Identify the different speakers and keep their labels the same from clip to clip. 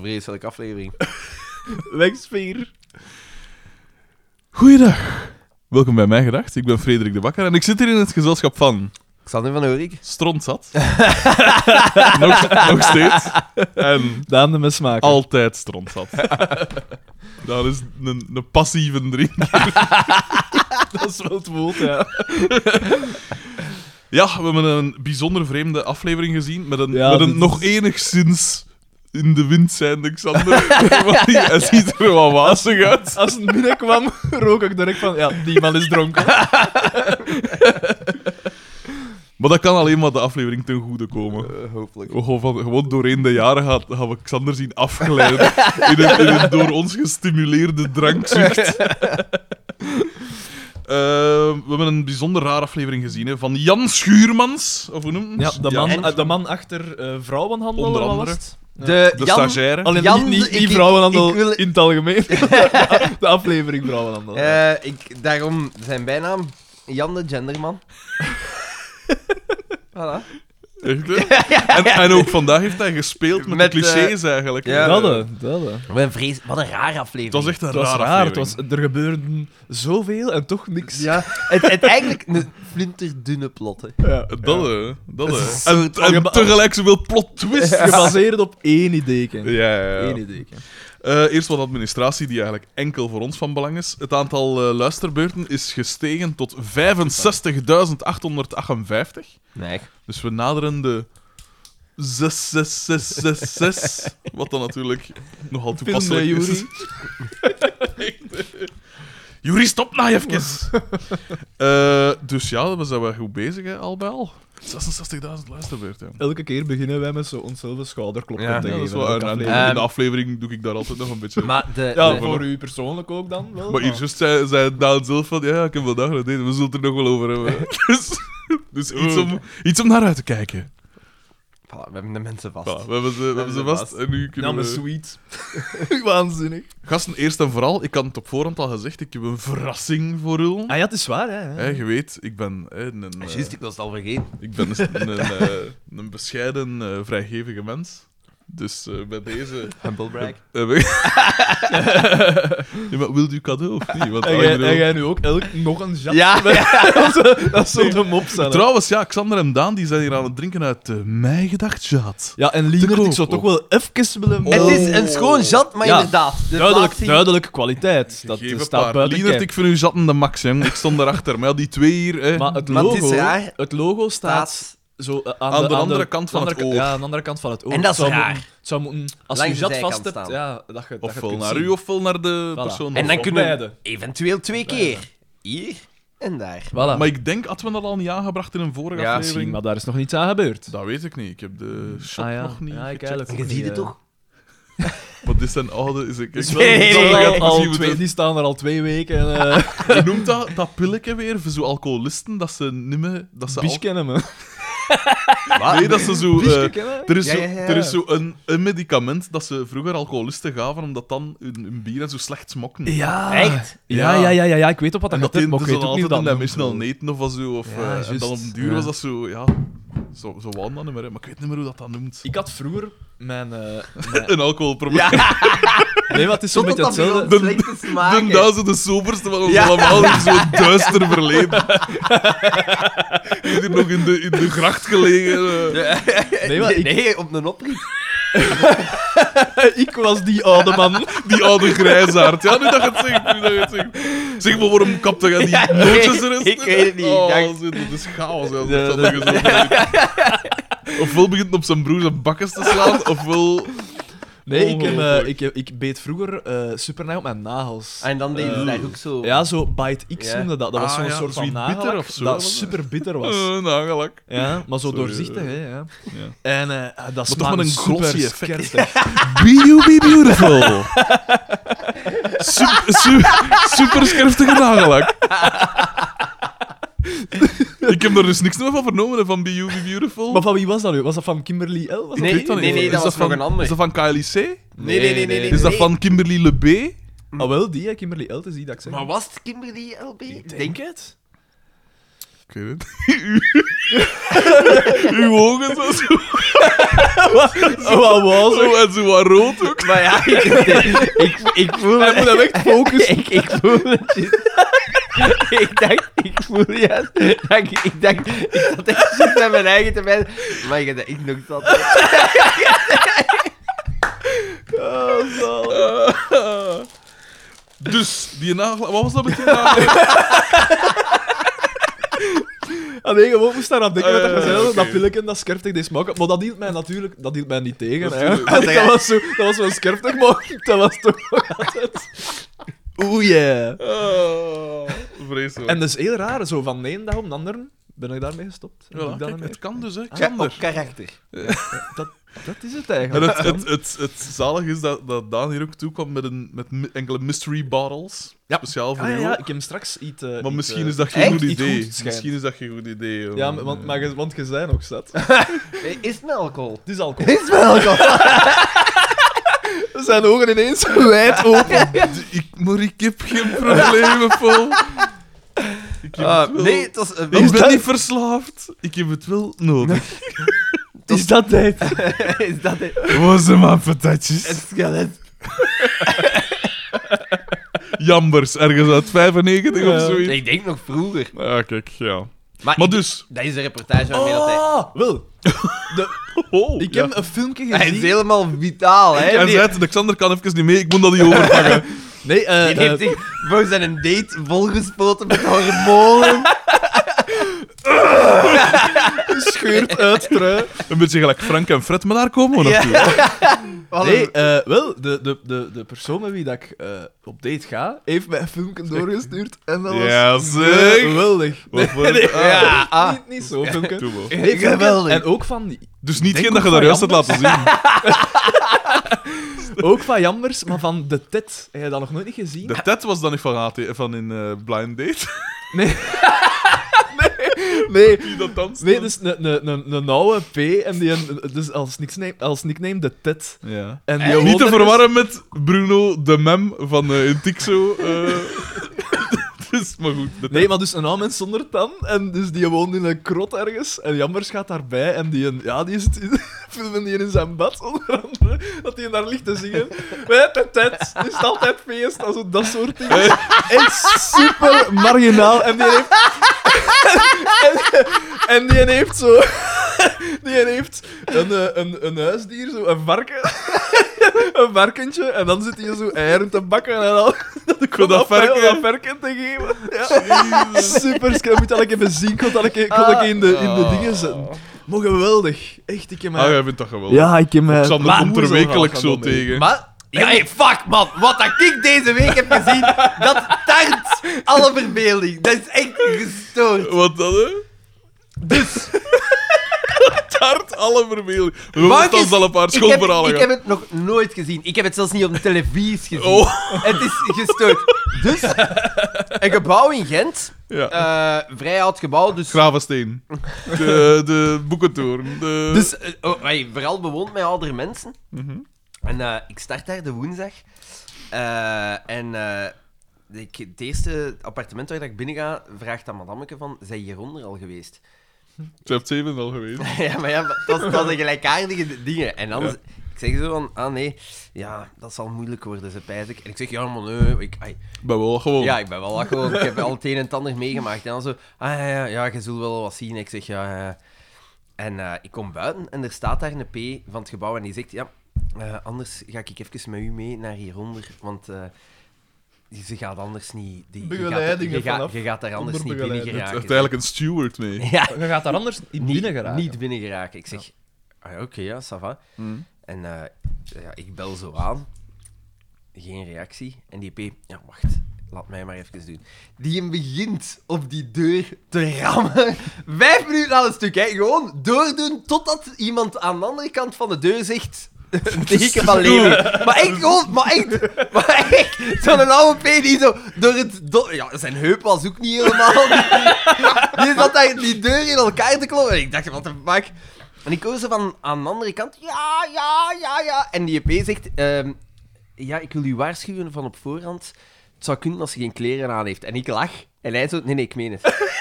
Speaker 1: vrees, welke aflevering.
Speaker 2: Wegsfeer. Goeiedag. Welkom bij Mijn Gedacht. Ik ben Frederik de Bakker en ik zit hier in het gezelschap van
Speaker 1: Xander van Eurik.
Speaker 2: Strontzat. nog, nog steeds. En
Speaker 3: Daan de mesmaker.
Speaker 2: altijd Strontzat. Dat is een, een passieve drinker.
Speaker 3: dat is wel het woord, ja.
Speaker 2: Ja, we hebben een bijzonder vreemde aflevering gezien met een,
Speaker 3: Ja,
Speaker 2: met een
Speaker 3: dit is-
Speaker 2: nog enigszins in de wind zijnde Xander. Want die- hij ziet er wel wazig uit.
Speaker 3: Als het binnenkwam, rook ik direct van... Ja, die man is dronken.
Speaker 2: Maar dat kan alleen maar de aflevering ten goede komen.
Speaker 1: Eh, hopelijk.
Speaker 2: We gaan van- gewoon doorheen de jaren gaat, gaan we Xander zien afglijden. in, een, in een door ons gestimuleerde drankzucht. Eh, we hebben een bijzonder rare aflevering gezien hè, van Jan Schuurmans. Of hoe noemt hem?
Speaker 3: Ja, de man,
Speaker 2: Jan-
Speaker 3: eh, de man achter eh, vrouwenhandel.
Speaker 2: Onder
Speaker 3: wat
Speaker 2: andere.
Speaker 3: was het? Ja.
Speaker 1: De,
Speaker 2: de
Speaker 1: Jan...
Speaker 2: stagiaire.
Speaker 3: Alleen
Speaker 1: Jan,
Speaker 3: niet, niet,
Speaker 1: ik-
Speaker 3: niet
Speaker 1: ik-
Speaker 3: vrouwenhandel
Speaker 1: ik wil-
Speaker 3: in het algemeen. de, de aflevering vrouwenhandel. ja.
Speaker 1: eh, ik, daarom zijn bijnaam Jan de Genderman. voilà.
Speaker 2: Echt, hè? en, en ook vandaag heeft hij gespeeld met,
Speaker 1: Met, eh,
Speaker 2: de clichés eigenlijk.
Speaker 1: ja.
Speaker 3: dat, hè, dat. hè.
Speaker 1: Wat een, vrees... Wat een rare aflevering.
Speaker 2: Het was echt een
Speaker 3: Het was
Speaker 2: rare
Speaker 3: raar. Het
Speaker 2: aflevering.
Speaker 3: was, er gebeurde zoveel en toch niks.
Speaker 1: Ja, het, het eigenlijk een flinterdunne plot. hè.
Speaker 3: Ja.
Speaker 2: Dat, hè, dat, hè.
Speaker 1: Het is
Speaker 2: En,
Speaker 1: zo-
Speaker 2: en tegelijk zoveel plot twist.
Speaker 3: Gebaseerd op één idee.
Speaker 2: Ja, ja, ja.
Speaker 3: Eén idee.
Speaker 2: Eh, eerst wat administratie, die eigenlijk enkel voor ons van belang is. Het aantal eh, luisterbeurten is gestegen tot 65.858.
Speaker 1: Nee.
Speaker 2: Dus we naderen de 6666. Wat dan natuurlijk nogal toepasselijk
Speaker 3: Vinden,
Speaker 2: is. Juri, stop nou even! Eh, dus ja, we zijn wel goed bezig, hè, al bij al. 66.000 luisterbeurten.
Speaker 3: Elke keer beginnen wij met zo onszelf een schouderklopje
Speaker 1: Ja,
Speaker 3: te
Speaker 2: Ja,
Speaker 3: geven.
Speaker 2: dat is wel, en,
Speaker 3: Elke
Speaker 2: en in
Speaker 3: aflevering.
Speaker 2: de aflevering doe ik daar altijd nog een beetje...
Speaker 1: Maar de...
Speaker 3: ja,
Speaker 1: de-
Speaker 3: voor u persoonlijk ook dan wel.
Speaker 2: Maar hier juist zei, zei Daan zelf van, ja, ik heb vandaag gedaan, we zullen het er nog wel over hebben. dus dus iets, om, iets om naar uit te kijken.
Speaker 1: Voilà, we hebben de mensen vast.
Speaker 2: Voilà, we hebben ze, we hebben ze vast en nu kunnen
Speaker 3: Ja, maar
Speaker 2: we...
Speaker 3: sweet. eh, Waanzinnig.
Speaker 2: Gasten, eerst en vooral, ik had het op voorhand al gezegd, ik heb een verrassing voor u.
Speaker 3: Ah ja, Ah, het is waar, hè.
Speaker 2: Hè, je weet, ik ben hè, een, eh,
Speaker 1: Ah, Juist, ik was het al vergeten.
Speaker 2: ik ben een, een, eh, een bescheiden, eh, vrijgevige mens. Dus eh, bij deze...
Speaker 1: Humble brag.
Speaker 2: heb ik- ja, maar wil u cadeau of niet? Want,
Speaker 3: En
Speaker 2: ah, ik
Speaker 3: jij,
Speaker 2: bedoel-
Speaker 3: en jij nu ook elk nog een jat.
Speaker 1: Ja.
Speaker 3: dat zou- dat zou de mop zijn. hè.
Speaker 2: Trouwens, ja, Xander en Daan die zijn hier aan het drinken uit eh, Mijn Gedachtjaat.
Speaker 3: Ja, en
Speaker 2: Te
Speaker 3: Lienert,
Speaker 2: koop
Speaker 3: ik zou toch wel even willen...
Speaker 2: Oh.
Speaker 1: Het is een schoon jat, maar
Speaker 3: Ja.
Speaker 1: inderdaad. De
Speaker 3: Duidelijk,
Speaker 1: plaatsie-
Speaker 3: duidelijke kwaliteit. Dat
Speaker 2: Geef
Speaker 3: eh,
Speaker 2: een
Speaker 3: staat
Speaker 2: paar.
Speaker 3: buiten
Speaker 2: Lienert,
Speaker 3: kijf.
Speaker 2: ik vind u zatten de max, hè. Ik stond erachter. Maar ja, die twee hier... Hè.
Speaker 3: Maar het
Speaker 1: Maar het is
Speaker 3: logo,
Speaker 1: raar.
Speaker 3: het logo staat... Zo, eh, aan,
Speaker 2: Aan de andere kant van
Speaker 3: andere
Speaker 2: het
Speaker 3: ka-
Speaker 2: oog.
Speaker 3: Ja, aan de andere kant van het oog.
Speaker 1: En dat is
Speaker 3: Het zou
Speaker 1: raar.
Speaker 3: moeten- het zou moeten, als
Speaker 1: Langs
Speaker 3: je
Speaker 1: de
Speaker 3: jat
Speaker 1: zijkant
Speaker 3: vast hebt,
Speaker 1: staan.
Speaker 3: ja, dat je, dat je
Speaker 2: ofwel
Speaker 3: het
Speaker 2: naar
Speaker 3: kunt
Speaker 2: u, ofwel naar de
Speaker 3: Voilà.
Speaker 2: persoon.
Speaker 1: En dan
Speaker 3: Of
Speaker 1: kunnen we
Speaker 3: beide.
Speaker 1: eventueel twee keer. Hier en daar.
Speaker 3: zien. Voilà.
Speaker 2: Maar ik denk, hadden we dat al niet aangebracht in een vorige
Speaker 1: Ja,
Speaker 3: Misschien,
Speaker 2: aflevering?
Speaker 3: maar daar is nog niets aan gebeurd.
Speaker 2: Dat weet ik niet. Ik heb de shot
Speaker 3: Ah, ja.
Speaker 2: nog niet
Speaker 3: Ja, ik
Speaker 2: gecheckt.
Speaker 3: eigenlijk ook.
Speaker 1: Je ziet het
Speaker 3: Ja.
Speaker 1: toch?
Speaker 2: Want dit zijn oude... Is ik,
Speaker 3: Dus
Speaker 2: ik-
Speaker 1: nee, nee,
Speaker 3: wel- wel-
Speaker 1: nee,
Speaker 3: wel-
Speaker 1: nee,
Speaker 2: ik-
Speaker 3: al
Speaker 2: ik-
Speaker 3: twee-
Speaker 2: ik-
Speaker 3: die staan er al twee weken. en, eh,
Speaker 2: Hoe noemt dat, dat pilletje weer? Voor zo alcoholisten, dat ze niet meer... Dat ze al-
Speaker 3: Bies kennen me.
Speaker 2: Nee, dat ze zo... eh,
Speaker 3: Bies kennen me.
Speaker 2: Er is,
Speaker 1: Ja,
Speaker 2: zo,
Speaker 1: ja, ja.
Speaker 2: Er is zo een, een medicament dat ze vroeger alcoholisten gaven, omdat dan hun, hun bieren zo slecht smokten.
Speaker 3: Ja.
Speaker 1: Echt?
Speaker 3: Ja, ja, ja, ja, ja, ik weet op wat
Speaker 2: En
Speaker 3: dat
Speaker 2: dat
Speaker 3: gaat,
Speaker 2: deed
Speaker 3: maar ik
Speaker 2: dus
Speaker 3: weet
Speaker 2: dan
Speaker 3: ook niet
Speaker 2: altijd
Speaker 3: hoe dat
Speaker 2: een
Speaker 3: noemt,
Speaker 2: snel
Speaker 3: hoor.
Speaker 2: neten of zo. Of,
Speaker 3: Ja,
Speaker 2: eh, en
Speaker 3: juist.
Speaker 2: dan op den duur
Speaker 3: Ja.
Speaker 2: was dat zo, ja... Zo, zo wou dat niet meer, hè, maar ik weet niet meer hoe dat dat noemt.
Speaker 3: Ik had vroeger mijn... eh, mijn-
Speaker 2: Een alcoholprobleem.
Speaker 1: Ja,
Speaker 3: Nee, maar het is zo'n beetje
Speaker 1: totdat dat
Speaker 3: hetzelfde.
Speaker 1: begon slecht te smaken.
Speaker 2: De duizend de soberste van ons
Speaker 1: Ja.
Speaker 2: allemaal in zo'n duister verleden. Ieder nog in de, in de gracht gelegen. eh.
Speaker 3: Nee, maar ik,
Speaker 1: Nee, op een opriet.
Speaker 3: ik was die oude man.
Speaker 2: Die oude grijzaard. Ja, nu dat je het zegt. Nu dat je het zegt. Zeg maar, waarom kapte jij die
Speaker 1: Ja, nee,
Speaker 2: nootjes erin?
Speaker 1: ik weet het niet. Ik
Speaker 2: Oh,
Speaker 1: dacht-
Speaker 2: zo, dat is chaos. Ja,
Speaker 3: Ja,
Speaker 2: dat dat nog eens overdoet. Ofwel begint op zijn broer zijn bakkes te slaan, ofwel...
Speaker 3: Nee, ik, heb, eh,
Speaker 2: Ongelooflijk.
Speaker 3: ik, heb- ik beet vroeger eh supernail op mijn nagels.
Speaker 1: En dan deden ze
Speaker 3: Eh,
Speaker 1: daar ook zo.
Speaker 3: Ja, zo Bite X
Speaker 1: Ja.
Speaker 3: noemde dat. Dat was
Speaker 2: Ah,
Speaker 3: zo'n
Speaker 2: ja,
Speaker 3: soort van
Speaker 2: sweet bitter
Speaker 3: nagellak
Speaker 2: of zo,
Speaker 3: dat
Speaker 2: was het?
Speaker 3: super bitter was.
Speaker 2: eh, Een aangelak.
Speaker 3: ja, maar zo
Speaker 2: sorry,
Speaker 3: doorzichtig,
Speaker 2: eh,
Speaker 3: hè. Ja.
Speaker 2: ja.
Speaker 3: En eh, dat
Speaker 2: toch met
Speaker 3: smaakt
Speaker 2: een
Speaker 3: super
Speaker 2: glossy effect.
Speaker 3: skertig.
Speaker 2: Be you be beautiful. Super, super, scherptige nagellak. Ik heb er dus niks meer van vernomen hè, van Be You Be Beautiful.
Speaker 3: Maar van wie was dat nu? Was dat van Kimberly L? Was dat-
Speaker 1: Nee,
Speaker 2: Ik weet
Speaker 1: nee, nee,
Speaker 2: niet.
Speaker 1: dat was
Speaker 2: Is
Speaker 1: nog
Speaker 2: van-
Speaker 1: een ander.
Speaker 2: Is dat van KLIC?
Speaker 1: Nee, nee, nee, nee, nee.
Speaker 2: Is dat van Kimberly Lebé?
Speaker 3: dus Ah, wel die, hè, Kimberly L, te zien dat ik zeg.
Speaker 1: Maar was het Kimberly LB?
Speaker 3: Ik denk het.
Speaker 2: Ik weet het. Uw, uw ogen zijn zo,
Speaker 3: Wat
Speaker 2: Oh,
Speaker 3: was het?
Speaker 2: zo en zo wat rood ook.
Speaker 1: Maar ja, ik, ik, ik voel...
Speaker 3: Hij moet hem echt focussen.
Speaker 1: Ik, ik voel het juist. Ik dacht, ik voel juist... dat ik, ik dacht, ik zat echt zo naar mijn eigen te wijzen. Maar ik dacht, ik nog zat...
Speaker 2: Eh, dus, die nagel... Wat was dat met die nagel?
Speaker 3: Ah, nee, gewoon moest daar aan denken met dat
Speaker 2: Eh,
Speaker 3: gezegd.
Speaker 2: oké.
Speaker 3: Dat pilletje, dat skerftig, die smaak. Maar dat hield mij natuurlijk dat hield mij niet tegen. Hè.
Speaker 2: Natuurlijk.
Speaker 3: Dat, was zo, dat was wel skerftig, maar dat was toch nog altijd... Oeh, yeah.
Speaker 2: Oh, vreselijk.
Speaker 3: En dat is heel raar, zo van de ene dag op de andere ben ik daarmee gestopt. Heb
Speaker 2: Voilà,
Speaker 3: ik
Speaker 2: kijk,
Speaker 3: daarmee-
Speaker 2: het kan dus, hè. Ik
Speaker 1: Ja,
Speaker 2: kan
Speaker 1: op
Speaker 2: er.
Speaker 1: karakter.
Speaker 3: dat, dat is het
Speaker 2: En
Speaker 3: eigenlijk.
Speaker 2: het, het, het, het zalige is dat, dat Daan hier ook toekwam met, een, met mi- enkele mystery bottles.
Speaker 3: Ja.
Speaker 2: Speciaal voor
Speaker 3: Ah, ja,
Speaker 2: jou.
Speaker 3: ja, ik heb hem straks iets... eh,
Speaker 2: Maar
Speaker 3: iets,
Speaker 2: misschien
Speaker 3: eh,
Speaker 2: is dat geen
Speaker 1: echt
Speaker 2: goed
Speaker 3: iets
Speaker 2: idee.
Speaker 3: goed schijnt.
Speaker 2: misschien is dat geen goed idee.
Speaker 3: Ja,
Speaker 2: om-
Speaker 3: maar- want, maar, ge- want je zei nog, zat.
Speaker 1: Eh, Is het met alcohol? Ah,
Speaker 3: Het is alcohol.
Speaker 1: Is het met alcohol?
Speaker 3: Zijn ogen ineens wijd open.
Speaker 2: Oh, Ik, maar ik heb geen problemen, Paul. Ik heb
Speaker 1: Ah,
Speaker 2: het wel-
Speaker 1: nee, het was... eh,
Speaker 2: Ik
Speaker 1: wel-
Speaker 2: ben
Speaker 3: dat-
Speaker 2: niet verslaafd. Ik heb het wel nodig.
Speaker 3: Is dat tijd?
Speaker 1: is dat het?
Speaker 2: Was hem aan patatjes.
Speaker 1: Het skelet.
Speaker 2: Jambers, ergens uit 95 of
Speaker 3: Ja.
Speaker 2: zoiets.
Speaker 1: Ik denk nog vroeger.
Speaker 2: Ja, kijk, ja.
Speaker 1: Maar,
Speaker 2: Maar
Speaker 1: ik-
Speaker 2: dus...
Speaker 1: dat is een reportage waarmee dat hij...
Speaker 3: Ah, wel.
Speaker 2: Oh,
Speaker 3: Ik
Speaker 2: ja.
Speaker 3: heb een filmpje
Speaker 1: Hij is
Speaker 3: gezien.
Speaker 1: helemaal vitaal, hè?
Speaker 2: En
Speaker 1: Die-
Speaker 2: zei het, Alexander kan even niet mee, ik moet dat niet overpakken.
Speaker 3: Nee, eh,
Speaker 1: Die heeft
Speaker 3: eh,
Speaker 1: zich voor zijn date volgespoten met hormonen.
Speaker 3: scheurt uit trui.
Speaker 2: Een beetje gelijk Frank en Fred, maar daar komen we
Speaker 1: Ja.
Speaker 2: naartoe.
Speaker 1: Wat een-
Speaker 3: Nee, eh, wel, de, de, de, de persoon met wie dat ik eh, op date ga, heeft mij een filmpje doorgestuurd en dat was
Speaker 2: Ja, zeg.
Speaker 3: geweldig.
Speaker 2: Wat voor-
Speaker 3: Nee,
Speaker 2: ah,
Speaker 1: ja, ah.
Speaker 3: Niet, niet zo filmpje.
Speaker 2: doe wel.
Speaker 3: Nee, filmpje.
Speaker 1: Geweldig.
Speaker 3: En ook van, die-
Speaker 2: Dus niet
Speaker 3: Denk
Speaker 2: geen dat je
Speaker 3: ook
Speaker 2: daar
Speaker 3: van
Speaker 2: juist hebt laten zien.
Speaker 3: ook van Jambers, maar van de TED. Heb je dat nog nooit niet gezien?
Speaker 2: De Ted was dan niet van, AT van in eh, Blind Date.
Speaker 3: Nee,
Speaker 2: Die dat danst.
Speaker 3: nee, dus een- een een- een oude P en die een, dus als nickname, als nickname de TED.
Speaker 2: Ja.
Speaker 3: En die
Speaker 2: Niet
Speaker 3: woont
Speaker 2: te
Speaker 3: ergens-
Speaker 2: verwarren met Bruno de Mem van eh Intixo. eh. dus, maar goed. de
Speaker 3: Nee, maar dus een oude mens zonder tan. En dus die woont in een krot ergens. En Jambers gaat daarbij. En die, een- ja, die zit in, filmen die in zijn bad, onder andere. Dat hij daar ligt te zingen. Wij, de tent. Is het altijd feest? Also, dat soort dingen. Echt super marginaal. En die heeft... En, en die heeft zo... Die heeft een, eh, een, een huisdier, zo, een varken. Een varkentje. En dan zit hij zo eieren te bakken en al. Dat
Speaker 2: wil dat varken.
Speaker 3: om dat varken te geven. Ja.
Speaker 2: Jezus.
Speaker 3: Super scherp. Moet dat ik even zien. Kon dat ik, kon dat ik in, de, in de dingen zetten. Maar geweldig. Echt, ik heb mij...
Speaker 2: Ah, jij vindt dat geweldig.
Speaker 3: ja, ik heb mij...
Speaker 2: Xander
Speaker 3: Maar-
Speaker 2: komt er
Speaker 3: Hoezo
Speaker 2: wekelijk
Speaker 3: gaat
Speaker 2: zo
Speaker 3: dat mee?
Speaker 2: tegen.
Speaker 1: Maar, ja, hey, fuck man, wat dat ik deze week heb gezien, dat tart alle verbeelding. Dat is echt gestoord.
Speaker 2: Wat dan, hè?
Speaker 1: Dus,
Speaker 2: Tart alle verbeelding. We
Speaker 1: Marcus,
Speaker 2: hebben het al een paar
Speaker 1: ik heb,
Speaker 2: schoolverhalen
Speaker 1: ik
Speaker 2: gehad.
Speaker 1: heb het nog nooit gezien. Ik heb het zelfs niet op de televisie gezien.
Speaker 2: Oh,
Speaker 1: Het is gestoord. Dus, een gebouw in Gent,
Speaker 2: ja.
Speaker 1: eh, vrij oud gebouw, dus...
Speaker 2: Gravensteen. De, de boekentoren. De...
Speaker 1: Dus eh, oh, hey, vooral bewoond met oudere mensen.
Speaker 2: Mhm.
Speaker 1: En eh, ik start daar de woensdag. Eh, en eh, ik, het eerste appartement waar ik binnen ga, vraagt aan madammeke van, zijn hieronder al geweest?
Speaker 2: Ze hebt zeven al geweest.
Speaker 1: ja, maar ja, maar dat was- dat zijn gelijkaardige dingen. En dan, ik zeg zo van, ah nee, ja, dat zal moeilijk worden, ze pijs ik. En ik zeg, ja, maar nee, ik, ai,
Speaker 2: Ben wel gewoon.
Speaker 1: ja, ik ben wel wat gewoon, ik heb al het een en het ander meegemaakt. En dan zo, ah ja, ja, ja, je zult wel wat zien. Ik zeg, ja, ja, ja. En eh, ik kom buiten en er staat daar een P van het gebouw en die zegt, ja, eh, anders ga ik even met u mee naar hieronder, want... eh, ze gaat anders niet... Die, je gaat-
Speaker 3: Begeleidingen
Speaker 1: je, gaat,
Speaker 3: vanaf.
Speaker 1: je gaat daar anders
Speaker 3: Onder
Speaker 1: niet binnen
Speaker 2: Het heeft
Speaker 1: geraken.
Speaker 2: eigenlijk een steward mee.
Speaker 1: Ja,
Speaker 3: Je gaat daar anders in binnen geraken.
Speaker 1: niet binnen geraken. Ik zeg, ah, ja, oké, ja, ça va.
Speaker 2: Mm.
Speaker 1: En eh, ja, ik bel zo aan. Geen reactie. En die P, ja, wacht. Laat mij maar even doen. Die hem begint op die deur te rammen. Vijf minuten aan een stuk, hè. Gewoon doordoen totdat iemand aan de andere kant van de deur zegt... Een teken van leven. Maar echt gewoon, maar echt, maar echt. Zo'n oude P die zo door het... do- ja, zijn heup was ook niet helemaal... Die zat daar die deur in elkaar te kloppen. En ik dacht, wat de fuck. En ik hoor ze van aan de andere kant. Ja, ja, ja, ja. En die EP zegt... ehm, ja, ik wil u waarschuwen van op voorhand. Het zou kunnen als ze geen kleren aan heeft. En ik lach. En hij zo... Nee, nee, ik meen het.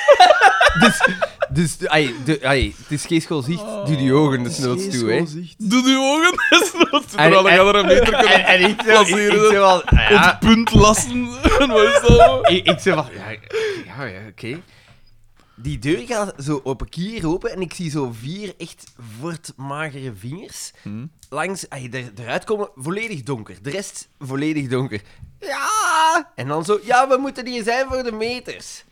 Speaker 1: dus, dus ai, de, ai, het is geen schoolzicht. Doe die ogen dus noods toe, hè.
Speaker 2: Doe die ogen desnoods toe,
Speaker 1: En-
Speaker 2: terwijl ik
Speaker 1: en-
Speaker 2: er een meter kan
Speaker 1: En, en ik zou, ik, ik
Speaker 2: Placeren.
Speaker 1: zou wel... ah
Speaker 2: op
Speaker 1: ja,
Speaker 2: het punt lassen. En wat is dat?
Speaker 1: ik, ik zou wel... Ja, ja, ja, oké. Die deur gaat zo op een kier open en ik zie zo vier echt vertmagere vingers
Speaker 2: Hmm.
Speaker 1: langs... ai, er, eruit komen, volledig donker. De rest volledig donker. Ja! En dan zo... Ja, we moeten hier zijn voor de meters.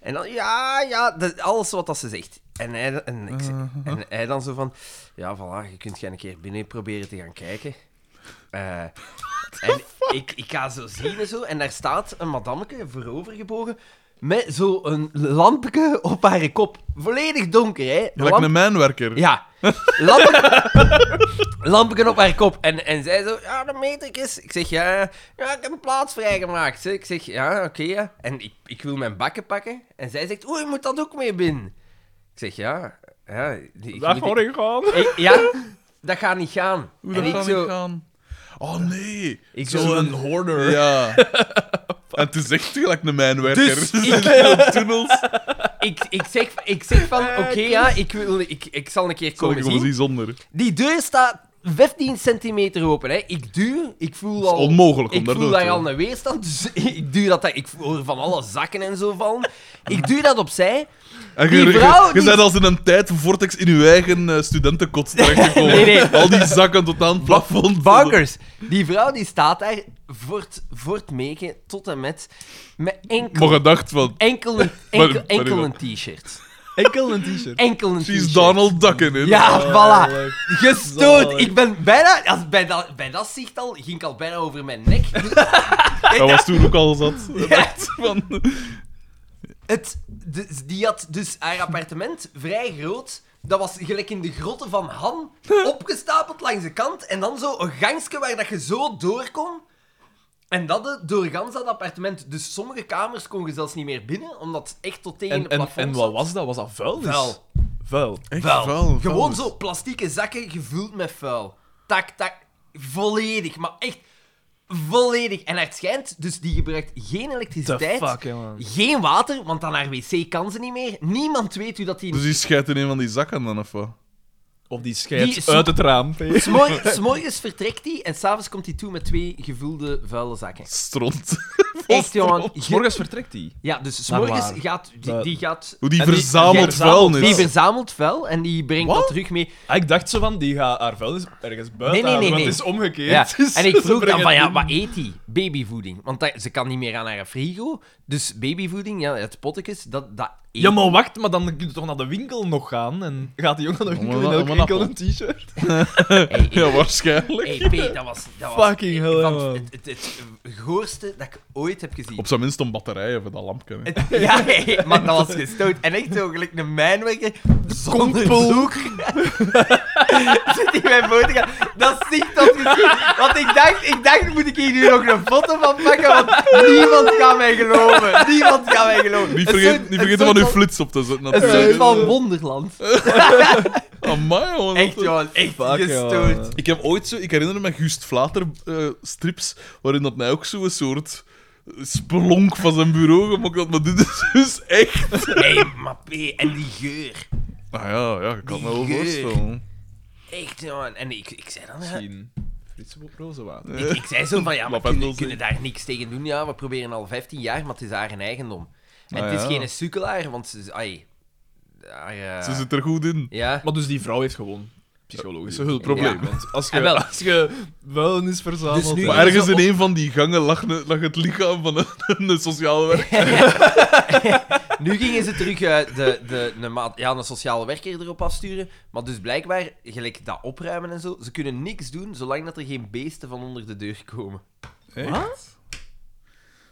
Speaker 1: En dan... Ja, ja, dat, alles wat dat ze zegt. En hij, en, ik, zeg- en hij dan zo van... Ja, voilà, je kunt gaan een keer binnen proberen te gaan kijken. Eh, en ik, ik ga zo zien en zo, en daar staat een madammeke voorovergebogen met zo'n lampje op haar kop. Volledig donker, hè? Een
Speaker 2: Gelijk
Speaker 1: lamp-
Speaker 2: een mijnwerker.
Speaker 1: Ja. Lampje, lampje op haar kop. En, en zij zo, ja, dat meet ik eens. Ik zeg, ja, ja ik heb een plaats vrijgemaakt. hè. Ik zeg, ja, oké. ja. En ik, ik wil mijn bakken pakken. En zij zegt, oei, je moet dat ook mee binnen. Ik zeg, ja, ja. Ik, ik
Speaker 4: Dag,
Speaker 1: moet-
Speaker 4: hoor ik gewoon.
Speaker 1: ik- ja, dat gaat niet gaan.
Speaker 2: Hoe
Speaker 1: en
Speaker 2: dat
Speaker 1: ik
Speaker 2: gaat
Speaker 1: zo,
Speaker 2: niet gaan. Oh nee.
Speaker 1: Ik
Speaker 2: Zo
Speaker 1: zo
Speaker 2: een-
Speaker 4: hoarder.
Speaker 2: Ja. En het is echt gelijk een mijnwerker.
Speaker 1: Dus
Speaker 2: Ze
Speaker 1: ik-
Speaker 2: zitten in tunnels.
Speaker 1: ik, ik, zeg, ik zeg van, oké, ja, ik, wil, ik, ik zal een keer
Speaker 2: Zal ik
Speaker 1: komen
Speaker 2: gewoon
Speaker 1: zien.
Speaker 2: zien zonder.
Speaker 1: Die deur staat 15 centimeter open. Hè. Ik duw, ik voel al...
Speaker 2: Onmogelijk om
Speaker 1: Ik
Speaker 2: daar
Speaker 1: voel
Speaker 2: door te
Speaker 1: daar
Speaker 2: gaan.
Speaker 1: al een weerstand, dus ik duw dat... Ik hoor van alle zakken en zo vallen. Ik duw dat opzij.
Speaker 2: En
Speaker 1: Die
Speaker 2: je- je-
Speaker 1: vrouw,
Speaker 2: je
Speaker 1: die-
Speaker 2: bent als in een tijd vortex in je eigen eh, studentenkot terechtgekomen.
Speaker 1: Nee, nee.
Speaker 2: Al die zakken tot aan het plafond.
Speaker 1: Bankers! Die vrouw die staat daar voor het, voor het meken tot en met met enkel,
Speaker 2: Maar gedacht van,
Speaker 1: enkel, enkel,
Speaker 2: Maar-
Speaker 1: enkel,
Speaker 2: maar-
Speaker 1: een t-shirt.
Speaker 4: Enkel een t-shirt.
Speaker 1: Enkel een
Speaker 2: she's Oh,
Speaker 1: t-shirt.
Speaker 2: Donald Duck in het.
Speaker 1: Ja, voilà.
Speaker 4: Zalig.
Speaker 1: Gestoord.
Speaker 4: Zalig.
Speaker 1: Ik ben bijna... Als bij, dat, bij dat zicht al ging ik al bijna over mijn nek.
Speaker 2: Dat was toen ook al zat. Echt Van,
Speaker 1: Het, de- die had dus haar appartement vrij groot. Dat was gelijk in de grotten van Han, opgestapeld langs de kant. En dan zo een gangske waar dat je zo door kon. En dat de- door gans dat appartement. Dus sommige kamers kon je zelfs niet meer binnen, omdat het echt tot tegen
Speaker 4: En,
Speaker 1: het
Speaker 4: en,
Speaker 1: plafond
Speaker 4: en wat was dat? Was dat vuilnis?
Speaker 1: Vuil.
Speaker 4: Vuil.
Speaker 2: echt
Speaker 1: Vuil.
Speaker 2: vuil,
Speaker 1: Gewoon
Speaker 2: vuil.
Speaker 1: zo plastieke zakken gevuld met vuil. Tak, tak. Volledig, maar echt volledig. En het schijnt, dus die gebruikt geen
Speaker 4: The
Speaker 1: elektriciteit.
Speaker 4: fuck, hè, man.
Speaker 1: Geen water, want aan haar wc kan ze niet meer. Niemand weet hoe dat die...
Speaker 2: Dus die scheidt in een van die zakken dan, of wat?
Speaker 4: Of die
Speaker 1: Die
Speaker 4: scheidt
Speaker 1: zo-
Speaker 4: uit het raam. P.
Speaker 1: S'mor- S'morgens vertrekt hij en s'avonds komt hij toe met twee gevulde vuile zakken.
Speaker 2: Stront.
Speaker 1: Echt, jongen. ge-
Speaker 4: Morgens vertrekt die.
Speaker 1: Ja, dus
Speaker 4: Naar
Speaker 1: s'morgens
Speaker 4: waar?
Speaker 1: gaat... Die, die gaat...
Speaker 2: Hoe die
Speaker 4: En die-
Speaker 2: verzamelt
Speaker 1: die-
Speaker 2: vuilnis.
Speaker 1: Die verzamelt vuil en die brengt
Speaker 4: Wat?
Speaker 1: dat terug mee.
Speaker 4: Ah, ik dacht zo van, die gaat haar vuilnis ergens buiten
Speaker 1: Nee, nee, nee,
Speaker 4: halen, want
Speaker 1: nee.
Speaker 4: het is omgekeerd.
Speaker 1: Ja.
Speaker 4: Dus
Speaker 1: En ik
Speaker 4: ze
Speaker 1: vroeg dan
Speaker 4: brengen
Speaker 1: van, ja,
Speaker 4: het
Speaker 1: wat
Speaker 4: in.
Speaker 1: eet hij? Babyvoeding. Want dat- ze kan niet meer aan haar frigo. Dus babyvoeding, ja, het pottekes, dat, dat eet
Speaker 4: Ja, maar wacht, maar dan kun je toch naar de winkel nog gaan? En gaat die jongen naar de winkel
Speaker 2: Om
Speaker 4: in
Speaker 2: een-
Speaker 4: elk
Speaker 2: om een
Speaker 4: enkel
Speaker 2: appel.
Speaker 4: een t-shirt?
Speaker 1: Hey,
Speaker 2: Ja, waarschijnlijk.
Speaker 1: hey, P, dat was... Dat was
Speaker 4: Fucking hell,
Speaker 1: van
Speaker 4: man.
Speaker 1: het, het, het goorste dat ik ooit heb gezien.
Speaker 2: Op zijn minst om batterijen voor dat lampje. hè.
Speaker 1: Het- ja, hey, maar dat was gestoot. En echt zo gelijk een mijnwerker zonder
Speaker 4: Kompel.
Speaker 1: broek. Zit hij mijn foto gaan. Dat is ziek dat gezien. Want ik dacht, ik dacht, moet ik hier nu nog een foto van pakken? Want niemand gaat mij geloven. Niemand gaat mij geloven.
Speaker 2: Niet
Speaker 1: Een
Speaker 2: vergeten,
Speaker 1: soort-
Speaker 2: niet
Speaker 1: een
Speaker 2: vergeten van uw
Speaker 1: soort
Speaker 2: flits op te zetten.
Speaker 1: Een
Speaker 2: natuurlijk.
Speaker 1: soort van wonderland.
Speaker 2: Amai, jongen.
Speaker 1: Echt, jongen. Echt
Speaker 4: Fuck,
Speaker 1: gestoord.
Speaker 4: jongen.
Speaker 2: Ik heb ooit zo, ik herinner me Gust Vlater eh, strips, waarin dat mij ook zo'n soort spelonk van zijn bureau gemaakt had, maar dit is dus echt.
Speaker 1: Nee, maar P, en die geur.
Speaker 2: Ah ja, ja, ik kan me wel
Speaker 1: Die geur.
Speaker 2: voorstellen.
Speaker 1: Echt, jongen. En ik, ik zei dan... eh, ja,
Speaker 4: Misschien Fritsen op roze water.
Speaker 1: Ik, ik zei zo van, ja, maar
Speaker 2: Wat
Speaker 1: kunnen,
Speaker 2: pendels,
Speaker 1: kunnen daar niks tegen doen? Ja, we proberen al 15 jaar, maar het is haar eigendom. En
Speaker 2: Ah,
Speaker 1: het is
Speaker 2: ja.
Speaker 1: geen sukkelaar, want ze... is- Ai, haar, eh,
Speaker 2: Ze zit er goed in.
Speaker 1: Ja.
Speaker 4: Maar dus die vrouw heeft gewoon psychologisch
Speaker 2: Ze hulpprobleem.
Speaker 1: Ja.
Speaker 4: Want als
Speaker 1: En wel.
Speaker 4: je, als je vuilnis verzamelt...
Speaker 1: Dus nu-
Speaker 4: dan-
Speaker 2: Maar ergens in een van die gangen lag, ne- lag het lichaam van een, een sociale werker.
Speaker 1: Nu gingen ze terug eh, de, de, de, ma- ja, een sociale werker erop afsturen. Maar dus blijkbaar, gelijk dat opruimen en zo, ze kunnen niks doen zolang dat er geen beesten van onder de deur komen.
Speaker 2: Echt?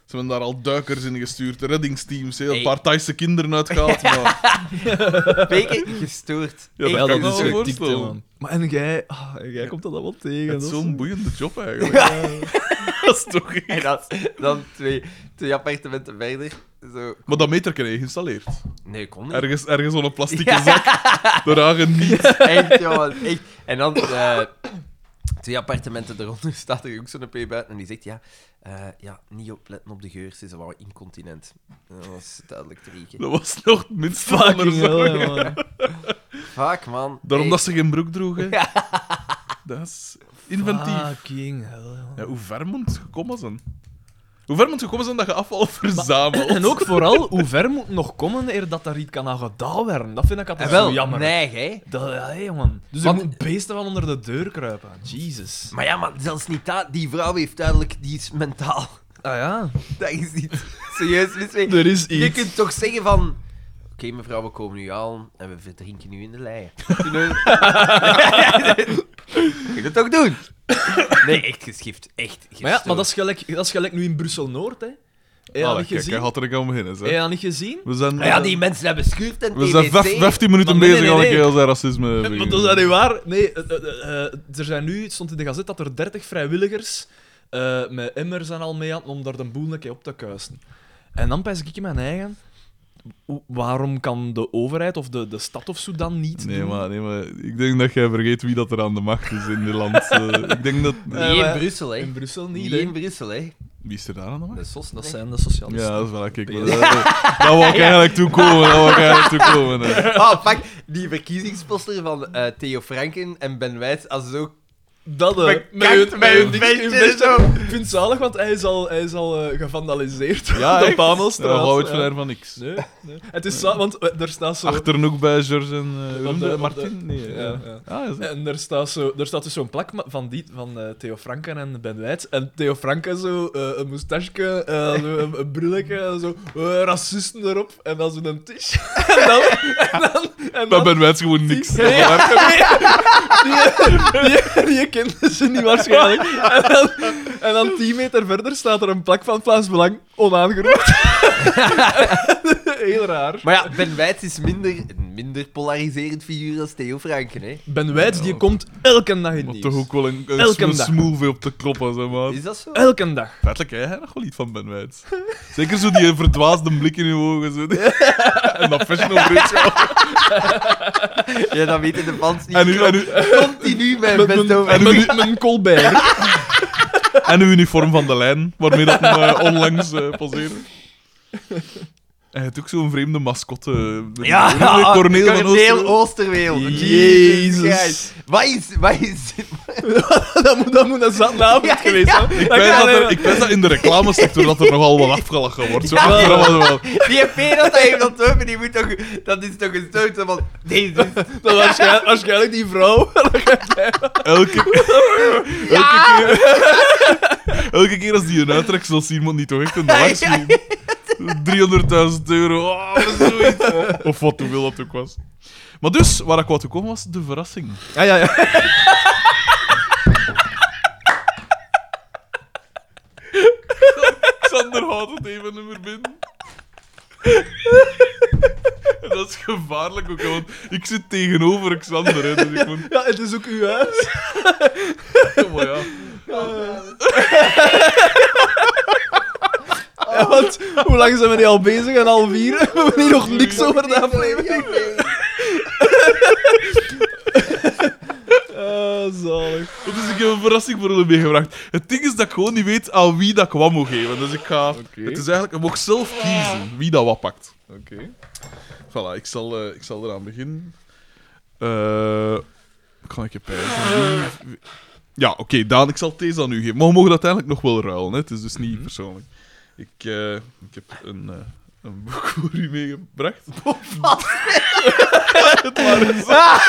Speaker 2: Ze hebben daar al duikers in gestuurd, reddingsteams, heel
Speaker 1: Hey.
Speaker 2: een paar Thaise kinderen uitgehaald. Maar...
Speaker 1: Beken gestoord.
Speaker 2: Ja,
Speaker 1: Echt
Speaker 2: dat kan
Speaker 4: Ja,
Speaker 2: me
Speaker 4: dat
Speaker 1: gestoord.
Speaker 4: is
Speaker 2: wel
Speaker 4: zo diep,
Speaker 2: voorstellen.
Speaker 4: man. Maar en jij, ah, en jij komt dat allemaal tegen.
Speaker 2: Het
Speaker 4: dat
Speaker 2: is
Speaker 4: is
Speaker 2: zo'n
Speaker 4: zo-
Speaker 2: boeiende job eigenlijk. Dat is toch echt-
Speaker 1: En dan, dan twee, twee appartementen verder. Zo.
Speaker 2: Maar dat meter kreeg je geïnstalleerd.
Speaker 1: Nee, kon niet.
Speaker 2: Ergens, ergens zo'n plastieke
Speaker 1: Ja.
Speaker 2: zak. Daar hangen niet.
Speaker 1: Echt, jongen. Echt. En dan eh, twee appartementen eronder staat er ook zo'n P buiten en die zegt, ja, eh, ja niet opletten op de geur, ze is wel incontinent. En Dat was duidelijk te rieken.
Speaker 2: Dat was nog het minste van haar
Speaker 3: Fucking hell,
Speaker 2: zorgen.
Speaker 3: ja, man.
Speaker 1: Vaak, man.
Speaker 2: Daarom
Speaker 1: Hey.
Speaker 2: dat ze geen broek droegen. Dat is inventief.
Speaker 3: Fucking hell, ja, man.
Speaker 2: Ja, hoe ver moet je gekomen zijn? Hoe ver moet je gekomen zijn dat je afval verzamelt?
Speaker 3: En ook vooral, hoe ver moet het nog komen eer dat daar iets kan aan gedaan worden? Dat vind ik altijd
Speaker 1: Eh, wel,
Speaker 3: zo jammer.
Speaker 1: neig, hè.
Speaker 3: Dat, ja, hé, man. Dus
Speaker 1: Want-
Speaker 3: er moet beesten van onder de deur kruipen. Jesus.
Speaker 1: Maar ja, man, zelfs niet dat. Die vrouw heeft duidelijk, die is mentaal.
Speaker 3: Ah ja.
Speaker 1: Dat is niet serieus mis mee.
Speaker 3: Er is
Speaker 1: Je
Speaker 3: iets.
Speaker 1: kunt toch zeggen van... Oké, mevrouw, we komen nu aan en we verdrinken nu in de lei. Kun je dat toch doen? Nee, echt geschift. Echt gestoord.
Speaker 3: Maar ja, maar dat is gelijk, dat is gelijk nu in Brussel-Noord, hè. Heb je dat
Speaker 2: Allee,
Speaker 3: niet
Speaker 2: Ah, kijk,
Speaker 3: gezien?
Speaker 2: hij gaat er gaan beginnen.
Speaker 3: Heb je
Speaker 2: Zeg.
Speaker 3: dat niet gezien?
Speaker 2: We zijn, eh,
Speaker 1: Maar ja, die mensen hebben schuurd en
Speaker 2: we zijn
Speaker 1: TBC.
Speaker 2: vijf- 15 minuten
Speaker 3: Maar nee,
Speaker 2: bezig
Speaker 3: nee,
Speaker 2: al een
Speaker 3: nee.
Speaker 2: keer als hij racisme
Speaker 3: Maar
Speaker 2: begint.
Speaker 3: dat is dat niet waar. Nee, eh, eh, eh, er zijn nu, het stond in de gazet dat er 30 vrijwilligers eh, met emmers en al mee hadden om daar de boel een keer op te kuisen. En dan pijs ik in mijn eigen. hoe- Waarom kan de overheid of de, de stad of zo dan niet
Speaker 2: Nee
Speaker 3: doen?
Speaker 2: maar, nee, maar ik denk dat jij vergeet wie dat er aan de macht is in dit land. Eh, ik denk dat...
Speaker 3: Eh,
Speaker 1: Niet in
Speaker 3: maar-
Speaker 1: Brussel, hè.
Speaker 3: In Brussel niet,
Speaker 1: Niet
Speaker 3: hè.
Speaker 1: in Brussel, hè.
Speaker 2: Wie is er daar aan de macht?
Speaker 1: Dat is Sossen,
Speaker 3: Dat
Speaker 1: hè.
Speaker 3: zijn de socialisten.
Speaker 2: Ja, dat is wel... Kijk, maar, eh, daar wou ik eigenlijk toe komen. Daar wou ik eigenlijk toe komen. eh. hè.
Speaker 1: Oh, fuck. Die verkiezingsposter van eh, Theo Franken en Ben Wijs, als zo
Speaker 3: Dat eh,
Speaker 1: Bekakt
Speaker 3: met hun,
Speaker 1: met
Speaker 3: met
Speaker 1: hun
Speaker 3: hun
Speaker 1: ventje
Speaker 3: ding- hun
Speaker 1: en
Speaker 3: ventje. Ik vind het zalig, want hij is al, hij is al eh, gevandaliseerd
Speaker 2: Ja,
Speaker 3: op de
Speaker 2: echt?
Speaker 3: Pamelstraat.
Speaker 2: Daar hou ik van
Speaker 3: Ja.
Speaker 2: haar van niks.
Speaker 3: Nee, nee. Het is zalig, want eh, er staat zo...
Speaker 2: Achternoek bij George en eh,
Speaker 3: Op de- op de-
Speaker 2: Martin? Nee, ja.
Speaker 3: ja, ja.
Speaker 2: Ah, is dat-
Speaker 3: En er staat, zo, er staat dus zo'n plak ma- van, die, van eh, Theo Franken en Ben Wijts. En Theo Franken zo, eh, een moustache, eh, zo een, een brilletje, en zo, eh, racisten erop. En dan zo'n tisch. en dan... En dan, en
Speaker 2: Bij
Speaker 3: dan
Speaker 2: Ben Wijts gewoon niks.
Speaker 3: Ja, ja. Die, die, die kenden ze niet waarschijnlijk. En dan, en dan 10 meter verder staat er een plak van Vlaams Belang, onaangeroerd. Heel raar.
Speaker 1: Maar ja, Ben Wijts is minder, een minder polariserend figuur dan Theo Franken, hè.
Speaker 3: Ben Wijts, die komt elke dag in
Speaker 2: Maar
Speaker 3: het
Speaker 2: toch
Speaker 3: nieuws.
Speaker 2: ook wel een,
Speaker 3: Elke
Speaker 2: een
Speaker 3: dag.
Speaker 2: smoothie op te kloppen, zeg maar.
Speaker 1: Is dat zo?
Speaker 3: Elke dag.
Speaker 2: Feitelijk, hè, hij nog wel iets van Ben Wijts. Zeker zo die verdwaasde blik in je ogen. Zo. en dat fashion bridge.
Speaker 1: Ja, dat weten de fans niet.
Speaker 2: En, uw- en, uw-
Speaker 1: Continu mijn best over.
Speaker 2: en
Speaker 3: mijn,
Speaker 2: uw-
Speaker 3: mijn Colbert.
Speaker 2: en uw uniform van de lijn, waarmee dat hem eh, onlangs eh poseren. En hij heeft ook zo'n vreemde mascotte. de- de- de Corneel van
Speaker 1: Corneel
Speaker 2: Oosterweel.
Speaker 1: Oosterweel.
Speaker 3: Jezus.
Speaker 1: Christ. Wat is, wat is dit?
Speaker 3: dat moet, dat moet een zaterdagavond
Speaker 1: Ja,
Speaker 3: geweest
Speaker 1: ja.
Speaker 3: zijn.
Speaker 2: Ik weet dat, er- ik weet dat in de reclamesector dat er nogal wel afgelachen wordt. Zo
Speaker 1: Ja.
Speaker 2: achteraf wel.
Speaker 1: Die EP dat hij heeft ontworpen, die moet toch... Dat is toch een soort van... Deze is...
Speaker 3: Dat waarschijnlijk, waarschijnlijk die vrouw.
Speaker 2: Elke, elke, keer, elke keer als die een uittrek zal zien, moet die toch echt een dag zien. 300.000 euro, oh, of zoiets. Of wat hoeveel dat ook was. Maar dus, waar ik wou te komen was, de verrassing.
Speaker 3: Ja, ja, ja.
Speaker 2: Sander houdt het even nummer binnen. En Dat is gevaarlijk ook, hè, want ik zit tegenover Xander. Hè, dus ik moet... oh,
Speaker 3: ja, het is ook uw huis.
Speaker 2: Maar ja.
Speaker 3: Ja, want hoe lang zijn we nu al bezig? Een half vier? We hebben hier nog niks over de aflevering. Ah, zalig.
Speaker 2: Dus ik heb een verrassing voor jullie meegebracht. Het ding is dat ik gewoon niet weet aan wie dat ik wat moet geven. Dus ik ga... Het is eigenlijk... Je mag zelf kiezen wie dat wat pakt.
Speaker 3: Oké.
Speaker 2: Voilà, ik zal, eh, ik zal eraan beginnen. Eh ik ga een keer pijzen. Wie- Ja, oké, Daan, ik zal deze aan u geven. Maar we mogen dat uiteindelijk nog wel ruilen, hè. Het is dus niet persoonlijk. Ik, eh, ik heb een, eh, een boek voor u meegebracht. Het waren zo-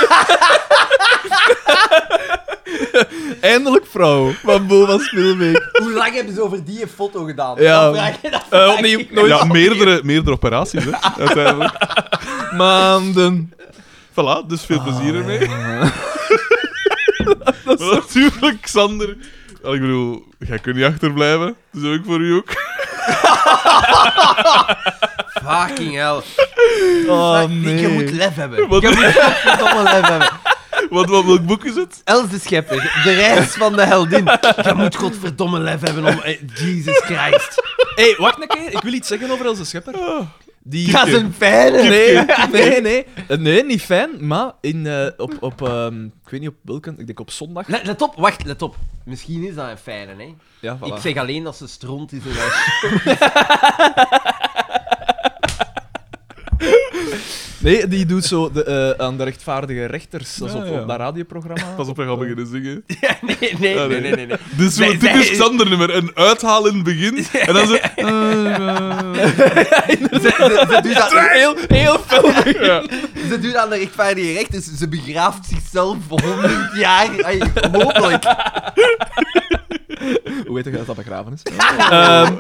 Speaker 3: Eindelijk vrouw van Bo van Spielbeek.
Speaker 1: Hoe lang hebben ze over die foto gedaan?
Speaker 3: Ja.
Speaker 1: Dan vraag je dat.
Speaker 3: Eh, opnieuw, nooit.
Speaker 2: Ja, meerdere, meerdere operaties, hè, uiteindelijk.
Speaker 3: Maanden.
Speaker 2: Voilà, dus
Speaker 3: Ah,
Speaker 2: veel plezier ermee. dat is natuurlijk, Xander. Ja, Ik bedoel, jij kunt niet achterblijven. Dus heb ik voor u ook.
Speaker 1: Fucking hell.
Speaker 3: Oh,
Speaker 1: Fuck,
Speaker 3: nee.
Speaker 1: Je moet lef hebben.
Speaker 2: Wat-
Speaker 1: Je moet godverdomme lef hebben.
Speaker 2: Wat, wat, welk boek is het?
Speaker 1: Else Schepper, de reis van de heldin. Je moet godverdomme lef hebben om... eh, Jesus Christ.
Speaker 2: Oh.
Speaker 3: Hé, hey, wacht een keer. Ik wil iets zeggen over Else Schepper. Die...
Speaker 1: Dat is een fijne.
Speaker 3: Nee, nee, nee. Eh, Nee, niet fijn, maar in, eh, op, op ehm, ik weet niet op welke, ik denk op zondag.
Speaker 1: Let, let op, wacht, let op. Misschien is dat een fijne, hè?
Speaker 3: Ja, voilà.
Speaker 1: Ik zeg alleen dat ze stront is en dat...
Speaker 3: Nee, die doet zo de, eh, aan de rechtvaardige rechters, dat is
Speaker 2: Ja,
Speaker 3: op,
Speaker 2: ja.
Speaker 3: op dat radioprogramma.
Speaker 2: Pas op, we gaan beginnen zingen.
Speaker 1: Ja, nee, nee, nee,
Speaker 2: Ah,
Speaker 1: nee,
Speaker 2: nee.
Speaker 1: nee. nee.
Speaker 2: Dus zo,
Speaker 1: Zij-
Speaker 2: dit
Speaker 1: zij-
Speaker 2: is Xander nummer. Een uithaal in het begin. En dan zo... "Eh,
Speaker 1: Ze, ze, ze doet dat,
Speaker 3: Heel, heel veel.
Speaker 2: ja.
Speaker 1: ze doet aan de rechtvaardige recht, dus ze begraaft zichzelf voor 100 jaar. Ai, Mogelijk.
Speaker 3: Hoe weet je dat dat begraven is? Ehm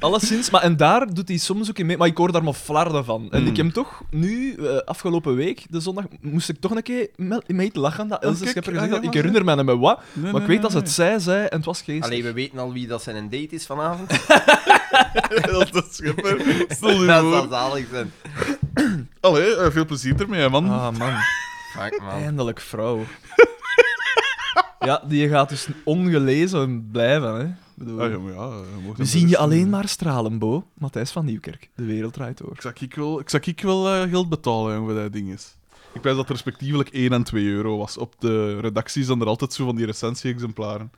Speaker 3: alleszins, maar en daar doet hij soms ook in mee, maar ik hoor daar maar flarden van. En ik heb toch nu, eh, afgelopen week, de zondag, moest ik toch een keer me- mee te lachen dat Elze
Speaker 2: kijk,
Speaker 3: Schepper
Speaker 2: ah,
Speaker 3: gezegd
Speaker 2: ja,
Speaker 3: had, ik
Speaker 2: maar-
Speaker 3: herinner me niet met wat, maar ik weet dat ze het zij zei en het was geest.
Speaker 1: Allee, we weten al wie dat zijn een date is vanavond.
Speaker 2: Dat is schipper. eh." Stel je
Speaker 1: Dat zal
Speaker 2: voor.
Speaker 1: zalig zijn.
Speaker 2: Allee, eh, veel plezier ermee, hè, man.
Speaker 3: Ah, man.
Speaker 1: Fuck, man.
Speaker 3: Eindelijk vrouw. ja, die gaat dus ongelezen blijven, hè. Ik Bedoel,
Speaker 2: Ah, ja, maar ja, je mag
Speaker 3: we zien
Speaker 2: dat best
Speaker 3: je
Speaker 2: doen.
Speaker 3: alleen maar stralen, Bo. Matthijs van Nieuwkerk. dus, eh, De wereld draait door.
Speaker 2: Ik zag ik wel, ik zag ik wel eh, geld betalen, jongen, wat dat ding is. Ik wijs dat er respectievelijk 1 en 2 euro was. Op de redacties zijn er altijd zo van die recensie-exemplaren.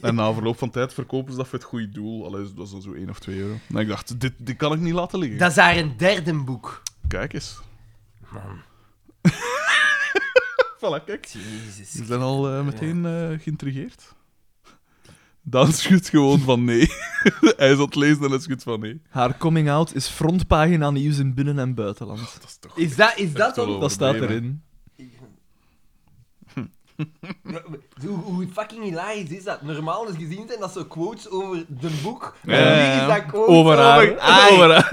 Speaker 2: en na verloop van tijd verkopen ze dat voor het goede doel. Allee, dat was dan zo 1 of 2 euro. En ik dacht, dit, dit kan ik niet laten liggen.
Speaker 1: Dat is haar een derde boek.
Speaker 2: Kijk eens.
Speaker 1: Man.
Speaker 2: Voilà, kijk.
Speaker 1: Jezus.
Speaker 2: Ze zijn al eh, meteen eh, geïntrigeerd. Daan schudt gewoon van nee. Hij is aan het lezen en hij schudt van nee.
Speaker 3: Haar coming-out is frontpagina nieuws in binnen- en buitenland.
Speaker 2: Dat is toch...
Speaker 1: Is dat, is dat dan...
Speaker 2: Echt
Speaker 3: Dat staat
Speaker 2: overdreven.
Speaker 3: erin.
Speaker 1: Hoe, hoe fucking hilarisch is dat? Normaal is gezien zijn dat zo quotes over de boek.
Speaker 2: Ja,
Speaker 1: En
Speaker 2: ja,
Speaker 1: nu is
Speaker 2: ja.
Speaker 1: dat quotes
Speaker 3: Over haar.
Speaker 1: Oh, Ai,
Speaker 3: Over haar.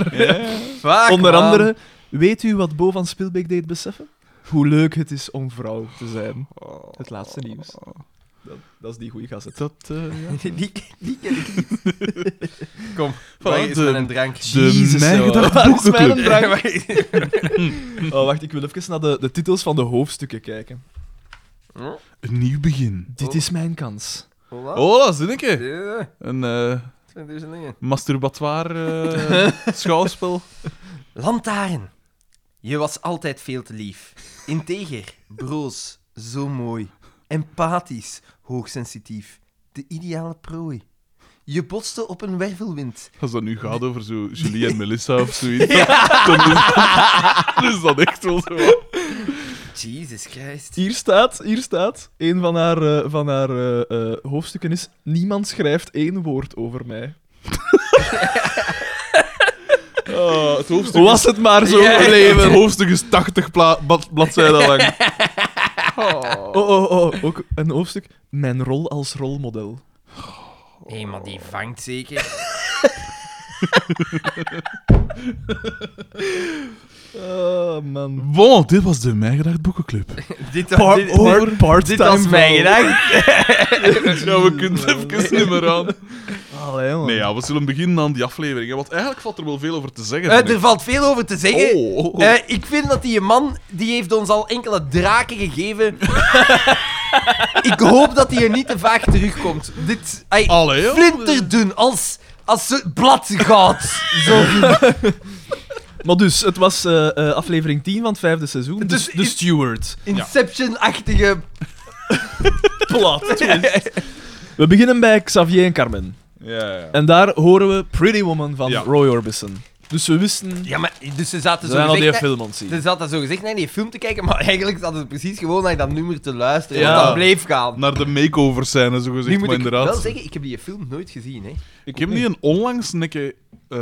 Speaker 1: fuck,
Speaker 3: Onder
Speaker 1: man.
Speaker 3: andere, weet u wat Bo van Spielbeek deed beseffen? Hoe leuk het is om vrouw te zijn.
Speaker 2: Oh.
Speaker 3: Het laatste nieuws. Dat, dat is die goede gast.
Speaker 2: Dat, eh, ja.
Speaker 1: Die, die ken ik niet. Kom,
Speaker 2: Voilà,
Speaker 1: is
Speaker 2: de-
Speaker 1: met een drank.
Speaker 2: De
Speaker 3: Jezus, joh.
Speaker 2: Mijgedacht
Speaker 3: Waar is mijn
Speaker 2: Boekenclub.
Speaker 3: drank? Oh, wacht, ik wil even naar de, de titels van de hoofdstukken kijken.
Speaker 1: Hm?
Speaker 2: Een nieuw begin.
Speaker 3: Dit is mijn kans.
Speaker 1: Voilà.
Speaker 2: Oh, dat is een
Speaker 1: Ja,
Speaker 2: Een eh
Speaker 1: zijn deze dingen.
Speaker 2: masturbatoire eh, schouwspel.
Speaker 1: Lantaarn. Je was altijd veel te lief. Integer, broos, zo mooi. Empathisch, hoogsensitief. De ideale prooi. Je botste op een wervelwind.
Speaker 2: Als dat nu gaat over zo Julie en Melissa of zoiets, dan, dan is, dan is dat echt wel zo.
Speaker 1: Jesus Christ.
Speaker 3: Hier staat, hier staat, een van haar, eh, van haar eh, eh, hoofdstukken is... Niemand schrijft één woord over mij.
Speaker 2: Ah, het, hoofdstuk is,
Speaker 3: Was Oh, het maar zo
Speaker 1: Ja.
Speaker 3: leven.
Speaker 2: het hoofdstuk is 80 pla- blad- bladzijden lang.
Speaker 3: Oh, oh, oh, ook een hoofdstuk. Mijn rol als rolmodel.
Speaker 1: Hé, maar die vangt zeker.
Speaker 3: Oh, man.
Speaker 2: Bon, dit was de Mijgedacht Boekenclub.
Speaker 1: dit
Speaker 3: Par-
Speaker 1: dit-
Speaker 3: par-
Speaker 1: dit
Speaker 3: part-time
Speaker 1: was mijn
Speaker 3: vrouw.
Speaker 1: gedacht.
Speaker 2: Ja, we kunnen even niet meer aan.
Speaker 3: Allee, man.
Speaker 2: Nee, ja, we zullen beginnen aan die aflevering. hè, Want eigenlijk valt er wel veel over te zeggen.
Speaker 1: Eh,
Speaker 2: vind ik.
Speaker 1: er valt veel over te zeggen.
Speaker 2: Oh.
Speaker 1: Eh, ik vind dat die man, die heeft ons al enkele draken gegeven. ik hoop dat hij er niet te vaak terugkomt. Dit, ai,
Speaker 2: Allee, joh.
Speaker 1: flinterdun, als, als ze blad gaat. Zo.
Speaker 3: Maar dus, het was eh, eh, aflevering 10 van het vijfde seizoen.
Speaker 1: Dus
Speaker 3: Dus de,
Speaker 1: is-
Speaker 3: steward.
Speaker 1: Inception-achtige...
Speaker 3: Plat. We beginnen bij Xavier en Carmen.
Speaker 2: Ja, ja.
Speaker 3: En daar horen we Pretty Woman van
Speaker 2: Ja.
Speaker 3: Roy Orbison. Dus we wisten...
Speaker 1: Ja, maar dus ze zaten
Speaker 3: Ze
Speaker 1: zo
Speaker 3: zijn al die
Speaker 1: gezegd...
Speaker 3: film aan het zien.
Speaker 1: Ze zaten zo gezegd naar die film te kijken, maar eigenlijk zaten ze precies gewoon naar dat nummer te luisteren.
Speaker 3: Ja.
Speaker 1: Want dat bleef gaan.
Speaker 2: Naar de makeover scène, zo
Speaker 1: Nu
Speaker 2: gezegd.
Speaker 1: moet
Speaker 2: Maar
Speaker 1: ik wel
Speaker 2: inderdaad.
Speaker 1: zeggen, ik heb die film nooit gezien, hè.
Speaker 2: Ik heb niet een onlangs nekke eh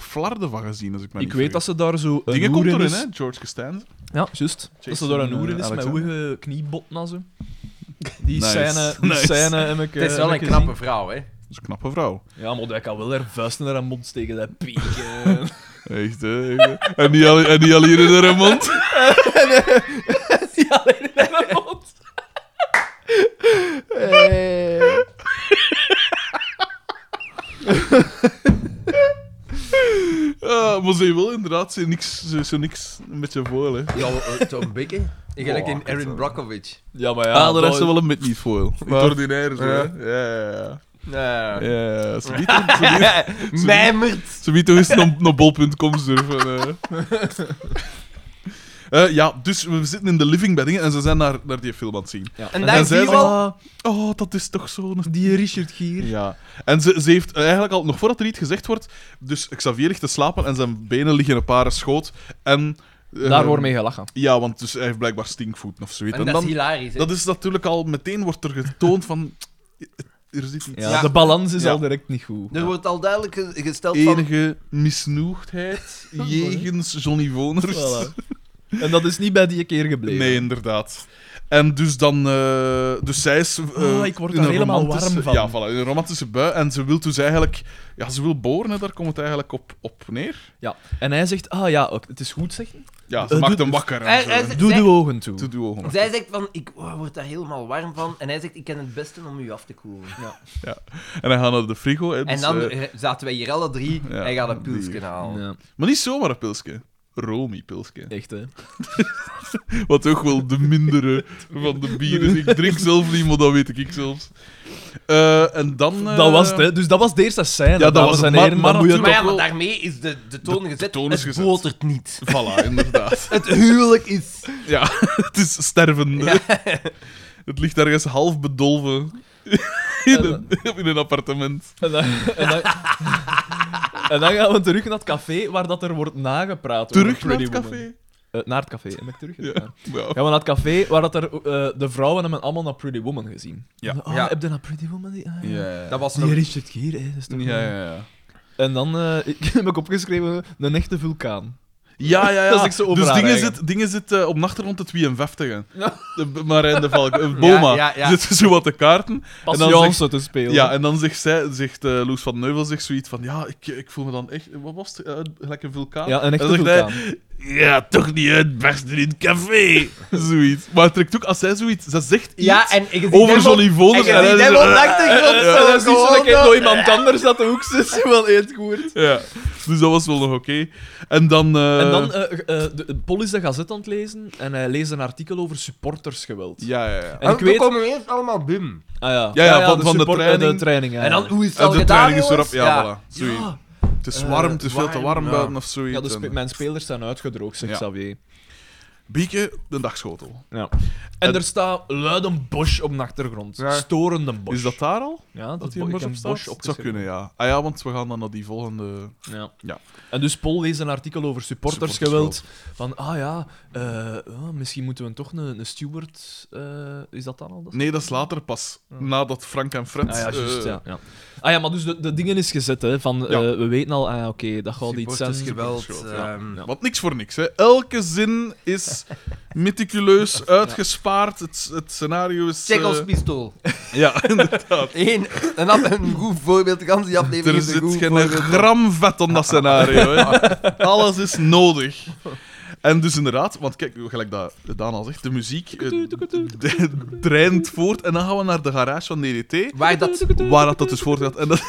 Speaker 2: flarde van gezien, als ik me
Speaker 3: Ik
Speaker 2: niet
Speaker 3: weet dat
Speaker 2: vergis.
Speaker 3: ze daar zo een
Speaker 2: Dingen komt
Speaker 3: hoer in
Speaker 2: erin,
Speaker 3: is.
Speaker 2: hè? George Costanza.
Speaker 3: Ja, juist. Dat ze daar een
Speaker 2: Jason,
Speaker 3: hoer in
Speaker 2: eh,
Speaker 3: is met
Speaker 2: Alexander.
Speaker 3: hoge kniebotten en zo. Die
Speaker 2: Nice.
Speaker 3: scène, die
Speaker 2: Nice.
Speaker 3: scène heb ik... eh,
Speaker 1: Het is wel
Speaker 3: heb
Speaker 1: een
Speaker 3: ik
Speaker 1: knappe vrouw, hè.
Speaker 2: Dat is een knappe vrouw.
Speaker 3: gezien. Ja, maar hij kan wel haar vuisten naar haar mond steken, dat eh. pieken.
Speaker 2: Echt, hè? Echt, hè? en, die al, en die al hier in haar mond.
Speaker 3: Die alleen naar haar mond.
Speaker 1: Eh.
Speaker 2: Ja, Ah, maar ze wil inderdaad ze niks, ze, ze niks met je voor, hè.
Speaker 1: Ja, eh, Tom Bikke. Gelijk in
Speaker 2: Boah,
Speaker 1: Erin Brockovich.
Speaker 3: Ja, maar ja...
Speaker 2: Ja, ah, daar
Speaker 3: dat-
Speaker 2: is ze wel een beetje niet voor. Het ordinaire, zo, hè. Ja, ja, ja.
Speaker 1: Ja.
Speaker 2: Ja, ze biedt toch- ze biedt-
Speaker 1: Mijmert.
Speaker 2: ze biedt toch eens naar, naar bol.com surfen. eh. Eh, ja, dus we zitten in de living bij dingen en ze zijn naar, naar die film aan het zien.
Speaker 1: En
Speaker 2: en
Speaker 1: daar zie
Speaker 2: zij
Speaker 1: je wel...
Speaker 2: zegt, Oh, dat is toch zo'n
Speaker 3: Die Richard Gier.
Speaker 2: Ja. En ze, ze heeft eigenlijk al, nog voordat er iets gezegd wordt, dus Xavier ligt te slapen en zijn benen liggen een paar schoot. En, eh,
Speaker 5: Daar wordt mee gelachen.
Speaker 2: Ja, want dus hij heeft blijkbaar stinkvoeten of zoiets.
Speaker 1: En dat is hilarisch, hè.
Speaker 2: dat is natuurlijk al, meteen wordt er getoond van, er zit iets.
Speaker 3: Ja,
Speaker 1: Ja.
Speaker 3: De balans is
Speaker 2: Ja.
Speaker 3: al direct niet goed.
Speaker 1: Er wordt al duidelijk ge- gesteld van...
Speaker 2: Enige misnoegdheid jegens Johnny Voners.
Speaker 3: Voilà. En dat is niet bij die keer gebleven.
Speaker 2: Nee, inderdaad. En dus dan... eh, dus zij is... eh,
Speaker 3: Ah, ik word
Speaker 2: in
Speaker 3: daar
Speaker 2: een
Speaker 3: helemaal
Speaker 2: romantische-
Speaker 3: warm van.
Speaker 2: Ja, voilà, in een romantische bui. En ze wil dus eigenlijk... Ja, ze wil boren, hè, daar komt het eigenlijk op, op neer.
Speaker 3: Ja. En hij zegt, ah ja, ook, het is goed zeggen.
Speaker 2: Ja, ze
Speaker 3: Eh,
Speaker 2: maakt
Speaker 3: doe-
Speaker 2: hem wakker.
Speaker 1: Hij-
Speaker 2: En zo,
Speaker 1: hij
Speaker 2: hè.
Speaker 1: zegt-
Speaker 3: Doe
Speaker 1: zij-
Speaker 3: de ogen toe.
Speaker 2: To do homework.
Speaker 1: Zij zegt van, ik oh, word daar helemaal warm van. En hij zegt, ik ken het beste om u af te koelen.
Speaker 2: En hij gaat naar de frigo. Hè,
Speaker 1: En
Speaker 2: dus,
Speaker 1: dan
Speaker 2: eh,
Speaker 1: eh, zaten wij hier alle drie.
Speaker 2: ja,
Speaker 1: hij gaat een
Speaker 2: die-
Speaker 1: pilsje halen.
Speaker 3: Ja,
Speaker 2: Maar niet zomaar een pilsje. Romy-pilsje.
Speaker 3: echt hè.
Speaker 2: Wat ook wel de mindere van de bieren is. Ik drink zelf niet, maar dat weet ik zelfs. Eh, en dan... eh,
Speaker 3: Dat was het, hè. Dus dat was de eerste scène.
Speaker 2: dat
Speaker 3: Dames
Speaker 2: was het.
Speaker 3: en
Speaker 2: Maar-
Speaker 3: heren,
Speaker 2: maar
Speaker 3: dan moet je
Speaker 1: Maar ja,
Speaker 2: Toch
Speaker 1: maar
Speaker 2: wel-
Speaker 1: daarmee is de, de toon gezet.
Speaker 2: toon is
Speaker 1: het
Speaker 2: gezet.
Speaker 1: botert niet.
Speaker 2: Voilà, inderdaad.
Speaker 1: Het huwelijk is...
Speaker 2: Ja, het is stervende.
Speaker 1: Ja.
Speaker 2: Het ligt ergens half bedolven in een, in een appartement.
Speaker 3: En dan, en, dan, en dan gaan we terug naar het café waar dat er wordt nagepraat. over
Speaker 2: Terug naar
Speaker 3: Pretty
Speaker 2: het
Speaker 3: Woman.
Speaker 2: café.
Speaker 3: Eh, naar het café, heb ik terug
Speaker 2: Ja.
Speaker 3: gedaan.
Speaker 2: Ja.
Speaker 3: Gaan we naar het café waar dat er, eh, de vrouwen hebben allemaal naar Pretty Woman gezien.
Speaker 2: Ja.
Speaker 3: Oh,
Speaker 1: Ja.
Speaker 3: Heb je naar Pretty Woman? Die, ah, ja.
Speaker 1: Dat was
Speaker 3: Die
Speaker 1: nog...
Speaker 3: Richard Gere, hè, dat is toch
Speaker 2: Ja, ja, ja.
Speaker 3: En dan eh, ik heb ik opgeschreven een echte vulkaan.
Speaker 2: Ja, ja, ja.
Speaker 3: Dat is echt zo
Speaker 2: dus
Speaker 3: over haar
Speaker 2: dingen
Speaker 3: eigen.
Speaker 2: zit, dingen zit eh, op nacht rond de 52. hè.
Speaker 3: Ja.
Speaker 2: De- Marijn de Valk, eh,
Speaker 1: Ja,
Speaker 2: Boma,
Speaker 1: ja, ja.
Speaker 2: zit zo wat te kaarten. En dan
Speaker 3: Patience te spelen.
Speaker 2: Ja, en dan zegt, zij, zegt eh, Loes van Neuvel zegt zoiets van: Ja, ik, ik voel me dan echt. Wat was het? Eh, gelijk een vulkaan.
Speaker 3: Ja, een
Speaker 2: En dan
Speaker 3: echte
Speaker 2: zegt hij,
Speaker 3: vulkaan.
Speaker 2: ja, toch niet uitbarsten in het café. zoiets. Maar het trekt ook als zij zoiets. Zij zegt iets.
Speaker 1: Ja, en... en je ziet hem
Speaker 2: over
Speaker 1: op-
Speaker 2: Johnny
Speaker 1: En
Speaker 2: Voners.
Speaker 1: je
Speaker 2: en hij
Speaker 1: ziet
Speaker 2: is-
Speaker 1: hem op de achtergrond.
Speaker 3: Ja, dat is niet zo dat ik
Speaker 1: gewoon,
Speaker 3: door iemand anders dat de hoek zit. Wel eet goed.
Speaker 2: Ja, dus dat was wel nog oké. En dan... eh,
Speaker 3: En dan, eh eh, de, Paul is de gazet aan het lezen en hij leest een artikel over supportersgeweld.
Speaker 2: Ja, ja, ja.
Speaker 3: En ik
Speaker 1: toen
Speaker 3: weet... Ah
Speaker 1: komen we eerst allemaal bum.
Speaker 3: ja,
Speaker 2: ja, van- van de
Speaker 3: support- eh,
Speaker 2: training.
Speaker 3: ja.
Speaker 1: En dan, hoe is het
Speaker 2: En
Speaker 1: al
Speaker 2: de
Speaker 1: gedaan,
Speaker 2: training is erop.
Speaker 1: jongens?
Speaker 2: Ja, voilà. Zoiets.
Speaker 3: Ja, Eh,
Speaker 2: Het is warm, het is veel te
Speaker 1: warm,
Speaker 2: warm
Speaker 1: ja.
Speaker 2: buiten of zoiets.
Speaker 3: ja, de spe-
Speaker 2: En-
Speaker 3: mijn spelers zijn uitgedroogd, zegt
Speaker 2: Ja.
Speaker 3: Xavier.
Speaker 2: Bieke, de dagschotel.
Speaker 3: Ja. En er staat luid een Bosch op de achtergrond.
Speaker 1: Ja.
Speaker 3: Storende Bosch.
Speaker 2: Is dat daar al?
Speaker 3: Ja,
Speaker 2: Dat
Speaker 3: dat
Speaker 2: die een
Speaker 3: bo- ik
Speaker 2: bos
Speaker 3: heb
Speaker 2: op staat?
Speaker 3: Bosch
Speaker 2: Het zou
Speaker 3: opgeschreven.
Speaker 2: kunnen, ja. Ah ja, want we gaan dan naar die volgende...
Speaker 3: Ja.
Speaker 2: Ja.
Speaker 3: En dus Paul leest een artikel over supportersgeweld. Van, ah ja, eh, oh, misschien moeten we toch een, een steward... eh, is dat dan al? Dat
Speaker 2: Nee, dat is later pas. Nadat Frank en Fred...
Speaker 3: Ah ja, juist,
Speaker 2: eh,
Speaker 3: ja, ja. Ah ja, maar dus de, de dingen is gezet, hè. Van,
Speaker 2: Ja.
Speaker 3: eh, we weten al, ah ja, oké, dat gaat iets zijn.
Speaker 1: Supporters geweld.
Speaker 2: Ja.
Speaker 1: ehm,
Speaker 3: Ja.
Speaker 2: Want niks voor niks, hè. Elke zin is meticuleus uitgespaard. Het, het scenario is... eh,
Speaker 1: Tsjechos pistool.
Speaker 2: Ja, inderdaad.
Speaker 1: Eén, een, af- een goed voorbeeld, de ganse die aflevering is
Speaker 2: Er
Speaker 1: een
Speaker 2: zit
Speaker 1: goed
Speaker 2: geen
Speaker 1: voorbeeld.
Speaker 2: gram vet om dat scenario. Hè. Alles is nodig. En dus inderdaad, want kijk, gelijk dat Daan al zegt, de muziek eh, d- dreint voort. En dan gaan we naar de garage van DDT,
Speaker 1: Waar dat...
Speaker 2: waar dat, dat dus voortgaat. En dat,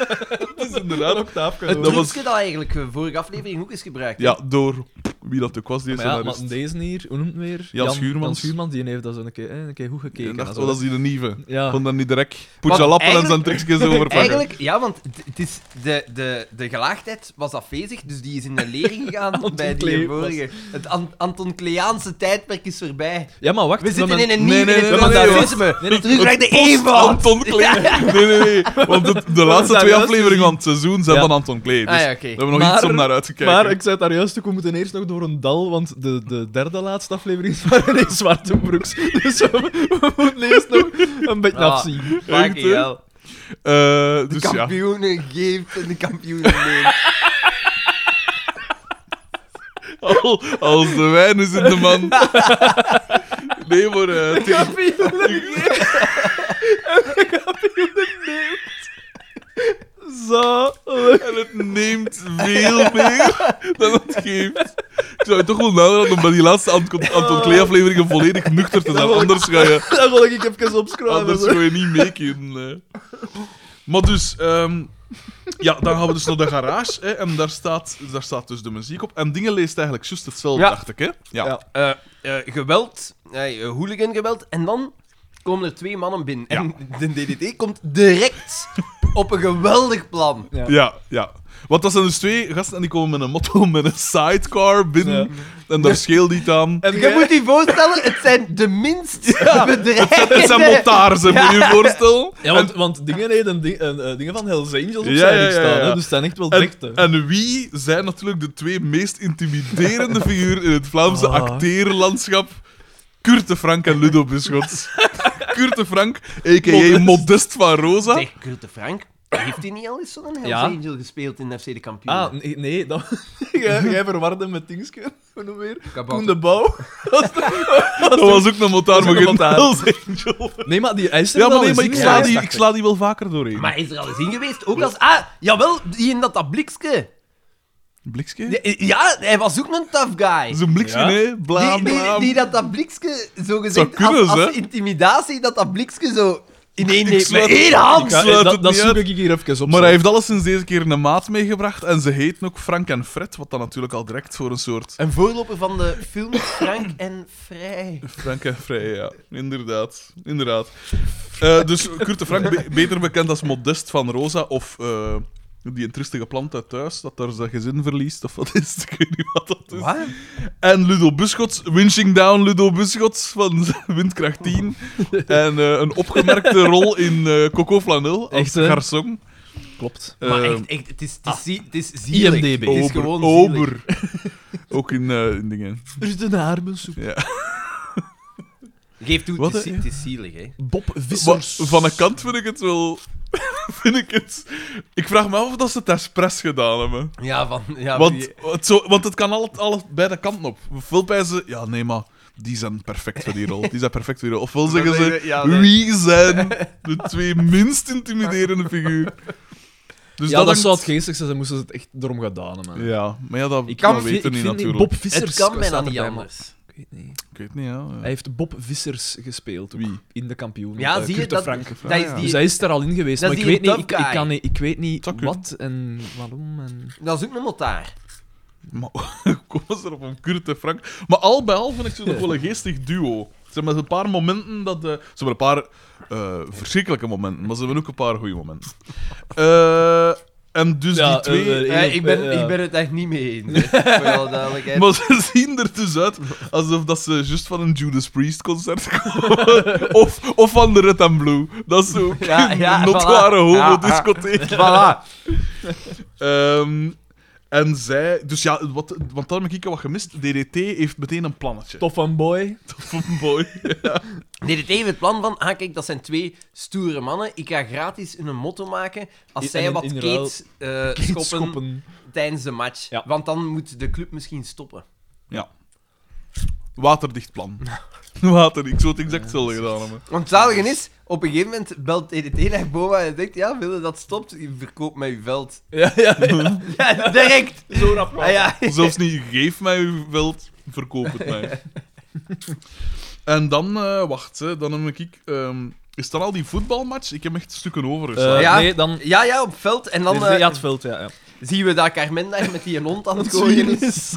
Speaker 2: dat is inderdaad...
Speaker 3: octaafje.
Speaker 1: Het
Speaker 2: Dat
Speaker 1: dat
Speaker 2: was-
Speaker 1: dat eigenlijk eh, vorige aflevering ook is gebruikt.
Speaker 2: Ja, door wie dat ook was, die
Speaker 3: Maar ja,
Speaker 2: scenarist.
Speaker 3: maar deze hier, hoe noemt het weer?
Speaker 2: Jan Schuurmans.
Speaker 3: Jan Schuurmans, die heeft dat zo een keer, eh, een keer goed
Speaker 2: Ik
Speaker 3: gekeken.
Speaker 2: dacht,
Speaker 3: en
Speaker 2: oh,
Speaker 3: zo.
Speaker 2: dat is die de nieuwe.
Speaker 3: Ja.
Speaker 2: Kon dan niet direct
Speaker 1: Want
Speaker 2: Poetjalappen en zijn
Speaker 1: eigenlijk-
Speaker 2: trucjes overpakken.
Speaker 1: Eigenlijk, ja, want het- het is de, de, de gelaagdheid was afwezig, dus die is in de lering gegaan
Speaker 3: Anton
Speaker 1: bij die
Speaker 3: Klee
Speaker 1: vorige. Het An- Anton Kleaanse tijdperk is voorbij.
Speaker 3: Ja, maar wacht.
Speaker 1: We zitten
Speaker 3: maar
Speaker 1: in
Speaker 3: men-
Speaker 1: een
Speaker 2: nee,
Speaker 1: nieuw
Speaker 2: nee, nee,
Speaker 1: in
Speaker 2: maar
Speaker 1: het
Speaker 2: nee,
Speaker 1: romantisme.
Speaker 3: nee, nee.
Speaker 1: Terug naar de eenvoud.
Speaker 2: Anton Klee. Nee, nee, nee. Want de, de laatste
Speaker 3: daar
Speaker 2: twee
Speaker 3: juist
Speaker 2: afleveringen
Speaker 3: gezien.
Speaker 2: van het seizoen zijn
Speaker 3: Ja.
Speaker 2: van Anton Klee. Dus
Speaker 1: Ah ja, oké.
Speaker 2: we hebben nog iets
Speaker 3: Maar-
Speaker 2: om naar uit te kijken.
Speaker 3: Maar ik zei het daar juist ook, we moeten eerst nog door een dal, want de, de derde laatste aflevering is maar ineens Zwarte Broeks. Dus we, we moeten eerst nog een beetje
Speaker 1: Ah.
Speaker 3: afzien.
Speaker 1: Fucking
Speaker 2: Echt, hè?
Speaker 1: hell.
Speaker 2: Eh,
Speaker 1: De
Speaker 2: dus ja.
Speaker 1: kampioenen geeft en de kampioenen neemt.
Speaker 2: Al, als de wijn is in de man. Nee, maar... eh, het-
Speaker 3: Zo.
Speaker 2: en het neemt veel meer dan het geeft. Ik zou je toch wel nadenken om bij die laatste Anton, Anton Klee-afleveringen volledig nuchter te zijn. Anders ga je...
Speaker 3: Dan wil ik even opschrijven.
Speaker 2: Anders
Speaker 3: zo.
Speaker 2: zou je niet mee kunnen. eh. Maar dus, ehm, ja, dan gaan we dus naar de garage. Hè, en daar staat, daar staat dus de muziek op. En dingen leest eigenlijk juist hetzelfde,
Speaker 1: Ja.
Speaker 2: dacht ik. Hè? Ja.
Speaker 3: Ja.
Speaker 1: Eh, eh, geweld, hooligan geweld, en dan komen er twee mannen binnen.
Speaker 2: Ja.
Speaker 1: En de DDT komt direct op een geweldig plan.
Speaker 3: Ja.
Speaker 2: Ja, ja. Want dat zijn dus twee gasten en die komen met een motto, met een sidecar binnen. En daar scheelt niet aan.
Speaker 3: En
Speaker 1: Je
Speaker 3: jij-
Speaker 1: moet je voorstellen, het zijn de minst bedreigende...
Speaker 2: Het zijn montaarsen, moet je je voorstellen.
Speaker 3: Ja, want, want dingen reden di- en, eh, dingen van Hells Angels op
Speaker 2: Ja,
Speaker 3: zijn
Speaker 2: ja,
Speaker 3: rug
Speaker 2: ja,
Speaker 3: staan,
Speaker 2: ja.
Speaker 3: hè, dus het zijn echt wel
Speaker 2: En,
Speaker 3: dichte.
Speaker 2: en wie zijn natuurlijk de twee meest intimiderende figuren in het Vlaamse
Speaker 3: Ah.
Speaker 2: acteerlandschap? Kurt de Frank en Ludo Bischots. Kurt de Frank, a.k.a.
Speaker 3: Modest.
Speaker 2: Modest, van Rosa.
Speaker 1: Zeg, Kurt de Frank, heeft hij niet al eens zo'n Hells
Speaker 3: Ja.
Speaker 1: Angel gespeeld in FC de Kampioen?
Speaker 3: Ah, nee, nee dan... jij, jij verwarde hem met Dingske, hoe noem je weer?
Speaker 1: Kabouter.
Speaker 3: Koen de Bouw.
Speaker 2: Dat was ook een motaar,
Speaker 3: Dat was ook
Speaker 2: maar
Speaker 3: een
Speaker 2: geen
Speaker 3: motaar.
Speaker 2: Hells Angel.
Speaker 3: Nee, maar die, hij is er
Speaker 2: Ja,
Speaker 3: wel
Speaker 2: maar nee,
Speaker 3: eens
Speaker 2: maar
Speaker 3: in
Speaker 2: ik sla,
Speaker 3: geweest,
Speaker 2: die, ik
Speaker 3: dacht
Speaker 2: sla die wel vaker doorheen.
Speaker 1: Maar hij is er al eens in geweest? Ook als... Ah, jawel, die in dat, dat blikske.
Speaker 2: Blikske?
Speaker 1: Ja, Ja, hij was ook een tough guy.
Speaker 2: Zo'n blikske,
Speaker 3: Ja.
Speaker 2: nee. Bla,
Speaker 1: Die, die,
Speaker 2: bla.
Speaker 1: die dat dat blikske, zo gezegd,
Speaker 2: kunnen
Speaker 1: als,
Speaker 2: ze,
Speaker 1: als
Speaker 2: hè?
Speaker 1: intimidatie, dat dat blikske zo ineen neemt
Speaker 2: sluit-
Speaker 1: met één
Speaker 3: ik.
Speaker 1: hand.
Speaker 3: Ja,
Speaker 2: sluit
Speaker 3: dat,
Speaker 2: het
Speaker 3: dat
Speaker 2: niet
Speaker 3: zoek
Speaker 2: uit.
Speaker 3: ik hier even op.
Speaker 2: Maar
Speaker 3: zeg.
Speaker 2: hij heeft alles sinds deze keer een maat meegebracht. En ze heten ook Frank en Fred, wat dan natuurlijk al direct voor een soort
Speaker 1: Een voorloper van de film Frank en Vrij.
Speaker 2: Frank en Vrij, ja. Inderdaad. Inderdaad. Eh, dus Kurt de Frank, be- beter bekend als Modest van Rosa of eh, die intristige plant uit thuis, dat daar zijn gezin verliest, of wat is het? Ik weet niet wat dat is.
Speaker 1: Wat?
Speaker 2: En Ludo Buschots, winching down Ludo Buschots van Windkracht 10. En eh, een opgemerkte rol in eh Coco Flanel als
Speaker 3: Echt, hè?
Speaker 2: garçon.
Speaker 3: Klopt.
Speaker 1: maar
Speaker 2: Eh,
Speaker 1: echt, echt, het is, het is, zie- het is zielig.
Speaker 3: IMDb.
Speaker 1: Het is
Speaker 2: Ober.
Speaker 1: gewoon zielig.
Speaker 2: ober. Ook in, eh, in dingen.
Speaker 3: Er is een haarmensoep.
Speaker 1: Geef toe,
Speaker 2: Wat,
Speaker 1: het, is, zie-
Speaker 2: hè?
Speaker 1: het is zielig, hè.
Speaker 3: Bob
Speaker 2: Maar
Speaker 3: Vissers.
Speaker 2: van een kant vind ik het wel. vind ik het. Ik vraag me af of dat ze het expres gedaan hebben.
Speaker 1: Ja, van... Ja,
Speaker 2: Want
Speaker 1: die-
Speaker 2: het, zo, want het kan alle, alle beide kanten op. Veel bij ze, ja, nee, maar die zijn perfect voor die rol. Die zijn perfect voor die rol. Ofwel zeggen ze,
Speaker 1: Ja, nee.
Speaker 2: wie zijn de twee minst intimiderende figuren? Dus
Speaker 3: ja, dat,
Speaker 2: hangt-
Speaker 3: zou het geestig zijn, dan moesten ze het echt erom gaan daden. man.
Speaker 2: Ja, maar ja, dat
Speaker 3: Ik
Speaker 2: kan
Speaker 3: kan
Speaker 2: weten
Speaker 3: ik
Speaker 2: niet
Speaker 3: vind die
Speaker 2: natuurlijk.
Speaker 3: Bob Vissers.
Speaker 1: het kan bijna
Speaker 3: staat
Speaker 1: niet
Speaker 3: erbij, man.
Speaker 1: anders.
Speaker 3: Ik weet niet.
Speaker 2: Ik weet niet, ja.
Speaker 3: Hij heeft Bob Vissers gespeeld ook,
Speaker 2: Wie?
Speaker 3: in de kampioen.
Speaker 1: Ja,
Speaker 3: eh,
Speaker 1: zie je,
Speaker 3: Kurt de
Speaker 1: dat,
Speaker 3: Frank.
Speaker 1: dat is
Speaker 2: Ja.
Speaker 1: die...
Speaker 3: Dus hij is er al in geweest,
Speaker 1: Dat
Speaker 3: maar
Speaker 1: is
Speaker 3: ik
Speaker 1: die
Speaker 3: weet, niet, ik,
Speaker 1: tough
Speaker 3: ik,
Speaker 1: guy.
Speaker 3: kan, niet- ik weet niet
Speaker 2: Zou kunnen.
Speaker 3: wat en waarom. En...
Speaker 1: Dat is ook een motaar.
Speaker 2: Maar kom eens erop om Kurt en Frank. Maar al bij al vind ik ze nog wel een geestig duo. Ze hebben een paar momenten dat... eh, ze hebben een paar eh, verschrikkelijke momenten, maar ze hebben ook een paar goede momenten. Eh, en dus die twee...
Speaker 3: eh,
Speaker 1: Eh, ik, ben,
Speaker 3: eh,
Speaker 1: ik ben het echt niet mee eens. hè. Voor alle duidelijkheid.
Speaker 2: maar ze zien er dus uit alsof dat ze juist van een Judas Priest concert komen. of, of van de Red and Blue. Dat is zo
Speaker 1: Ja, ja,
Speaker 2: een notoire
Speaker 1: voilà.
Speaker 2: homo-discotheek.
Speaker 1: Voilà.
Speaker 2: Ehm, en zij... Dus ja, wat, want daar heb ik wat gemist. DDT heeft meteen een plannetje.
Speaker 3: Tof van boy.
Speaker 2: boy.
Speaker 1: Nee, dit even het plan van, ah kijk, dat zijn twee stoere mannen. Ik ga gratis een motto maken als
Speaker 3: En
Speaker 1: zij
Speaker 3: in-
Speaker 1: wat
Speaker 3: in ruil-
Speaker 1: keets eh, schoppen,
Speaker 3: Schoppen.
Speaker 1: tijdens de match.
Speaker 3: Ja.
Speaker 1: Want dan moet de club misschien stoppen.
Speaker 2: Ja. Waterdicht plan. Water, ik zou het exact hetzelfde gedaan hebben.
Speaker 1: Want het zalige is, op een gegeven moment belt TDT naar Boma en zegt, ja, willen dat stopt? Je verkoopt mij uw veld.
Speaker 3: Ja, ja, ja.
Speaker 1: Ja, direct!
Speaker 3: Zo rap.
Speaker 1: Ah, ja.
Speaker 2: Zelfs niet, geef mij uw veld, verkoop het mij. En dan, eh, wacht, hè, dan heb ik... ehm, is dan al die voetbalmatch? Ik heb echt stukken overgeslagen.
Speaker 3: Eh,
Speaker 1: ja.
Speaker 3: Nee, dan...
Speaker 1: ja, ja, op veld. En dan
Speaker 3: dit is de-
Speaker 1: eh,
Speaker 3: ja, het veld, ja. ja.
Speaker 1: zien we dat Carmen daar met die hond aan het gooien is.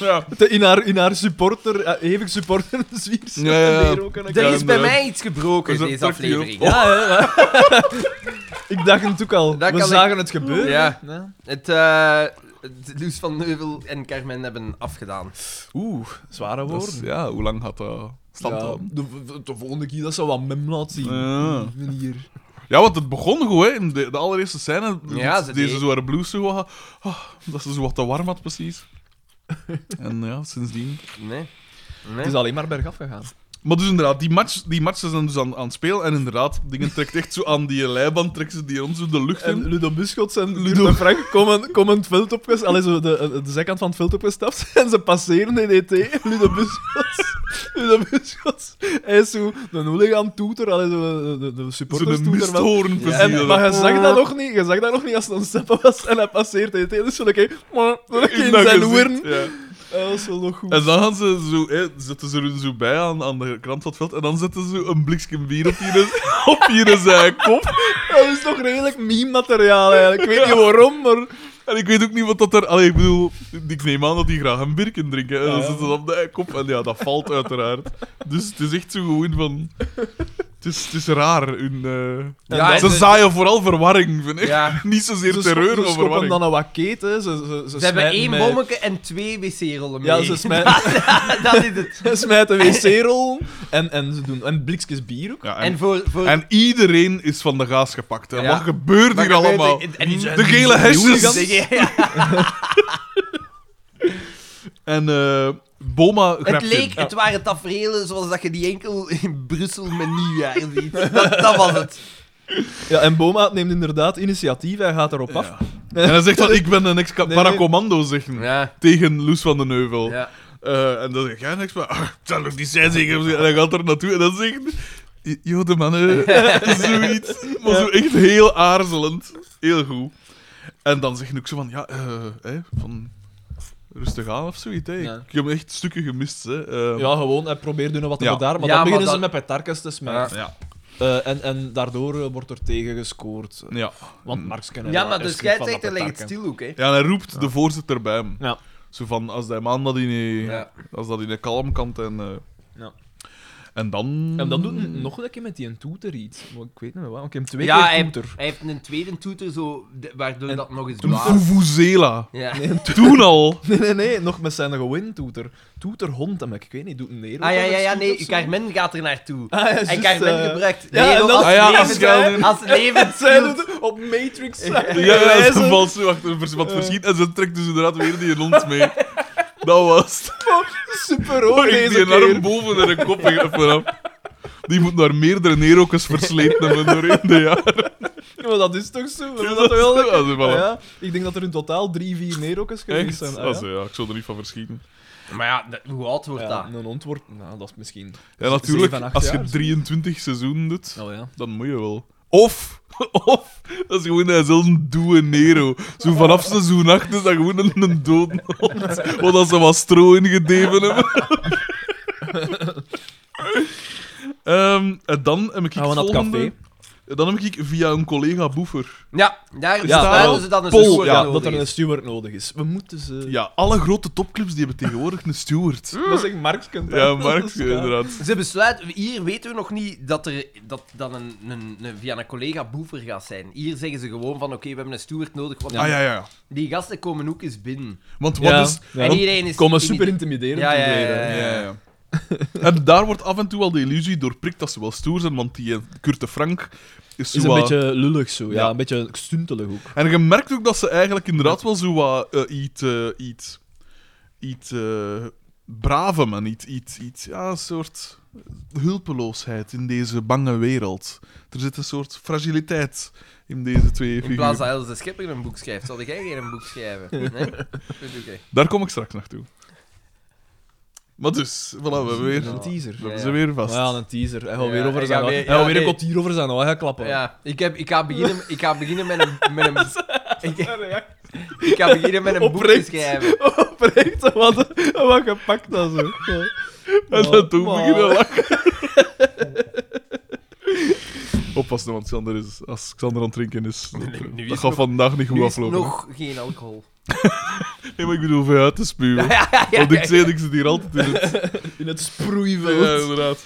Speaker 2: ja.
Speaker 3: De- In haar, in haar supporter, eh, hevig supporter, zwiers.
Speaker 2: Ja, ja, ja.
Speaker 1: Er is bij
Speaker 2: Ja,
Speaker 1: mij iets gebroken
Speaker 2: is
Speaker 1: in
Speaker 2: een
Speaker 1: deze
Speaker 2: pakje op.
Speaker 1: aflevering.
Speaker 3: Ja, ja, ja. ik dacht het ook al.
Speaker 1: Dat
Speaker 3: We
Speaker 1: kan
Speaker 3: zagen het gebeuren.
Speaker 1: Ja.
Speaker 3: Ja.
Speaker 1: Het, eh het Loes van Neuvel en Carmen hebben afgedaan.
Speaker 3: Oeh, zware
Speaker 2: Dat is-
Speaker 3: woorden.
Speaker 2: Dus, ja, hoe lang gaat dat stand
Speaker 3: Ja,
Speaker 2: houden?
Speaker 3: de, de- de volgende keer dat ze wat mem laat zien.
Speaker 2: Ja.
Speaker 3: Hier.
Speaker 2: Ja, want het begon goed, hè. in De, de allereerste scène,
Speaker 1: Ja, ze
Speaker 2: deze
Speaker 1: deed-
Speaker 2: zo haar blouse zo wat- ah, dat ze zo wat te warm had, precies. en ja, sindsdien...
Speaker 1: Nee.
Speaker 3: Het
Speaker 1: nee.
Speaker 3: is alleen maar bergaf gegaan.
Speaker 2: Maar dus inderdaad, die, match, die matchen zijn dus aan, aan het spelen. En inderdaad, dingen trekt echt zo aan die leiband, trekt ze die rond zo de lucht
Speaker 3: En
Speaker 2: in.
Speaker 3: Ludo Buschots en Ludo en Frank komen, komen het veld opgestapt. Allee, zo de, eh, de, zijkant van het veld opgestapt. En ze passeren DDT. Ludo Buschots. Ludo Buschots. Hij is zo een hooligan toeter. Allee, zo eh, de, de, de supporters
Speaker 2: Zo'n
Speaker 3: toeter. wel.
Speaker 2: misthoorn, precies.
Speaker 1: Ja,
Speaker 3: En,
Speaker 2: dat-
Speaker 3: maar je zag
Speaker 2: Ah.
Speaker 3: dat nog niet. Je zag dat nog niet als het een steppen was. En hij passeert DDT. Dus zo lekker in
Speaker 2: dat
Speaker 3: zijn
Speaker 2: gezicht,
Speaker 3: hoorn.
Speaker 2: ja.
Speaker 3: Dat was wel nog goed.
Speaker 2: En dan gaan ze zo, hè, zetten ze er zo bij aan, aan de kant van het veld. En dan zetten ze een blikje bier op hier, op hier zijn kop.
Speaker 3: Dat is toch redelijk meme-materiaal eigenlijk. Ik weet niet waarom, maar...
Speaker 2: En ik weet ook niet wat dat er... Allee, ik bedoel, ik neem aan dat die graag een birken drinken. En dan
Speaker 3: Ja.
Speaker 2: zitten ze op de kop. En ja, dat valt uiteraard. Dus het is echt zo gewoon van... Het is, het is raar. Hun, eh,
Speaker 1: Ja,
Speaker 2: ze
Speaker 1: en de-
Speaker 2: zaaien vooral verwarring, vind ik.
Speaker 1: Ja.
Speaker 2: Niet zozeer
Speaker 3: Ze
Speaker 2: terreur,
Speaker 3: scho-
Speaker 2: maar
Speaker 3: ze schoppen
Speaker 2: verwarring.
Speaker 3: dan een wakket, hè. Ze, ze, ze
Speaker 1: Ze hebben
Speaker 3: smijten
Speaker 1: één
Speaker 3: met-
Speaker 1: bommeke en twee wc-rollen mee.
Speaker 3: Ja, ze smijten,
Speaker 1: dat is het.
Speaker 3: ze smijten wc-rol en, en ze doen... En blikjes bier ook.
Speaker 2: Ja, en,
Speaker 1: En voor... voor
Speaker 2: en iedereen is van de gaas gepakt. Hè.
Speaker 1: Ja.
Speaker 2: Wat gebeurt
Speaker 1: Maar
Speaker 2: hier
Speaker 1: je weet-
Speaker 2: allemaal?
Speaker 1: en- en die zijn-
Speaker 2: De gele hesjes.
Speaker 1: De ge- ja.
Speaker 2: En eh, Boma
Speaker 1: Het
Speaker 2: grijpt
Speaker 1: leek,
Speaker 2: in.
Speaker 1: het waren tafereelen zoals dat je die enkel in Brussel met nieuwjaar ziet. Dat, dat was het.
Speaker 3: Ja, en Boma neemt inderdaad initiatief. Hij gaat erop af.
Speaker 2: En hij zegt van, ik ben een ex-commando,
Speaker 3: Nee, nee.
Speaker 2: zeggen.
Speaker 1: Ja,
Speaker 2: Tegen Loes van den Heuvel.
Speaker 1: ja.
Speaker 2: Eh, en dan zeg jij niks van, ah, het zal nog niet zijn zeker. En hij gaat er naartoe en dan zegt... "J- Yo, de mannen, zoiets. Maar zo echt heel aarzelend. Heel goed. En dan zeg ik ook zo van, ja, eh, hè, van... Rustig aan of zoiets, hè.
Speaker 1: Ja.
Speaker 2: Ik heb echt stukken gemist, hè. Eh,
Speaker 3: Ja, gewoon. Hij probeert nu nog wat te
Speaker 2: Ja.
Speaker 3: bedaren. Maar
Speaker 1: Ja,
Speaker 3: dan
Speaker 1: maar
Speaker 3: beginnen ze
Speaker 1: dat-
Speaker 3: met petarkes te smijten.
Speaker 2: Ja.
Speaker 3: Eh, en, en daardoor eh, wordt er tegen gescoord.
Speaker 2: ja.
Speaker 3: Want Marx kennen
Speaker 1: ja, maar de scheidsrechter legt het stil ook, hè.
Speaker 2: Ja, en hij roept de voorzitter bij hem.
Speaker 3: Ja.
Speaker 2: Zo van, als die man dat in een,
Speaker 1: Ja.
Speaker 2: als dat in een kalm kant en... eh,
Speaker 3: Ja.
Speaker 2: En dan...
Speaker 3: En dan doet hij nog een keer met die een toeter iets. Maar ik weet niet meer waar. Want ik heb twee
Speaker 1: ja,
Speaker 3: keer
Speaker 1: hij,
Speaker 3: toeter.
Speaker 1: hij heeft een tweede toeter, zo, de- waardoor
Speaker 3: En
Speaker 1: dat nog eens
Speaker 2: Een
Speaker 1: blaast.
Speaker 2: Vuvuzela.
Speaker 1: Ja.
Speaker 2: Toen al.
Speaker 3: Nee, nee, nee. Nog met zijn gewin toeter. Toeterhond hem. Ik weet niet. Doet een neer.
Speaker 1: Ah ja, ja, ja, nee, Carmen gaat er naartoe.
Speaker 3: Ah, ja,
Speaker 1: en
Speaker 3: juist,
Speaker 1: Carmen
Speaker 3: eh,
Speaker 1: gebruikt
Speaker 3: ja, en
Speaker 1: Nero
Speaker 3: dan-
Speaker 1: als,
Speaker 2: Ah ja,
Speaker 1: levens-
Speaker 2: als Carmen-
Speaker 1: als levens-
Speaker 3: Zij doet het op Matrix.
Speaker 2: Ja, ja, ze valt zo achter vers- wat verschiet en ze trekt dus inderdaad weer die hond mee. Dat was het.
Speaker 3: Super hoor
Speaker 2: Ik
Speaker 3: deze
Speaker 2: die
Speaker 3: keer.
Speaker 2: arm boven en een kop en vanaf. Die moet naar meerdere nerokes versleten hebben doorheen de jaren.
Speaker 3: Ja, maar dat is toch zo? Dat is
Speaker 2: dat
Speaker 3: toch wel
Speaker 2: is-
Speaker 3: lekker?
Speaker 2: dat is wel-
Speaker 3: Ah, ja. Ik denk dat er in totaal drie, vier neerokjes geweest
Speaker 2: Echt?
Speaker 3: zijn. Ah,
Speaker 2: Also,
Speaker 3: ja.
Speaker 2: ja, ik zou er niet van verschieten.
Speaker 1: Maar ja, dat- hoe oud wordt
Speaker 3: Ja,
Speaker 1: dat?
Speaker 3: een ontwoord, nou, dat is misschien.
Speaker 2: Ja, natuurlijk,
Speaker 3: Zeven, acht
Speaker 2: als
Speaker 3: jaar,
Speaker 2: je
Speaker 3: zo.
Speaker 2: 23 seizoenen doet,
Speaker 3: Oh ja.
Speaker 2: dan moet je wel. Of, of, dat is gewoon hij zelf een doe Nero. Zo vanaf seizoen 8 is dat gewoon een, een dood hond. Want als ze wat stro ingedeven hebben. Ehm, en dan heb ik
Speaker 3: Gaan we naar het
Speaker 2: volgende-
Speaker 3: café?
Speaker 2: Dan heb ik via een collega Boefer.
Speaker 1: Ja, daar
Speaker 2: Ja,
Speaker 1: zouden ze dan een
Speaker 2: Paul,
Speaker 1: seizoen
Speaker 2: ja,
Speaker 3: Ja,
Speaker 1: nodig
Speaker 3: dat er
Speaker 1: is.
Speaker 3: een steward nodig is. We moeten ze.
Speaker 2: Ja, alle grote topclubs die hebben tegenwoordig een steward.
Speaker 3: Dat zegt Marx. kunt
Speaker 2: Ja,
Speaker 3: dat.
Speaker 2: Mark,
Speaker 3: Dat is waar.
Speaker 2: inderdaad.
Speaker 1: Ze besluiten, hier weten we nog niet dat er dat, dat een, een, een- via een collega boever gaat zijn. Hier zeggen ze gewoon van oké, we hebben een steward nodig, want
Speaker 2: Ah ja, ja. ja.
Speaker 1: die gasten komen ook eens binnen.
Speaker 2: Want wat
Speaker 3: Ja.
Speaker 2: is...
Speaker 3: Ja.
Speaker 1: En iedereen is
Speaker 3: Komen
Speaker 1: intimi-
Speaker 3: super intimiderend.
Speaker 1: Ja, ja,
Speaker 3: te leren.
Speaker 1: ja, ja.
Speaker 2: Ja, ja. en daar wordt af en toe al de illusie doorprikt dat ze wel stoer zijn, want die eh, Kurt de Frank is, zo
Speaker 3: Is een
Speaker 2: wat-
Speaker 3: beetje lullig zo. Ja,
Speaker 2: Ja.
Speaker 3: een beetje stuntelig ook.
Speaker 2: En je merkt ook dat ze eigenlijk inderdaad wel zo wat eh, iets... eh, iets... iets... eh, brave man, iets, iets, iets... Ja, een soort hulpeloosheid in deze bange wereld. Er zit een soort fragiliteit in deze twee
Speaker 1: In
Speaker 2: figuren.
Speaker 1: plaats dat Els de Schipper een boek schrijft, zal jij geen boek schrijven. Nee? Dat doe jij.
Speaker 2: Daar kom ik straks naartoe. Maar dus, voilà, we hebben weer...
Speaker 3: Een teaser.
Speaker 2: We
Speaker 1: Ja,
Speaker 2: hebben
Speaker 1: ja.
Speaker 2: ze weer vast.
Speaker 3: Ja, een teaser. Hij gaat
Speaker 1: Ja,
Speaker 3: weer over
Speaker 1: hij
Speaker 3: zijn.
Speaker 1: gaat
Speaker 3: Hij
Speaker 1: weer-
Speaker 3: gaat
Speaker 1: ja,
Speaker 3: weer een
Speaker 1: nee.
Speaker 3: kwartier over zijn ogen gaan klappen.
Speaker 1: Ja, ik, heb, ik, ga beginnen, ik ga beginnen met een... Met een ik, ik ga beginnen met een boek te
Speaker 3: Oprecht.
Speaker 1: schrijven.
Speaker 3: Oprecht, wat, wat gepakt dat zo.
Speaker 2: En dan toen
Speaker 3: Oh.
Speaker 2: beginnen lachen. Oppassen, want Xander is, als Xander aan het drinken is, dat,
Speaker 1: nu
Speaker 2: dat
Speaker 1: is
Speaker 2: gaat
Speaker 1: nog-
Speaker 2: vandaag niet goed
Speaker 1: Nu is
Speaker 2: aflopen.
Speaker 1: nog geen alcohol.
Speaker 2: Nee, maar ik bedoel, voor je uit te spuwen. Want ik zei, ik zit hier altijd in het...
Speaker 3: In het
Speaker 2: Ja,
Speaker 3: sproeiveld.
Speaker 2: inderdaad.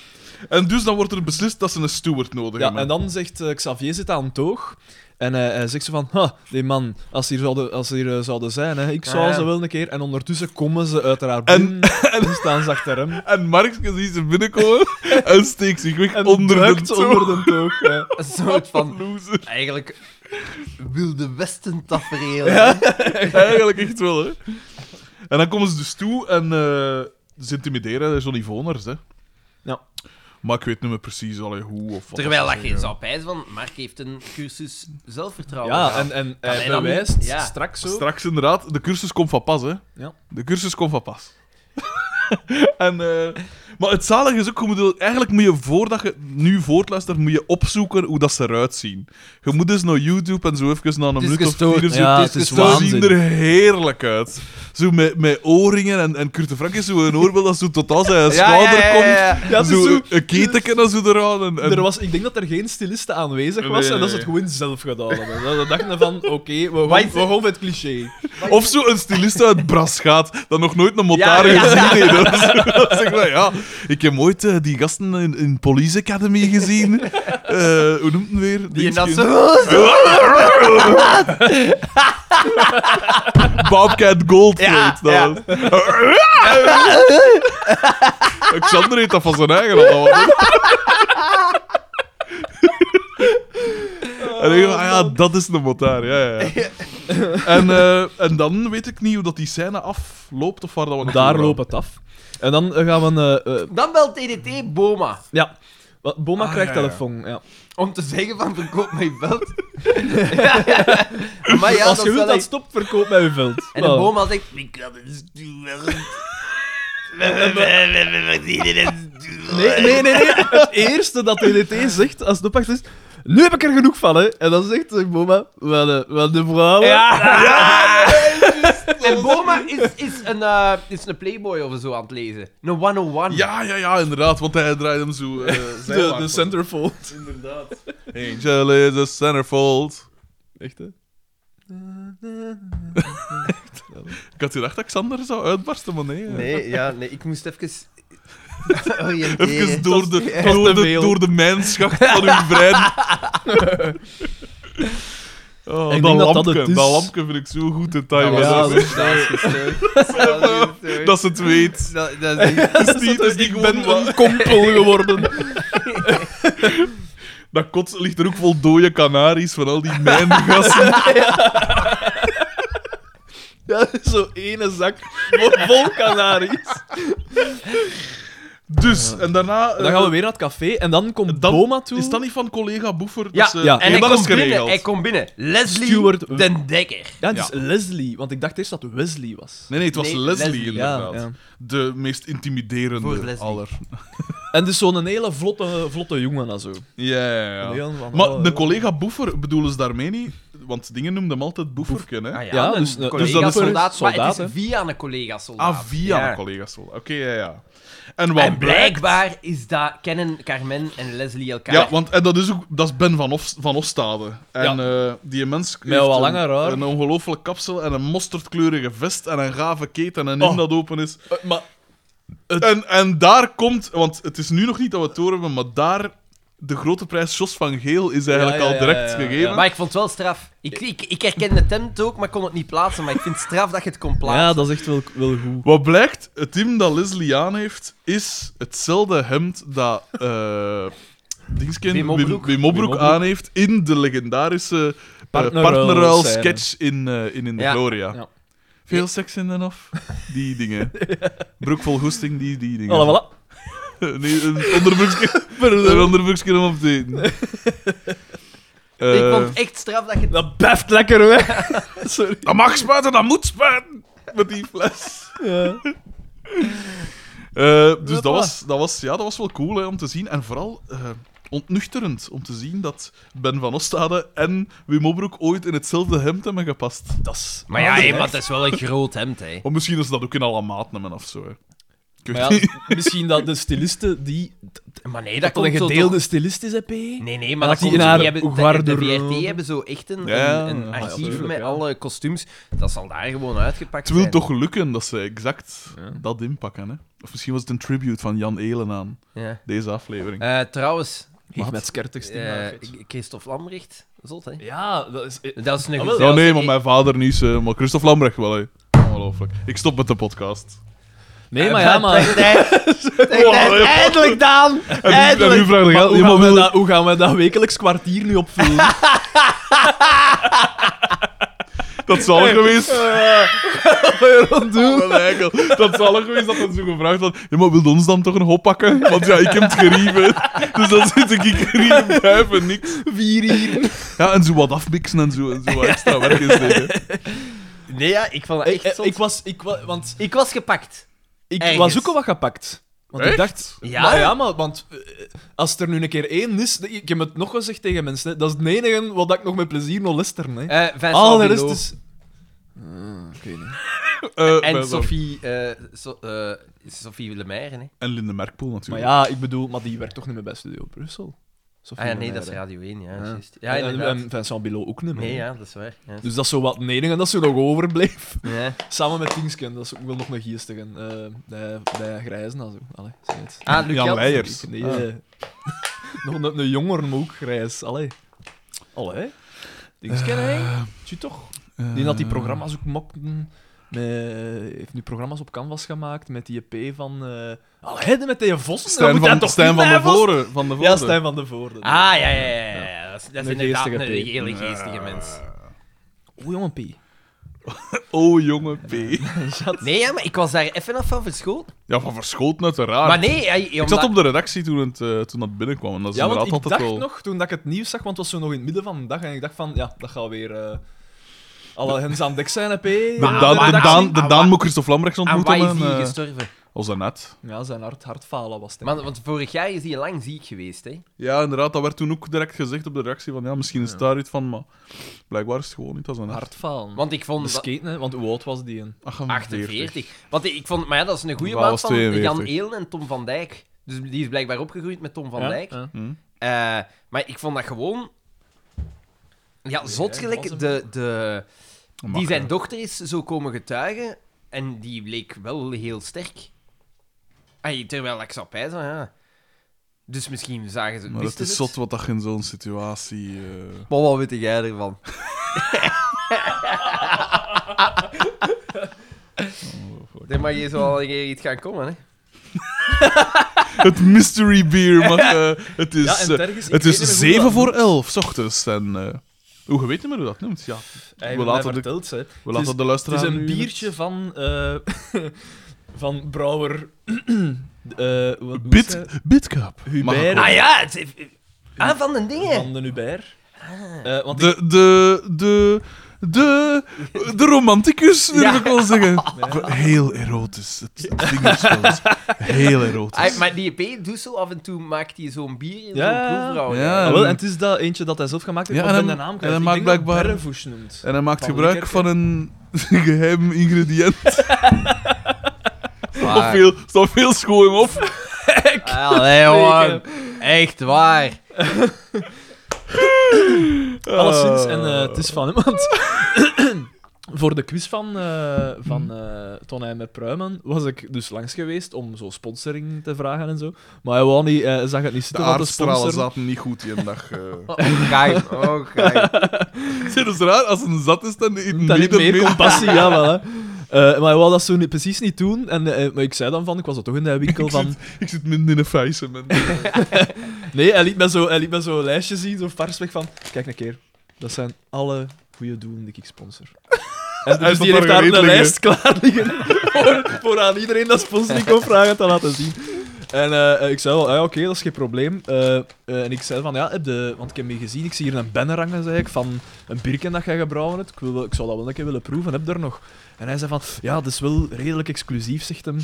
Speaker 2: En dus dan wordt er beslist dat ze een steward nodig
Speaker 3: Ja,
Speaker 2: hebben.
Speaker 3: en dan zegt eh, Xavier zit aan het oog. En hij, hij zegt zo van, ha, die man, als ze hier zouden, als ze hier, eh, zouden zijn, hè, ik zou
Speaker 1: Ah, ja.
Speaker 3: ze wel een keer. En ondertussen komen ze uiteraard
Speaker 2: En-
Speaker 3: binnen en, staan ze achter hem.
Speaker 2: En Marx kan zien ze binnenkomen en steekt zich weg
Speaker 3: En
Speaker 2: onder de
Speaker 3: drukt
Speaker 2: toon.
Speaker 3: onder de toog. ja.
Speaker 1: Een soort van...
Speaker 2: Loser.
Speaker 1: Eigenlijk... Wilde Westen tafereel.
Speaker 2: Eigenlijk echt wel, hè. En dan komen ze dus toe en eh, ze intimideren hè, zo'n Ivoners, hè.
Speaker 3: Ja.
Speaker 2: Maar ik weet niet meer precies allee, hoe of wat.
Speaker 1: Terwijl
Speaker 2: ze
Speaker 1: dat je
Speaker 2: zeggen.
Speaker 1: zou pijzen van... Mark heeft een cursus zelfvertrouwen.
Speaker 3: Ja,
Speaker 1: gehad.
Speaker 3: en, en
Speaker 1: Kan
Speaker 3: hij
Speaker 1: hij dan
Speaker 3: bewijst
Speaker 1: niet? Ja.
Speaker 3: straks zo.
Speaker 2: Straks inderdaad, de cursus komt van pas, hè.
Speaker 3: Ja.
Speaker 2: De cursus komt van pas. en, eh, maar het zalige is ook, je moet, wel- eigenlijk moet je voordat je nu voortluistert, moet je opzoeken hoe dat ze eruit zien. Je moet dus naar YouTube en zo even na een
Speaker 1: is
Speaker 2: minuut of
Speaker 1: gestoord.
Speaker 2: vier zo,
Speaker 6: Ja,
Speaker 2: ze
Speaker 6: het is
Speaker 2: zien
Speaker 6: waanzin.
Speaker 2: er heerlijk uit. Zo met, met oorringen en, en Kurt de Frank is zo'n oorbel dat zo tot als hij een schouder komt.
Speaker 3: Ja, het is
Speaker 2: zo,
Speaker 3: zo-
Speaker 2: een keteken en zo eraan. En, en-
Speaker 3: Er was, ik denk dat er geen styliste aanwezig was
Speaker 2: Nee,
Speaker 3: en dat ze
Speaker 2: nee.
Speaker 3: het gewoon zelf gedaan hebben. Dat ze dachten van, oké, we, gaan-
Speaker 1: Wij-
Speaker 3: we gaan met het cliché.
Speaker 2: Of zo een stylist uit Bras gaat, dat nog nooit een motar
Speaker 1: Ja, ja.
Speaker 2: heeft gezien. heeft. Dat is- dat is echt wel, ja, ik heb ooit eh, die gasten in, in Police Academy gezien. Eh, hoe noemt het weer?
Speaker 1: Die en dat
Speaker 2: Dingetje.
Speaker 1: zo...
Speaker 2: Bobcat Goldthwait.
Speaker 1: Ja,
Speaker 2: dat
Speaker 1: ja.
Speaker 2: was. Alexander heet dat van zijn eigen al. dat was- En ik dacht, ah ja, dat is de motar. Ja, ja. ja. En, eh, en dan weet ik niet hoe dat die scène afloopt of waar dat we naartoe
Speaker 3: Daar
Speaker 2: gaan.
Speaker 3: loopt het af. En dan eh, gaan we... eh, eh,
Speaker 1: Dan belt TDT Boma
Speaker 3: ja. Wat, Boma
Speaker 2: Ah,
Speaker 3: krijgt
Speaker 2: ja, ja.
Speaker 3: telefoon, ja.
Speaker 1: om te zeggen van verkoop mijn veld. maar ja,
Speaker 3: Als
Speaker 1: dat
Speaker 3: je wilt
Speaker 1: zal
Speaker 3: dat
Speaker 1: ik-
Speaker 3: stopt, verkoop mij uw veld.
Speaker 1: En de
Speaker 3: Wel.
Speaker 1: Boma zegt... Ik had een stuur
Speaker 3: Nee, nee, nee, nee. Het eerste dat DDT zegt als het opwacht is. Nu heb ik er genoeg van, hè? En dan zegt eh, Boma, wel, eh, wel de vrouwen.
Speaker 1: En Boma is, is, een, eh, is een Playboy of zo aan het lezen. Een 101.
Speaker 2: Ja, ja, ja, inderdaad, want hij draait hem zo. eh
Speaker 3: de,
Speaker 2: zijwaarts.
Speaker 3: de centerfold.
Speaker 2: Angel is a centerfold.
Speaker 3: Echt, hè?
Speaker 2: Ik had gedacht dat Xander zou uitbarsten, maar nee. eh.
Speaker 1: Nee, ja, nee, ik moest even...
Speaker 2: Even
Speaker 1: Oriënteren.
Speaker 2: door de,
Speaker 1: Dat
Speaker 3: is
Speaker 2: door
Speaker 3: te
Speaker 2: de,
Speaker 3: veel.
Speaker 2: door de mijnschacht van uw brein. Oh,
Speaker 3: Ik
Speaker 2: dat,
Speaker 3: denk dat
Speaker 2: lampje,
Speaker 3: dat
Speaker 2: dat,
Speaker 3: het is.
Speaker 2: lampje vind ik zo goed detail.
Speaker 1: Ja,
Speaker 3: Ja,
Speaker 2: maar dat,
Speaker 1: dat is dat is gestoord. Dat is gestoord.
Speaker 2: dat ze het weet.
Speaker 1: Dat- dat is-
Speaker 2: Dat is niet, dat is niet
Speaker 3: Ik
Speaker 2: gewoon
Speaker 3: ben
Speaker 2: wat-
Speaker 3: een kompel geworden.
Speaker 2: Dat kot ligt er ook vol dode kanaries van al die mijngassen.
Speaker 3: Ja, zo ene zak vol- vol kanaries.
Speaker 2: Dus, en daarna... eh,
Speaker 3: Dan gaan we weer naar het café en dan komt
Speaker 2: Dan-
Speaker 3: Boma toe.
Speaker 2: Is dat niet van collega Boefer?
Speaker 1: Ja,
Speaker 2: dat ze-
Speaker 3: ja.
Speaker 2: Nee,
Speaker 1: En hij
Speaker 2: dat
Speaker 1: komt
Speaker 2: is
Speaker 1: binnen,
Speaker 2: geregeld.
Speaker 1: hij komt binnen. Leslie
Speaker 3: Stuart-
Speaker 1: den Dekker.
Speaker 3: Ja, het is Leslie, want ik dacht eerst dat Wesley was.
Speaker 2: Nee, nee, het was
Speaker 1: Nee,
Speaker 2: Leslie,
Speaker 1: Leslie, ja,
Speaker 2: inderdaad.
Speaker 3: ja.
Speaker 2: De meest
Speaker 1: Voor
Speaker 2: intimiderende
Speaker 1: Leslie.
Speaker 2: aller.
Speaker 3: En dus zo'n hele vlotte, vlotte jongen en zo.
Speaker 2: Ja, ja, ja.
Speaker 3: Een heel van-
Speaker 2: Maar
Speaker 3: oh,
Speaker 2: de
Speaker 3: eh.
Speaker 2: collega Boefer bedoelen ze daarmee niet, want dingen noemden hem altijd Boeferken, hè?
Speaker 1: Ah, ja,
Speaker 3: Ja,
Speaker 1: een
Speaker 3: dus- dus
Speaker 1: collega
Speaker 2: dat is
Speaker 1: soldaat,
Speaker 3: een
Speaker 1: maar
Speaker 3: soldaat,
Speaker 1: het is
Speaker 3: hè?
Speaker 1: via een collega soldaat.
Speaker 2: Ah, via
Speaker 1: Ja.
Speaker 2: de collega's. wel. Oké, ja, ja. En wat
Speaker 1: En
Speaker 2: blijkt-
Speaker 1: blijkbaar is dat, kennen Carmen en Leslie elkaar.
Speaker 2: Ja, want en dat is ook dat is Ben van, Hofs- van Hofstade. En eh, die mens
Speaker 3: Met wat langer haar.
Speaker 2: een, een ongelooflijk kapsel en een mosterdkleurige vest en een gave keten en een
Speaker 3: Oh.
Speaker 2: dat open is.
Speaker 3: Eh, maar
Speaker 2: En, en daar komt, want het is nu nog niet dat we het door hebben, maar daar de grote prijs Jos van Geel is eigenlijk
Speaker 3: Ja, ja,
Speaker 2: al direct
Speaker 3: ja, ja, ja.
Speaker 2: gegeven.
Speaker 1: Maar ik vond het wel straf. Ik, ik, ik herkende het tent ook, maar kon het niet plaatsen. Maar ik vind het straf dat je het kon plaatsen.
Speaker 3: ja, dat is echt wel, wel goed.
Speaker 2: Wat blijkt, het team dat Leslie aan heeft, is hetzelfde hemd dat eh Dingsken,
Speaker 1: Wim
Speaker 2: Wim
Speaker 1: Opbroek.
Speaker 2: Wim Opbroek
Speaker 3: Wim Opbroek.
Speaker 2: aan heeft in de legendarische
Speaker 3: Partnerruil scène.
Speaker 2: partnerruil-sketch in, eh, in In de
Speaker 1: Ja.
Speaker 2: Gloria.
Speaker 3: Ja.
Speaker 2: Veel seks in en af, die dingen. Broek vol goesting, die, die dingen.
Speaker 3: Alla, voilà.
Speaker 2: Nee, een onderbroekje, een onderbroekje om op te eten.
Speaker 1: Ik
Speaker 2: Eh,
Speaker 1: vond het echt straf dat je het...
Speaker 3: Dat beft lekker weg. Sorry.
Speaker 2: Dat mag spuiten, dat moet spuiten! Met die fles.
Speaker 3: Ja.
Speaker 2: Eh, dus
Speaker 3: Voilà.
Speaker 2: dat was, dat, was, ja, dat was wel cool hè, om te zien. En vooral eh, ontnuchterend om te zien dat Ben van Ostade en Wim Obroek ooit in hetzelfde hemd hebben gepast.
Speaker 3: Dat is...
Speaker 1: Maar ja, hé, maar het is Ah, wel een groot hemd, hè.
Speaker 2: Of misschien is dat ook in alle maat nemen of zo. Hè. Ik weet
Speaker 3: Maar
Speaker 2: niet.
Speaker 3: ja, misschien dat de styliste die...
Speaker 1: Maar nee, dat,
Speaker 3: Dat dat
Speaker 1: komt
Speaker 3: een
Speaker 1: zo
Speaker 3: gedeelde
Speaker 1: toch-
Speaker 3: stylist is, hè, P?
Speaker 1: Nee, nee, maar
Speaker 3: Dat
Speaker 1: dat
Speaker 3: die
Speaker 1: komt
Speaker 3: in
Speaker 1: zo-
Speaker 3: haar
Speaker 1: die hebben, de- de,
Speaker 3: garderobe-
Speaker 1: VRT hebben zo echt een,
Speaker 2: Ja,
Speaker 1: een, een
Speaker 2: ja,
Speaker 1: archief
Speaker 3: tuurlijk,
Speaker 1: met
Speaker 3: ja.
Speaker 1: alle kostuums. Dat zal daar gewoon uitgepakt
Speaker 2: Het wil
Speaker 1: zijn.
Speaker 2: toch lukken dat ze exact
Speaker 3: Ja.
Speaker 2: dat inpakken. Hè. Of misschien was het een tribute van Jan Elen aan
Speaker 1: Ja.
Speaker 2: deze aflevering.
Speaker 1: Eh, trouwens,
Speaker 3: Geef met skertigst in
Speaker 1: eh,
Speaker 3: haar vet.
Speaker 1: Christophe Lambrecht, zot, hè.
Speaker 3: Ja, dat is... eh,
Speaker 1: Dat is een
Speaker 3: Ah, wel.
Speaker 1: goed-
Speaker 2: ja,
Speaker 1: dat is
Speaker 2: nee,
Speaker 1: een-
Speaker 2: maar mijn vader niet. eh, Maar Christophe Lambrecht wel, hè. Ongelooflijk. Ik stop met de podcast.
Speaker 1: Eh,
Speaker 3: Nee, maar ja, maar...
Speaker 1: Eindelijk, Daan!
Speaker 2: En nu, en nu
Speaker 1: Eindelijk!
Speaker 2: vraag ik...
Speaker 3: Maar hoe,
Speaker 2: ja, maar
Speaker 3: gaan we
Speaker 2: wil-
Speaker 3: dat, hoe gaan we dat wekelijks kwartier nu opvullen?
Speaker 2: Dat zal geweest.
Speaker 3: Waarom doen?
Speaker 2: Wel eikel. Dat zal er geweest dat het zo gevraagd had. Ja, maar wilde ons dan toch een hop pakken? Want ja, ik heb het gerieven. Dus dan zit ik in gerieven vijf en niks.
Speaker 3: Vier hier.
Speaker 2: Ja, en zo wat afmixen en zo, en zo wat extra werk insteken.
Speaker 1: Nee, ja, ik vond dat
Speaker 3: Ik,
Speaker 1: echt
Speaker 3: Eh, ik
Speaker 1: zot.
Speaker 3: was... Ik, wa- want
Speaker 1: Ik was gepakt.
Speaker 3: Ik
Speaker 1: Ergens.
Speaker 3: was ook al wat gepakt. Want
Speaker 2: Echt?
Speaker 3: ik dacht...
Speaker 1: Ja.
Speaker 3: Ja, maar, ja, maar want, eh, als er nu een keer één is... Ik heb het nog gezegd tegen mensen, hè, dat is het enige wat ik nog met plezier nog listeren. Hè.
Speaker 1: Eh, Vincent
Speaker 3: Al de rest
Speaker 1: Pinault
Speaker 3: Ah, is... dus- Ah, ik weet niet.
Speaker 2: Eh, bij-
Speaker 1: En Sophie, eh so, eh, Sophie Lemaire, hè? Ah,
Speaker 2: En Linde Merkpoel
Speaker 3: Maar
Speaker 2: natuurlijk.
Speaker 3: ja, ik bedoel, maar die werkt toch niet meer bij Studio Brussel? Sophie
Speaker 1: Ah ja, nee,
Speaker 3: Lemaire.
Speaker 1: dat is Radio 1, ja.
Speaker 3: Ja.
Speaker 1: juist. Ja,
Speaker 3: en,
Speaker 1: inderdaad.
Speaker 3: en Vincent Bilot ook niet meer.
Speaker 1: Nee, ja, dat is waar. Ja.
Speaker 3: Dus dat is zo wat het enige dat ze nog overbleef.
Speaker 1: Ja.
Speaker 3: Samen met Tingsken, dat is ook wel nog een geestige. eh, bij, bij Grijzen, dat is ook. Allee, zeg het.
Speaker 1: Ah, Luc
Speaker 2: Jan
Speaker 1: Jansen.
Speaker 2: Leijers.
Speaker 3: Nee, eh, nog een, een jongeren, maar ook grijs. Allee. Allee. Tingsken, hè? Tjie toch?
Speaker 2: Eh,
Speaker 3: Die dat die programma's ook mokten. Met, heeft nu programma's op Canvas gemaakt met die EP van... eh allee, met die vossen. dat
Speaker 2: Stijn
Speaker 3: moet dat
Speaker 2: van,
Speaker 3: toch
Speaker 2: Stijn
Speaker 3: niet
Speaker 2: van de
Speaker 3: bij vossen?
Speaker 2: Voren. Van de
Speaker 3: Ja,
Speaker 2: Voren.
Speaker 3: Stijn van de Voorde.
Speaker 1: Ah, ja, ja, ja. ja, ja. Dat is, dat is
Speaker 3: Een
Speaker 1: inderdaad
Speaker 3: geestige
Speaker 1: een
Speaker 3: peet.
Speaker 1: hele geestige mens.
Speaker 3: O, jongen, P.
Speaker 2: Oh, jonge P.
Speaker 1: Nee, ja, maar ik was daar even af van verschoten.
Speaker 2: Ja, van Verschoten uiteraard.
Speaker 1: Maar nee, hij,
Speaker 2: Ah, Ik zat op de redactie toen, het, eh, toen dat binnenkwam. En dat is
Speaker 3: Ja, want
Speaker 2: inderdaad
Speaker 3: ik
Speaker 2: altijd
Speaker 3: dacht
Speaker 2: wel...
Speaker 3: nog, toen dat ik het nieuws zag, want het was zo nog in het midden van de dag, en ik dacht van, ja, dat gaat weer... eh, alle hens aan dek zijn, heb je?
Speaker 2: De,
Speaker 1: Maar-
Speaker 2: Daan-
Speaker 1: maar-
Speaker 2: de, Daan, de
Speaker 3: Ah,
Speaker 1: maar-
Speaker 2: Daan moet Christophe Lambrechts
Speaker 1: Aan
Speaker 2: ontmoeten.
Speaker 1: waar is
Speaker 2: En,
Speaker 1: die
Speaker 2: eh
Speaker 1: gestorven?
Speaker 2: was dat net.
Speaker 3: Ja, zijn hart, hart falen was het. hè.
Speaker 1: Man, want vorig jaar is hij lang ziek geweest, hè?
Speaker 2: Ja, inderdaad. Dat werd toen ook direct gezegd op de redactie. Van, ja, misschien is het daar iets van, maar blijkbaar is het gewoon niet. Dat is een hart.
Speaker 3: hart falen.
Speaker 1: Want ik vond... dat-
Speaker 3: Skate, hè, want hoe oud was die? Een?
Speaker 1: 48. Want ik vond... Maar ja, dat is een goede
Speaker 2: Waar
Speaker 1: maat
Speaker 2: was
Speaker 1: van
Speaker 2: 42?
Speaker 1: Jan Eelen en Tom van Dijk. Dus die is blijkbaar opgegroeid met Tom van
Speaker 3: Ja?
Speaker 1: Dijk.
Speaker 3: Ja.
Speaker 2: Hm?
Speaker 1: Eh, maar ik vond dat gewoon... Ja, zot
Speaker 3: dat
Speaker 1: gelijk.
Speaker 3: was hem.
Speaker 1: De, de,
Speaker 2: Mag,
Speaker 1: die zijn
Speaker 2: hè.
Speaker 1: dochter is zo komen getuigen. En die bleek wel heel sterk. Ay, terwijl ik zat bij zo, ja. Dus misschien zagen ze...
Speaker 2: Maar het
Speaker 1: wisten
Speaker 2: is
Speaker 1: ze
Speaker 2: zot wat dat je in zo'n situatie... eh,
Speaker 1: Maar wat weet jij ervan? Dan mag je zo al een keer iets gaan komen, hè?
Speaker 2: Het mystery beer mag... eh, het is,
Speaker 3: Ja, en
Speaker 2: eh,
Speaker 3: tergens, ik
Speaker 2: het
Speaker 3: weet niet
Speaker 2: is
Speaker 3: meer hoe
Speaker 2: 7
Speaker 3: dat
Speaker 2: voor
Speaker 3: noemt.
Speaker 2: 11 's ochtends. En, eh, hoe, je weet niet meer hoe dat noemt. Ja,
Speaker 3: Hij
Speaker 2: We
Speaker 3: we
Speaker 2: laten
Speaker 3: laten
Speaker 2: de-
Speaker 3: verteld, hè.
Speaker 2: we
Speaker 3: Het is-
Speaker 2: laten de
Speaker 3: Het
Speaker 2: luisteraar
Speaker 3: is een
Speaker 2: nu in
Speaker 3: biertje van... eh, van brouwer... eh, wat
Speaker 2: het-
Speaker 3: doet zij?
Speaker 2: Bit, Bitcup.
Speaker 3: Hubert.
Speaker 1: Ah ja, het is... Ah, van de dingen.
Speaker 3: Van de Hubert. Eh, want ik-
Speaker 2: De, de, de, de, de romanticus, durf
Speaker 1: Ja.
Speaker 2: ik wel zeggen. Heel erotisch. Het ding is wel eens heel erotisch.
Speaker 1: Hij- maar die EP doet zo af en toe, maakt hij zo'n bier in
Speaker 3: Ja,
Speaker 1: zo'n proefbrouwerij.
Speaker 2: ja.
Speaker 3: Ah, wel, en het is dat eentje dat hij zelf gemaakt heeft,
Speaker 2: Ja,
Speaker 3: ja,
Speaker 2: en
Speaker 3: ik ben de
Speaker 2: hem-
Speaker 3: naam
Speaker 2: en
Speaker 3: kwijt.
Speaker 2: hij
Speaker 3: Ik
Speaker 2: maakt
Speaker 3: denk dat
Speaker 2: blijkbaar-
Speaker 3: Berrevoes noemt.
Speaker 2: En hij maakt
Speaker 3: Van de
Speaker 2: gebruik
Speaker 3: kerk,
Speaker 2: van een geheim ingrediënt. Of
Speaker 1: Waar.
Speaker 2: veel, staat veel schoon op.
Speaker 1: Allee, man. Echt waar.
Speaker 3: Alleszins, en eh, het is van hem, want voor de quiz van, eh
Speaker 2: Hmm.
Speaker 3: van eh Tonijn met Pruimen was ik dus langs geweest om zo sponsoring te vragen en zo. Maar hij wou niet, eh, zag het niet
Speaker 2: De
Speaker 3: zitten, want de
Speaker 2: aardstralen
Speaker 3: sponsor... Ah.
Speaker 2: zaten niet goed die dag. eh.
Speaker 1: Kijk, oh, kijk.
Speaker 2: Het is raar als een zat is dan in
Speaker 3: Dat
Speaker 2: het
Speaker 3: niet
Speaker 2: midden
Speaker 3: meer
Speaker 2: mee-
Speaker 3: compassie, ja wel. Hè. Eh, maar hij wou dat zo niet, precies niet doen. En, eh, maar ik zei dan van, ik was er toch in de winkel
Speaker 2: Ik
Speaker 3: van...
Speaker 2: zit, ik zit midden in een faillissement.
Speaker 3: Nee, hij liet me zo, hij liet me zo een lijstje zien, zo vars weg van... Kijk een keer, dat zijn alle goede doelen die ik sponsor. En
Speaker 2: Hij
Speaker 3: dus
Speaker 2: stond
Speaker 3: die heeft
Speaker 2: daar
Speaker 3: daar een
Speaker 2: gereed liggen.
Speaker 3: lijst klaar liggen voor, voor aan iedereen dat sponsoring kon vragen te laten zien. En eh, ik zei wel, ah, ja, oké, dat is geen probleem. Eh, eh, en ik zei van, ja, heb de, want ik heb je gezien, ik zie hier een banner hangen, zei ik, van een birken dat jij gebrouwen hebt. Ik, wil, wel- ik zou dat wel een keer willen proeven, heb je er nog? En hij zei van, ja, dat is wel redelijk exclusief, zegt hem.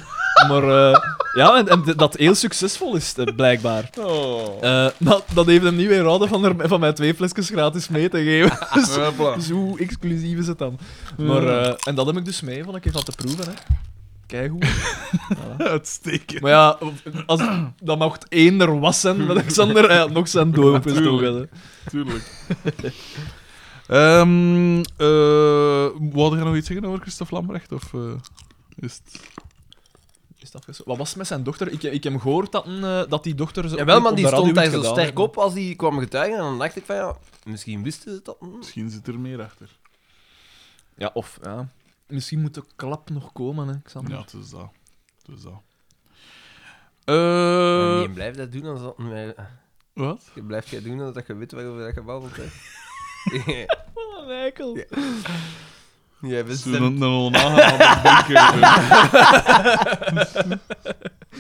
Speaker 3: Maar eh, ja, en, en dat heel succesvol is, eh, blijkbaar.
Speaker 2: Oh.
Speaker 3: Eh, dat, dat heeft hem niet weer raden van, er, van mijn twee flesjes gratis mee te geven. dus,
Speaker 2: Hopla.
Speaker 3: dus hoe exclusief is het dan? Maar, eh, en dat heb ik dus mee, van een keer van te proeven. Hè. Kijk hoe.
Speaker 2: Uitstekend.
Speaker 3: Maar ja, als, dat mocht één er was zijn, met Alexander, hij had nog zijn doop is
Speaker 2: Natuurlijk.
Speaker 3: toch, hè.
Speaker 2: Tuurlijk. Ehm eh, wou je nog iets zeggen over Christophe Lambrecht? Of eh, is het...
Speaker 3: Is dat zo? Wat was het met zijn dochter? Ik, ik heb gehoord dat, een, eh, dat die dochter. zo-
Speaker 1: Jawel, maar
Speaker 3: op
Speaker 1: die
Speaker 3: de radio
Speaker 1: stond
Speaker 3: iets
Speaker 1: daar zo
Speaker 3: gedaan
Speaker 1: sterk
Speaker 3: hebben.
Speaker 1: op als die kwam getuigen. En dan dacht ik van, ja, misschien wisten ze dat. hm.
Speaker 2: Misschien zit er meer achter.
Speaker 3: Ja, of ja. Misschien moet de klap nog komen, hè, Xander.
Speaker 2: Ja, het is dat. Het is dat.
Speaker 1: En
Speaker 2: Eh,
Speaker 1: die blijft dat doen als dat...
Speaker 2: wat?
Speaker 1: Je blijft jij doen dat je weet waarover dat je babbelt, hè.
Speaker 3: Wat een Oh, eikel.
Speaker 1: Ja. Jij bent
Speaker 2: Zo'n een, een onaangename bunker.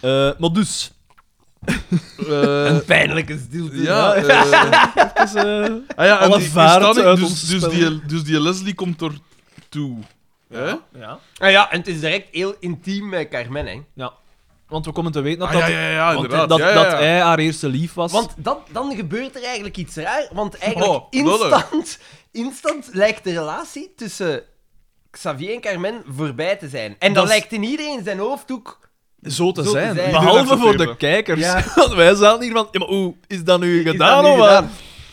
Speaker 3: Eh, maar dus.
Speaker 2: Eh,
Speaker 1: een pijnlijke stilte.
Speaker 2: ja,
Speaker 1: hè.
Speaker 2: eh,
Speaker 3: Even, eh,
Speaker 2: ah ja, en
Speaker 3: Alle
Speaker 2: die, die
Speaker 3: vaart
Speaker 2: staan-
Speaker 3: uit
Speaker 2: dus,
Speaker 3: ons
Speaker 2: dus,
Speaker 3: spel.
Speaker 2: die, dus die Leslie komt er toe. Hè?
Speaker 3: ja.
Speaker 1: Ah ja, en het is direct heel intiem met Carmen, hè.
Speaker 3: Want we komen te weten dat
Speaker 2: Ah,
Speaker 3: dat,
Speaker 2: ja, ja, ja,
Speaker 3: want
Speaker 2: inderdaad.
Speaker 3: dat,
Speaker 2: ja, ja,
Speaker 3: dat
Speaker 2: ja.
Speaker 3: hij haar eerste lief was.
Speaker 1: Want dat, dan gebeurt er eigenlijk iets raar, want eigenlijk
Speaker 2: Oh, lullig.
Speaker 1: instant, instant lijkt de relatie tussen Xavier en Carmen voorbij te zijn. En dat,
Speaker 3: Dat is-
Speaker 1: lijkt in iedereen zijn hoofd ook...
Speaker 3: zo te
Speaker 1: Zo te
Speaker 3: zijn.
Speaker 1: zijn.
Speaker 3: Behalve
Speaker 2: Iedereen
Speaker 3: voor de
Speaker 2: accepteerde.
Speaker 3: kijkers.
Speaker 1: Ja.
Speaker 3: Want wij zaten hier van, ja, maar hoe is dat nu
Speaker 1: is
Speaker 3: gedaan?
Speaker 1: dat nu
Speaker 3: of wat?
Speaker 1: gedaan?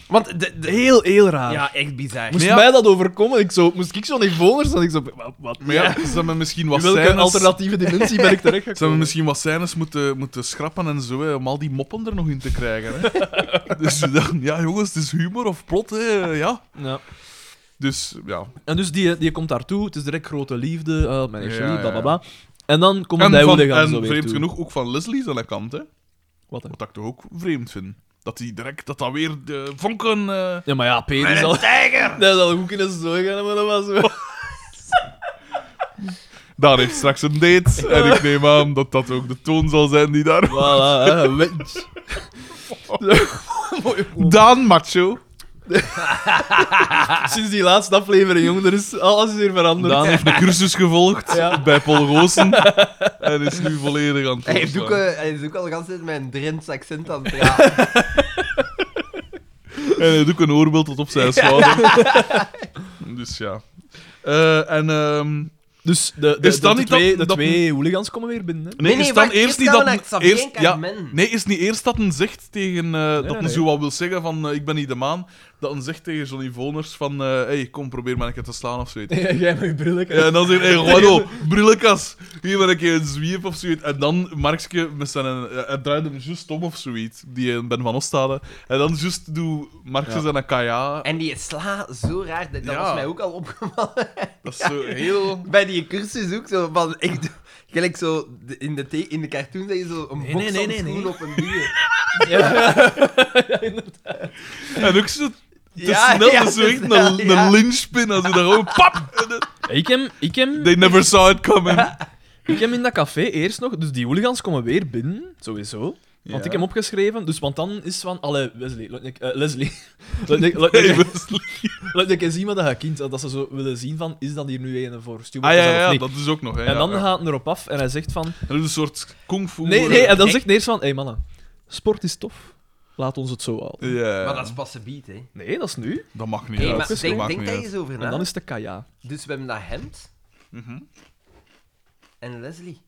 Speaker 1: Want de, de-
Speaker 3: Heel, heel raar.
Speaker 1: Ja, echt bizar.
Speaker 3: Moest
Speaker 2: Maar ja-
Speaker 3: mij dat overkomen? Ik zo, moest ik zo niet volgers? Dat ik zo, wat? wat
Speaker 2: Maar ja, ze hebben misschien
Speaker 3: in
Speaker 2: wat
Speaker 3: welke
Speaker 2: scènes... Ze
Speaker 3: alternatieve dimensie ben ik
Speaker 2: hebben
Speaker 3: terechtgekomen?
Speaker 2: misschien wat scènes moeten, moeten schrappen en zo, hè, om al die moppen er nog in te krijgen. Hè. dus dan, ja, jongens, het is humor of plot, hè, ja.
Speaker 3: Ja.
Speaker 2: Dus, ja.
Speaker 3: En dus die, die komt daartoe, het is direct grote liefde, eh, mijn eerste
Speaker 2: Ja,
Speaker 3: lief,
Speaker 2: ja,
Speaker 3: bla
Speaker 2: ja.
Speaker 3: bla bla. En dan komt
Speaker 2: En,
Speaker 3: hij
Speaker 2: van,
Speaker 3: hoe gaan
Speaker 2: en
Speaker 3: zo weer
Speaker 2: vreemd
Speaker 3: toe.
Speaker 2: genoeg ook van Leslie zijn kant, hè.
Speaker 3: Wat, hè?
Speaker 2: Wat ik toch ook vreemd vind. Dat hij direct, dat dat weer de vonken... eh,
Speaker 3: Ja, maar ja, Peter is al...
Speaker 1: tijger!
Speaker 3: Dat is al goed kunnen zo gaan, maar dat was zo.
Speaker 2: Daar heeft straks een date. En ik neem aan dat dat ook de toon zal zijn die daar...
Speaker 3: Voilà, hè, een wens. Mooi.
Speaker 2: Daan Macho.
Speaker 3: Sinds die laatste aflevering, jongen, er is alles is hier veranderd.
Speaker 2: Daan heeft een cursus gevolgd
Speaker 3: Ja.
Speaker 2: bij Paul Goossen. En is nu volledig aan het
Speaker 1: Hij, heeft ook,
Speaker 2: doorslaan.
Speaker 1: eh, hij is ook al de hele tijd met een Drents accent aan het praten.
Speaker 2: En hij doet een oorbeeld tot op zijn schouder. Dus ja. Eh, en ehm,
Speaker 3: Dus de, de,
Speaker 2: Is
Speaker 3: de-
Speaker 2: dat
Speaker 3: de
Speaker 2: niet
Speaker 3: twee,
Speaker 2: dat-
Speaker 3: de
Speaker 2: dat-
Speaker 3: twee hooligans komen weer binnen. Hè?
Speaker 1: Nee, nee,
Speaker 2: is dan
Speaker 1: wacht,
Speaker 2: eerst
Speaker 1: eerst
Speaker 2: niet
Speaker 1: gaan
Speaker 2: dat
Speaker 1: we naar
Speaker 2: een-
Speaker 1: Xavier
Speaker 2: eerst-
Speaker 1: en
Speaker 2: ja,
Speaker 1: Carmen.
Speaker 2: nee, is niet eerst dat een zegt tegen eh, dat
Speaker 3: nee,
Speaker 2: een
Speaker 3: nee.
Speaker 2: zo wat wil zeggen van eh, ik ben niet de maan, dat een zegt tegen Johnny Voners van eh, hey kom probeer maar een keer te slaan of zoiets.
Speaker 3: Jij met je brilletje.
Speaker 2: Ja, en dan zegt hij, hey, Guido, brillekas, hier ben ik een zwiep of zoiets. En dan Markske met zijn... eh, Hij draait hem juist om of zoiets, die in Ben van Ostade. En dan juist doet Markske
Speaker 3: Ja.
Speaker 2: zijn kaya.
Speaker 1: En die sla zo raar, dat, dat
Speaker 2: Ja.
Speaker 1: was mij ook al opgevallen.
Speaker 2: Dat is zo heel...
Speaker 1: Bij die cursus ook zo van... Echt, gelijk zo, de- in de, the- in de cartoon zeg je zo een
Speaker 3: Nee, nee, nee,
Speaker 1: bokshandschoen
Speaker 3: nee, nee.
Speaker 1: op een bier.
Speaker 2: En ook zo... Te
Speaker 1: Ja,
Speaker 2: snel,
Speaker 1: ja,
Speaker 2: dat is zo echt
Speaker 1: te snel,
Speaker 2: een,
Speaker 1: ja.
Speaker 2: een lynchpin. Als je daar gewoon pap... en dan-
Speaker 3: Ik hem, ik hem,
Speaker 2: They never saw it coming.
Speaker 3: ik hem in dat café eerst nog, dus die hooligans komen weer binnen, sowieso. Want
Speaker 2: Ja.
Speaker 3: ik heb hem opgeschreven, dus want dan is van, alle Wesley, laat ik- eh, Leslie, laat ik- laat
Speaker 2: Hey,
Speaker 3: ik-
Speaker 2: Wesley.
Speaker 3: laat ik eens zien wat je kind, dat ze zo willen zien van, is dat hier nu een voor Stuart
Speaker 2: Ah ja,
Speaker 3: of
Speaker 2: ja, ja,
Speaker 3: niet?
Speaker 2: dat is ook nog. Hè,
Speaker 3: en dan
Speaker 2: ja, ja.
Speaker 3: gaat hij erop af en hij zegt van,
Speaker 2: Dat is een soort kung fu.
Speaker 3: nee,
Speaker 2: eh,
Speaker 3: nee, en dan
Speaker 1: ik-
Speaker 3: zegt hij eerst van, hé hey, mannen, sport is tof, laat ons het zo houden.
Speaker 2: Ja,
Speaker 1: Maar dat is pas een beat, hè.
Speaker 3: Nee, dat is nu.
Speaker 2: dat mag niet
Speaker 1: Nee,
Speaker 2: uit.
Speaker 1: maar
Speaker 2: Dat
Speaker 1: denk,
Speaker 2: maakt
Speaker 1: denk
Speaker 2: niet
Speaker 1: daar
Speaker 2: uit.
Speaker 1: eens over na.
Speaker 3: En dan is de Kaya.
Speaker 1: Dus we hebben dat hemd
Speaker 2: Mhm.
Speaker 1: en Leslie.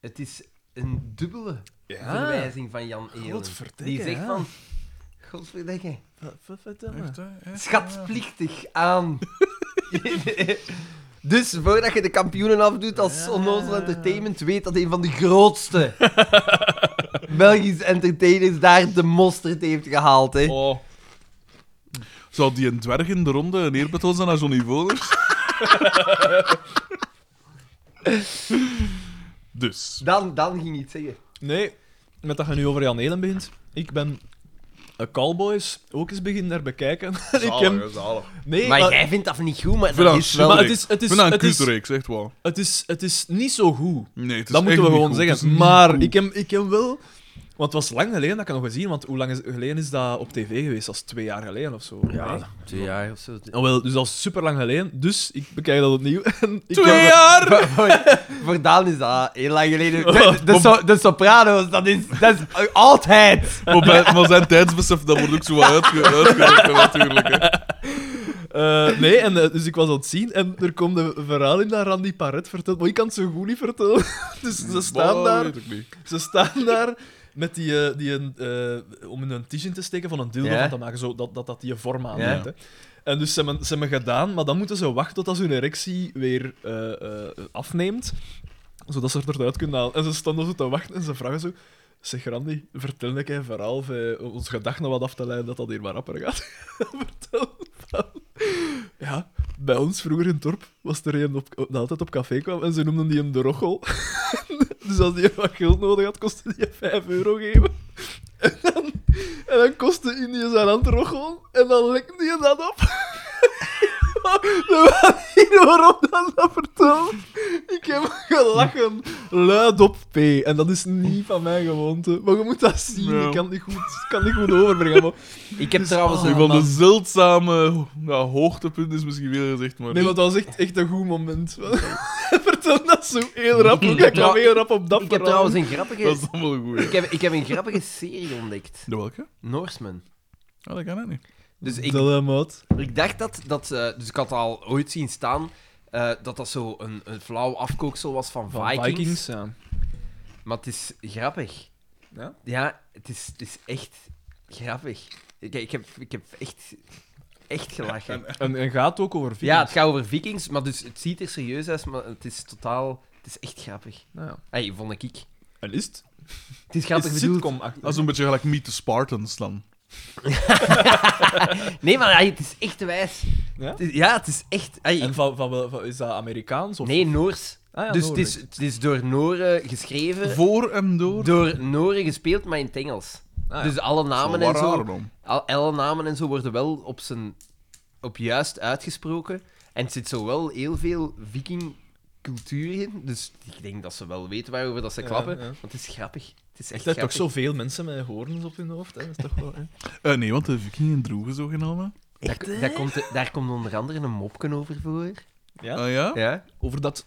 Speaker 1: Het is een dubbele
Speaker 2: Ah,
Speaker 1: verwijzing van Jan Eelen.
Speaker 3: Godverdikke,
Speaker 1: Die zegt
Speaker 3: ja.
Speaker 1: van... Godverdikke.
Speaker 3: Vertel
Speaker 2: Echt, hè, echt, hè.
Speaker 1: Schatplichtig aan. dus voordat je de kampioenen afdoet als
Speaker 3: Ja.
Speaker 1: Onnozel Entertainment, weet dat een van de grootste Belgische entertainers daar de mosterd heeft gehaald. Hè.
Speaker 2: Oh. Zou die een dwerg in de ronde een eerbetoon zijn aan Johnny Voners? dus.
Speaker 1: Dan, dan ging iets zeggen.
Speaker 3: Nee, met dat je nu over Jan Helen begint. Ik ben een Cowboys ook eens beginnen naar bekijken. En ik heb, nee,
Speaker 1: maar
Speaker 3: maar-
Speaker 1: jij vindt dat niet goed, maar
Speaker 2: vind
Speaker 1: dat
Speaker 2: dat
Speaker 1: is wel...
Speaker 3: maar
Speaker 2: schuldig.
Speaker 3: het is, het,
Speaker 2: Ik
Speaker 3: is,
Speaker 2: vind dat een
Speaker 3: het, is,
Speaker 2: cultuurreeks, echt wel.
Speaker 3: het, is, het is niet zo goed.
Speaker 2: Nee, het is
Speaker 3: dat moeten we
Speaker 2: echt niet
Speaker 3: gewoon
Speaker 2: goed. Het is
Speaker 3: zeggen.
Speaker 2: niet
Speaker 3: Maar
Speaker 2: goed.
Speaker 3: ik heb, ik heb wel... Want het was lang geleden, dat kan nog gezien, want hoe lang is, geleden is dat op tv geweest? Dat is twee jaar geleden of zo. Nee?
Speaker 1: twee jaar of zo.
Speaker 3: Oh, wel, dus dat is super lang geleden. Dus ik bekijk dat opnieuw. En ik
Speaker 2: Twee
Speaker 3: heb-
Speaker 2: jaar!
Speaker 1: Voor, voor- voor Daan is dat heel lang geleden. De, de, so- de Soprano's, dat is, dat is altijd.
Speaker 2: Maar bij- maar zijn tijdsbesef, dat wordt ook zo wat uitge uitgewerkt, hè, natuurlijk. Hè.
Speaker 3: Eh, nee, en, eh, dus ik was aan het zien en er komt een verhaal in dat Randy Parret vertelt. Maar ik kan het zo goed niet vertellen. Dus ze staan
Speaker 2: Maar,
Speaker 3: daar...
Speaker 2: weet ik niet.
Speaker 3: Ze staan daar met die, eh, die een, eh, om in een tisch in te steken van een dildo
Speaker 1: Ja.
Speaker 3: van te maken, zo, dat, dat dat die vorm aan
Speaker 1: Ja.
Speaker 3: heeft, hè. En dus ze hebben, ze hebben gedaan, maar dan moeten ze wachten tot als hun erectie weer eh, eh, afneemt, zodat ze het eruit kunnen halen. En ze stonden zo te wachten en ze vragen zo... Zeg Randy, vertel ik een verhaal of, eh, om ons gedachten wat af te leiden dat dat hier maar rapper gaat. vertel van... Ja, bij ons vroeger in het dorp was er een op, dat altijd op café kwam en ze noemden die hem de rochel. Dus als die wat geld nodig had, kostte die 5 euro geven. En dan, en dan kostte Indië zijn hand rochel en dan lekte die dat op. De manier waarop dat, dat vertelt. Ik heb gelachen. Luid op P. En dat is niet van mijn gewoonte. Maar je moet dat zien.
Speaker 2: Ja.
Speaker 3: Ik kan het niet goed, ik kan het niet goed overbrengen. Maar...
Speaker 1: Ik heb trouwens
Speaker 2: Een
Speaker 1: een
Speaker 2: van de zeldzame ja, hoogtepunten is misschien weer gezegd, maar...
Speaker 3: Nee, want dat was echt, echt een goed moment. Vertel dat zo heel rap. ook. Ik kwam heel rap op dat
Speaker 1: Ik heb
Speaker 3: verhaal.
Speaker 1: trouwens een grappige...
Speaker 2: Dat is dan wel goed.
Speaker 1: Ik heb, ik heb een grappige serie ontdekt.
Speaker 2: De welke?
Speaker 1: Norseman.
Speaker 2: Ah, dat kan dat niet.
Speaker 1: Dus ik,
Speaker 3: Dilemmaat.
Speaker 1: ik dacht dat... dat eh, dus ik had al ooit zien staan eh, dat dat zo een, een flauw afkooksel was van,
Speaker 3: Van
Speaker 1: Vikings.
Speaker 3: ja.
Speaker 1: Maar het is grappig.
Speaker 3: Ja?
Speaker 1: Ja, het is, het is echt grappig. Ik, ik, heb, ik heb echt, echt gelachen.
Speaker 3: En, en gaat ook over
Speaker 1: Ja, het gaat over vikings, maar dus het ziet er serieus uit, maar het is totaal... Het is echt grappig.
Speaker 3: Nou ja.
Speaker 1: Hey, vond ik ik.
Speaker 3: En is het?
Speaker 1: Het is grappig
Speaker 3: is
Speaker 1: bedoeld.
Speaker 3: sitcom-achtig.
Speaker 2: Dat is een beetje gelijk Meet the Spartans dan.
Speaker 1: Nee, maar hey, het is echt te wijs.
Speaker 3: Ja?
Speaker 1: Het is- ja, het is echt... hey,
Speaker 3: En van, van, wel- van- is dat Amerikaans? Of...
Speaker 1: nee, Noors.
Speaker 3: Ah, ja,
Speaker 1: dus het is,
Speaker 3: Noorwegen.
Speaker 1: het is door Noren geschreven,
Speaker 2: Voor en door.
Speaker 1: door Noren gespeeld, maar in het Engels.
Speaker 3: Ah, ja.
Speaker 1: Dus alle
Speaker 2: Dat is
Speaker 1: namen
Speaker 2: wel
Speaker 1: en
Speaker 2: raar,
Speaker 1: zo...
Speaker 2: man.
Speaker 1: Al, alle namen en zo worden wel op zijn... op juist uitgesproken. En het zit zo wel heel veel viking cultuur in. Dus ik denk dat ze wel weten waarover dat ze
Speaker 3: Ja,
Speaker 1: klappen.
Speaker 3: ja.
Speaker 1: Want het is grappig. Het is echt
Speaker 3: Er zijn
Speaker 1: grappig.
Speaker 3: toch zoveel mensen met hoorns op hun hoofd, hè? Dat is toch wel... hè?
Speaker 2: Eh, nee, want de vikingen droegen zo geen helmen.
Speaker 1: Daar, daar, komt, daar komt onder andere een mopken over voor.
Speaker 3: Ja?
Speaker 2: Ah ja?
Speaker 1: Ja?
Speaker 3: Over dat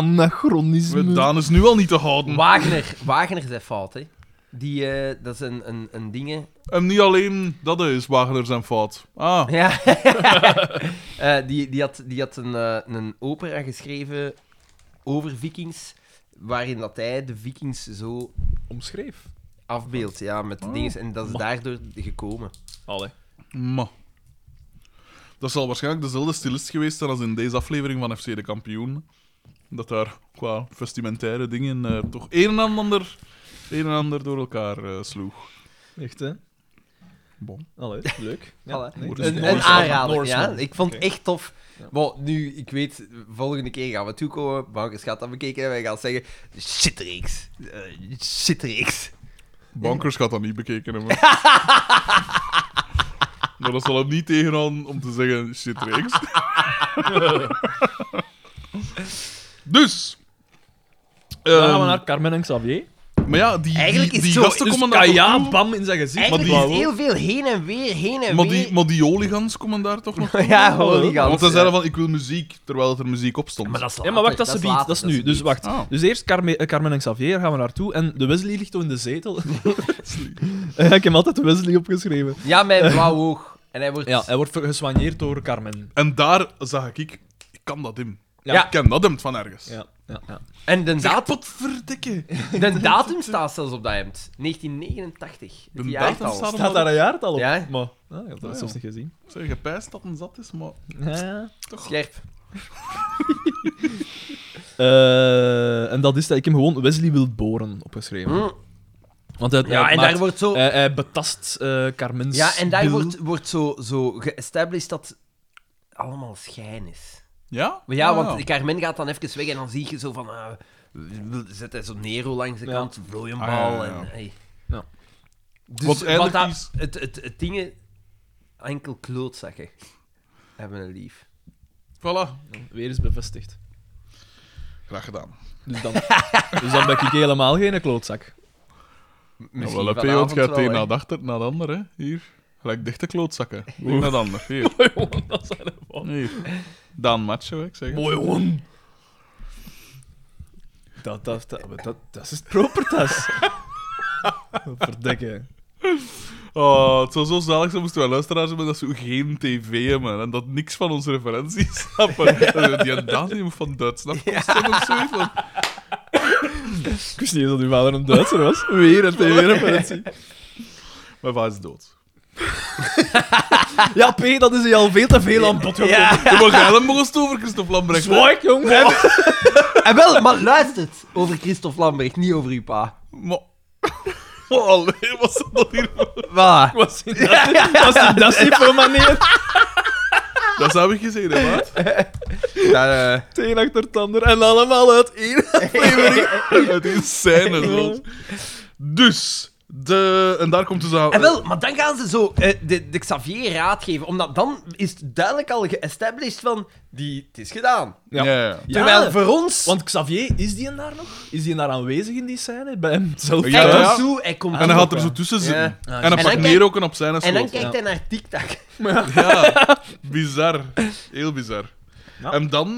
Speaker 3: anachronisme.
Speaker 2: We- Daan is nu al niet te houden.
Speaker 1: Wagner. Wagner zijn fout, hè. Die, eh, dat is een, een, een ding.
Speaker 2: En niet alleen dat is Wagner zijn fout. Ah,
Speaker 1: Ja. Eh, die, die had, die had een, eh, een opera geschreven over vikings, waarin dat hij de vikings zo
Speaker 3: Omschreef.
Speaker 1: afbeeldt, ja, met de
Speaker 2: Oh.
Speaker 1: dingen. En dat is daardoor gekomen.
Speaker 3: Allee.
Speaker 2: ma. Dat zal waarschijnlijk dezelfde stilist geweest zijn als in deze aflevering van FC De Kampioen. Dat daar qua vestimentaire dingen eh, toch een en ander, een en ander door elkaar eh, sloeg.
Speaker 3: Echt, hè?
Speaker 2: Bon.
Speaker 3: Allee, leuk.
Speaker 1: Voilà.
Speaker 2: nee, dat is
Speaker 1: Een,
Speaker 2: een
Speaker 1: een aanrader, ja.
Speaker 3: Norseman.
Speaker 1: Ik vond het
Speaker 3: Oké.
Speaker 1: echt tof.
Speaker 3: Ja.
Speaker 1: Maar nu, ik weet, volgende keer gaan we toekomen, Bankers gaat dat bekeken en wij gaan zeggen, shitreeks. Eh, shitreeks.
Speaker 2: Bankers gaat dat niet bekeken hebben. maar dat zal hem niet tegenhouden om te zeggen shit reeks. dus.
Speaker 3: Dan gaan we
Speaker 2: ehm,
Speaker 3: naar Carmen en Xavier.
Speaker 2: Maar ja, die,
Speaker 1: Eigenlijk
Speaker 2: die,
Speaker 1: is
Speaker 2: die
Speaker 1: zo-
Speaker 2: gasten
Speaker 1: dus
Speaker 2: komen daar toch
Speaker 3: Kaya,
Speaker 2: toe?
Speaker 3: bam, in zijn gezicht.
Speaker 1: Eigenlijk is
Speaker 3: maar
Speaker 1: het heel veel heen en weer, heen en
Speaker 2: Maar
Speaker 1: weer.
Speaker 2: die, maar die oligans komen daar toch nog toe?
Speaker 1: Ja, holigans.
Speaker 2: Want ze
Speaker 1: ja.
Speaker 2: zeiden van, ik wil muziek, terwijl er muziek op stond.
Speaker 1: Maar dat is later,
Speaker 3: Ja, maar wacht, dat is
Speaker 1: is
Speaker 3: ze beat.
Speaker 1: later,
Speaker 3: Dat is nu.
Speaker 1: ze
Speaker 3: Dus
Speaker 1: beat.
Speaker 3: wacht.
Speaker 2: Ah.
Speaker 3: Dus eerst Carme- eh, Carmen en Xavier gaan we naartoe. En de Wesley ligt toch in de zetel? Eh, Ik heb hem altijd Wesley opgeschreven.
Speaker 1: Ja, mijn blauw oog. En hij wordt...
Speaker 3: Ja, hij wordt gesoigneerd door Carmen.
Speaker 2: En daar zag ik, ik kan dat hem.
Speaker 1: Ja.
Speaker 2: Ik ken dat hem van ergens.
Speaker 3: Ja, ja, ja.
Speaker 1: En de,
Speaker 2: Zeg,
Speaker 1: datum,
Speaker 2: potverdikke.
Speaker 1: de datum staat zelfs op dat hemd. 1989.
Speaker 2: De
Speaker 1: Het
Speaker 2: datum
Speaker 1: jaartal.
Speaker 2: staat-
Speaker 3: Staat daar een jaartal op?
Speaker 1: Ja.
Speaker 3: Maar, ah, ik had dat
Speaker 2: Ah,
Speaker 3: zelfs
Speaker 2: ja.
Speaker 3: niet gezien.
Speaker 2: Zeg, gepijst dat hem zat is, maar... Toch.
Speaker 1: Scherp.
Speaker 3: Eh, en dat is dat ik hem gewoon Wesley wil boren opgeschreven.
Speaker 1: Hm.
Speaker 3: Want hij,
Speaker 1: Ja,
Speaker 3: hij
Speaker 1: en
Speaker 3: maakt-
Speaker 1: daar wordt zo...
Speaker 3: hij, hij betast eh Carmen's
Speaker 1: ja, en daar
Speaker 3: bil.
Speaker 1: wordt, wordt zo, zo geestablished dat het allemaal schijn is.
Speaker 2: Ja?
Speaker 1: Maar ja,
Speaker 2: Ah,
Speaker 1: want Carmen gaat dan even weg en dan zie je zo van... ah, zet hij zo Nero langs de
Speaker 3: Ja.
Speaker 1: kant, vlooien
Speaker 2: Ah, ja,
Speaker 1: bal
Speaker 2: ja, ja.
Speaker 1: en... Hey.
Speaker 3: Ja.
Speaker 1: Dus
Speaker 2: Want
Speaker 1: wat
Speaker 2: eigenlijk
Speaker 1: dat-
Speaker 2: is-
Speaker 1: het, het, het dingen... Enkel klootzakken hebben een lief.
Speaker 2: Voilà.
Speaker 3: Weer eens bevestigd.
Speaker 2: Graag gedaan.
Speaker 3: Dus dan, dus dan ben ik helemaal geen klootzak.
Speaker 2: Ja,
Speaker 1: Misschien
Speaker 2: wel, hè, P,
Speaker 1: vanavond
Speaker 2: want gaat
Speaker 1: wel,
Speaker 2: het een
Speaker 1: hè.
Speaker 2: na de achter, na de ander, hè. Hier. Gelijk dichte klootzakken. Eén na de ander. Hier.
Speaker 3: jongen, dat zijn er wel.
Speaker 2: Hier. Daan Macho, hè, ik zeg. het.
Speaker 3: Mooi jongen. Dat, dat, dat, maar dat, dat is het propertas. Verdekken.
Speaker 2: Oh, het zou zo zalig zijn moesten wij luisteraars hebben dat ze geen tv hebben en dat niks van onze referenties snappen. Die Daan die moet van Duits afkomst hebben of zoiets. want-
Speaker 3: Ik wist niet eens dat uw vader een Duitser was. Weer een tv-referentie.
Speaker 2: Mijn vader is dood.
Speaker 3: Ja, P, dat is hier al veel te veel aan bod gekomen.
Speaker 2: Je mag helemaal mogen over Christophe Lambrecht. hè?
Speaker 3: Zwaai, jongen.
Speaker 1: En Eh, wel, maar luistert over Christophe Lambrecht, niet over uw pa.
Speaker 2: Maar... Oh, allee, was dat dan hier?
Speaker 1: Voilà.
Speaker 3: Was in dat, was in dat niet voor manier?
Speaker 2: Dat zou ik gezien hebben, maat.
Speaker 1: Ja, eh,
Speaker 3: Teen achter het ander en allemaal uit één.
Speaker 2: Het is zijn, dus. De, en daar komt dus aan...
Speaker 1: En wel, maar dan gaan ze zo eh, de, de Xavier raad geven, omdat dan is het duidelijk al geëstablished van, die, het is gedaan.
Speaker 2: ja. Ja, ja.
Speaker 4: Ja,
Speaker 1: Terwijl voor ons,
Speaker 4: Want Xavier, is die daar nog? Is die daar aanwezig in die scène? Bij hem zelf?
Speaker 1: hij
Speaker 2: Ja,
Speaker 1: komt
Speaker 2: ja.
Speaker 1: toe, hij komt
Speaker 2: En
Speaker 1: toe.
Speaker 2: hij gaat er zo tussen
Speaker 1: Ja.
Speaker 2: zitten.
Speaker 1: Ah, ja.
Speaker 2: En
Speaker 1: En
Speaker 2: hij pakt
Speaker 1: dan
Speaker 2: neer ook een op zijn en
Speaker 1: En dan
Speaker 2: sloot.
Speaker 1: kijkt hij naar TikTok.
Speaker 2: Ja, bizar. Heel bizar.
Speaker 4: Ja.
Speaker 2: En dan... eh,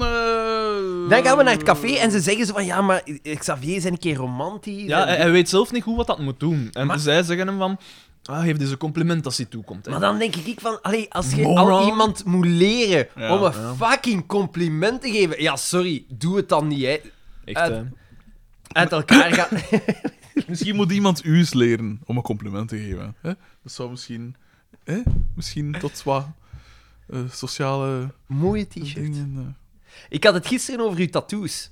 Speaker 1: Dan gaan we naar het café en ze zeggen zo van, ja, maar Xavier is een keer romantisch.
Speaker 4: Ja,
Speaker 1: en-
Speaker 2: eh,
Speaker 4: hij, hij weet zelf niet goed wat dat moet doen. En
Speaker 1: Maar-
Speaker 4: zij zeggen hem van... Ah, geef deze compliment als hij toekomt. hè.
Speaker 1: Maar dan denk ik van, allee, als je
Speaker 4: Moron.
Speaker 1: al iemand moet leren
Speaker 2: Ja.
Speaker 1: om een fucking compliment te geven, ja, sorry, doe het dan niet, hè.
Speaker 4: Echt,
Speaker 1: uit-
Speaker 4: hè.
Speaker 1: Uit elkaar gaan...
Speaker 2: Misschien moet iemand u eens leren om een compliment te geven. Hè? Dat zou misschien... Hè? Misschien tot wat... eh, sociale
Speaker 1: Mooie t-shirt.
Speaker 2: dingen... eh.
Speaker 1: Ik had het gisteren over uw tattoos.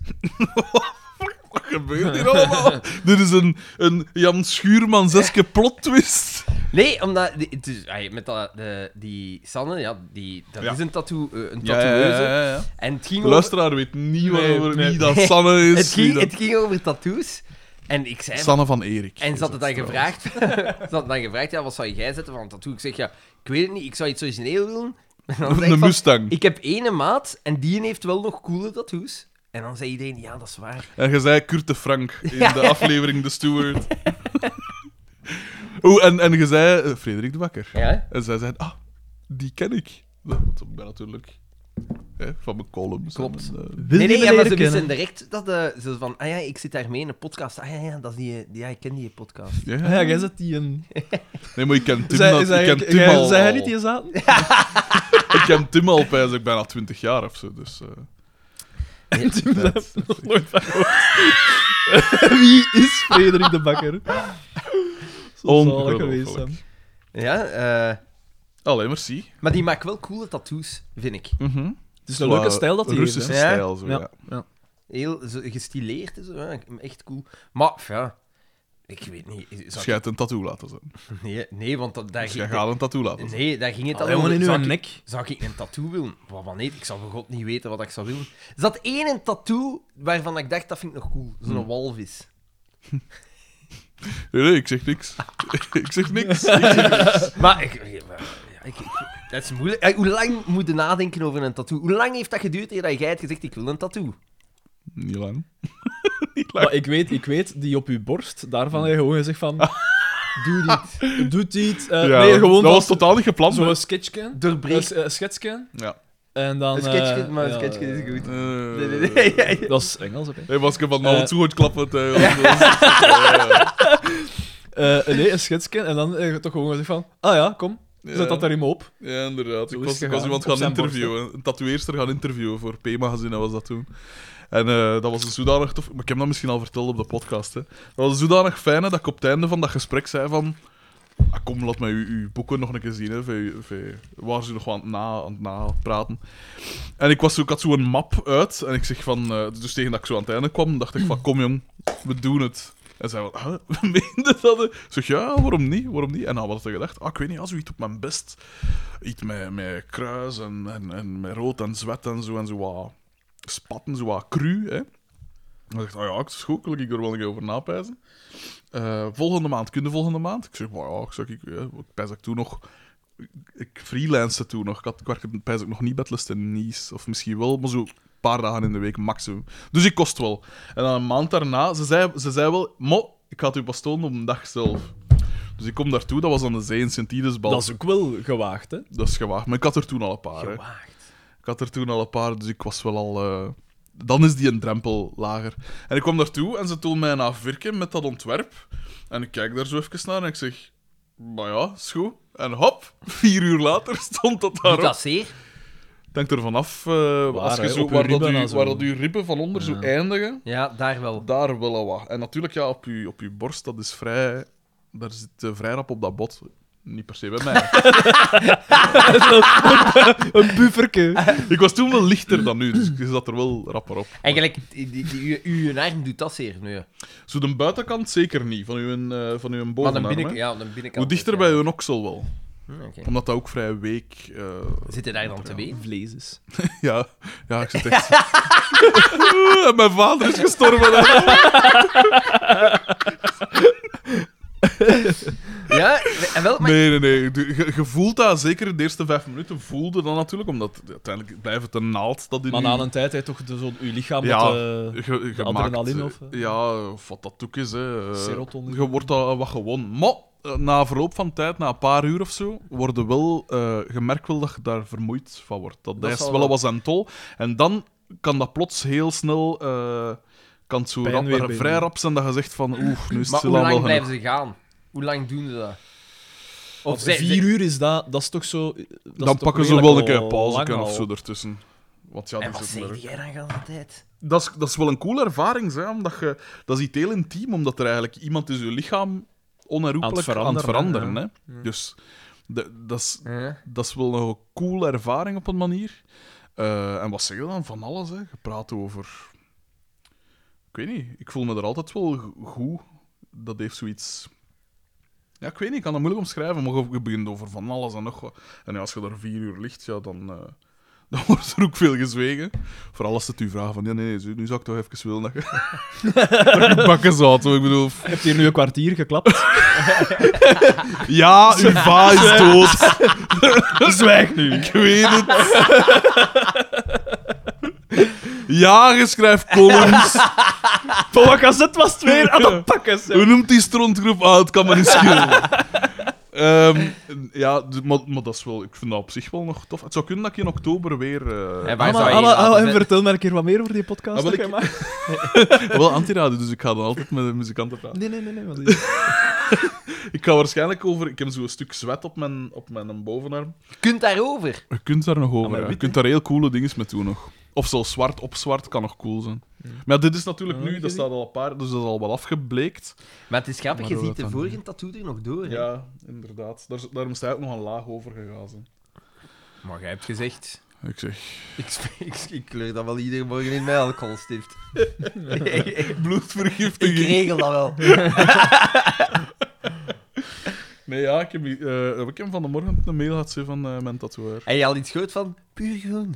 Speaker 2: Wat gebeurt hier allemaal? Dit is een, een Jan Schuurman-zeske plot twist.
Speaker 1: Nee, omdat... die- Het is, ay, met dat, de, die Sanne, ja, die, dat
Speaker 2: Ja.
Speaker 1: is een tattoo, eh, een tattooeuse. En het ging
Speaker 2: De
Speaker 1: over,
Speaker 2: luisteraar weet niet
Speaker 4: Nee,
Speaker 2: waarover
Speaker 4: nee.
Speaker 2: wie dat
Speaker 1: Nee.
Speaker 2: Sanne is.
Speaker 1: het
Speaker 2: wie
Speaker 1: ging,
Speaker 2: dat-
Speaker 1: het ging over tattoos. En ik zei...
Speaker 2: Sanne van Erik.
Speaker 1: En
Speaker 2: is
Speaker 1: ze had het dan
Speaker 2: trouwens.
Speaker 1: gevraagd, ze had dan gevraagd ja, wat zou jij zetten van een tattoo? Ik zeg, ja, ik weet het niet, ik zou iets origineel doen. En dan zeg ik
Speaker 2: Een
Speaker 1: van,
Speaker 2: Mustang.
Speaker 1: Ik heb ene maat en die heeft wel nog coole tattoos. En dan zei iedereen, ja, dat is waar.
Speaker 2: En je zei Kurt de Frank in de aflevering De Steward. Oeh, en, en je zei eh, Frederik de Bakker.
Speaker 1: Ja?
Speaker 2: En zij zei, ah, die ken ik. Want ik ben natuurlijk hè, van mijn columns.
Speaker 1: Klopt.
Speaker 2: en, eh,
Speaker 4: Wil
Speaker 1: nee,
Speaker 4: die
Speaker 1: nee, ja, maar ze
Speaker 4: leren kennen?
Speaker 1: wisten direct dat eh, ze van, ah ja, ik zit daar mee in een podcast. Ah ja, ja, dat is die, die- ja, ik ken die podcast.
Speaker 2: ja,
Speaker 4: Ah
Speaker 2: ja.
Speaker 4: Ja, jij zet die een...
Speaker 2: Nee, maar ik ken Tim,
Speaker 4: Zij-
Speaker 2: dat-
Speaker 4: zij-
Speaker 2: ik ken Tim
Speaker 4: jij-
Speaker 2: al.
Speaker 4: Zij hij niet die zaten?
Speaker 2: Ik ken Tim al bij ik bijna 20 jaar of zo. Dus, eh,
Speaker 4: Tim
Speaker 2: dat-
Speaker 4: heeft nog nooit van gehoord. Wie is Frederik de Bakker? Zo zalig
Speaker 2: Ongelooflijk.
Speaker 4: geweest zijn.
Speaker 1: Ja, eh,
Speaker 2: Allee, merci.
Speaker 1: maar die maakt wel coole tattoos, vind ik.
Speaker 4: Mm.
Speaker 2: Mhm.
Speaker 4: Het is een leuke
Speaker 2: Wat
Speaker 4: stijl dat hij heeft.
Speaker 2: Russische
Speaker 1: heeft, hè?
Speaker 2: stijl, zo,
Speaker 4: hè.
Speaker 2: ja.
Speaker 4: Ja. Ja.
Speaker 1: Heel zo, gestileerd, en zo, ja, echt cool. Maar, ja, ik weet niet. zou ik-
Speaker 2: Dus jij hebt een tattoo laten zijn.
Speaker 1: nee, nee, want dat, daar,
Speaker 2: Dus jij
Speaker 1: ging,
Speaker 2: gaat een tattoo laten zijn.
Speaker 1: nee, daar ging het al
Speaker 4: Allee, gewoon in
Speaker 1: Zou
Speaker 4: uw
Speaker 1: ik-
Speaker 4: nek.
Speaker 1: Zou ik een tattoo willen? Wat van nee, ik zou voor god niet weten wat ik zou willen. Er zat één tattoo waarvan ik dacht, dat vind ik nog cool. Zo'n
Speaker 4: Mm.
Speaker 1: walvis.
Speaker 2: Nee, nee, ik zeg niks. ik zeg niks.
Speaker 1: Maar ik... ja, maar- ja, ik- ik- dat is moeilijk. Eh, Hoe lang moet je nadenken over een tattoo? Hoe lang heeft dat geduurd eer dat jij hebt gezegd, ik wil een tattoo?
Speaker 2: Niet lang.
Speaker 4: Maar ik weet, ik weet, die op uw borst, daarvan heb je gewoon gezegd van... Doe dit. Doe dit. eh,
Speaker 2: Ja,
Speaker 4: nee, gewoon
Speaker 2: dat
Speaker 4: van-
Speaker 2: was totaal niet gepland. hè.
Speaker 4: Zo'n sketchje.
Speaker 1: Doorbreek.
Speaker 4: Een schetsje.
Speaker 2: Ja.
Speaker 4: En dan...
Speaker 1: Een sketchje,
Speaker 4: eh,
Speaker 1: maar een
Speaker 4: ja,
Speaker 1: sketchje
Speaker 4: ja,
Speaker 1: is
Speaker 4: ja.
Speaker 1: goed.
Speaker 2: Eh,
Speaker 1: Nee, nee, nee. ja, ja.
Speaker 4: Dat is Engels, oké.
Speaker 2: Hey, was ik van
Speaker 4: Eh.
Speaker 2: nou zo goed klappen. hè, want, eh,
Speaker 4: Eh, nee, een schetsje. En dan heb je toch gewoon gezegd van... Ah ja, kom.
Speaker 2: Ja.
Speaker 4: Zet dat er in me op.
Speaker 2: Ja, inderdaad.
Speaker 4: Zo
Speaker 2: Ik
Speaker 4: is
Speaker 2: was,
Speaker 4: het
Speaker 2: ik was
Speaker 4: gegaan.
Speaker 2: iemand
Speaker 4: Op
Speaker 2: gaan
Speaker 4: zijn
Speaker 2: interviewen. Een tatoeëerster gaan interviewen voor P-magazine was dat toen. En eh, dat was een zodanig tof... Maar ik heb dat misschien al verteld op de podcast, hè. Dat was een zodanig fijne dat ik op het einde van dat gesprek zei van... "Ah, kom, laat mij uw, uw boeken nog een keer zien, hè. Van uw- van uw- Waar ze nog aan het, na, aan het napraten. En ik, was zo, ik had zo'n map uit. En ik zeg van... eh, dus tegen dat ik zo aan het einde kwam, dacht ik van... Kom, jong. We doen het. En zij van, huh? we meenden dat? hè?" Ik zeg, ja, waarom niet? Waarom niet? En dan had ik gedacht, ah, ik weet niet, als iets op mijn best iets met, met kruis en, en, en met rood en zwet en zo en zo wat spatten, zo wat cru. Hè. En dan dacht ik, ah ja, het is goed, kan ik er wel een keer over napijzen. Eh, volgende maand, kun je volgende maand? Ik zeg, maar ja, ik, zeg, ik, eh, ik pijs dat ik toen nog... Ik freelance toen nog. Ik, had, ik werkte pijs ik nog niet bij het Lust in Nice. Of misschien wel, maar zo een paar dagen in de week maximum. Dus ik kost wel. En dan een maand daarna, ze zei, ze zei wel, mo, ik ga het u pas tonen op een dag zelf. Dus ik kom daartoe, dat was aan de zee in Sint-Idesbal.
Speaker 4: Dat is ook wel gewaagd, hè.
Speaker 2: Dat is gewaagd. Maar ik had er toen al een
Speaker 4: eh,
Speaker 2: paar. Hè.
Speaker 1: Gewaagd.
Speaker 2: Ik had er toen al een paar, dus ik was wel al... eh, Dan is die een drempel lager. En ik kwam daartoe en ze toonde mij een afwerken met dat ontwerp. En ik kijk daar zo even naar en ik zeg... Maar ja, is goed. En hop, vier uur later stond dat
Speaker 1: Doet
Speaker 2: daarop.
Speaker 1: dat zeer?
Speaker 2: Het hangt ervan af eh, als
Speaker 4: hè,
Speaker 2: je zo,
Speaker 4: op uw
Speaker 2: waar, dat
Speaker 4: ribben
Speaker 2: uw-
Speaker 4: en zo.
Speaker 2: waar dat uw ribben van onder zo eindigen.
Speaker 1: Ja, daar wel.
Speaker 2: Daar wel al wat. En natuurlijk, ja, op je, op uw borst, dat is vrij... Daar zit eh, vrij rap op dat bot. Niet per se bij mij.
Speaker 4: Een bufferke.
Speaker 2: ik was toen wel lichter dan nu, dus ik zat er wel rapper op.
Speaker 1: Eigenlijk, die, die, die, uw, uw arm doet dat zeer nu.
Speaker 2: Zo de buitenkant zeker niet, van uw, eh, van uw
Speaker 1: Maar
Speaker 2: bovenarm.
Speaker 1: dan
Speaker 2: hè.
Speaker 1: binnenkant... Ja, dan binnenkant
Speaker 2: Hoe dichter
Speaker 1: ja.
Speaker 2: bij uw oksel wel.
Speaker 1: Hm, oké.
Speaker 2: Omdat dat ook vrij week... eh,
Speaker 1: Zit je daar dan te weten?
Speaker 4: Vlees is.
Speaker 2: ja, ja, ik zit echt... En Mijn vader is gestorven. hè.
Speaker 1: Ja, en wel, maar
Speaker 2: Nee, nee, nee. De- Je, je voelt dat, zeker de eerste vijf minuten voelde dat natuurlijk, omdat uiteindelijk blijft het een naald dat in
Speaker 3: Maar
Speaker 2: je-
Speaker 3: na een tijd heeft toch de, zo, je lichaam
Speaker 2: Ja.
Speaker 3: wat, eh,
Speaker 2: Je, je maakt,
Speaker 3: adrenaline
Speaker 2: eh,
Speaker 3: of, eh?
Speaker 2: Ja, of wat dat ook is. Hè. eh,
Speaker 3: Serotonine.
Speaker 2: Je wordt daar wat gewoon. Maar eh, na verloop van tijd, na een paar uur of zo, worden wel, eh je merkt wel dat je daar vermoeid van wordt. Dat,
Speaker 1: Dat
Speaker 2: dat is
Speaker 1: zal
Speaker 2: wel
Speaker 1: wel.
Speaker 2: wat aan tol. En dan kan dat plots heel snel... eh, kan het zo
Speaker 3: Pijn
Speaker 2: rap,
Speaker 3: weer bij
Speaker 2: vrij
Speaker 3: je.
Speaker 2: rap zijn dat je zegt van... Oeh, nu is het
Speaker 1: maar hoe
Speaker 2: stilaan wel
Speaker 1: lang
Speaker 2: genoeg.
Speaker 1: blijven ze gaan? Hoe lang doen ze dat? Of
Speaker 3: want
Speaker 1: ze,
Speaker 3: vier
Speaker 1: ze-
Speaker 3: uur is dat, dat is toch zo. dat is
Speaker 2: Dan
Speaker 3: toch
Speaker 2: pakken ze
Speaker 3: redelijk
Speaker 2: wel een keer
Speaker 3: al
Speaker 2: pauze
Speaker 3: lang
Speaker 2: kunnen of
Speaker 3: al.
Speaker 2: zo ertussen. Want ja,
Speaker 1: En
Speaker 2: dat
Speaker 1: wat
Speaker 2: is, ook
Speaker 1: zeg
Speaker 2: leuk.
Speaker 1: jij dan de tijd?
Speaker 2: dat, is, dat is wel een coole ervaring, hè, omdat je, dat is iets heel intiem, omdat er eigenlijk iemand is je lichaam onherroepelijk aan het veranderen.
Speaker 3: veranderen,
Speaker 2: hè. Dus de- dat, is,
Speaker 1: Ja.
Speaker 2: dat is wel een coole ervaring op een manier. Eh, en wat zeg je dan? Van alles, hè? Je praat over... Ik weet niet, ik voel me er altijd wel go- goed. Dat heeft zoiets... Ja, ik weet niet, ik kan dat moeilijk omschrijven, maar je- je begint over van alles en nog wat. En ja, als je er vier uur ligt, ja, dan, eh, dan wordt er ook veel gezwegen. Vooral als ze het u vragen van, ja, nee, nee, nu zou ik toch even willen dat je, dat je bakken zat. Ik bedoel,
Speaker 3: Heb je hier nu een kwartier geklapt?
Speaker 2: ja, uw va is dood.
Speaker 3: Zwijg nu!
Speaker 2: Ik weet het. Ja, je schrijft columns.
Speaker 3: Van wat cassette was het weer aan het pakken? zeg.
Speaker 2: Hoe noemt die strontgroep? Ah, het kan me niet schelen. Ehm, ja, d- maar, maar dat is wel... Ik vind dat op zich wel nog tof. Het zou kunnen dat ik in oktober weer... eh,
Speaker 1: En waar
Speaker 3: Anna,
Speaker 1: zou je
Speaker 3: Anna,
Speaker 1: laten
Speaker 3: Anna, en
Speaker 1: zetten?
Speaker 3: vertel maar een keer wat meer over die podcast.
Speaker 2: Ah, wel,
Speaker 3: dat
Speaker 2: ik-
Speaker 3: jij maakt.
Speaker 2: Wel antiraden, dus ik ga dan altijd met de muzikanten praten.
Speaker 3: Nee, nee, nee. nee want die-
Speaker 2: Ik ga waarschijnlijk over... Ik heb zo'n stuk zwet op mijn, op mijn bovenarm.
Speaker 1: Je kunt daarover.
Speaker 2: Je kunt daar nog over.
Speaker 3: maar
Speaker 2: ja. Je
Speaker 3: wit,
Speaker 2: kunt daar heel coole dingen mee doen nog. Of zelfs zwart op zwart kan nog cool zijn. Maar ja, dit is natuurlijk
Speaker 3: Ja,
Speaker 2: nu,
Speaker 3: gezien.
Speaker 2: dat staat al een paar, dus dat is al wel afgebleekt.
Speaker 1: Maar het is grappig,
Speaker 2: Maar
Speaker 1: je
Speaker 2: hoe
Speaker 1: ziet
Speaker 2: dat
Speaker 1: de
Speaker 2: dan-
Speaker 1: vorige tattoo er nog door. hè?
Speaker 2: Ja, inderdaad. Daar, daarom sta ik nog een laag over gegaan. zijn.
Speaker 1: Maar jij hebt gezegd...
Speaker 2: Ik zeg...
Speaker 1: Ik, sp- ik, ik kleur dat wel iedere morgen in mijn alcoholstift. ik
Speaker 2: Bloedvergiftiging.
Speaker 1: regel dat wel.
Speaker 2: Nee, ja, ik heb, hier, eh, heb ik hem vanmorgen een mail gehad ze van eh, mijn tatoeëer.
Speaker 1: En je al iets gehoord van puur groen?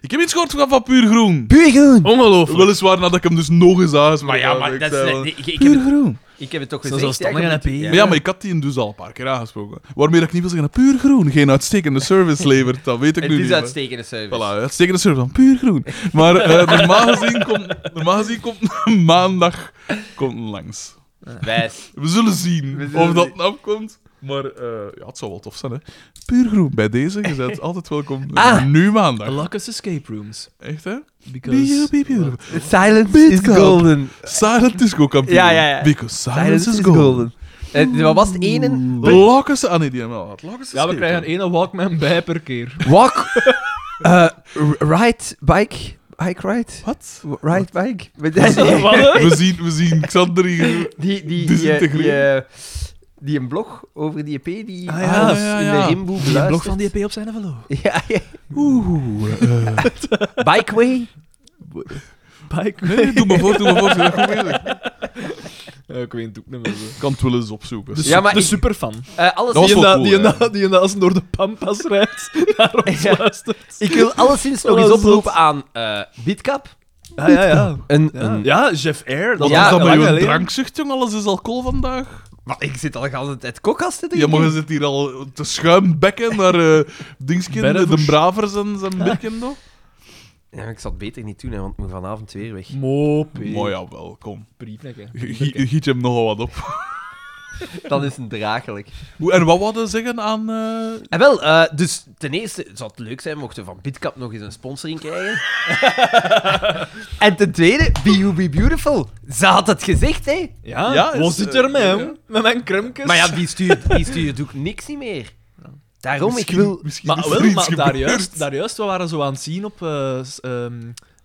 Speaker 2: Ik heb iets gehoord van, van Puur Groen.
Speaker 1: Puur groen!
Speaker 3: Ongelooflijk.
Speaker 2: Weliswaar nadat ik hem dus nog eens aangesproken
Speaker 1: Maar ja,
Speaker 2: had,
Speaker 1: maar
Speaker 2: ik
Speaker 1: dat is...
Speaker 2: zei
Speaker 1: nee,
Speaker 2: wel,
Speaker 1: ik, ik, heb,
Speaker 2: Puur
Speaker 1: het-
Speaker 2: Groen.
Speaker 1: ik heb het toch
Speaker 3: Zo
Speaker 1: gezegd.
Speaker 3: zelfstandig
Speaker 1: ja,
Speaker 3: en
Speaker 1: ik heb het-
Speaker 3: happy.
Speaker 1: ja.
Speaker 2: Maar ja, maar ik had die dus al een paar keer aangesproken. Waarmee dat ik niet wil zeggen, dat Puur Groen geen uitstekende service levert, dat weet ik
Speaker 1: Het
Speaker 2: nu niet.
Speaker 1: is
Speaker 2: hè.
Speaker 1: uitstekende service.
Speaker 2: Voilà, uitstekende service van Puur Groen. Maar eh normaal gezien komt, normaal gezien komt maandag komt langs.
Speaker 1: Wijs.
Speaker 2: We zullen zien
Speaker 1: We zullen
Speaker 2: of dat
Speaker 1: zien.
Speaker 2: afkomt. Maar eh, ja, het zou wel tof zijn, hè. Puur groen bij deze. Je bent altijd welkom.
Speaker 1: Ah.
Speaker 2: Nu maandag.
Speaker 3: Lucas Escape Rooms.
Speaker 2: Echt, hè?
Speaker 3: Because...
Speaker 2: Be you, be beautiful.
Speaker 1: Silence
Speaker 2: is golden. Silent disco kampioen.
Speaker 1: Ja, ja, ja.
Speaker 2: Because silence, is golden.
Speaker 1: Eh, wat was het ene?
Speaker 2: Lokken Lokken ze aan ah, die DML. had. Lokken ze
Speaker 3: Ja, we
Speaker 2: steken.
Speaker 3: krijgen één Walkman bij per keer.
Speaker 1: Walk. eh, r- ride bike. Hike ride.
Speaker 2: Wat?
Speaker 1: Ride bike. Met-
Speaker 2: We zien, we zien Xander hier.
Speaker 1: Die, die, die, eh, die,
Speaker 2: Disintegreer.
Speaker 1: eh, die een blog over die EP die
Speaker 3: Ah, ja,
Speaker 1: alles
Speaker 2: ja, ja,
Speaker 1: in de
Speaker 2: ja.
Speaker 1: rimboe
Speaker 3: Die blok
Speaker 1: beluistert.
Speaker 3: van die E EP op zijn velo.
Speaker 1: Ja, ja.
Speaker 2: Oeh. eh,
Speaker 1: Bikeway.
Speaker 3: Bike.
Speaker 2: nee, doe me voor, doe me voor. Ik ben goed bezig.
Speaker 3: ik weet het ook niet meer zo.
Speaker 2: Ik kan het wel eens opzoeken.
Speaker 3: De,
Speaker 1: Ja,
Speaker 3: ja,
Speaker 1: maar
Speaker 3: de
Speaker 1: ik-
Speaker 3: superfan.
Speaker 1: Eh, alles
Speaker 2: Dat was
Speaker 3: Die en
Speaker 2: wel
Speaker 3: dat-
Speaker 2: cool,
Speaker 3: die en
Speaker 2: hè.
Speaker 3: dat- Die en dat als door de pampas rijdt, naar ons
Speaker 1: Ja.
Speaker 3: luistert.
Speaker 1: Ik wil alleszins nog
Speaker 3: Oh,
Speaker 1: eens
Speaker 3: zot.
Speaker 1: oproepen aan eh Bitcap.
Speaker 3: Ja, ja, ja.
Speaker 1: Een,
Speaker 3: Ja,
Speaker 1: een...
Speaker 3: ja Jeff Air. Dat
Speaker 2: Wat
Speaker 1: Ja,
Speaker 2: is dat
Speaker 3: bij
Speaker 2: bij je drankzucht, jong? Alles is alcohol vandaag.
Speaker 1: Maar ik zit al de hele tijd kokkasten te
Speaker 2: Ja, maar je
Speaker 1: drinken.
Speaker 2: zit hier al te schuimbekken naar eh Dingskind,
Speaker 3: Bervoers.
Speaker 2: de Bravers en zijn Birkendo.
Speaker 1: Ja, maar ik zal het beter niet doen, hè, want ik moet vanavond weer weg.
Speaker 3: Mopie.
Speaker 2: Maar ja, wel, kom.
Speaker 3: Briefnekken.
Speaker 2: Gie- Giet je hem nogal wat op.
Speaker 1: Dat is een draaglijk.
Speaker 2: Hoe- En wat wouden we zeggen aan... eh,
Speaker 1: En wel, eh, dus ten eerste zou het leuk zijn mochten we van Bitcap nog eens een sponsoring krijgen. en ten tweede, Be You Be Beautiful. Ze had het gezegd, hè.
Speaker 3: Ja,
Speaker 2: Ja, is-
Speaker 3: wat zit er met
Speaker 2: eh,
Speaker 3: hem?
Speaker 2: ja.
Speaker 3: Met mijn kremkes?
Speaker 1: Maar ja, die stuurt, die stuurt ook niks niet meer. Daarom, ik
Speaker 2: misschien-
Speaker 1: wil...
Speaker 2: Misschien
Speaker 3: Maar,
Speaker 2: is
Speaker 3: wel,
Speaker 2: er iets
Speaker 3: maar
Speaker 2: gebeurd.
Speaker 3: daar juist, daar juist, we waren zo aan het zien op... eh s- ehm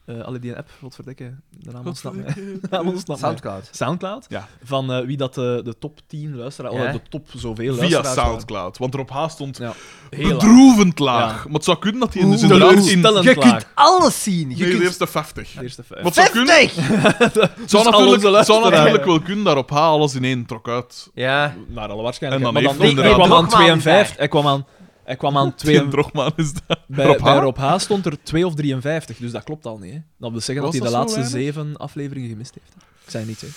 Speaker 3: eh allee, die app, wat verdekken. De naam ontsnapt mij. De naam ontsnapt mij.
Speaker 1: Soundcloud.
Speaker 3: Soundcloud?
Speaker 2: Ja.
Speaker 3: Van eh, wie dat de, de top 10 luisteraars...
Speaker 1: Ja.
Speaker 3: Oh, de top zoveel
Speaker 2: Via
Speaker 3: luisteraars...
Speaker 2: Soundcloud, want erop haast stond
Speaker 3: Ja. Heel laag.
Speaker 2: bedroevend laag. Maar het zou kunnen dat hij in
Speaker 3: Oeh,
Speaker 2: dus inderdaad in
Speaker 3: teleurstellend
Speaker 1: Je
Speaker 3: laag.
Speaker 1: kunt alles zien. Je
Speaker 2: nee, de
Speaker 1: kunt...
Speaker 2: eerste 50.
Speaker 3: De eerste vijf.
Speaker 2: Wat zou kunnen?
Speaker 1: 50!
Speaker 2: Het zou,
Speaker 3: Dus al
Speaker 2: natuurlijk,
Speaker 3: onze
Speaker 2: het zou
Speaker 3: luisteraars.
Speaker 2: natuurlijk wel kunnen, daarop ha, alles in één trok uit.
Speaker 1: Ja.
Speaker 3: Naar alle waarschijnlijkheid.
Speaker 2: En dan
Speaker 3: Maar
Speaker 2: heeft
Speaker 3: hij
Speaker 2: hij
Speaker 3: kwam aan
Speaker 1: inderdaad-
Speaker 3: 52. Hij kwam aan... Hij kwam aan
Speaker 2: Twee... Geen
Speaker 3: 52.
Speaker 2: drogman is dat.
Speaker 3: Bij
Speaker 2: Rob
Speaker 3: Rob,
Speaker 2: H?
Speaker 3: bij Rob H stond er 2 of 53, dus dat klopt al niet. Hè? Dat wil zeggen
Speaker 2: Was
Speaker 3: dat hij
Speaker 2: dat
Speaker 3: de
Speaker 2: zo
Speaker 3: laatste
Speaker 2: weinig?
Speaker 3: zeven afleveringen gemist heeft. Ik zei niet, hè.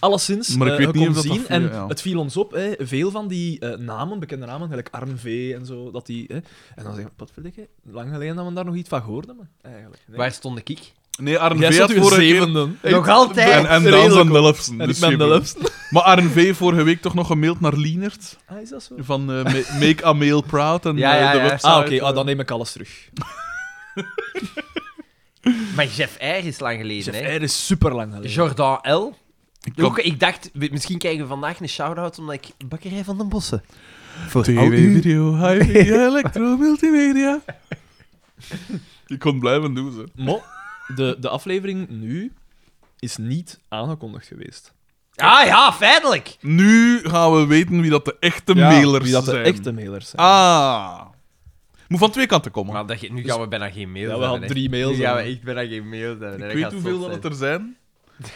Speaker 3: Alleszins,
Speaker 2: Maar ik
Speaker 3: eh,
Speaker 2: weet
Speaker 3: je
Speaker 2: niet
Speaker 3: kon
Speaker 2: of dat
Speaker 3: zien,
Speaker 2: dat
Speaker 3: en
Speaker 2: viel, ja.
Speaker 3: het viel ons op, hè, veel van die eh, namen, bekende namen, gelijk Arm V en zo, dat die... Hè, en dan zeg ik, potverdikke, lang geleden dat we daar nog iets van hoorden, maar eigenlijk... nee.
Speaker 1: Waar stond ik?
Speaker 2: Nee, Arne
Speaker 3: Jij
Speaker 2: V
Speaker 3: zat
Speaker 2: had
Speaker 3: uw
Speaker 2: vorige keer...
Speaker 3: zevende.
Speaker 1: Nog
Speaker 3: Ik-
Speaker 1: altijd.
Speaker 2: En, en Daan
Speaker 3: Redelijk
Speaker 2: zijn
Speaker 3: op.
Speaker 2: Delfsen.
Speaker 3: En ik
Speaker 2: Dus
Speaker 3: ben de
Speaker 2: geen
Speaker 3: lefste.
Speaker 2: probleem. Maar Arne V vorige week toch nog gemaild naar Lienert.
Speaker 3: Ah, is dat zo?
Speaker 2: Van eh, Ma- Make a Mail Proud en
Speaker 1: Ja,
Speaker 2: eh,
Speaker 1: ja,
Speaker 2: de
Speaker 1: ja.
Speaker 2: website.
Speaker 3: Ah, oké, ah,
Speaker 2: eh.
Speaker 3: dan neem ik alles terug.
Speaker 1: Maar Jeff Eyre is lang geleden,
Speaker 3: Chef
Speaker 1: hè?
Speaker 3: R is super lang geleden.
Speaker 1: Jordan L.
Speaker 2: Ik kan-
Speaker 1: Jokke, ik dacht, we- misschien krijgen we vandaag een shout-out omdat ik Bakkerij van den Bossen. Voor al
Speaker 2: TV,
Speaker 1: uw-
Speaker 2: video,
Speaker 3: Oh.
Speaker 2: hi, elektro, multimedia. Je kon blijven doen, ze.
Speaker 3: Mo, de, de aflevering nu is niet aangekondigd geweest.
Speaker 1: Ah ja, feitelijk!
Speaker 2: Nu gaan we weten wie dat de echte
Speaker 3: Ja,
Speaker 2: mailers
Speaker 3: wie dat de
Speaker 2: zijn.
Speaker 3: echte mailers zijn.
Speaker 2: Ah. Moet van twee kanten komen.
Speaker 1: Maar dat, ge- nu gaan we bijna geen mails
Speaker 3: Ja, we
Speaker 1: hebben,
Speaker 3: hadden
Speaker 1: hè.
Speaker 3: drie mails
Speaker 1: Nu gaan we
Speaker 3: hebben.
Speaker 1: echt bijna geen mails hebben.
Speaker 2: ik weet hoeveel dat het er zijn.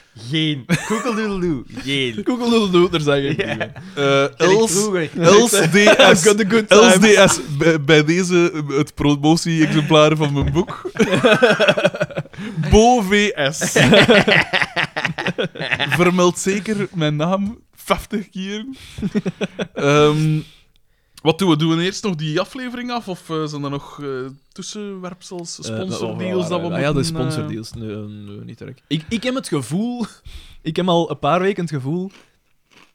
Speaker 1: Geen. Koekeldoedeldoe. Geen.
Speaker 3: Google doet doet, er zijn geen
Speaker 1: Ja.
Speaker 3: brieven.
Speaker 2: Eh
Speaker 1: Els.
Speaker 2: Els, Els
Speaker 3: I've
Speaker 2: DS.
Speaker 3: got a good
Speaker 2: Els
Speaker 3: time.
Speaker 2: DS. Bij, bij deze eh, het promotie-exemplaar van mijn boek. Bo VS. Vermeld zeker mijn naam 50 keer. Ehm, wat doen we? Doen we eerst nog die aflevering af? Of eh, zijn er nog eh, tussenwerpsels,
Speaker 3: Eh,
Speaker 2: sponsordeals? dat we
Speaker 3: Ah Ja, de
Speaker 2: moeten, eh,
Speaker 3: sponsordeals. Nee, nee, niet direct. Ik, ik heb het gevoel... Ik heb al een paar weken het gevoel...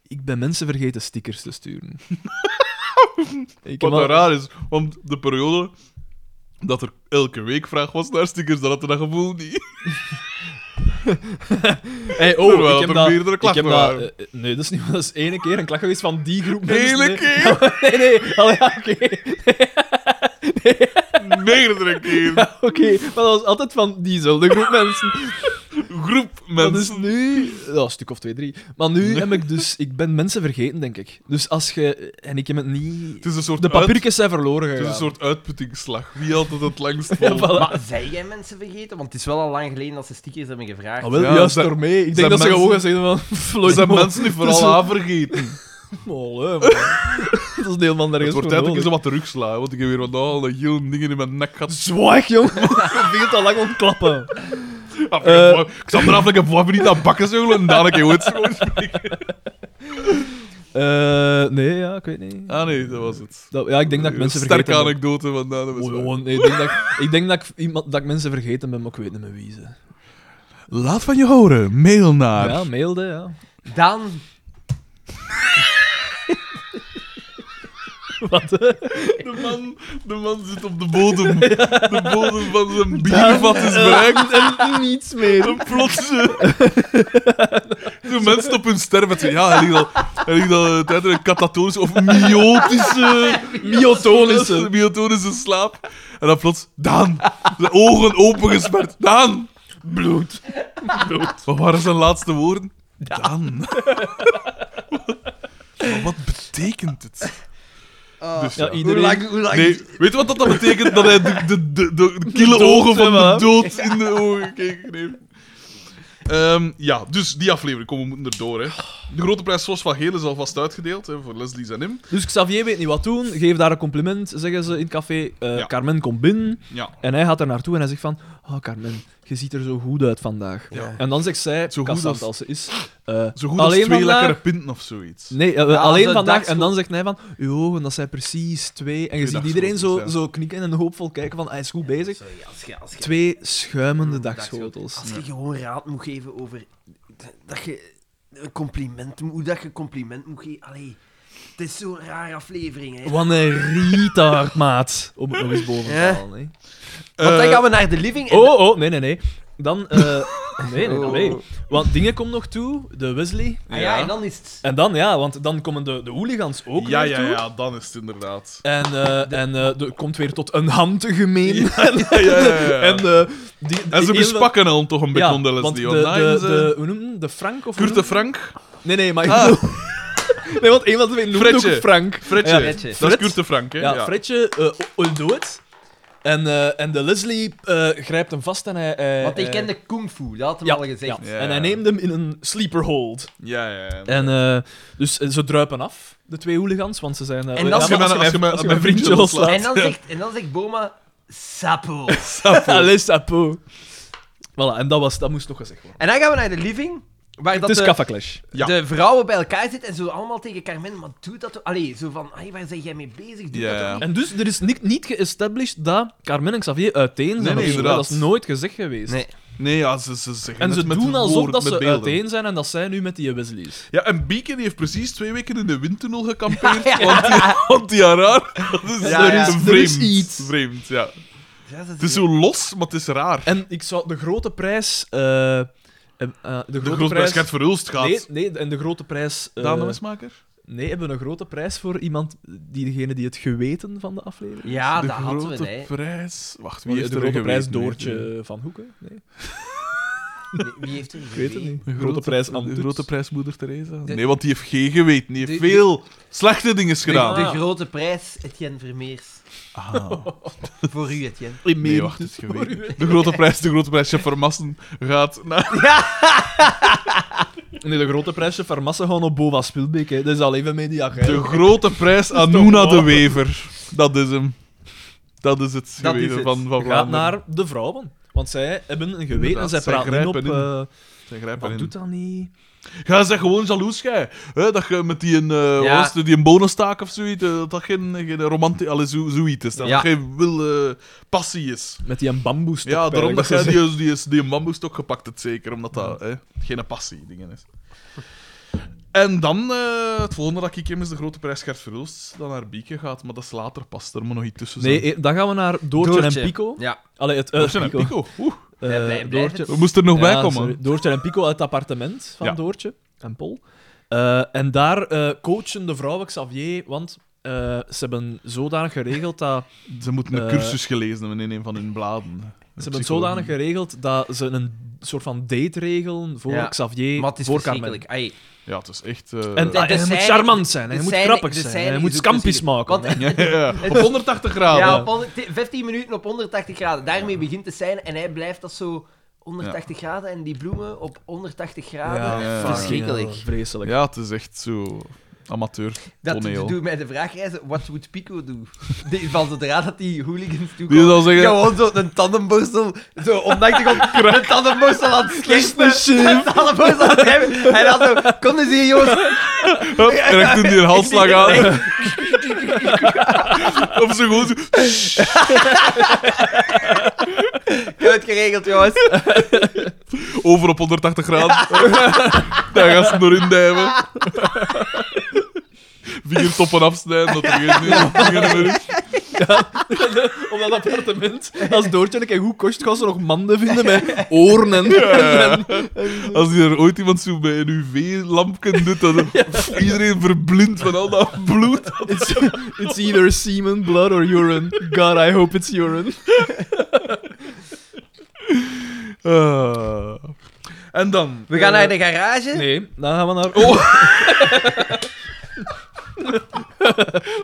Speaker 3: Ik ben mensen vergeten stickers te sturen. ik
Speaker 2: Wat
Speaker 3: heb al-
Speaker 2: nou raar is, want de periode dat er elke week vraag was naar stickers, dat had er dat gevoel niet.
Speaker 3: Hey,
Speaker 2: Terwijl
Speaker 3: oh, ik
Speaker 2: er
Speaker 3: heb dat,
Speaker 2: meerdere
Speaker 3: ik heb
Speaker 2: klachten
Speaker 3: dat,
Speaker 2: waren.
Speaker 3: eh, eh, Nee, dat is niet... Dat is ene keer een klacht geweest van die groep mensen.
Speaker 2: Ene
Speaker 3: Nee.
Speaker 2: keer?
Speaker 3: Nee, nee. Allee, ja, oké.
Speaker 2: Meerdere keer.
Speaker 3: Oké, maar dat was altijd van diezelfde groep mensen.
Speaker 2: Groep
Speaker 3: Dat is
Speaker 2: mensen.
Speaker 3: nu... Ja, een stuk of twee, drie. Maar nu heb ik dus... Ik ben mensen vergeten, denk ik. Dus als je... En ik heb het niet...
Speaker 2: Het is een soort,
Speaker 3: De
Speaker 2: uit-
Speaker 3: papiertjes zijn verloren
Speaker 2: het
Speaker 3: gegaan.
Speaker 2: is een soort uitputtingsslag. Wie altijd het langst
Speaker 3: Ja,
Speaker 2: vol?
Speaker 3: voilà.
Speaker 1: Maar zijn jij mensen vergeten? Want het is wel al lang geleden dat ze stickers hebben gevraagd.
Speaker 3: Ah, wel,
Speaker 2: Ja,
Speaker 3: juist
Speaker 2: zijn-
Speaker 3: daarmee. Ik
Speaker 2: zijn
Speaker 3: denk dat ze gewoon gaan
Speaker 2: mensen-
Speaker 3: zeggen van... Floyd
Speaker 2: zijn
Speaker 3: Mo-
Speaker 2: mensen niet
Speaker 3: Dus-
Speaker 2: vooral aan vergeten.
Speaker 3: Mol, hè, oh, man. Dat is deel van de
Speaker 2: Het
Speaker 3: rest.
Speaker 2: wordt tijd dat ik eens wat terugsla, hè, want ik heb weer wat al die geel dingen in mijn nek gehad.
Speaker 3: Zwaag, jong. Veel te lang ontklappen.
Speaker 2: Ah, ik
Speaker 3: eh,
Speaker 2: heb voor- Ik zat eraf dat ik een vijf minuten aan bakken zou en daarna kan je het zo
Speaker 3: Eh, nee, ja, ik weet niet.
Speaker 2: Ah nee, dat was het.
Speaker 3: Dat- ja, ik denk dat ik
Speaker 2: Een
Speaker 3: mensen
Speaker 2: Sterke
Speaker 3: vergeten ben.
Speaker 2: anekdote van dat was
Speaker 3: Oh,
Speaker 2: waar.
Speaker 3: jongen, nee, ik denk, dat ik, ik denk dat ik, iemand, dat ik mensen vergeten ben, maar ik weet niet meer wie ze.
Speaker 2: Laat van je horen. Mail naar...
Speaker 3: Ja, mailde, ja.
Speaker 1: Dan...
Speaker 3: Wat? hè?
Speaker 2: De man, de man zit op de bodem. De bodem van zijn biervat is bereikt.
Speaker 3: En niets meer.
Speaker 2: Een plotse. eh, De mensen op hun sterven. zeggen, Ja, hij ligt al, hij ligt al een tijd in een catatonische of myotische,
Speaker 3: Myotonische.
Speaker 2: myotonische slaap. En dan plots, Daan. De ogen opengesperd. Daan. Bloed. Bloed. Wat waren zijn laatste woorden? Daan. Maar wat betekent het? Dus
Speaker 3: Ja,
Speaker 2: ja.
Speaker 1: Hoe
Speaker 3: iedereen...
Speaker 1: lang... Hoe lang...
Speaker 2: Nee, weet je wat dat dan betekent? Dat hij de, de, de, de,
Speaker 3: De
Speaker 2: kille
Speaker 3: dood,
Speaker 2: ogen van
Speaker 3: hè,
Speaker 2: de
Speaker 3: maar.
Speaker 2: dood in de ogen gekeken heeft. Ehm, ja, dus die aflevering komen we moeten erdoor. Hè. De grote prijs Vos van Geel is alvast uitgedeeld hè, voor Leslie's en hem.
Speaker 3: Dus Xavier weet niet wat doen. Geef daar een compliment, zeggen ze in het café. Eh,
Speaker 2: Ja.
Speaker 3: Carmen komt binnen.
Speaker 2: Ja,
Speaker 3: En hij gaat er naartoe en hij zegt van... Oh, Carmen, je ziet er zo goed uit vandaag.
Speaker 2: Ja.
Speaker 3: En dan zegt zij,
Speaker 2: Zo
Speaker 3: zo
Speaker 2: goed
Speaker 3: goed
Speaker 2: als-
Speaker 3: als... ze is... eh,
Speaker 2: zo
Speaker 3: alleen
Speaker 2: goed als twee
Speaker 3: vandaag-
Speaker 2: lekkere pinten of zoiets.
Speaker 3: Nee, eh,
Speaker 1: Ja,
Speaker 3: alleen
Speaker 1: zo
Speaker 3: vandaag.
Speaker 1: dagschool.
Speaker 3: En dan zegt hij van, uw ogen, dat zijn precies twee. En je
Speaker 2: Twee
Speaker 3: ziet iedereen zo,
Speaker 2: dagschooltjes, ja.
Speaker 3: zo knikken en hoopvol kijken van, hij is goed bezig.
Speaker 1: Sorry, als je... Als je...
Speaker 3: Twee schuimende
Speaker 1: dagschotels.
Speaker 3: dagschotels.
Speaker 1: Als je gewoon raad moet geven over... Dat je een compliment moet... Hoe dat je compliment moet geven... Allee... Het is zo'n rare aflevering, hè.
Speaker 3: Wat een retard, maat. Om het nog eens boven te
Speaker 1: Ja.
Speaker 3: halen. hè.
Speaker 1: Want dan
Speaker 2: Eh,
Speaker 1: gaan we naar de living en...
Speaker 3: Oh, oh, nee, nee, nee. Dan... eh, nee, nee,
Speaker 1: Oh.
Speaker 3: nee. Want dingen komt nog toe, de Wesley.
Speaker 1: Ah ja, en dan is het...
Speaker 3: En dan, ja, want dan komen de, de hooligans ook
Speaker 2: ja,
Speaker 3: naar
Speaker 2: ja,
Speaker 3: toe.
Speaker 2: ja, dan is het inderdaad.
Speaker 3: En, eh, en eh, er komt weer tot een handgemeen. en
Speaker 2: Ja, ja, ja, ja.
Speaker 3: en,
Speaker 2: En,
Speaker 3: eh, die,
Speaker 2: ze
Speaker 3: een van-
Speaker 2: bespakken al toch een beetje onder
Speaker 3: want
Speaker 2: Leslie.
Speaker 3: de,
Speaker 2: want daar
Speaker 3: de,
Speaker 2: is, eh,
Speaker 3: de, hoe noemt hem? De Frank of hoe
Speaker 2: Kurt de
Speaker 3: noemt hem?
Speaker 2: Frank.
Speaker 3: Nee, nee, maar ik
Speaker 2: Ah.
Speaker 3: bedoel- Nee, want een van de twee noemt
Speaker 2: Fredje.
Speaker 3: ook Frank.
Speaker 2: Fredje.
Speaker 3: Ja,
Speaker 1: Fredje.
Speaker 2: Dat is
Speaker 3: Fred.
Speaker 2: Kurt de Frank, hè?
Speaker 3: Ja, Fredje eh o- doet. En, eh, en de Leslie eh, grijpt hem vast en hij... hij-
Speaker 1: Want hij
Speaker 3: eh,
Speaker 1: kende kung fu, dat had hem
Speaker 3: ja,
Speaker 1: al gezegd.
Speaker 3: ja.
Speaker 2: Ja.
Speaker 3: En hij neemt hem in een sleeper hold.
Speaker 2: Ja, ja, ja.
Speaker 3: En eh, dus eh, ze druipen af, de twee hooligans, want ze zijn... eh,
Speaker 1: En
Speaker 3: ja,
Speaker 1: dat
Speaker 2: als
Speaker 1: is-
Speaker 2: je
Speaker 3: maar
Speaker 2: mijn- als je mijn-
Speaker 3: als
Speaker 2: als
Speaker 3: je
Speaker 2: mijn
Speaker 3: mijn
Speaker 2: vriendje
Speaker 3: vriendje
Speaker 2: loslaat.
Speaker 1: En dan zegt, en dan zegt Boma... Sapo.
Speaker 3: Ah, Allee, sapo. Voilà, en dat, was, dat moest nog gezegd worden.
Speaker 1: En dan gaan we naar de living. Waar
Speaker 3: Het
Speaker 1: dat eh,
Speaker 3: is
Speaker 1: de,
Speaker 3: Kaffa Clash.
Speaker 2: Ja.
Speaker 1: de vrouwen bij elkaar zitten en zo allemaal tegen Carmen, maar doe dat toch... Allee, zo van, "Ai, waar ben jij mee bezig? Doe
Speaker 2: Ja.
Speaker 1: dat toch niet?"
Speaker 3: En dus er is niet, niet geëstablished dat Carmen en Xavier uiteen zijn.
Speaker 2: Nee, nee,
Speaker 3: of zo, hè.
Speaker 2: inderdaad.
Speaker 3: Dat is nooit gezegd geweest.
Speaker 1: Nee.
Speaker 2: Nee, ja, ze, ze zeggen
Speaker 3: En
Speaker 2: het
Speaker 3: ze
Speaker 2: met
Speaker 3: doen alsof
Speaker 2: woorden,
Speaker 3: dat
Speaker 2: met
Speaker 3: ze
Speaker 2: beelden.
Speaker 3: uiteen zijn en dat zij nu met die Wesley's.
Speaker 2: Ja, en Beacon die heeft precies twee weken in de windtunnel gekampeerd, want die- want die haar haar... Dat is,
Speaker 1: Ja, ja.
Speaker 2: vreemd.
Speaker 3: Er is iets.
Speaker 2: Vreemd, ja.
Speaker 1: Ja, dat
Speaker 2: Het is zo los, maar het is raar.
Speaker 3: En ik zou de grote prijs... eh, eh, eh, de grote,
Speaker 2: De grote prijs Gert Verhulst gaat...
Speaker 3: Nee, nee, en de grote prijs... eh,
Speaker 2: Daan de Mesmaker?
Speaker 3: nee, hebben we een grote prijs voor iemand, die, degene die het geweten van de aflevering...
Speaker 1: Ja,
Speaker 2: de
Speaker 1: dat Ah, hadden we,
Speaker 2: grote
Speaker 1: hè.
Speaker 2: prijs... Wacht, wie
Speaker 3: Wie
Speaker 2: heeft
Speaker 3: de
Speaker 2: er
Speaker 3: grote
Speaker 2: geweten?
Speaker 3: prijs Doortje van Hoeken? Nee,
Speaker 1: Nee, Wie heeft er
Speaker 3: ik weet het niet. De
Speaker 2: Een
Speaker 3: grote, prijs
Speaker 2: De
Speaker 3: aan
Speaker 2: grote prijs Moeder Teresa?
Speaker 1: De-
Speaker 2: Nee, want die heeft geen geweten. Die heeft
Speaker 1: De-
Speaker 2: veel slechte dingen gedaan.
Speaker 1: De,
Speaker 3: Ah.
Speaker 1: de grote prijs, Etienne Vermeers.
Speaker 2: Ah.
Speaker 1: Voor u, Etienne.
Speaker 2: Nee, wacht, het is geweten. De grote prijs, de grote prijs, Chef Vermassen gaat naar...
Speaker 3: Nee, de grote prijsje van Massa gaan op Bova Spilbeek. Hè. Dat is al even media. hè.
Speaker 2: De grote prijs aan
Speaker 3: toch
Speaker 2: Noona
Speaker 3: waar?
Speaker 2: de Wever. Dat is hem. Dat is het
Speaker 1: Dat is
Speaker 2: geweten
Speaker 1: het.
Speaker 2: van, van
Speaker 3: Gaat
Speaker 2: Vlaanderen.
Speaker 3: naar de vrouwen. Want zij hebben een geweten en
Speaker 2: Inderdaad,
Speaker 3: zij
Speaker 2: zij
Speaker 3: praten niet op...
Speaker 2: grijpen in.
Speaker 3: eh,
Speaker 2: Zij grijpen
Speaker 3: wat
Speaker 2: in.
Speaker 3: doet dat niet?
Speaker 2: Ga ze gewoon jaloers, jij. Hè, Dat je met die, een, eh, wat
Speaker 1: Ja.
Speaker 2: was het, die een bonenstaak of zoiets, eh, dat dat geen, geen romantisch... Allee, zo, zoiets is. Dat
Speaker 1: Ja.
Speaker 2: dat geen wil, eh, passie is.
Speaker 3: Met die een bamboestok.
Speaker 2: Ja, daarom dat
Speaker 3: eigenlijk,
Speaker 2: jij
Speaker 3: ze
Speaker 2: die, die, die, die bamboestok gepakt hebt, zeker. Omdat dat hè, geen passie-dingen is. En dan, eh, het volgende dat ik hem is de grote prijs Gert Verhulst, dat naar Bieke gaat, maar dat is later pas, er moet nog iets tussen Oh,
Speaker 3: zeggen. Nee, eh, dan gaan we naar Doortje, en Pico.
Speaker 1: Ja.
Speaker 3: Allee, het, eh,
Speaker 2: Doortje en
Speaker 3: Pico.
Speaker 2: Pico. Oeh,
Speaker 3: Eh,
Speaker 1: Wij- wij- wij-
Speaker 3: Doortje.
Speaker 2: we moesten er nog bij
Speaker 3: Ja,
Speaker 2: komen.
Speaker 3: sorry. Doortje en Pico uit het appartement van
Speaker 2: Ja.
Speaker 3: Doortje en Pol. Eh, en daar eh, coachen de vrouwen Xavier, want eh, ze hebben zodanig geregeld dat...
Speaker 2: Ze moeten een
Speaker 3: Eh,
Speaker 2: cursus gelezen hebben in een van hun bladen.
Speaker 3: Ze hebben het zodanig geregeld dat ze een soort van date regelen voor
Speaker 1: Ja,
Speaker 3: Xavier,
Speaker 1: Maar het is
Speaker 3: voor Carmen.
Speaker 1: verschrikkelijk. Ai,
Speaker 2: Ja, het is echt... eh,
Speaker 3: En,
Speaker 1: de-
Speaker 3: en hij moet
Speaker 1: scène-
Speaker 3: charmant zijn, hij
Speaker 1: de
Speaker 3: moet
Speaker 1: scène-
Speaker 3: grappig
Speaker 1: de
Speaker 3: zijn,
Speaker 1: scène
Speaker 3: hij
Speaker 1: is
Speaker 3: moet
Speaker 1: ook
Speaker 3: scampis
Speaker 1: plezierig.
Speaker 3: maken. hè.
Speaker 1: Want-
Speaker 2: ja, ja. Op 180 graden.
Speaker 1: Ja, op honderd- 15 minuten op 180 graden. Daarmee begint de scène en hij blijft dat zo 180 graden en die bloemen op 180 graden.
Speaker 2: ja, ja.
Speaker 1: Verschrikkelijk.
Speaker 3: Ja, vreselijk.
Speaker 2: Ja, het is echt zo amateur
Speaker 1: Dat
Speaker 2: toneel.
Speaker 1: doet mij de vraag reizen, wat would Pico doen? Die- Van zodra dat die hooligans
Speaker 2: Die
Speaker 1: toekomen,
Speaker 2: zal zeggen...
Speaker 1: gewoon zo een tandenborstel, zo ondankelijk op een tandenborstel aan het
Speaker 3: een
Speaker 1: schippen. Een tandenborstel aan het hebben. Hij had zo, kom eens hier jongens.
Speaker 2: Hup, en ik doe die een halsslag aan. of zo gewoon zo...
Speaker 1: Ik heb het geregeld jongens.
Speaker 2: Over op 180 graden. Daar gaan ze doorheen duimen. Vingertoppen afsnijden, dat er geen vinger meer is.
Speaker 3: Op dat appartement, als Doortje een keer goed kost, gaan ze nog manden vinden met oren en... en-
Speaker 2: Als hier er ooit iemand zo bij een UV-lampje doet, dan pff, iedereen verblind van al dat bloed.
Speaker 3: It's, it's either semen, blood or urine. God, I hope it's urine.
Speaker 2: Ah. En dan...
Speaker 1: We gaan naar de garage.
Speaker 3: Nee, dan gaan we naar... Oh,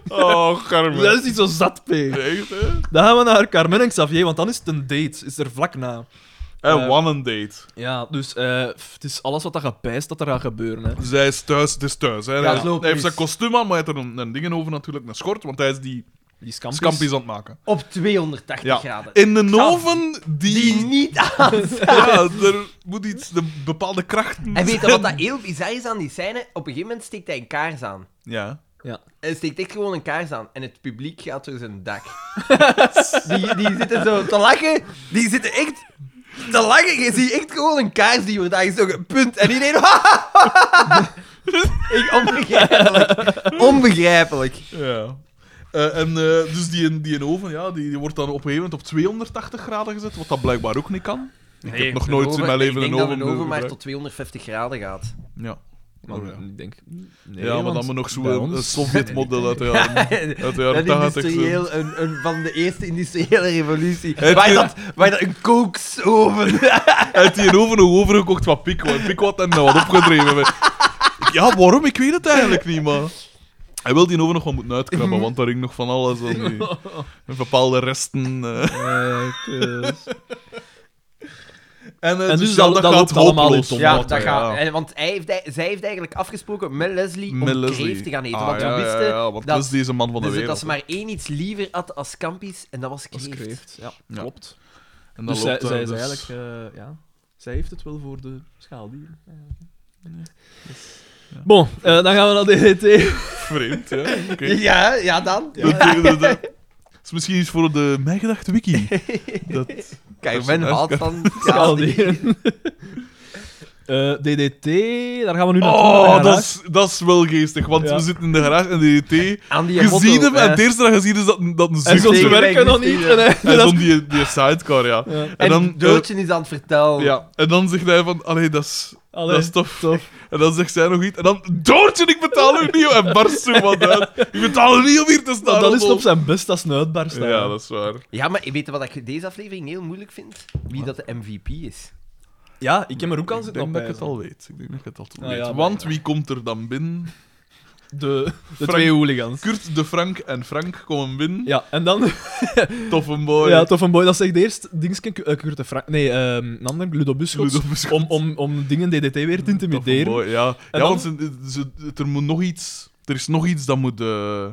Speaker 2: Oh, Carmen.
Speaker 3: dat is niet zo zat, P.
Speaker 2: Echt, hè?
Speaker 3: Dan gaan we naar Carmen en Xavier, want dan is het een date. Is er vlak na.
Speaker 2: En
Speaker 3: Eh,
Speaker 2: one and date.
Speaker 3: Ja, dus eh, pff, het is alles wat er gaat pijst dat er gaat gebeuren. Hè.
Speaker 2: Zij is thuis, het is thuis. Hè.
Speaker 1: Ja,
Speaker 2: hij,
Speaker 1: het loopt
Speaker 2: hij heeft
Speaker 1: mis.
Speaker 2: zijn kostuum aan, maar hij heeft er een, een dingen over natuurlijk, een schort, want hij is die
Speaker 3: Die scampis.
Speaker 2: scampi's aan het maken.
Speaker 1: Op 280
Speaker 2: Ja.
Speaker 1: graden.
Speaker 2: In de oven, die...
Speaker 1: Die niet aan.
Speaker 2: Ja, er moet iets, de bepaalde krachten...
Speaker 1: En weet je wat dat heel bizar is aan die scène? Op een gegeven moment steekt hij een kaars aan.
Speaker 2: Ja.
Speaker 1: Hij steekt echt gewoon een kaars aan en het publiek gaat door zijn dak. die, die zitten zo te lachen. Die zitten echt te lachen. Je ziet echt gewoon een kaars die wordt aangestoken. Punt. En iedereen... ik, onbegrijpelijk. Onbegrijpelijk.
Speaker 2: ja. Eh, en eh, dus die, die in oven, ja, die, die wordt dan op een gegeven moment op 280 graden gezet, wat dat blijkbaar ook niet kan. Ik heb nog nooit in mijn leven
Speaker 1: ik
Speaker 2: een
Speaker 1: denk
Speaker 2: oven,
Speaker 1: dat een oven maar
Speaker 2: gebruikt.
Speaker 1: tot 250 graden gaat.
Speaker 2: Ja.
Speaker 3: Maar
Speaker 2: Oh, ja.
Speaker 3: ik denk... Nee,
Speaker 2: ja, maar
Speaker 3: want
Speaker 2: dan moet nog eh,
Speaker 3: bij
Speaker 2: zo'n
Speaker 3: ons-
Speaker 2: Sovjet-model uit de jaren- uit de jaren
Speaker 1: Een
Speaker 2: 80. zo.
Speaker 1: industrieel, een, een van de eerste industriële revolutie.
Speaker 2: Het
Speaker 1: Waar
Speaker 2: is-
Speaker 1: dat, waar dat een kooksoven.
Speaker 2: Hij heeft die oven nog overgekocht van Pico. En Pico had hem nou wat opgedreven. Ik- Ja, waarom? Ik weet het eigenlijk niet, maar... Hij wil die oven nog wel moeten uitkrabben, want daar hing nog van alles aan. Die, en bepaalde resten. eh.
Speaker 3: Eh, kus.
Speaker 2: En, eh,
Speaker 3: dus
Speaker 2: ja,
Speaker 3: dat- dat loopt allemaal
Speaker 2: hopeloos
Speaker 3: in het
Speaker 1: Ja,
Speaker 3: Omdat,
Speaker 1: dat
Speaker 2: ja.
Speaker 1: gaat. En, want hij heeft, ei- zij heeft eigenlijk afgesproken met Leslie
Speaker 2: Met
Speaker 1: om
Speaker 2: Leslie.
Speaker 1: kreeft te gaan eten.
Speaker 2: Ah,
Speaker 1: want we
Speaker 2: ja,
Speaker 1: wisten
Speaker 2: ja, ja, want
Speaker 1: dat,
Speaker 2: dat is deze man van de
Speaker 1: dus dat
Speaker 2: wereld.
Speaker 1: ze maar één iets liever had als Campis en dat was
Speaker 3: Dat
Speaker 1: kreeft.
Speaker 3: is kreeft. Ja,
Speaker 2: Ja.
Speaker 3: klopt.
Speaker 2: En dan
Speaker 3: Dus zij,
Speaker 2: loopt
Speaker 3: zij
Speaker 2: hij
Speaker 3: is eh,
Speaker 2: dus-
Speaker 3: eigenlijk... eh, ja. Zij heeft het wel voor de schaaldieren. eigenlijk, hè. Dus- Bon, eh, dan gaan we naar DDT.
Speaker 2: Vreemd, ja. Oké.
Speaker 1: Ja, ja dan.
Speaker 2: Dat, dat- dat- dat is misschien iets voor de mijgedacht wiki. Dat,
Speaker 1: Kijk, men haalt van... Ja,
Speaker 3: Zal die. Eh, DDT, daar gaan we nu naartoe. naar
Speaker 2: oh,
Speaker 3: de
Speaker 2: dat is, dat is wel geestig, want
Speaker 3: Ja.
Speaker 2: we zitten in de garage en de DT.
Speaker 1: aan die eh,
Speaker 2: Je ziet hem en het
Speaker 1: dit
Speaker 2: eerste dat je ziet is dat, een- dat een
Speaker 3: En
Speaker 2: zucht.
Speaker 3: soms
Speaker 1: Tegen
Speaker 3: werken
Speaker 1: mij
Speaker 3: nog
Speaker 1: niet
Speaker 3: niet.
Speaker 1: tegen.
Speaker 3: en hij- dat
Speaker 2: En dan die, die sidecar, ja.
Speaker 3: Ja.
Speaker 1: En,
Speaker 2: dan, eh,
Speaker 1: Doodje is aan het vertellen.
Speaker 2: Ja, en dan zegt hij van, allee, dat is,
Speaker 3: Allee,
Speaker 2: dat is tof. En dan zegt zij nog iets, en dan, Doortje, ik betaal u niet, en barst zo wat uit. Ik betaal u niet om hier te staan.
Speaker 3: Nou, dat is het
Speaker 2: lol.
Speaker 3: op zijn best als een uitbarst. hè.
Speaker 2: Ja, dat is waar.
Speaker 1: Ja, maar weet je wat ik deze aflevering heel moeilijk vind? Wie dat de MVP is.
Speaker 3: Ja, ik heb er ook al
Speaker 2: Ik
Speaker 3: zitten
Speaker 2: denk dat ik het
Speaker 3: opwijzen.
Speaker 2: al weet. Ik denk dat ik het al
Speaker 3: oh, Ah,
Speaker 2: weet.
Speaker 3: ja, maar-
Speaker 2: Want wie komt er dan binnen?
Speaker 3: De, de
Speaker 2: Frank-
Speaker 3: twee hooligans.
Speaker 2: Kurt, de Frank en Frank komen binnen.
Speaker 3: Ja, en dan...
Speaker 2: Toffe boy.
Speaker 3: Ja, Tof en Boy, dat zegt eerst Dingske... eh, Kurt de Frank... Nee, ehm een ander, Ludo Buschots.
Speaker 2: Ludo Buschots.
Speaker 3: Om, om, om dingen DDT weer te
Speaker 2: Toffe
Speaker 3: intimideren.
Speaker 2: boy, ja. ja,
Speaker 3: dan-
Speaker 2: want ze, ze- er moet nog iets... Er is nog iets dat moet eh,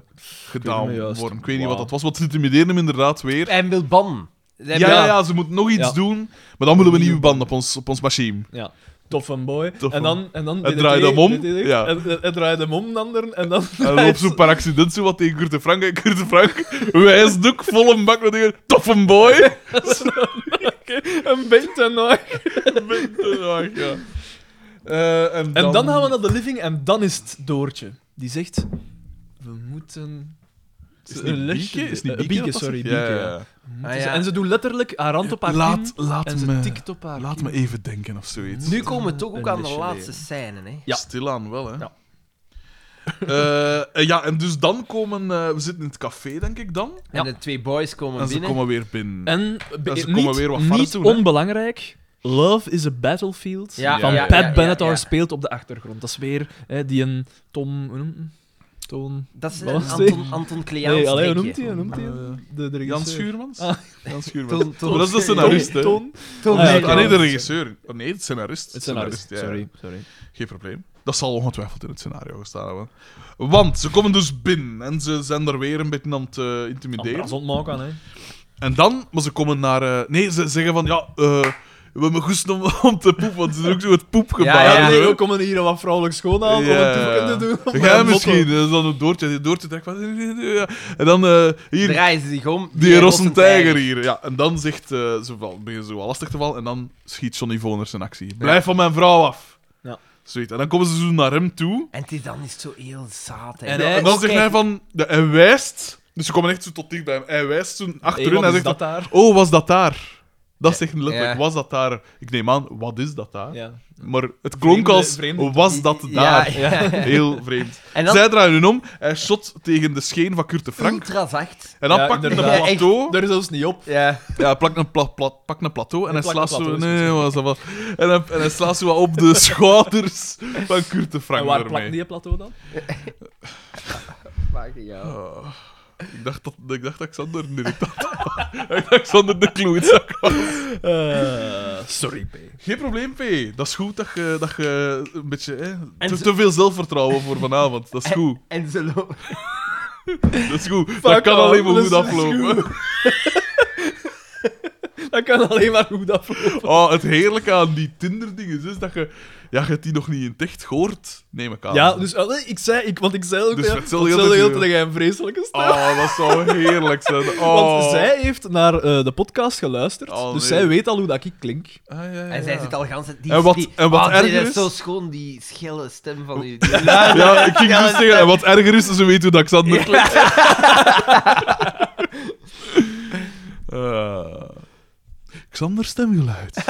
Speaker 2: gedaan
Speaker 3: niet meer juist.
Speaker 2: worden. Ik weet niet
Speaker 3: Wauw.
Speaker 2: wat dat was, want ze intimideren hem inderdaad weer.
Speaker 1: En wil ban.
Speaker 2: Ja, ja.
Speaker 3: Ja.
Speaker 2: ja, ze moet nog iets
Speaker 3: Ja.
Speaker 2: doen, maar dan willen we een nieuwe band op ons, op ons machine.
Speaker 3: Ja. Tof en Boy.
Speaker 2: Tof
Speaker 3: en
Speaker 2: en-
Speaker 3: dan... En dan
Speaker 2: Hij
Speaker 3: DDT,
Speaker 2: draait hem om.
Speaker 3: DDT,
Speaker 2: Ja.
Speaker 3: En, en- en draait hem om, een ander. En dan...
Speaker 2: En dan loopt zo'n per accident zo wat tegen Kurt de Frank. En Kurt de Frank wijst ook vol een bak naar tegen Toffen boy!
Speaker 3: een beetje nooit.
Speaker 2: Ach, ja. Eh, en, dan...
Speaker 3: En dan gaan we naar de living en dan is het Doortje. Die zegt... We moeten...
Speaker 2: Is het
Speaker 3: een
Speaker 2: niet
Speaker 3: lesje-
Speaker 2: Bieke? Is het niet
Speaker 3: eh,
Speaker 2: Bieke
Speaker 3: Bieke,
Speaker 2: dat dat
Speaker 3: sorry,
Speaker 2: zegt?
Speaker 3: Bieke,
Speaker 2: Ja, ja,
Speaker 3: ja.
Speaker 2: ja.
Speaker 3: we moeten
Speaker 1: Ah,
Speaker 3: ze-
Speaker 1: ja.
Speaker 3: En ze doen letterlijk haar hand op haar
Speaker 2: Laat,
Speaker 3: kin en
Speaker 2: laat,
Speaker 3: ze
Speaker 2: me,
Speaker 3: tikt op haar
Speaker 2: laat
Speaker 3: kin.
Speaker 2: me even denken of zoiets.
Speaker 1: Nu komen we toch ook
Speaker 3: Een
Speaker 1: aan de
Speaker 3: lesje
Speaker 1: laatste
Speaker 3: leren.
Speaker 1: scène, hè.
Speaker 3: Ja.
Speaker 2: Stilaan wel, hè?
Speaker 3: Ja.
Speaker 2: Eh, eh, ja, en dus dan komen... eh, we zitten in het café, denk ik dan.
Speaker 1: En de twee boys komen
Speaker 2: en ze
Speaker 1: binnen.
Speaker 2: komen weer binnen.
Speaker 3: En be-
Speaker 2: ze komen
Speaker 3: niet,
Speaker 2: weer wat
Speaker 3: niet
Speaker 2: farts doen, hè?
Speaker 3: onbelangrijk, Love is a Battlefield
Speaker 1: Ja,
Speaker 3: van
Speaker 2: ja, ja,
Speaker 3: Pat
Speaker 1: ja, ja,
Speaker 3: Benatar
Speaker 1: ja.
Speaker 3: speelt op de achtergrond. Dat is weer hè, die een Tom... Hoe noemt hem? Tom...
Speaker 1: Dat is een
Speaker 3: Wat was
Speaker 1: Anton, Anton Kleaans
Speaker 3: nee, alleen, hoe
Speaker 1: trekje.
Speaker 3: noemt hij? Hoe noemt hij?
Speaker 2: Eh,
Speaker 3: de, de
Speaker 2: Jan
Speaker 3: regisseur.
Speaker 2: Schuurmans?
Speaker 3: Ah.
Speaker 2: Jan Schuurmans.
Speaker 1: Ton- Ton-
Speaker 2: Maar dat is de
Speaker 1: Ton-
Speaker 3: Tom,
Speaker 2: scenarist, hè?
Speaker 3: Ton.
Speaker 1: Ton-
Speaker 3: Ah, ja,
Speaker 1: Ton-
Speaker 3: oké.
Speaker 2: Ah, nee, de
Speaker 1: Ton-
Speaker 2: regisseur. Ah, nee, de scenarist.
Speaker 3: Het scenarist,
Speaker 2: ja, ja.
Speaker 3: sorry. sorry.
Speaker 2: Geen probleem. Dat zal ongetwijfeld in het scenario gestaan hebben. Want ze komen dus binnen en ze zijn er weer een beetje aan het eh, intimideren.
Speaker 3: Ambras ontmaken, hè.
Speaker 2: En dan, maar ze komen naar. eh, nee, ze zeggen van ja, eh, we hebben goed om, om te poepen, want ze doen ook zo het poepgebaar.
Speaker 1: Ja,
Speaker 3: Ja,
Speaker 2: zo.
Speaker 3: nee, we komen hier wat vrouwelijk schoon aan
Speaker 2: Ah, Ja.
Speaker 3: om het te doen. om
Speaker 2: Jij
Speaker 3: een
Speaker 2: misschien,
Speaker 3: motto-
Speaker 2: dat is dan een doortje. Die doortje trekt van. ja. En dan eh, hier,
Speaker 1: Draaien ze zich om.
Speaker 2: Die rossen tijger
Speaker 1: hier.
Speaker 2: hier. Ja, en dan zegt eh, ze van, begin ze wel lastig te vallen. En dan schiet Johnny Voners zijn actie. Blijf van mijn vrouw af.
Speaker 3: Ja.
Speaker 2: Zoiets. En dan komen ze zo naar hem toe.
Speaker 1: En het is dan is het zo heel zaad. hè.
Speaker 3: En
Speaker 2: Ja,
Speaker 3: hij-
Speaker 2: en dan zegt
Speaker 3: kijk-
Speaker 2: hij van... ja, hij wijst... Dus ze komen echt zo tot dicht bij hem. Hij wijst toen
Speaker 3: Hey,
Speaker 2: achterin.
Speaker 3: wat
Speaker 2: Hij
Speaker 3: is
Speaker 2: zegt
Speaker 3: dat
Speaker 2: dan,
Speaker 3: daar?
Speaker 2: Oh, was dat daar? Dat zegt hij letterlijk.
Speaker 1: Ja.
Speaker 2: Was dat daar? Ik neem aan, wat is dat daar?
Speaker 3: Ja.
Speaker 2: Maar het klonk
Speaker 3: Vreemde-
Speaker 2: als...
Speaker 3: vreemde-
Speaker 2: Was dat
Speaker 1: Ja,
Speaker 2: daar?
Speaker 1: ja.
Speaker 2: Heel vreemd.
Speaker 1: En dan
Speaker 2: Zij draaien hun om. Hij shot tegen de scheen van Kurt de Frank.
Speaker 1: ultra zacht.
Speaker 2: En dan
Speaker 3: Ja,
Speaker 2: pakt hij een
Speaker 3: inderdaad.
Speaker 1: Ja, echt.
Speaker 2: plateau.
Speaker 3: Daar is zelfs niet op.
Speaker 1: Ja.
Speaker 2: Ja, plak een, pla pla- pak een plateau en hij
Speaker 3: plak
Speaker 2: slaat
Speaker 3: een
Speaker 2: zo...
Speaker 3: plateau,
Speaker 2: Nee, wat is dat wat? En hij, en hij slaat zo wat op de schouders van Kurt de Frank
Speaker 3: en waar
Speaker 2: daarmee.
Speaker 3: plakt die plateau dan?
Speaker 2: Oh, ik, dacht dat, ik dacht dat Xander een irritant was. ik dacht Xander de kloetzak was.
Speaker 3: Eh, sorry, P.
Speaker 2: Geen probleem, P. Dat is goed dat je, dat je een beetje... Hè,
Speaker 1: En
Speaker 2: te,
Speaker 1: ze-
Speaker 2: te veel zelfvertrouwen voor vanavond.
Speaker 3: Eh,
Speaker 2: Dat is goed.
Speaker 1: En ze lopen.
Speaker 2: Dat is goed. dat kan
Speaker 3: off,
Speaker 2: alleen maar
Speaker 3: dat is
Speaker 2: goed aflopen.
Speaker 3: Dat kan alleen maar goed aflopen.
Speaker 2: Oh, het heerlijke aan die Tinder-dingen is dat je... Ja, je hebt die nog niet in het echt gehoord, neem ik aan.
Speaker 3: Ja, dus allee, ik zei, ik, want ik zei ook,
Speaker 2: Dus
Speaker 3: ja,
Speaker 2: voor hetzelfde
Speaker 3: voor
Speaker 2: geld
Speaker 3: hetzelfde
Speaker 2: is
Speaker 3: geld leg jij een vreselijke stijl.
Speaker 2: Oh, dat zou heerlijk zijn. Oh.
Speaker 3: Want zij heeft naar eh, de podcast geluisterd,
Speaker 2: Oh,
Speaker 3: dus
Speaker 2: nee.
Speaker 3: zij weet al hoe dat ik klink.
Speaker 2: Ah, ja, ja,
Speaker 1: En zij
Speaker 2: ja.
Speaker 1: zit al gans... Die,
Speaker 2: En wat-
Speaker 1: die,
Speaker 2: en wat
Speaker 1: Ah, dit
Speaker 2: erger is-
Speaker 1: zo schoon, die schelle stem van u.
Speaker 2: Ja, ik ging dus zeggen, en wat erger is, ze weten hoe dat Xander klinkt. Eh, Xander stemgeluid.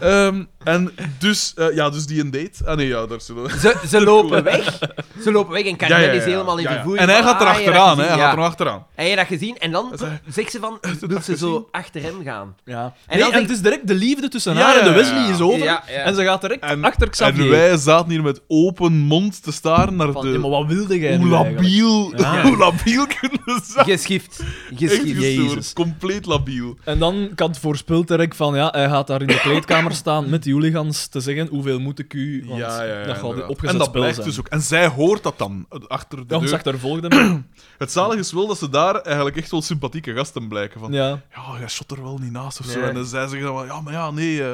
Speaker 2: Ehm, en dus, eh, ja, dus die een date. Ah nee, ja, daar zullen we...
Speaker 1: Ze, ze lopen weg. Ze lopen weg en Carmen is helemaal in
Speaker 2: ja, ja.
Speaker 1: vervoer.
Speaker 2: En hij
Speaker 1: Van,
Speaker 2: gaat er
Speaker 1: ah, heb je dat
Speaker 2: achteraan, hè.
Speaker 1: gezien?
Speaker 2: Hij
Speaker 1: Ja.
Speaker 2: gaat er nog achteraan.
Speaker 1: Heb je dat gezien? En dan
Speaker 2: zei-
Speaker 1: zegt ze van, wil ze zo achter hem gaan?
Speaker 3: Ja.
Speaker 1: En
Speaker 3: En, nee,
Speaker 1: dan
Speaker 3: en
Speaker 1: denk-
Speaker 3: het is direct de liefde tussen
Speaker 2: Ja,
Speaker 3: haar en de
Speaker 2: ja,
Speaker 3: Wesley
Speaker 2: ja.
Speaker 3: is over.
Speaker 1: Ja, ja.
Speaker 3: En ze gaat direct
Speaker 2: En,
Speaker 3: achter Xavier.
Speaker 2: en wij zaten hier met open mond te staren naar
Speaker 3: Van,
Speaker 2: de...
Speaker 3: ja, maar wat wilde jij
Speaker 2: hoe
Speaker 3: nu eigenlijk?
Speaker 2: labiel...
Speaker 3: Ja.
Speaker 2: Hoe labiel kunnen ze zijn.
Speaker 1: Geschift.
Speaker 2: Echt
Speaker 1: Geschift.
Speaker 2: gestoord.
Speaker 3: Jezus.
Speaker 2: Compleet labiel.
Speaker 3: En dan kan het voorspeld direct van, ja, hij gaat daar in de kleedkamer staan met die hooligans te zeggen hoeveel moet ik u, want
Speaker 2: ja, ja, ja,
Speaker 3: dat gaat
Speaker 2: inderdaad.
Speaker 3: opgezet
Speaker 2: En dat
Speaker 3: spel
Speaker 2: blijkt
Speaker 3: zijn.
Speaker 2: dus ook. En zij hoort dat dan eh, achter de
Speaker 3: Ja,
Speaker 2: deur.
Speaker 3: ons achtervolgde hem.
Speaker 2: Het zalige is wel dat ze daar eigenlijk echt wel sympathieke gasten blijken. Van, ja.
Speaker 3: ja.
Speaker 2: jij shot er wel niet naast of zo.
Speaker 1: Nee.
Speaker 2: En dan zij zeggen dan van, ja, maar ja, nee, eh,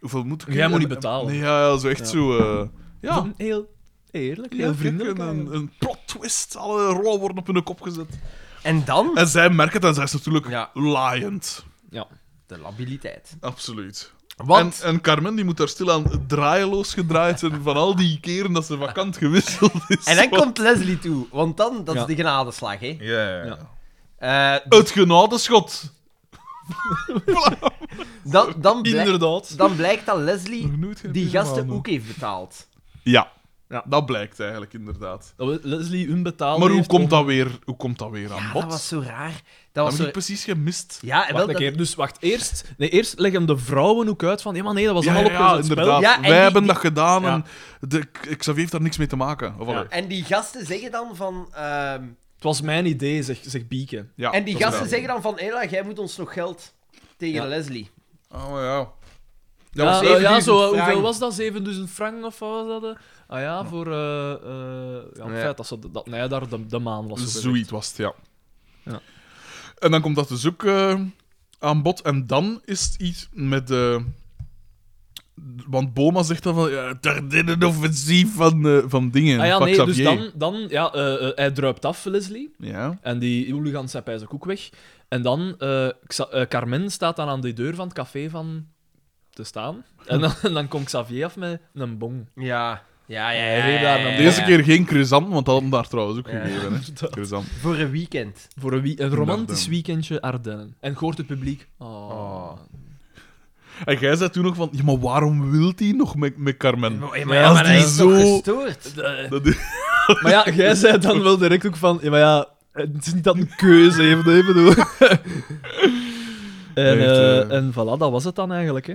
Speaker 2: Hoeveel moet ik...
Speaker 3: Jij
Speaker 2: u-
Speaker 3: moet niet
Speaker 2: en-
Speaker 3: betalen.
Speaker 2: Nee, ja, ja, zo echt
Speaker 3: Ja.
Speaker 2: zo... eh, ja.
Speaker 3: Van Heel eerlijk,
Speaker 2: Ja,
Speaker 3: heel
Speaker 2: kijk, eh,
Speaker 3: vriendelijk.
Speaker 2: Een,
Speaker 3: eigenlijk.
Speaker 2: een plot twist. Alle rollen worden op hun kop gezet.
Speaker 1: En dan?
Speaker 2: En zij merken het en zij is natuurlijk
Speaker 1: Ja.
Speaker 2: laaiend.
Speaker 1: De labiliteit.
Speaker 2: Absoluut. En,
Speaker 1: Want...
Speaker 2: en Carmen die moet daar stilaan draaieloos gedraaid zijn van al die keren dat ze vakant gewisseld is.
Speaker 1: En, dan
Speaker 2: Zo.
Speaker 1: komt Leslie toe, want dan, dat
Speaker 3: Ja.
Speaker 1: is de genadeslag, hè.
Speaker 2: Ja, ja, ja.
Speaker 1: Eh,
Speaker 2: Het genade schot.
Speaker 1: dan, dan, blij-
Speaker 3: Inderdaad.
Speaker 1: dan blijkt dat Leslie
Speaker 2: Nog nooit geen
Speaker 1: die
Speaker 2: deze
Speaker 1: gasten
Speaker 2: maanden.
Speaker 1: ook heeft betaald.
Speaker 2: Ja.
Speaker 3: Ja.
Speaker 2: dat blijkt eigenlijk inderdaad.
Speaker 3: Dat we Leslie hun betaald
Speaker 2: Maar hoe
Speaker 3: heeft om-
Speaker 2: komt, dat weer, hoe komt dat weer aan
Speaker 1: Ja,
Speaker 2: bod?
Speaker 1: dat was zo raar. Dat
Speaker 2: Heb
Speaker 1: was
Speaker 2: ik
Speaker 1: zo...
Speaker 2: die precies gemist?
Speaker 1: Ja, en wel,
Speaker 3: Wacht een
Speaker 1: dat...
Speaker 3: keer, dus wacht, eerst, nee, eerst leggen de vrouwen ook uit van, ja maar nee, dat was
Speaker 2: Ja,
Speaker 3: allemaal
Speaker 2: ja,
Speaker 3: op ons
Speaker 2: inderdaad.
Speaker 1: Ja, en
Speaker 2: Wij
Speaker 1: die-
Speaker 2: hebben
Speaker 1: die-
Speaker 2: dat gedaan
Speaker 3: Ja.
Speaker 2: en de, Xavier heeft daar niks mee te maken. Of allee.
Speaker 1: En die gasten zeggen dan van... ehm,
Speaker 3: Het was mijn idee, zegt zeg Bieke.
Speaker 2: Ja,
Speaker 1: en die
Speaker 2: dat is
Speaker 1: gasten
Speaker 2: waar.
Speaker 1: zeggen dan van... Ella, jij moet ons nog geld tegen
Speaker 3: Ja.
Speaker 1: Leslie.
Speaker 2: Oh, maar ja.
Speaker 3: Ja,
Speaker 2: maar
Speaker 3: ja,
Speaker 2: zeven
Speaker 1: zevenduizend
Speaker 3: zo, eh,
Speaker 1: frank.
Speaker 3: hoeveel was dat? 7000 frank of wat was dat? eh? Ah ja, voor eh eh, ja, het
Speaker 1: Ja.
Speaker 3: feit dat, ze, dat nee, daar de, de maan was. zogezegd.
Speaker 2: Zoiets was het, ja.
Speaker 3: Ja.
Speaker 2: En dan komt dat dus ook eh, aan bod. En dan is het iets met... eh, want Boma zegt dan van... Ja, daar dit een offensief van, eh, van dingen.
Speaker 3: Ah ja,
Speaker 2: van
Speaker 3: nee, dus
Speaker 2: Xavier.
Speaker 3: dan, dan ja, eh, eh, hij druipt af, Leslie.
Speaker 2: Ja.
Speaker 3: En die hooligans zijn bij zijn koek weg. En dan, eh, Xa- eh, Carmen staat dan aan de deur van het café van te staan. En dan, en dan komt Xavier af met een bong.
Speaker 1: Ja. Ja, ja, ja.
Speaker 3: Hij reed daar
Speaker 1: ja,
Speaker 3: naar
Speaker 1: ja,
Speaker 2: De eerste
Speaker 1: ja.
Speaker 2: keer geen croissant, want dat hadden we daar trouwens ook
Speaker 1: Ja,
Speaker 2: gegeven. Hè.
Speaker 3: inderdaad.
Speaker 2: Croissant.
Speaker 1: Voor een weekend.
Speaker 3: Voor een, wie- een romantisch
Speaker 2: Inderdaad.
Speaker 3: weekendje Ardennen. En hoort het publiek. Oh.
Speaker 1: Oh.
Speaker 2: En jij zei toen nog van... Ja, maar waarom wil hij nog met, met Carmen?
Speaker 1: Oh, Maar,
Speaker 3: ja, maar
Speaker 1: hij
Speaker 2: die
Speaker 1: is toch
Speaker 2: zo-
Speaker 1: gestoord?
Speaker 3: De-
Speaker 2: Dat is-
Speaker 3: Eh, maar ja, jij zei dan wel direct ook van. Ja, maar ja, het is niet dat een keuze heeft, hè, bedoel. en,
Speaker 2: Heeft,
Speaker 3: eh,
Speaker 2: eh,
Speaker 3: en voilà, dat was het dan eigenlijk. Hè.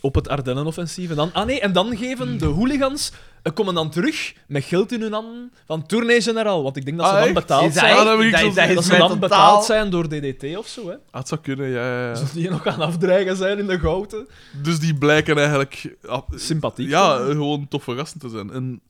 Speaker 3: Op het Ardennenoffensief. En dan, ah nee, en dan geven de hooligans. eh, komen dan terug met geld in hun handen van Tournee Generaal. Want ik denk dat ze
Speaker 2: Ah,
Speaker 3: dan
Speaker 2: echt?
Speaker 3: betaald
Speaker 1: Is dat
Speaker 3: zijn.
Speaker 1: echt?
Speaker 2: dat heb ik
Speaker 1: Dat-
Speaker 2: zo-
Speaker 1: dat is
Speaker 3: Dat ze
Speaker 1: mij
Speaker 3: dan
Speaker 1: totaal-
Speaker 3: betaald zijn door DDT of zo. Hè.
Speaker 2: Ah, het zou kunnen, ja, ja, ja.
Speaker 3: Dus die nog aan afdreigen zijn in de gouten.
Speaker 2: Dus die blijken eigenlijk... ah,
Speaker 3: Sympathiek.
Speaker 2: Ja, gewoon toffe gasten te zijn. Een,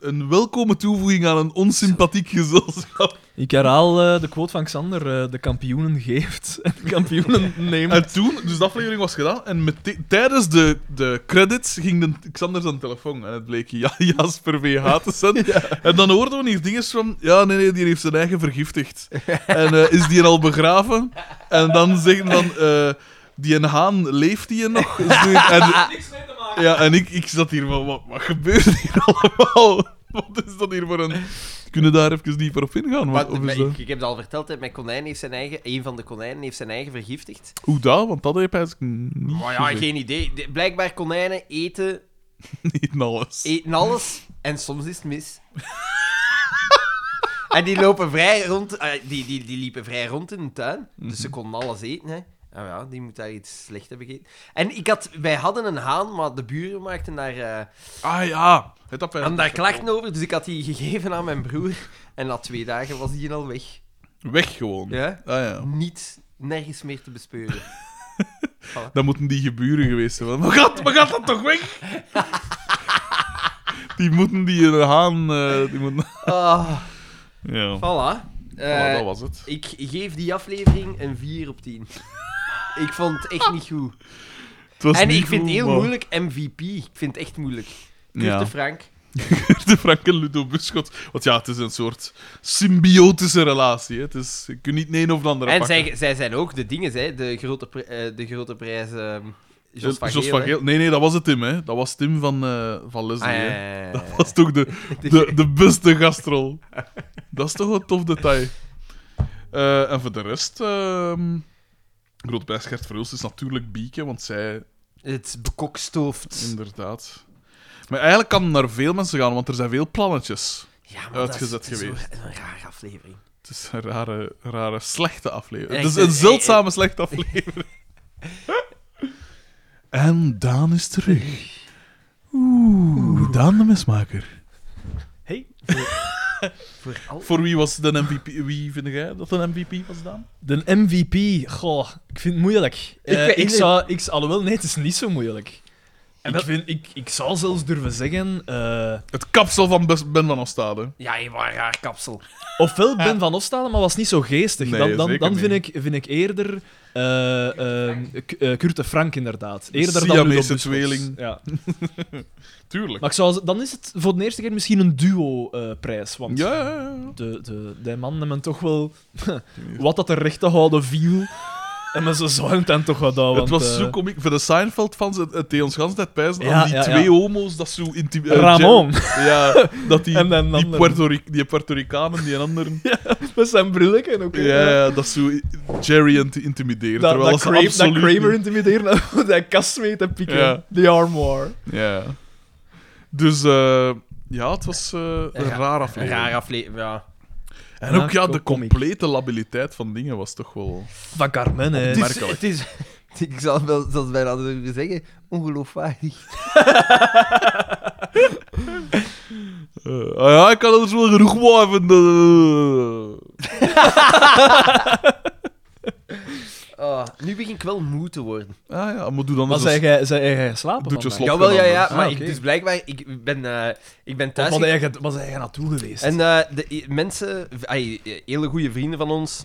Speaker 2: een welkome toevoeging aan een onsympathiek gezelschap.
Speaker 3: Ik herhaal eh, de quote van Xander: eh, de kampioenen geeft en de kampioenen neemt.
Speaker 2: En toen, dus de aflevering was gedaan, en mete- tijdens de, de credits ging de Xander zijn telefoon. En het bleek ja, Jasper VH te zijn. En dan hoorden we hier dingen van... Ja, nee, nee, die heeft zijn eigen vergiftigd. En eh, is die al begraven? En dan zeggen van... eh, die een haan, leeft die nog? Is die- en-
Speaker 3: niks mee te maken.
Speaker 2: Ja, en ik, ik zat hier van, wat, wat gebeurt hier allemaal? Wat is dat hier voor een... Kunnen we daar even dieper op ingaan?
Speaker 1: Maar,
Speaker 2: Wat, of is
Speaker 1: maar
Speaker 2: dat...
Speaker 1: ik, ik heb het al verteld, hè, mijn konijn heeft zijn eigen... Een van de konijnen heeft zijn eigen vergiftigd.
Speaker 2: Hoe dat? Want dat heb ik eigenlijk niet
Speaker 1: Maar ja,
Speaker 2: gezien.
Speaker 1: geen idee. De- Blijkbaar konijnen eten
Speaker 2: Niet in alles.
Speaker 1: eten alles en soms is het mis. en die lopen vrij rond, eh, die, die, die liepen vrij rond in de tuin, dus ze konden alles eten. Hè. Ah ja, die moet daar iets slecht hebben gegeten. En ik had, wij hadden een haan, maar de buren maakten daar, eh,
Speaker 2: Ah ja, het dat
Speaker 1: hadden daar klachten over, dus ik had die gegeven aan mijn broer. En na twee dagen was die al weg.
Speaker 2: Weg gewoon.
Speaker 1: Ja?
Speaker 2: Ah ja.
Speaker 1: Niet, nergens meer te bespeuren.
Speaker 2: Dan moeten die geburen geweest zijn. van, Maar gaat, maar gaat dat toch weg? die moeten die een haan... eh, die moeten...
Speaker 1: Ah,
Speaker 2: Ja.
Speaker 1: voilà.
Speaker 2: Voilà,
Speaker 1: Eh,
Speaker 2: Oh, dat was het.
Speaker 1: Ik geef die aflevering een 4 op 10. Ik vond het echt niet goed.
Speaker 2: Het was
Speaker 1: En
Speaker 2: niet
Speaker 1: ik vind het
Speaker 2: goed,
Speaker 1: heel
Speaker 2: maar-
Speaker 1: moeilijk MVP. Ik vind het echt moeilijk. Kurt
Speaker 2: Ja.
Speaker 1: de Frank.
Speaker 2: de Frank en Ludo Buschot. Want ja, het is een soort symbiotische relatie. Hè. Het is, je kunt niet de een of de andere
Speaker 1: En
Speaker 2: pakken.
Speaker 1: zij, zij zijn ook de dingen, hè. De grote, pri- eh, de grote prijs... ehm Jos van
Speaker 2: Jos
Speaker 1: Geel,
Speaker 2: van
Speaker 1: hè.
Speaker 2: Geel. Nee, nee, dat was het Tim. Hè. Dat was Tim van, eh, van Leslie.
Speaker 1: Ah, ja,
Speaker 2: hè.
Speaker 1: ja, ja,
Speaker 2: Dat
Speaker 1: ja.
Speaker 2: was toch de, de, de beste gastrol. Dat is toch een tof detail. Eh, en voor de rest... ehm Grote prijs Gert Verhulst is natuurlijk Bieke, want zij
Speaker 1: Het bekokstoofd.
Speaker 2: inderdaad... Maar eigenlijk kan naar veel mensen gaan, want er zijn veel plannetjes.
Speaker 1: Ja, maar
Speaker 2: Uitgezet
Speaker 1: dat is,
Speaker 2: geweest.
Speaker 1: Dat is een, een rare aflevering.
Speaker 2: Het is een rare, rare slechte aflevering.
Speaker 1: Ja,
Speaker 2: het is
Speaker 1: ik-
Speaker 2: een zeldzame slechte aflevering. en Daan is terug. Oeh, Daan de mismaker.
Speaker 3: Hey.
Speaker 1: Voor al...
Speaker 2: Voor wie was de MVP? Wie vind jij dat een MVP was, Daan?
Speaker 3: De MVP, goh, ik vind het moeilijk. Eh,
Speaker 1: weet
Speaker 3: ik
Speaker 1: niet.
Speaker 3: zou, ik, zou- alhoewel, nee, het is niet zo moeilijk. Ik, vind, ik, ik zou zelfs durven zeggen... eh,
Speaker 2: Het kapsel van Bes- Ben van Ostade.
Speaker 1: Ja, je was een raar kapsel.
Speaker 3: ofwel Ben van Opstalen, maar was niet zo geestig.
Speaker 2: Nee,
Speaker 3: dan dan,
Speaker 2: zeker
Speaker 3: dan vind,
Speaker 2: niet.
Speaker 3: ik, vind ik eerder... eh eh K- eh, Kurt de Frank, inderdaad. Eerder dan
Speaker 2: Siamese
Speaker 3: Rudolf Buschhoff.
Speaker 2: tweeling.
Speaker 3: Ja.
Speaker 2: Tuurlijk.
Speaker 3: Maar ik zou, dan is het voor de eerste keer misschien een duo-prijs. eh, want
Speaker 2: Ja, ja, ja.
Speaker 3: de, de, die man nemen toch wel wat dat er recht te houden viel. En men ze zouden het dan toch wat houden.
Speaker 2: het
Speaker 3: want,
Speaker 2: was
Speaker 3: eh,
Speaker 2: zo komiek. Voor de Seinfeld-fans, het, het deed ons gans net pijzen
Speaker 3: Ja,
Speaker 2: aan die
Speaker 3: ja, ja.
Speaker 2: twee homo's, dat zo intiem... eh,
Speaker 3: Ramon,
Speaker 2: Jer- Ja, dat die,
Speaker 3: En dan
Speaker 2: die,
Speaker 3: anderen.
Speaker 2: Puerto Ri- die Puerto Ricanen, die anderen...
Speaker 3: met zijn brilletje en ook.
Speaker 2: Ja, ja, dat zo Jerry in te intimideren.
Speaker 3: Dat,
Speaker 2: terwijl
Speaker 3: dat,
Speaker 2: dat ze
Speaker 3: Kramer, dat
Speaker 2: absoluut
Speaker 3: Kramer
Speaker 2: niet-
Speaker 3: intimideren en dat kast mee te pikken.
Speaker 2: Ja.
Speaker 3: The armor.
Speaker 2: Ja. Dus eh, ja, het was eh, een
Speaker 1: Ja,
Speaker 2: raar
Speaker 1: Een
Speaker 2: aflevering.
Speaker 1: raar aflevering. Ja.
Speaker 2: En ook ja,
Speaker 3: Ja,
Speaker 2: de
Speaker 3: komiek.
Speaker 2: complete labiliteit van dingen was toch wel...
Speaker 3: Van Carmen, hè.
Speaker 1: Het is,
Speaker 2: Merkelijk.
Speaker 1: het is, ik zal wel, zoals wij dat willen zeggen, ongeloofwaardig.
Speaker 2: Eh, ah ja, ik kan er wel genoeg blijven. eh.
Speaker 1: Ah, nu begin ik wel moe te worden.
Speaker 2: Ah ja, maar doe dan
Speaker 3: Maar
Speaker 2: eens een
Speaker 3: zei jij, zei jij slapen?
Speaker 2: Doet je
Speaker 3: vandaag?
Speaker 2: slot.
Speaker 1: Jawel, ja, ja.
Speaker 2: anders.
Speaker 1: Maar
Speaker 3: Ah,
Speaker 1: ik,
Speaker 3: oké.
Speaker 1: dus blijkbaar, ik ben, eh, ik ben thuis.
Speaker 3: Wat had jij ge- Wat zijn jij naartoe geweest?
Speaker 1: En eh, de i- mensen, v- ai, eh, hele goede vrienden van ons,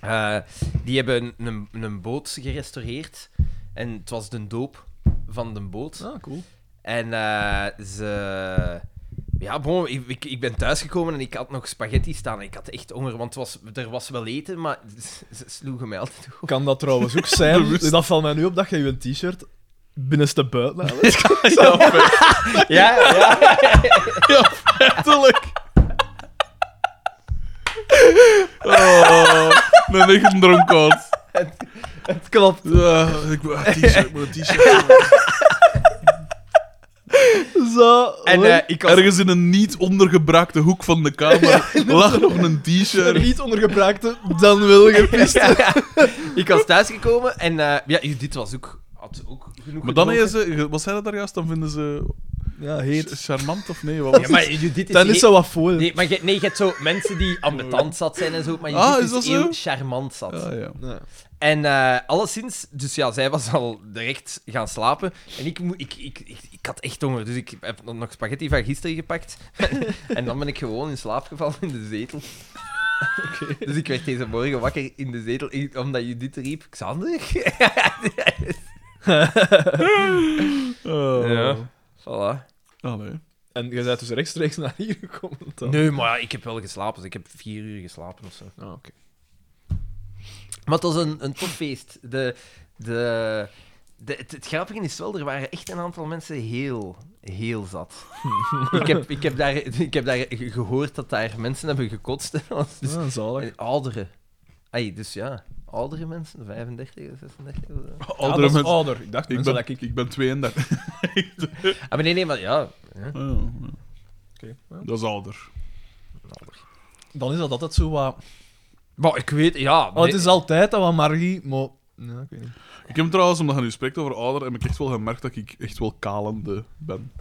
Speaker 1: eh, die hebben een, een boot gerestaureerd. En het was de doop van de boot.
Speaker 3: Ah, cool.
Speaker 1: En eh, ze... Ja, bon, ik, ik, ik ben thuisgekomen en ik had nog spaghetti staan. Ik had echt honger, want het was, er was wel eten, maar ze, ze sloegen mij altijd op.
Speaker 3: Kan dat trouwens ook zijn?
Speaker 2: Bewust.
Speaker 3: dat valt mij nu op dat je je t-shirt binnenste buiten haalt.
Speaker 1: Ja, ja.
Speaker 2: Letterlijk. Oh, een echt dronkaard.
Speaker 1: Het klopt.
Speaker 2: Ja, ik wil een t-shirt, ik wil een t-shirt.
Speaker 3: Zo.
Speaker 1: En
Speaker 3: hoor.
Speaker 1: eh, ik was...
Speaker 2: Ergens in een niet ondergebraakte hoek van de kamer lag nog een
Speaker 3: er
Speaker 2: t-shirt.
Speaker 3: niet ondergebraakte, dan wil je pist.
Speaker 1: ik was thuisgekomen en eh, ja, dit was ook, had ook genoeg.
Speaker 2: Maar dan
Speaker 1: gedronken.
Speaker 2: is ze, wat zei dat daar juist? Dan vinden ze
Speaker 3: Ja,
Speaker 2: ch-
Speaker 3: heet.
Speaker 2: charmant of nee? Wat was
Speaker 1: Ja,
Speaker 2: het?
Speaker 1: maar Judith is,
Speaker 3: Dan is
Speaker 1: heel-
Speaker 3: zo wat voor.
Speaker 1: Nee, maar je, nee, je hebt zo mensen die ambetant zat zijn en zo, maar Judith
Speaker 2: Ah, is
Speaker 1: is,
Speaker 2: dat zo? Ah,
Speaker 1: heel charmant zat.
Speaker 2: Ja, ja.
Speaker 3: Ja.
Speaker 1: En eh alleszins, dus ja, zij was al direct gaan slapen. En ik, moe- ik, ik, ik, ik had echt honger, dus ik heb nog spaghetti van gisteren gepakt. en dan ben ik gewoon in slaap gevallen in de zetel. Dus ik werd deze morgen wakker in de zetel, ik- omdat Judith riep, Xander?
Speaker 2: Oh.
Speaker 1: Ja. Voilà.
Speaker 2: Allee.
Speaker 3: En je bent dus rechtstreeks naar hier gekomen. dan.
Speaker 1: Nee, maar ja, ik heb wel geslapen, dus ik heb vier uur geslapen of zo.
Speaker 3: Ah, oké.
Speaker 1: Maar het was een, een tof feest. De, de, de, het, het grappige is wel, er waren echt een aantal mensen heel, heel zat. ik, heb, ik, heb daar, ik heb daar ge- gehoord dat daar mensen hebben gekotst. hè. Dat was Dus,
Speaker 3: Ah, zalig.
Speaker 1: en oudere. Ai, dus ja, oudere mensen, 35, 36. of zo.
Speaker 3: Ja,
Speaker 2: Oudere
Speaker 3: Ah, dat is
Speaker 2: mensen.
Speaker 3: ouder. Ik dacht,
Speaker 2: Ik
Speaker 3: mensen
Speaker 2: ben,
Speaker 3: dat ik...
Speaker 2: ik. ben 32.
Speaker 1: Ah, maar nee, nee, maar ja. ja.
Speaker 2: Oh, ja.
Speaker 3: Oké, ja.
Speaker 2: Dat is ouder.
Speaker 3: Dan is dat altijd zo wat...
Speaker 1: Maar ik weet, ja.
Speaker 3: Oh, het
Speaker 1: nee.
Speaker 3: is altijd dat wat Margie, maar... Ja, ik weet niet.
Speaker 2: Ik heb trouwens, omdat je nu spreekt over ouder, heb ik echt wel gemerkt dat ik echt wel kalende ben.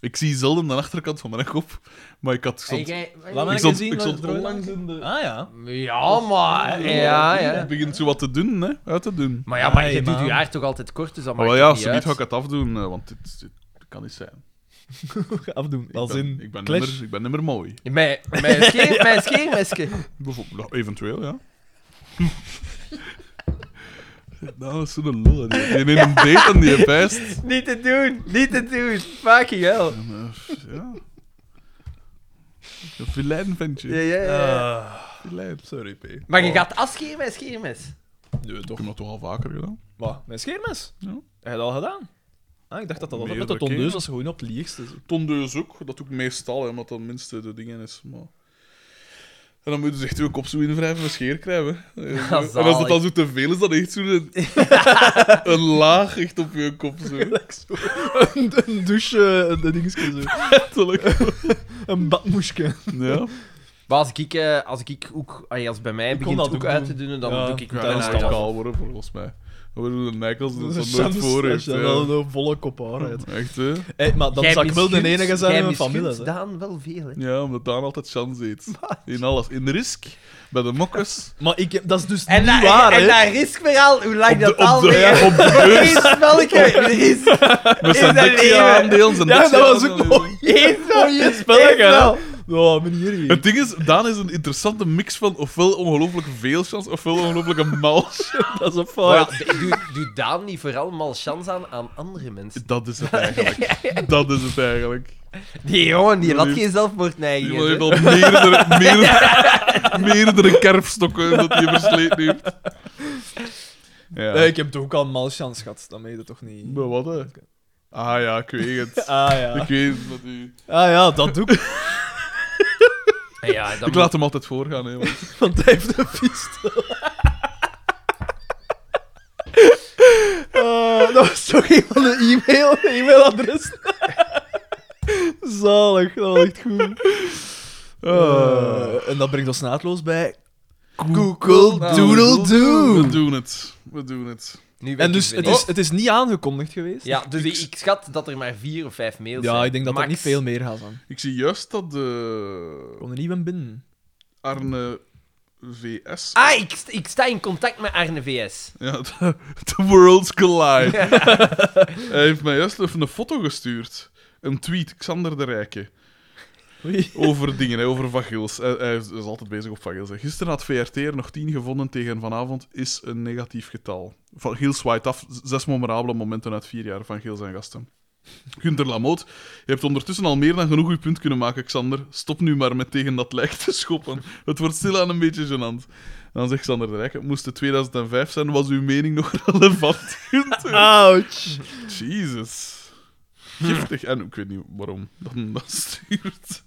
Speaker 2: Ik zie zelden de achterkant van mijn kop, maar ik had...
Speaker 1: En
Speaker 2: Stond,
Speaker 1: jij-
Speaker 3: Laat mij
Speaker 2: ik
Speaker 3: eens
Speaker 2: stond,
Speaker 3: zien
Speaker 2: ik
Speaker 3: wat
Speaker 2: stond
Speaker 3: er ooit
Speaker 2: onlangs
Speaker 3: aan-
Speaker 2: in de...
Speaker 3: Ah ja.
Speaker 1: Ja, maar. Ja, ja.
Speaker 2: Het begint zo wat te doen, hè. Uit te doen.
Speaker 1: Maar ja, maar
Speaker 3: Nee,
Speaker 1: je doet
Speaker 3: man.
Speaker 1: je haar toch altijd kort, dus dat
Speaker 2: Maar
Speaker 1: maakt
Speaker 2: wel Oh, ja,
Speaker 1: het
Speaker 2: ze
Speaker 1: niet
Speaker 2: niet ga ik
Speaker 1: uit.
Speaker 2: het afdoen, eh, want dit, dit kan niet zijn.
Speaker 3: Afdoen.
Speaker 2: Ik
Speaker 3: Als
Speaker 2: ben,
Speaker 3: in
Speaker 2: ik ben
Speaker 3: Clash.
Speaker 2: nimmer- Ik ben nimmer mooi.
Speaker 1: Mijn, mijn scheer, mijn scheermesje.
Speaker 2: Bijvoorbeeld, nou, eventueel, ja. Nou, dat is zo'n lul. hè. Die neemt een date en die pijst.
Speaker 1: Niet te doen, niet te doen. Fucking hell.
Speaker 2: En, eh, Ja. Een filijn,
Speaker 1: Ja,
Speaker 2: ventje. Oh,
Speaker 1: ja, ja. Oh.
Speaker 3: Ah,
Speaker 2: Filijn.
Speaker 3: sorry, P.
Speaker 1: maar je gaat afscheren met scheermes.
Speaker 2: Nee, toch nog toch al vaker gedaan.
Speaker 3: Wat? Mijn scheermes?
Speaker 2: Ja.
Speaker 3: Heb je dat al gedaan? Ah, ik dacht dat dat altijd met de
Speaker 2: Meerdere
Speaker 3: tondeus
Speaker 2: keren.
Speaker 3: was gewoon op het liegste. zo.
Speaker 2: Tondeus ook, dat ook meestal, hè, omdat dat minste de dingen is. Maar... En dan moet je dus echt je kop zo invrijven en scheer krijgen. hè. En
Speaker 1: Ja,
Speaker 2: als het dan
Speaker 1: zalig.
Speaker 2: zo te veel is, dan echt zo'n een laag echt op je kop. Zo.
Speaker 3: een douche, eh, een dingetje zo.
Speaker 2: Letterlijk.
Speaker 3: Een badmoesje.
Speaker 2: Ja.
Speaker 1: Maar als ik, eh, als ik ook, allee, als bij mij
Speaker 3: Ik kon
Speaker 1: begint
Speaker 3: dat
Speaker 1: ook
Speaker 3: ook
Speaker 1: uit
Speaker 3: doen.
Speaker 1: te doen, dan
Speaker 3: Ja,
Speaker 1: doe ik
Speaker 3: ja,
Speaker 1: mijn
Speaker 2: Ja, dan
Speaker 3: is
Speaker 1: haar
Speaker 2: is het
Speaker 3: dat
Speaker 1: af.
Speaker 2: kaal worden, volgens mij. We doen de nekkels dat dat nooit
Speaker 4: chance
Speaker 2: voor
Speaker 4: dat
Speaker 2: heeft.
Speaker 4: je
Speaker 2: ja.
Speaker 4: wel een volle kop haar
Speaker 2: Echt, hè?
Speaker 4: Hey, maar dan
Speaker 1: Jij
Speaker 4: zou ik wel de
Speaker 1: misgunt-
Speaker 4: enige zijn
Speaker 1: jij
Speaker 4: in mijn familie.
Speaker 1: misgunt
Speaker 4: hè.
Speaker 1: Daan wel veel, hè.
Speaker 2: Ja, omdat Daan altijd chance eet. In alles. In de risk, bij de mokkers.
Speaker 4: Maar ik, heb- dat is dus
Speaker 1: En,
Speaker 4: niet
Speaker 1: dat
Speaker 4: waar,
Speaker 1: en,
Speaker 4: hè?
Speaker 1: en dat riskverhaal, hoe lang dat al
Speaker 2: de,
Speaker 1: ligt.
Speaker 2: ja, op de beurs.
Speaker 1: Eens welke risk.
Speaker 2: Met
Speaker 1: Is
Speaker 2: zijn
Speaker 1: dat
Speaker 2: dikste
Speaker 1: leven?
Speaker 2: aandeel. Zijn
Speaker 4: Ja,
Speaker 2: dikste
Speaker 4: dat was ook
Speaker 2: aandeel.
Speaker 1: Eens wel.
Speaker 4: Oh, je
Speaker 1: Eens wel.
Speaker 4: Oh, meneer hier.
Speaker 2: Het ding is, Daan is een interessante mix van ofwel ongelooflijk veel chance, ofwel ongelooflijk een mal chance.
Speaker 4: Dat is een
Speaker 1: Maar ja,
Speaker 4: fout.
Speaker 1: d- doe, doe Daan niet vooral mal chance aan aan andere mensen.
Speaker 2: Dat is het eigenlijk. Dat is het eigenlijk.
Speaker 1: Die jongen, die had
Speaker 2: Die-
Speaker 1: geen
Speaker 2: Die
Speaker 1: zelfmoordneiging.
Speaker 2: man heeft al meerdere, meerdere, meerdere kerfstokken dat hij versleten heeft. Ja.
Speaker 4: Nee, ik heb toch ook al een malchance gehad. Dat meen je toch niet?
Speaker 2: Maar wat, hè? Ah ja, ik weet het.
Speaker 4: Ah ja.
Speaker 2: Ik weet het, dat u...
Speaker 4: Ah ja, dat doe ik.
Speaker 1: Ja, dan
Speaker 2: Ik laat hem altijd voorgaan, hè. want-
Speaker 4: Want hij heeft een pistool. Eh, dat was toch een van de e-mail, e-mailadres. Zalig, dat was echt goed.
Speaker 2: Ah.
Speaker 4: Eh, en dat brengt ons naadloos bij
Speaker 2: Nou,
Speaker 4: Google Ah, Doodle
Speaker 2: We
Speaker 4: Doo.
Speaker 2: doen het. We doen het.
Speaker 1: Nu ben
Speaker 4: En
Speaker 1: ik
Speaker 4: dus
Speaker 1: er
Speaker 4: het
Speaker 1: weer.
Speaker 4: is, het is niet aangekondigd geweest.
Speaker 1: Ja, dus ik, ik schat dat er maar vier of vijf mails zijn.
Speaker 4: Ja, ik denk dat
Speaker 1: Max.
Speaker 4: er niet veel meer gaat zijn.
Speaker 2: Ik zie juist dat de...
Speaker 3: Ik kon er niet van binnen.
Speaker 2: Arne VS.
Speaker 1: Ah, ik, st- ik sta in contact met Arne VS.
Speaker 2: Ja, de, de worlds collide. Hij heeft mij juist even een foto gestuurd. Een tweet, Xander de Rijke.
Speaker 4: Oei.
Speaker 2: Over dingen, hè, over vagils. Hij, hij is is altijd bezig op vagils. hè. Gisteren had VRT er nog 10 gevonden tegen vanavond is een negatief getal. Van Gils waait af, z- zes memorabele momenten uit vier jaar van Gils en gasten. Gunter Lamoot, je hebt ondertussen al meer dan genoeg uw punt kunnen maken, Xander. Stop nu maar met tegen dat lijk te schoppen. Het wordt stilaan een beetje gênant. En dan zegt Xander de Rijk, het moest het 2005 zijn, was uw mening nog relevant, Gunter?
Speaker 4: Ouch.
Speaker 2: Jezus.
Speaker 1: Hm.
Speaker 2: Giftig. En ik weet niet waarom dan dat stuurt.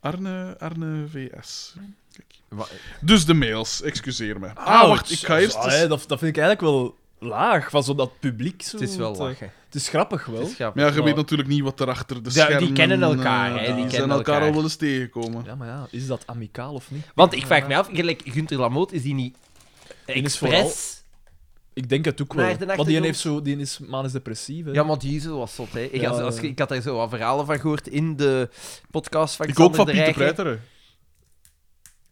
Speaker 2: Arne, Arne VS.
Speaker 1: Wa-
Speaker 2: Dus de mails, excuseer me. Ah, wacht, ik ga eerst...
Speaker 4: Ah, hè, dat, dat vind ik eigenlijk wel laag, van zo dat publiek zo.
Speaker 1: Het is wel
Speaker 4: te-
Speaker 1: lachen.
Speaker 4: Het is grappig wel.
Speaker 1: Het is grappig.
Speaker 2: Maar ja, je weet
Speaker 4: Maar-
Speaker 2: natuurlijk niet wat erachter de
Speaker 1: Ja, die
Speaker 2: schermen...
Speaker 1: kennen elkaar, hè,
Speaker 2: eh,
Speaker 1: die
Speaker 2: Die
Speaker 1: kennen
Speaker 2: zijn elkaar
Speaker 1: elkaar.
Speaker 2: al wel eens tegengekomen.
Speaker 3: Ja, maar ja, is dat amicaal of niet?
Speaker 1: Want ik vraag me af, gelijk Gunther Lamoot, is die niet
Speaker 3: is
Speaker 1: expres?
Speaker 3: Ik denk het ook
Speaker 1: Maar
Speaker 3: wel.
Speaker 1: hij heeft een
Speaker 3: Want die,
Speaker 1: achtergrond.
Speaker 3: heeft zo, die is manisch depressief. Hè.
Speaker 1: Ja, maar die is wel wat zot, hè. Ik,
Speaker 3: Ja.
Speaker 1: als, als- ik had daar zo wat verhalen van gehoord in de podcast van
Speaker 2: Ik hoop van
Speaker 1: Xander de
Speaker 2: Pieter
Speaker 1: Rijken.
Speaker 2: Breiteren.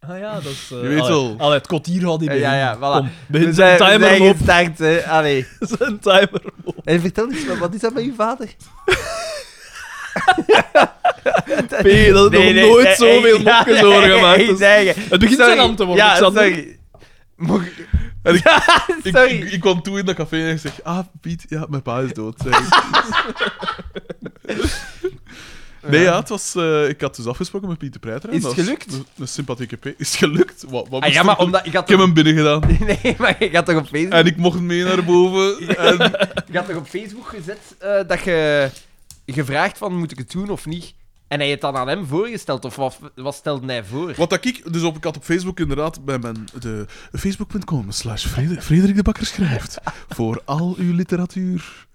Speaker 3: Ah ja, dat is... eh,
Speaker 2: Je weet
Speaker 3: allee,
Speaker 2: wel.
Speaker 3: Allee, het kwartier had hij
Speaker 1: Ja, ja, ja, voilà.
Speaker 3: Kom,
Speaker 1: We
Speaker 3: begin zijn
Speaker 1: zijn, we
Speaker 3: timer
Speaker 1: zijn
Speaker 3: op.
Speaker 1: gestart, hè. Allee.
Speaker 3: Zijn timer op.
Speaker 1: En vertel eens, wat- wat is dat met uw vader?
Speaker 4: P, dat is nog nooit zoveel mokken zo over gemaakt.
Speaker 1: eh,
Speaker 3: dus-
Speaker 1: Ik zeg,
Speaker 4: Het begint zijn aan te worden,
Speaker 1: ja,
Speaker 4: Xander.
Speaker 1: sorry. Mocht-
Speaker 2: En ik- Ik,
Speaker 1: Sorry.
Speaker 2: ik, ik kwam toe in dat café en ik zeg... Ah, Piet, ja, mijn pa is dood. zei ik. Nee, ja, het was, eh, ik had dus afgesproken met Pieter Breiteren.
Speaker 1: Is het
Speaker 2: Dat was
Speaker 1: gelukt?
Speaker 2: Een, een sympathieke P. Is het gelukt? Wat,
Speaker 1: Ah,
Speaker 2: wat moest
Speaker 1: ja,
Speaker 2: er
Speaker 1: maar
Speaker 2: gelukt?
Speaker 1: omdat... Ik had
Speaker 2: Ik heb
Speaker 1: toch-
Speaker 2: hem binnen gedaan.
Speaker 1: Nee, maar ik had toch op Facebook...
Speaker 2: En ik mocht mee naar boven. En
Speaker 1: Ik had nog op Facebook gezet eh, dat je gevraagd van moet ik het doen of niet. En hij het dan aan hem voorgesteld, of wat, wat stelde hij voor?
Speaker 2: wat dat ik, dus op, ik had op Facebook inderdaad bij mijn de facebook.com slash Frederik Frederik de Bakker schrijft. Voor al uw literatuur.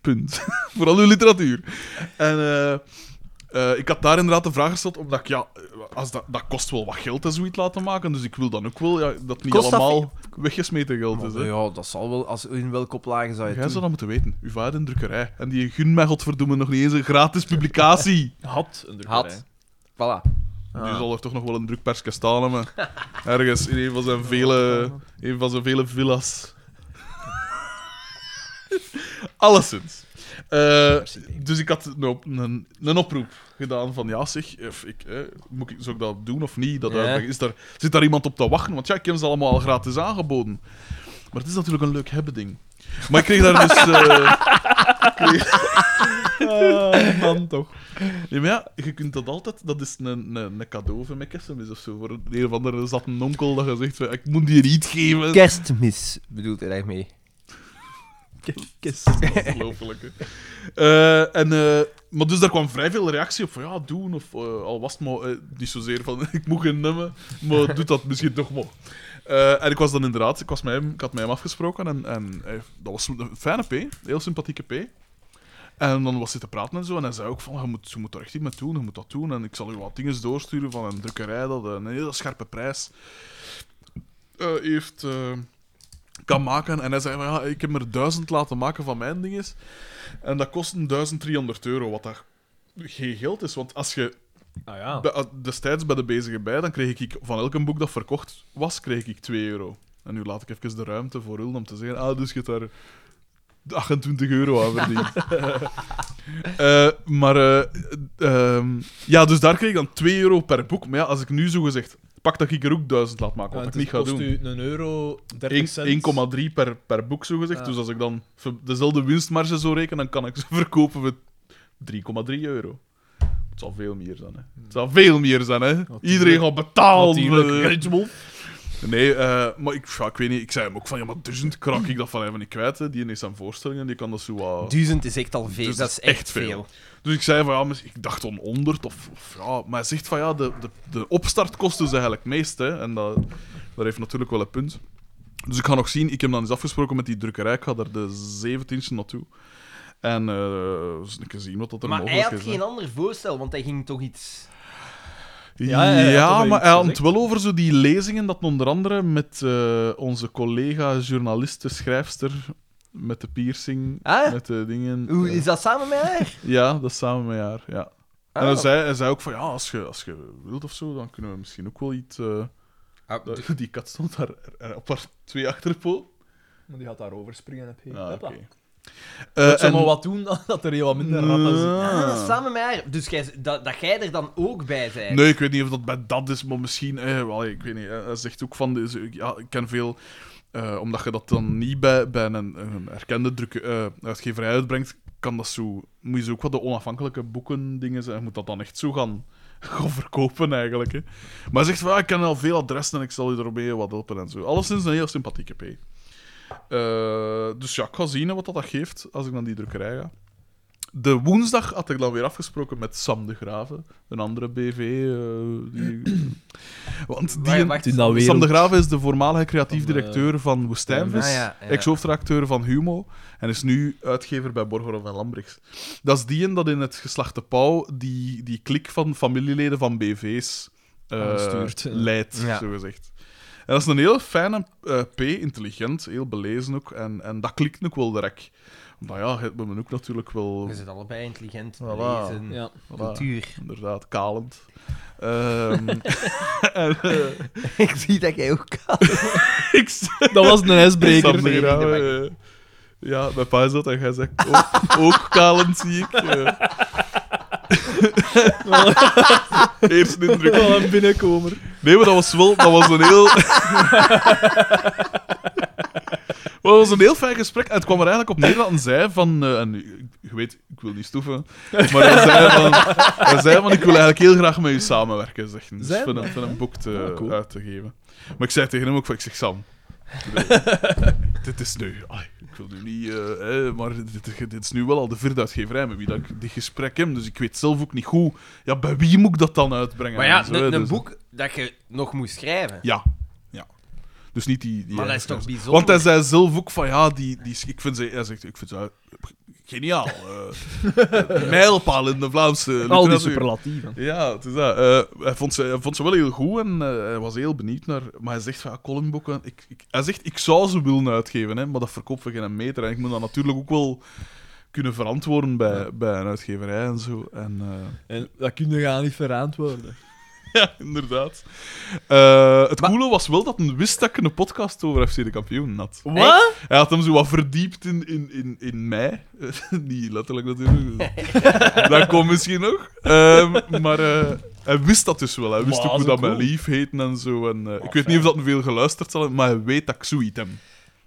Speaker 2: Punt. voor al uw literatuur. En eh, eh, ik had daar inderdaad de vraag gesteld, omdat ik, ja, als dat, dat kost wel wat geld en zoiets laten maken, dus ik wil dan ook wel ja, dat niet
Speaker 1: Kost dat
Speaker 2: allemaal weggesmeten geld is. hè.
Speaker 1: ja, dat zal wel, als, in welke oplage zou
Speaker 2: Jij zou dat moeten weten. Uw vader in drukkerij. En die gun mij godverdomme nog niet eens een gratis publicatie.
Speaker 3: Had een druk.
Speaker 1: Had. Voilà.
Speaker 2: Nu zal er toch nog wel een drukpersje staan, hè, maar ergens in een van zijn vele, een van zijn vele villa's. Alleszins. Eh, dus ik had een, op- een, een oproep gedaan van ja zeg, of ik, eh, moet ik, zou ik dat doen of niet? Dat
Speaker 1: Ja.
Speaker 2: uitleggen. is daar, zit daar iemand op te wachten? Want ja, ik heb ze allemaal al gratis aangeboden. Maar het is natuurlijk een leuk hebben ding. Maar ik kreeg daar dus... eh,
Speaker 4: Ah, man, toch.
Speaker 2: Ja, maar ja, je kunt dat altijd... Dat is een, een, een cadeau van mijn kerstmis of zo. Voor een, een of andere zat een onkel dat je zegt van, ik moet die niet geven.
Speaker 1: Kerstmis bedoelt hij daarmee.
Speaker 4: Kiss.
Speaker 3: Ah
Speaker 2: Ongelooflijk, hè. Eh, en, eh, maar dus daar kwam vrij veel reactie op van, ja, doen. Of eh, al was het maar eh, niet zozeer van, ik moet geen nummer, maar doe dat misschien toch maar. Eh, en ik was dan inderdaad, ik, was met hem, ik had met hem afgesproken en, en hij- dat was een fijne P, een heel sympathieke P. En dan was hij te praten en zo. En hij zei ook van, je moet, je moet er echt iets mee doen, je moet dat doen. En ik zal u wat dingen doorsturen van een drukkerij dat een hele scherpe prijs eh, heeft... eh, kan maken. En hij zei, van, ja, ik heb er duizend laten maken van mijn dinges. En dat kostte 1300 euro, wat dat geen geld is. Want als je
Speaker 3: Ah ja.
Speaker 2: bij- a- destijds bij de bezige bij, dan kreeg ik van elk boek dat verkocht was, kreeg ik 2 euro. En nu laat ik even de ruimte voor Ulm om te zeggen, ah, dus je hebt daar 28 euro aan verdiend. Eh, maar eh, ehm, ja, dus daar kreeg ik dan 2 euro per boek. Maar ja, als ik nu zo gezegd pak dat ik er ook 1000 laat maken, wat
Speaker 3: Want
Speaker 2: ik niet ga
Speaker 3: kost
Speaker 2: doen.
Speaker 3: u een euro 30 cent.
Speaker 2: 1,3 per, per boek, zo gezegd.
Speaker 3: Ja.
Speaker 2: Dus als ik dan ver- dezelfde winstmarge zo reken, dan kan ik ze verkopen voor 3,3 euro. Het zal veel meer zijn, hè. Het zal veel meer zijn, hè. Iedereen gaat betalen. eh.
Speaker 3: Natuurlijk.
Speaker 2: Nee, eh, maar ik, ja, ik weet niet. Ik zei hem ook van, ja, maar duizend krak ik dat van even niet kwijt, hè. Die is zijn voorstellingen, die kan dat zo eh, wat...
Speaker 1: Duizend is echt al veel.
Speaker 2: Oh. Dus
Speaker 1: dat is echt, veel.
Speaker 2: Dus ik zei van, ja, misschien- ik dacht dan 100 of... of ja, maar hij zegt van, ja, de, de, de opstart kost dus eigenlijk het meest, hè. En dat, dat heeft natuurlijk wel een punt. Dus ik ga nog zien. Ik heb dan eens afgesproken met die drukkerij. Ik ga daar de 17e naartoe. En eh eens een keer zien wat dat er
Speaker 1: Maar hij
Speaker 2: mogelijk
Speaker 1: had
Speaker 2: is. hè.
Speaker 1: geen ander voorstel, want hij ging toch iets...
Speaker 2: Ja,
Speaker 3: Ja, hij had er
Speaker 2: maar
Speaker 3: iets
Speaker 2: hij had het
Speaker 3: gezegd.
Speaker 2: wel over zo die lezingen dat onder andere met eh, onze collega journaliste, schrijfster, met de piercing,
Speaker 1: Ah?
Speaker 2: met de dingen.
Speaker 1: Hoe
Speaker 2: eh,
Speaker 1: is dat samen met haar?
Speaker 2: Ja, dat is samen met haar, ja.
Speaker 1: Ah.
Speaker 2: En hij zei, hij zei ook van, ja, als je, als je wilt of zo, dan kunnen we misschien ook wel iets... eh, dat- die kat stond daar er- op haar twee achterpoot.
Speaker 3: Die gaat daarover springen. Heb je.
Speaker 2: Ah, oké.
Speaker 3: Hoppa.
Speaker 2: Eh,
Speaker 3: Ik zou
Speaker 2: en-
Speaker 3: maar wat doen dat er heel wat minder ratten zijn.
Speaker 1: Ah,
Speaker 2: Ah.
Speaker 1: samen met haar. Dus jij, dat, dat jij er dan ook bij bent.
Speaker 2: Nee, ik weet niet of dat bij dat is, maar misschien... Eh, wel, ik weet niet, eh, hij zegt ook van... deze- Ja, ik ken veel... eh, omdat je dat dan niet bij, bij een, een erkende drukke, eh, uitgeverij uitbrengt, kan dat zo... Moet je zo ook wat de onafhankelijke boeken dingen zijn. Je moet dat dan echt zo gaan, gaan verkopen, eigenlijk. Hè. Maar hij zegt van, ja, ik ken al veel adressen en ik zal je ermee wat helpen en zo. Alleszins een heel sympathieke P. Eh, dus ja, ik ga zien hè, wat dat, dat geeft als ik naar die drukkerij ga. De woensdag had ik dan weer afgesproken met Sam de Graven, een andere BV. eh, die... Want die,
Speaker 1: Wacht,
Speaker 3: Die dat
Speaker 2: Sam de
Speaker 3: wereld-
Speaker 2: Graaf is de voormalige creatief
Speaker 3: Van, eh,
Speaker 2: directeur van Woestijnvis.
Speaker 1: Ah, ja, ja.
Speaker 2: Ex-hoofdredacteur van Humo. En is nu uitgever bij Borger en Lambrechts. Dat is die en dat in het geslachte Pauw die, die klik van familieleden van BV's eh,
Speaker 3: Aanstuurt, ja.
Speaker 2: leidt,
Speaker 1: Ja.
Speaker 2: zogezegd. En dat is een heel fijne eh, P, intelligent, heel belezen ook. En, en dat klikt ook wel direct. Omdat ja, we hebben ook natuurlijk wel...
Speaker 1: Je zit allebei intelligent,
Speaker 2: Voilà.
Speaker 1: lezen,
Speaker 3: Ja.
Speaker 2: voilà,
Speaker 1: cultuur.
Speaker 2: inderdaad, kalend. Ehm, en, eh,
Speaker 1: Ik zie dat jij ook kan.
Speaker 2: ik zeg-
Speaker 3: Dat was een ijsbreker.
Speaker 2: Sam de
Speaker 1: Breder,
Speaker 2: Grauwe,
Speaker 1: breder.
Speaker 2: eh, ja, mijn pa is dat en jij zegt ook, ook kalend, zie ik. eh. Eerste indruk.
Speaker 3: Wel een binnenkomer.
Speaker 2: Nee, maar dat was wel... Dat was een heel... maar dat was een heel fijn gesprek. En het kwam er eigenlijk op neer dat hij zei van... eh, en je weet, ik wil niet stoeven. Maar hij zei van... Hij zei van, ik wil eigenlijk heel graag met u samenwerken, zegt hij. Dus
Speaker 3: Zei
Speaker 2: van, een- van een boek te,
Speaker 3: Ah, cool.
Speaker 2: uit te geven. Maar ik zei tegen hem ook van, ik zeg, Sam... ik bedoel, dit is nu... ai, ik wil nu niet... eh, eh, maar dit, dit is nu wel al de vierde uitgeverij met wie dat ik dit gesprek heb. Dus ik weet zelf ook niet goed... Ja, bij wie moet ik dat dan uitbrengen?
Speaker 1: Maar ja,
Speaker 2: en zo, hè,
Speaker 1: een, een
Speaker 2: dus-
Speaker 1: boek dat je nog moest schrijven.
Speaker 2: ja, ja. Dus niet die... die
Speaker 1: Maar dat is toch bijzonder?
Speaker 2: Want hij zei zelf ook van, ja, die, die, ik vind ze... Hij zegt, ik vind ze uit- geniaal. eh mijlpaal in de Vlaamse
Speaker 3: Al die
Speaker 2: literatuur.
Speaker 3: superlatieven.
Speaker 2: Ja, het is dat. Eh, hij, vond ze, hij vond ze wel heel goed en eh, hij was heel benieuwd naar... Maar hij zegt van, ja, columnboeken... Ik, ik, hij zegt, ik zou ze willen uitgeven, hè, maar dat verkoopt voor geen meter. En ik moet dat natuurlijk ook wel kunnen verantwoorden bij, bij een uitgeverij en zo. En... eh,
Speaker 3: En dat kun je gaan niet verantwoorden.
Speaker 2: ja, inderdaad. Eh, het coole was wel dat hij wist dat ik een podcast over FC de kampioen had.
Speaker 3: Wat?
Speaker 2: Hij had hem zo wat verdiept in, in, in, in mij. Niet letterlijk natuurlijk. dat komt misschien nog. Ehm, maar eh, hij wist dat dus wel. Hij wist
Speaker 3: Maar,
Speaker 2: ook hoe
Speaker 3: zo
Speaker 2: dat
Speaker 3: cool. Ah,
Speaker 2: mijn lief heette en zo. En, eh, ik weet niet of dat hij veel geluisterd zal hebben, maar hij weet dat ik zoiets heb. Dus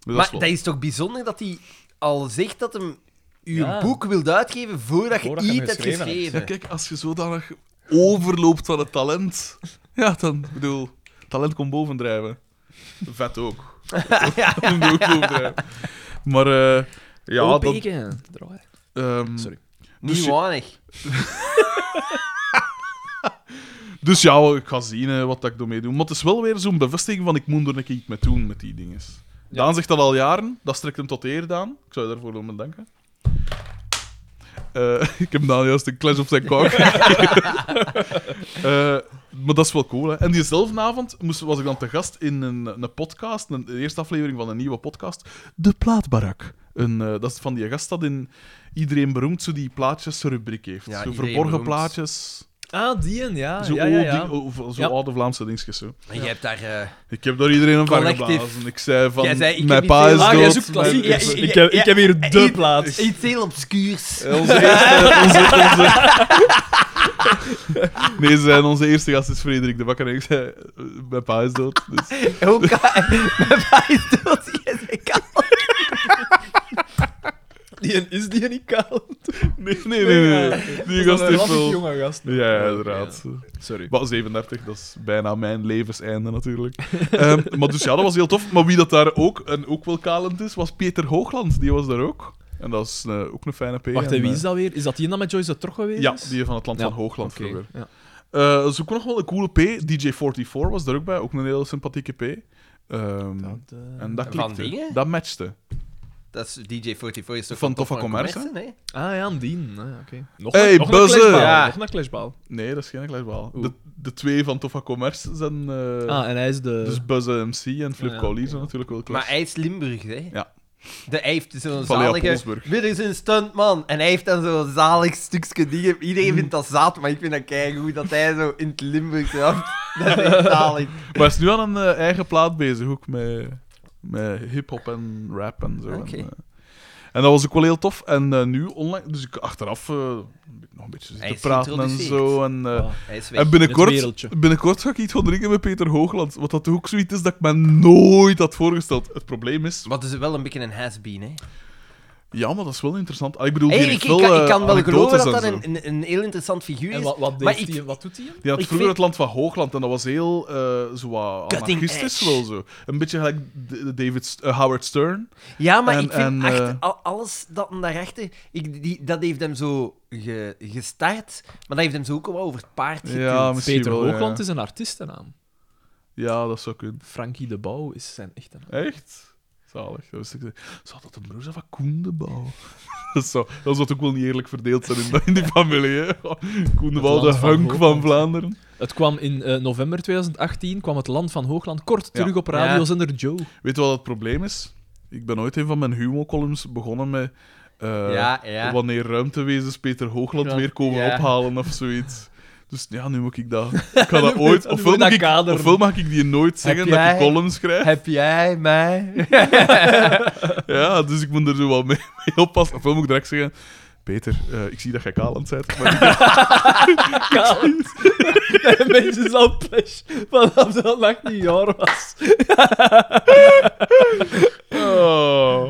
Speaker 2: dat
Speaker 1: maar
Speaker 2: is wel-
Speaker 1: dat is toch bijzonder dat hij al zegt dat hem je
Speaker 3: Ja.
Speaker 1: boek wilde uitgeven voordat,
Speaker 3: Voordat
Speaker 1: je
Speaker 3: je
Speaker 1: iets hebt
Speaker 3: hem geschreven hebt.
Speaker 1: geschreven.
Speaker 2: Ja, kijk, als je zodanig overloopt van het talent... Ja, dan, ik bedoel, talent komt bovendrijven. Vet ook. Komt ook bovendrijven. Maar, eh, ja, dat... ehm,
Speaker 3: Sorry.
Speaker 1: Niet
Speaker 2: Dus je-
Speaker 1: weinig.
Speaker 2: Dus ja, ik ga zien hè, wat dat ik ermee doe. Maar het is wel weer zo'n bevestiging van ik moet er een keer iets mee doen met die dingen. Daan zegt dat al jaren. Dat strekt hem tot eer, Daan. Ik zou je daarvoor willen bedanken. Eh, ik heb Daan juist een clash op zijn kaak Eh, maar dat is wel cool. Hè. En diezelfde avond moest, was ik dan te gast in een, een podcast, een, de eerste aflevering van een nieuwe podcast, De Plaatbarak. Een, eh, dat is van die gast dat in Iedereen Beroemd zo die plaatjesrubriek heeft.
Speaker 1: Ja,
Speaker 2: zo
Speaker 1: Iedereen
Speaker 2: verborgen
Speaker 1: Beroemd.
Speaker 2: plaatjes.
Speaker 3: Ah, die en ja.
Speaker 2: Zo, oh,
Speaker 3: ja, ja, ja.
Speaker 2: oude ding- of- zo
Speaker 3: Ja.
Speaker 2: oude Vlaamse dingetjes. Zo.
Speaker 1: En jij hebt daar... eh,
Speaker 2: Ik heb daar iedereen een van
Speaker 1: Collectief.
Speaker 2: geblazen. Ik zei van,
Speaker 1: Jij zei, ik heb
Speaker 2: mijn
Speaker 1: niet
Speaker 2: pa
Speaker 1: veel-
Speaker 2: is
Speaker 1: Ah,
Speaker 3: jij
Speaker 2: dood.
Speaker 3: zoekt klassiek.
Speaker 2: mijn-
Speaker 1: Ja,
Speaker 3: Ik heb, ik heb hier
Speaker 1: eh,
Speaker 3: de
Speaker 1: iets-
Speaker 3: plaats.
Speaker 1: Iets heel obscuurs.
Speaker 2: Eh, Onze eerste, onze, onze- Nee, ze zijn onze eerste gast is Frederik de Bakker. En ik zei, eh, mijn pa is dood. Dus.
Speaker 1: Hoe kan... Mijn pa is dood. Jij zei, kan...
Speaker 3: Die en is die niet kaal?
Speaker 2: Nee, nee, nee. nee. Die gast
Speaker 3: een
Speaker 2: is
Speaker 3: lastig
Speaker 2: wel...
Speaker 3: jonge gast.
Speaker 2: Ja, ja, inderdaad.
Speaker 3: Sorry.
Speaker 2: Maar 37, dat is bijna mijn levenseinde natuurlijk. Ehm, maar dus ja, dat was heel tof. Maar wie dat daar ook, en ook wel kalend is, was Peter Hoogland. Die was daar ook. En dat is eh, ook een fijne P.
Speaker 3: Wacht,
Speaker 2: en,
Speaker 3: hè, wie is
Speaker 2: eh,
Speaker 3: dat weer? Is dat die dan met Joyce de Trog geweest?
Speaker 2: Ja,
Speaker 3: is?
Speaker 2: die van het land
Speaker 3: Ja,
Speaker 2: van Hoogland
Speaker 3: Oké,
Speaker 2: vroeger.
Speaker 3: ja.
Speaker 2: Eh, dat is ook nog wel een coole P. DJ44 was daar ook bij. Ook een hele sympathieke P. Ehm,
Speaker 3: Dat, eh,
Speaker 2: en dat
Speaker 1: Van
Speaker 2: klikte.
Speaker 1: dingen?
Speaker 2: Dat matchte.
Speaker 1: Dat is DJ44 is toch
Speaker 2: Van Toffa Commerce,
Speaker 1: nee?
Speaker 3: Ah ja, aan die. Ah, ja, oké. Nog
Speaker 2: Hey,
Speaker 3: een- nog een
Speaker 2: buzzer!
Speaker 3: clashbal.
Speaker 1: Ja.
Speaker 3: Nog een clashbal.
Speaker 2: Nee, dat is geen gelijkbaal.
Speaker 3: Oeh.
Speaker 2: De, de twee van Toffa Commerce zijn... eh,
Speaker 3: Ah, en hij is de...
Speaker 2: Dus Buzz MC en Flip
Speaker 3: Ja, ja,
Speaker 2: Collier
Speaker 3: oké,
Speaker 2: zijn
Speaker 3: ja.
Speaker 2: natuurlijk wel klaar.
Speaker 1: Maar hij is Limburg, hè?
Speaker 2: Ja.
Speaker 1: De, hij heeft zo'n
Speaker 2: Van Lea
Speaker 1: zalige...
Speaker 2: Polsburg.
Speaker 1: Dit is een stuntman. En hij heeft dan zo'n zalig stukje dingen.
Speaker 2: Hmm.
Speaker 1: Iedereen vindt dat zaad, maar ik vind dat keigoed dat hij zo in het Limburg ramt. Dat is echt zalig.
Speaker 2: Maar hij is nu aan een eh, eigen plaat bezig, ook met, met hip-hop en rap en zo.
Speaker 1: Oké.
Speaker 2: En, eh, en dat was ook wel heel tof. En eh, nu online, dus ik achteraf eh, heb ik nog een beetje
Speaker 1: Hij
Speaker 2: zitten
Speaker 1: is
Speaker 2: praten en
Speaker 1: geïntroduceerd.
Speaker 2: zo. En, eh,
Speaker 3: Ah.
Speaker 1: Hij is weg.
Speaker 2: En
Speaker 3: In het
Speaker 2: binnenkort,
Speaker 3: wereldje.
Speaker 2: binnenkort ga ik iets gaan drinken met Peter Hoogland. Wat dat ook zoiets is dat ik me nooit had voorgesteld. Het probleem is...
Speaker 1: Maar het is wel een beetje een has-been, hè?
Speaker 2: Ja, maar dat is wel interessant. Ah, ik bedoel,
Speaker 1: Hey,
Speaker 2: die
Speaker 1: ik, ik
Speaker 2: heeft
Speaker 1: kan,
Speaker 2: wel,
Speaker 1: ik
Speaker 2: eh,
Speaker 1: kan wel geloven
Speaker 2: anekdotes
Speaker 1: dat dat
Speaker 2: en zo.
Speaker 1: een, een, een heel interessant figuur
Speaker 3: En
Speaker 1: is.
Speaker 3: wat, wat,
Speaker 1: Maar
Speaker 3: deed
Speaker 1: ik-
Speaker 3: die, wat doet hij?
Speaker 2: Die had
Speaker 1: Ik
Speaker 2: vroeger
Speaker 1: vind-
Speaker 2: het land van Hoogland en dat was heel eh zo wat
Speaker 1: Cutting
Speaker 2: anarchistisch
Speaker 1: edge.
Speaker 2: wel zo. Een beetje gelijk de- de David St- eh, Howard Stern.
Speaker 1: Ja, maar
Speaker 2: En-
Speaker 1: ik vind
Speaker 2: en,
Speaker 1: achter-
Speaker 2: eh,
Speaker 1: al- alles dat hem daarachter... Ik, die, dat heeft hem zo ge- gestart, maar dat heeft hem zo ook wel over het paard getild.
Speaker 2: Ja, misschien
Speaker 3: Peter
Speaker 2: wel, ja.
Speaker 3: Hoogland is een artiestennaam.
Speaker 2: Ja, dat zou kunnen.
Speaker 3: Frankie de Bouw is zijn echte naam.
Speaker 2: Echt? Zalig. Dat wist ik niet. Zou dat een broer zijn van Koen de Bouw? dat zou dat zou ook wel niet eerlijk verdeeld zijn in, in die familie. Hè? Koen de
Speaker 3: Het
Speaker 2: Bouw, de
Speaker 3: land van
Speaker 2: hunk van
Speaker 3: Hoogland.
Speaker 2: Vlaanderen.
Speaker 3: Het kwam in eh, november 2018, kwam het land van Hoogland kort
Speaker 2: Ja.
Speaker 3: terug op radiozender Joe.
Speaker 2: Weet je wat het probleem is? Ik ben ooit een van mijn humo-columns begonnen met... eh,
Speaker 1: Ja, ja.
Speaker 2: wanneer ruimtewezens Peter Hoogland
Speaker 3: Ja.
Speaker 2: weer komen
Speaker 1: Ja.
Speaker 2: ophalen of zoiets. Dus ja, nu moet ik dat... Ik kan dat ooit...
Speaker 3: moet
Speaker 2: Ofwel,
Speaker 3: je
Speaker 2: mag
Speaker 3: dat
Speaker 2: ik,
Speaker 3: kaderen.
Speaker 2: ofwel mag ik die nooit zeggen
Speaker 1: Heb
Speaker 2: dat ik
Speaker 1: jij-
Speaker 2: columns schrijf.
Speaker 1: Heb jij mij?
Speaker 2: Ja, dus ik moet er zo wel mee, mee oppassen. Ofwel moet ik direct zeggen... Peter, eh, ik zie dat jij kalend bent. Maar
Speaker 3: Kalend. Dat mensen is al plash vanaf dat nacht niet jaar was.
Speaker 2: oh.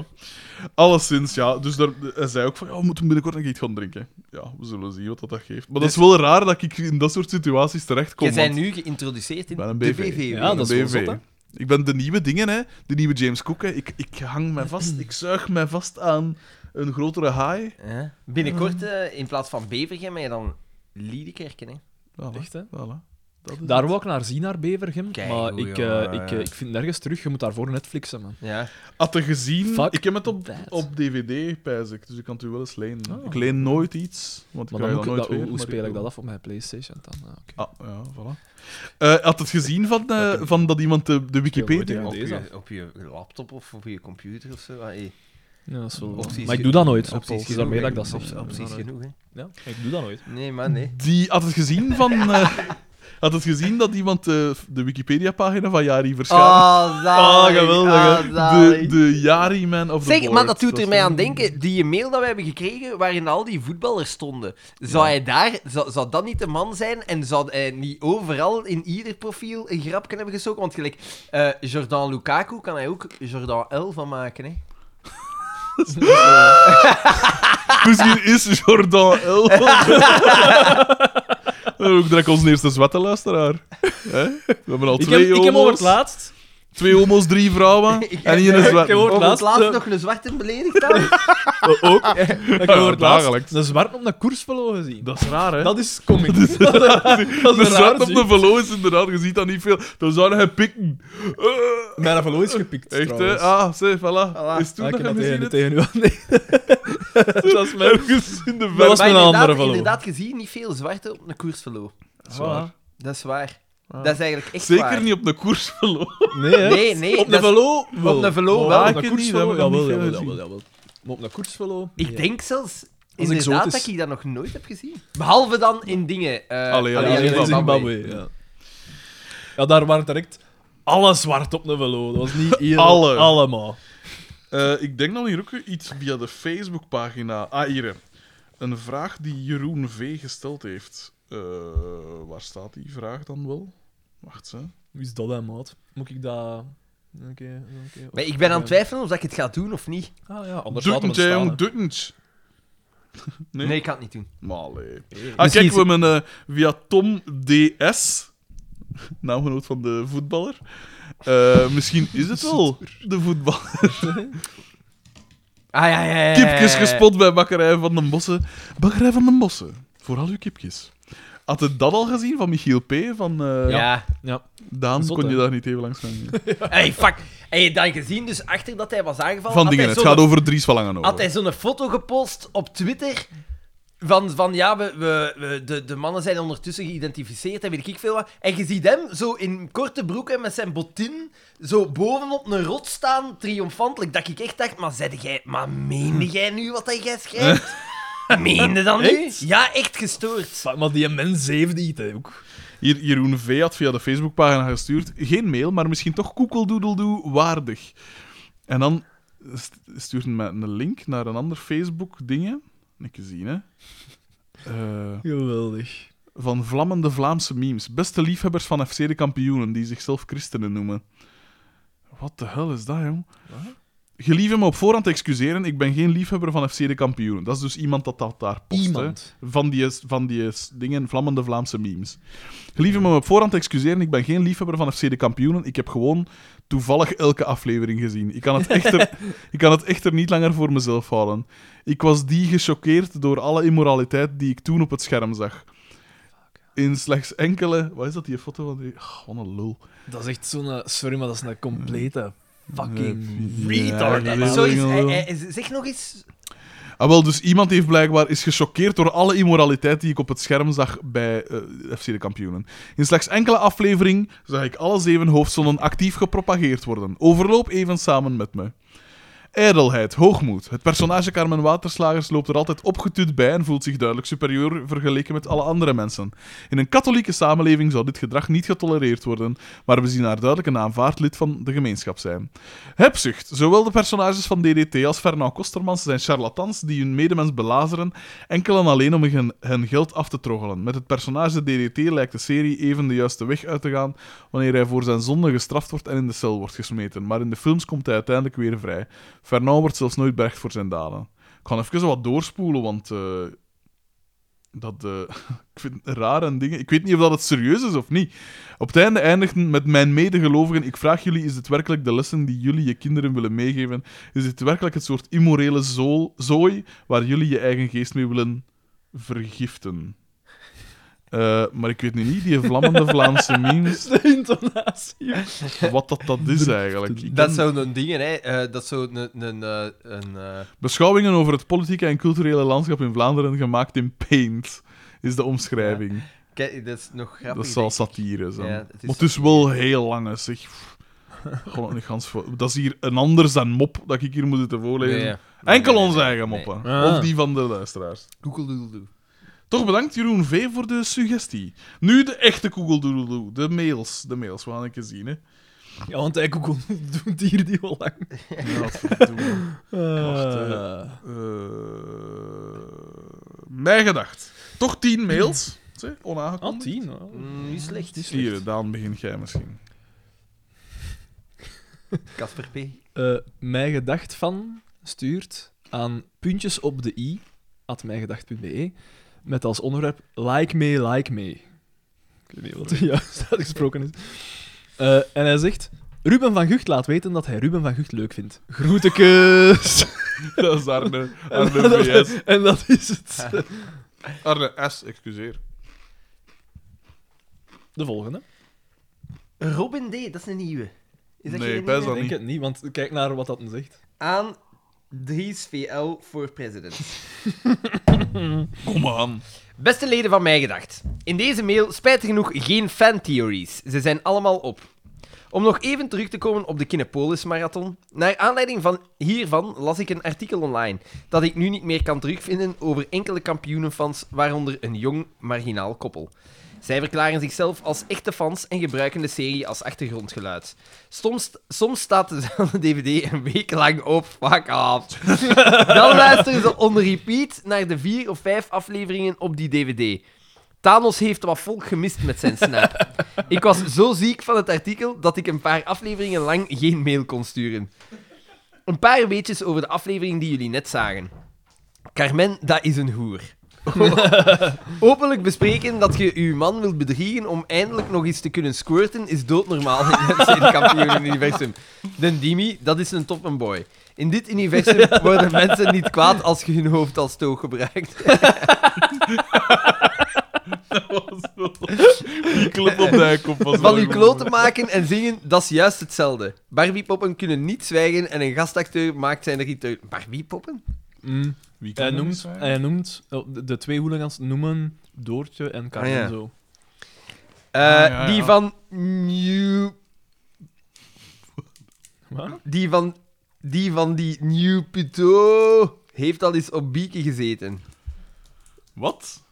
Speaker 2: Alleszins, ja. Dus daar, hij zei ook van, ja, we moeten binnenkort nog iets gaan drinken. Ja, we zullen zien wat dat, dat geeft. Maar dat is wel raar dat ik in dat soort situaties terechtkom.
Speaker 1: Dus- Je bent
Speaker 2: want-
Speaker 1: nu geïntroduceerd in
Speaker 2: Bij een
Speaker 1: de
Speaker 2: BV.
Speaker 1: BV.
Speaker 3: Ja, dat is wel
Speaker 2: BV.
Speaker 3: zot, hè?
Speaker 2: Ik ben de nieuwe dingen, hè. De nieuwe James Cook, hè. Ik, ik hang mij vast, ik zuig mij vast aan een grotere haai.
Speaker 1: Ja. Binnenkort, eh, in plaats van Bevergem, ben je dan Liedekerken, hè?
Speaker 2: Voilà,
Speaker 3: Echt, hè?
Speaker 2: voilà. Dat is
Speaker 3: Daar
Speaker 2: het.
Speaker 3: wou ik naar zien, naar Bevergem.
Speaker 1: Kijk,
Speaker 3: maar
Speaker 1: goeie,
Speaker 3: ik,
Speaker 1: ja,
Speaker 3: eh,
Speaker 1: ja,
Speaker 3: ik, eh,
Speaker 1: ja.
Speaker 3: ik vind nergens terug. Je moet daarvoor Netflixen, man.
Speaker 1: Ja.
Speaker 2: Had je gezien...
Speaker 3: Fuck
Speaker 2: ik heb het op,
Speaker 3: that.
Speaker 2: op DVD, pijs ik. Dus ik kan het u wel eens lenen.
Speaker 3: Oh.
Speaker 2: Ik leen nooit iets, want ik
Speaker 3: Maar
Speaker 2: krijg
Speaker 3: dan moet
Speaker 2: dat
Speaker 3: ik dat,
Speaker 2: nooit
Speaker 3: hoe,
Speaker 2: weer.
Speaker 3: hoe
Speaker 2: maar
Speaker 3: speel ik
Speaker 2: wil-
Speaker 3: dat af op mijn PlayStation? Dan, Ah, oké.
Speaker 2: Ah, ja, voilà. Eh, had het gezien van, eh, van dat iemand de, de
Speaker 3: nooit,
Speaker 2: Wikipedia...
Speaker 3: ja.
Speaker 1: Op,
Speaker 3: Deze.
Speaker 1: je, op je laptop of op je computer of zo. Ah, hey.
Speaker 3: Ja, dat is wel...
Speaker 1: Opties
Speaker 3: maar ik
Speaker 1: ge-
Speaker 3: doe dat nooit.
Speaker 1: Opties
Speaker 3: Opties dus
Speaker 1: genoeg,
Speaker 3: daarmee
Speaker 1: hè.
Speaker 3: dat ik dat zeg.
Speaker 1: Op-
Speaker 3: Ik doe dat
Speaker 1: Opties
Speaker 3: nooit.
Speaker 1: genoeg, hè?
Speaker 3: Ja, ik doe dat nooit.
Speaker 1: Nee, maar nee.
Speaker 2: Die had het gezien van... eh, had het gezien dat iemand eh, de Wikipedia-pagina van Jari verschaafd
Speaker 1: Oh, zalig.
Speaker 2: Ah, geweldig, hè.
Speaker 1: ah,
Speaker 2: de,
Speaker 1: zalig.
Speaker 2: de Yari Man of the
Speaker 1: Zeg,
Speaker 2: board.
Speaker 1: maar dat doet er
Speaker 2: is
Speaker 1: mij
Speaker 2: wel-
Speaker 1: aan denken. Die mail dat we hebben gekregen, waarin al die voetballers stonden. Zou hij daar, zou, zou dat niet de man zijn? En zou hij niet overal in ieder profiel een grapje hebben gestoken? Want gelijk, eh Jordan Lukaku kan hij ook Jordan L van maken, hè?
Speaker 2: Misschien Dus is Jordan L. Dan ook direct onze eerste zwette luisteraar. Hè? We hebben al
Speaker 3: Ik
Speaker 2: twee
Speaker 3: heb, ik heb
Speaker 2: homo's.
Speaker 3: over het laatst
Speaker 2: Twee homo's, drie vrouwen. Ah, en hier een zwarte.
Speaker 3: Ik hoor
Speaker 1: Over het laatst
Speaker 3: laatst,
Speaker 1: nog een zwarte beledigd hebben.
Speaker 3: ook. Ik heb
Speaker 2: Ja,
Speaker 3: het laatst
Speaker 2: dagelijks.
Speaker 3: een zwart op een koersvelo gezien. Dat,
Speaker 2: Dat is raar, hè?
Speaker 3: is comic. dat is, dat is
Speaker 2: De
Speaker 3: een raar
Speaker 2: zwart op
Speaker 3: zicht.
Speaker 2: de velo is inderdaad, je ziet dat niet veel. Dan zouden hij pikken. Eh,
Speaker 4: Mijn velo is gepikt,
Speaker 2: echt,
Speaker 4: trouwens.
Speaker 2: hè? Ah, zeg, voilà.
Speaker 1: Voilà.
Speaker 2: Is toen
Speaker 4: Ah,
Speaker 2: dat
Speaker 4: ik heb
Speaker 2: je
Speaker 4: dat
Speaker 2: misschien
Speaker 4: tegen, tegen
Speaker 2: het
Speaker 4: u aan. Nee.
Speaker 3: Dat is mijn...
Speaker 2: ergens in de
Speaker 3: Dat
Speaker 2: ver...
Speaker 3: was
Speaker 1: Maar
Speaker 3: mijn andere
Speaker 1: inderdaad,
Speaker 3: velo.
Speaker 1: inderdaad gezien, niet veel zwarte op een koersvelo.
Speaker 3: Voilà.
Speaker 1: Dat is waar. Dat is eigenlijk echt waar.
Speaker 2: Ah. Zeker niet op de koers verloren.
Speaker 3: Nee, hè.
Speaker 1: Nee, nee.
Speaker 3: Op de
Speaker 1: dat is-
Speaker 3: velo wel.
Speaker 1: op de velo
Speaker 3: Maar
Speaker 1: wel.
Speaker 3: Op
Speaker 2: Ik
Speaker 3: de
Speaker 2: niet,
Speaker 3: koersvelo,
Speaker 2: dat heb ik
Speaker 3: jawel,
Speaker 2: niet
Speaker 3: jawel,
Speaker 2: veel
Speaker 3: jawel,
Speaker 2: gezien.
Speaker 3: jawel. Maar op de koersvelo...
Speaker 1: Ik
Speaker 3: nee.
Speaker 1: denk zelfs
Speaker 4: is
Speaker 1: inderdaad
Speaker 4: exotisch.
Speaker 1: dat ik dat nog nooit heb gezien. Behalve dan in dingen. eh
Speaker 2: Allee,
Speaker 3: Ja,
Speaker 2: allee,
Speaker 3: ja,
Speaker 2: in
Speaker 3: in
Speaker 2: Zimbabwe.
Speaker 3: Zimbabwe, ja. Ja, daar waren direct alle zwart op een velo. Dat was niet één.
Speaker 2: Alle.
Speaker 3: Allemaal.
Speaker 2: Eh, ik denk dan hier ook iets via de Facebookpagina. Ah, hier. hè. Een vraag die Jeroen V. gesteld heeft. Eh, waar staat die vraag dan wel? Wacht, hè.
Speaker 3: Wie is dat, hè, maat? Moet ik dat... Oké, oké.
Speaker 1: Maar ik ben aan het twijfelen of dat ik het ga doen of niet.
Speaker 3: Ah ja, anders laten we het
Speaker 2: Duttend, hè,
Speaker 3: staan,
Speaker 2: jong,
Speaker 3: hè.
Speaker 2: duttend.
Speaker 1: Nee,
Speaker 2: Nee.
Speaker 1: ik kan het niet doen.
Speaker 2: Maar allee. Ah,
Speaker 3: Misschien
Speaker 2: kijk,
Speaker 3: is-
Speaker 2: we hebben eh, via Tom DS, naamgenoot van de voetballer. Eh, misschien is het wel de voetballer.
Speaker 1: Ah ja, ja, ja.
Speaker 3: Eh.
Speaker 1: ja, ja.
Speaker 2: Kipjes gespot bij Bakkerij van den Bossen. Bakkerij van den Bossen, voor al uw kipjes. Had je dat al gezien van Michiel P? Van eh,
Speaker 1: Ja.
Speaker 3: Ja.
Speaker 2: Daan
Speaker 3: Zot,
Speaker 2: kon je
Speaker 3: hè?
Speaker 2: daar niet even langs gaan.
Speaker 1: Hey, fuck. Heb je dan gezien, dus achter dat hij was aangevallen.
Speaker 2: Van
Speaker 1: had
Speaker 2: dingen,
Speaker 1: hij
Speaker 2: het
Speaker 1: zo'n-
Speaker 2: gaat over Dries van Langenhoven.
Speaker 1: Had hij zo'n foto gepost op Twitter. Van, van ja, we, we, we- de, de mannen zijn ondertussen geïdentificeerd en weet ik veel wat. En je ziet hem zo in korte broeken met zijn botin zo bovenop een rot staan, triomfantelijk. Dat ik echt dacht, maar, zei jij, maar meende jij nu wat dat jij schrijft? meende dan nu?
Speaker 3: Echt?
Speaker 1: Ja, echt gestoord.
Speaker 3: Fuck, Maar die mens heeft niet, hè, ook.
Speaker 2: Hier, Jeroen V. had via de Facebookpagina gestuurd. Geen mail, maar misschien toch koekeldoedeldoe waardig. En dan st- stuurde mij een link naar een ander Facebook-dingen. Ik gezien, hè. Eh,
Speaker 3: Geweldig.
Speaker 2: van vlammende Vlaamse memes. Beste liefhebbers van FC de kampioenen, die zichzelf christenen noemen. Wat de hel is dat, jong? Gelieve me op voorhand te excuseren, ik ben geen liefhebber van FC de kampioenen. Dat is dus iemand dat dat daar post, hè.
Speaker 3: Iemand.
Speaker 2: Van die, van die dingen, vlammende Vlaamse memes. Gelieve me op voorhand te excuseren, ik ben geen liefhebber van FC de kampioenen. Ik heb gewoon toevallig elke aflevering gezien. Ik kan het echter, ik kan het echter niet langer voor mezelf houden. Ik was die gechoqueerd door alle immoraliteit die ik toen op het scherm zag. In slechts enkele... Wat is dat, die foto van die... Oh, wat een lul.
Speaker 3: Dat is echt zo'n... eh, Sorry, maar dat is een complete fucking
Speaker 2: Ja,
Speaker 3: retard.
Speaker 2: dat
Speaker 3: hè, man.
Speaker 2: is-
Speaker 1: Zo is,
Speaker 2: wel.
Speaker 1: eh, eh, zeg nog eens.
Speaker 2: Ah, wel, dus iemand heeft blijkbaar is gechoqueerd door alle immoraliteit die ik op het scherm zag bij eh, FC de Kampioenen. In slechts enkele aflevering zag ik alle zeven hoofdzonnen actief gepropageerd worden. Overloop even samen met me. Ijdelheid, hoogmoed. Het personage Carmen Waterslagers loopt er altijd opgetut bij en voelt zich duidelijk superieur vergeleken met alle andere mensen. In een katholieke samenleving zou dit gedrag niet getolereerd worden, maar we zien haar duidelijk een aanvaard lid van de gemeenschap zijn. Hebzucht. Zowel de personages van DDT als Fernand Kostermans zijn charlatans die hun medemens belazeren, enkel en alleen om hun, hun geld af te troggelen. Met het personage DDT lijkt de serie even de juiste weg uit te gaan wanneer hij voor zijn zonde gestraft wordt en in de cel wordt gesmeten. Maar in de films komt hij uiteindelijk weer vrij. Fernand wordt zelfs nooit berecht voor zijn daden. Ik ga even wat doorspoelen, want... eh, dat, eh, ik vind het raar en dingen. Ik weet niet of dat het serieus is of niet. Op het einde eindigt het met mijn medegelovigen. Ik vraag jullie, is dit werkelijk de lessen die jullie je kinderen willen meegeven? Is dit werkelijk het soort immorele zool- zooi waar jullie je eigen geest mee willen vergiften? Eh, maar ik weet nu niet, die vlammende Vlaamse memes,
Speaker 3: De intonatie.
Speaker 2: wat dat, dat is eigenlijk. Ik
Speaker 1: Dat
Speaker 2: ken-
Speaker 1: zo'n dingen, hè? eh, dat zo'n. Een, een, eh, een, eh,
Speaker 2: Beschouwingen over het politieke en culturele landschap in Vlaanderen gemaakt in Paint, is de omschrijving.
Speaker 1: kijk, dat is nog grappig.
Speaker 2: Dat is wel
Speaker 1: denk ik.
Speaker 2: satire. Zo.
Speaker 1: Ja, het
Speaker 2: maar
Speaker 1: is
Speaker 2: het is wel heel lang, hè, zeg. Pff, Gewoon niet gans voor- Dat is hier een anders dan mop dat ik hier moet zitten voorlezen.
Speaker 1: Nee, ja. Nee,
Speaker 2: Enkel
Speaker 1: nee,
Speaker 2: onze
Speaker 1: nee,
Speaker 2: eigen
Speaker 1: nee.
Speaker 2: moppen.
Speaker 3: Ah.
Speaker 2: Of die van de luisteraars.
Speaker 1: Koekeldoedeldoe.
Speaker 2: Toch bedankt Jeroen V voor de suggestie. Nu de echte koegeldoedeldoe. De mails. De mails, we gaan een keer zien. Hè.
Speaker 3: Ja, want hij kon doet hier die al lang.
Speaker 2: Godverdomme. Wacht,
Speaker 3: Eh,
Speaker 2: Eh, mijn gedacht. Toch tien mails. Zeg,
Speaker 3: Ah,
Speaker 2: onaangekondigd.
Speaker 3: tien. hoor.
Speaker 1: Mm, Niet slecht.
Speaker 2: Hier, Daan, begin jij misschien.
Speaker 1: Casper P.
Speaker 3: Eh, mijn gedacht van stuurt aan puntjes op de i, at mijngedacht.be, E, met als onderwerp like me, like me. Ik weet niet wat er juist uitgesproken is. Eh, en hij zegt, Ruben van Gucht laat weten dat hij Ruben van Gucht leuk vindt. Groetekes!
Speaker 2: Dat is Arne, Arne VS.
Speaker 3: en dat is het.
Speaker 2: Arne S, excuseer.
Speaker 3: De volgende.
Speaker 1: Robin D, dat is een nieuwe. Is dat
Speaker 2: Nee,
Speaker 1: geen
Speaker 2: bij
Speaker 1: nieuwe?
Speaker 2: zal-
Speaker 3: Ik denk het niet, want kijk naar wat dat dan zegt.
Speaker 1: Aan Dries VL voor president.
Speaker 2: Kom aan.
Speaker 1: Beste leden van mij gedacht. In deze mail spijtig genoeg geen fan-theories. Ze zijn allemaal op. Om nog even terug te komen op de Kinepolis Marathon. Naar aanleiding van hiervan las ik een artikel online dat ik nu niet meer kan terugvinden over enkele kampioenenfans, waaronder een jong marginaal koppel. Zij verklaren zichzelf als echte fans en gebruiken de serie als achtergrondgeluid. Soms, soms staat dezelfde DVD een week lang op. Fuck off. Dan luisteren ze on repeat naar de vier of vijf afleveringen op die DVD. Thanos heeft wat volk gemist met zijn snap. Ik was zo ziek van het artikel dat ik een paar afleveringen lang geen mail kon sturen. Een paar weetjes over de aflevering die jullie net zagen. Carmen, dat is een hoer. Openlijk bespreken dat je uw man wilt bedriegen om eindelijk nog eens te kunnen squirten is doodnormaal in het kampioen-universum. Den Dimi, dat is een top een boy. In dit universum worden mensen niet kwaad als je hun hoofd als toog gebruikt.
Speaker 2: Die klop op de heikop was
Speaker 1: Van
Speaker 2: wel
Speaker 1: uw
Speaker 2: goed.
Speaker 1: kloten maken en zingen, dat is juist hetzelfde. Barbiepoppen kunnen niet zwijgen en een gastacteur maakt zijn return. Barbiepoppen?
Speaker 3: Mm.
Speaker 2: Wie kan
Speaker 3: Hij
Speaker 2: dat
Speaker 3: noemt,
Speaker 2: zijn?
Speaker 3: hij noemt oh, de, de twee hooligans noemen Doortje en Carmen
Speaker 1: Ah, ja.
Speaker 3: zo.
Speaker 1: Eh,
Speaker 2: ja, ja.
Speaker 1: Die van New...
Speaker 3: Wat?
Speaker 1: Die van... Die van die New Puto heeft al eens op bieken gezeten.
Speaker 2: Wat?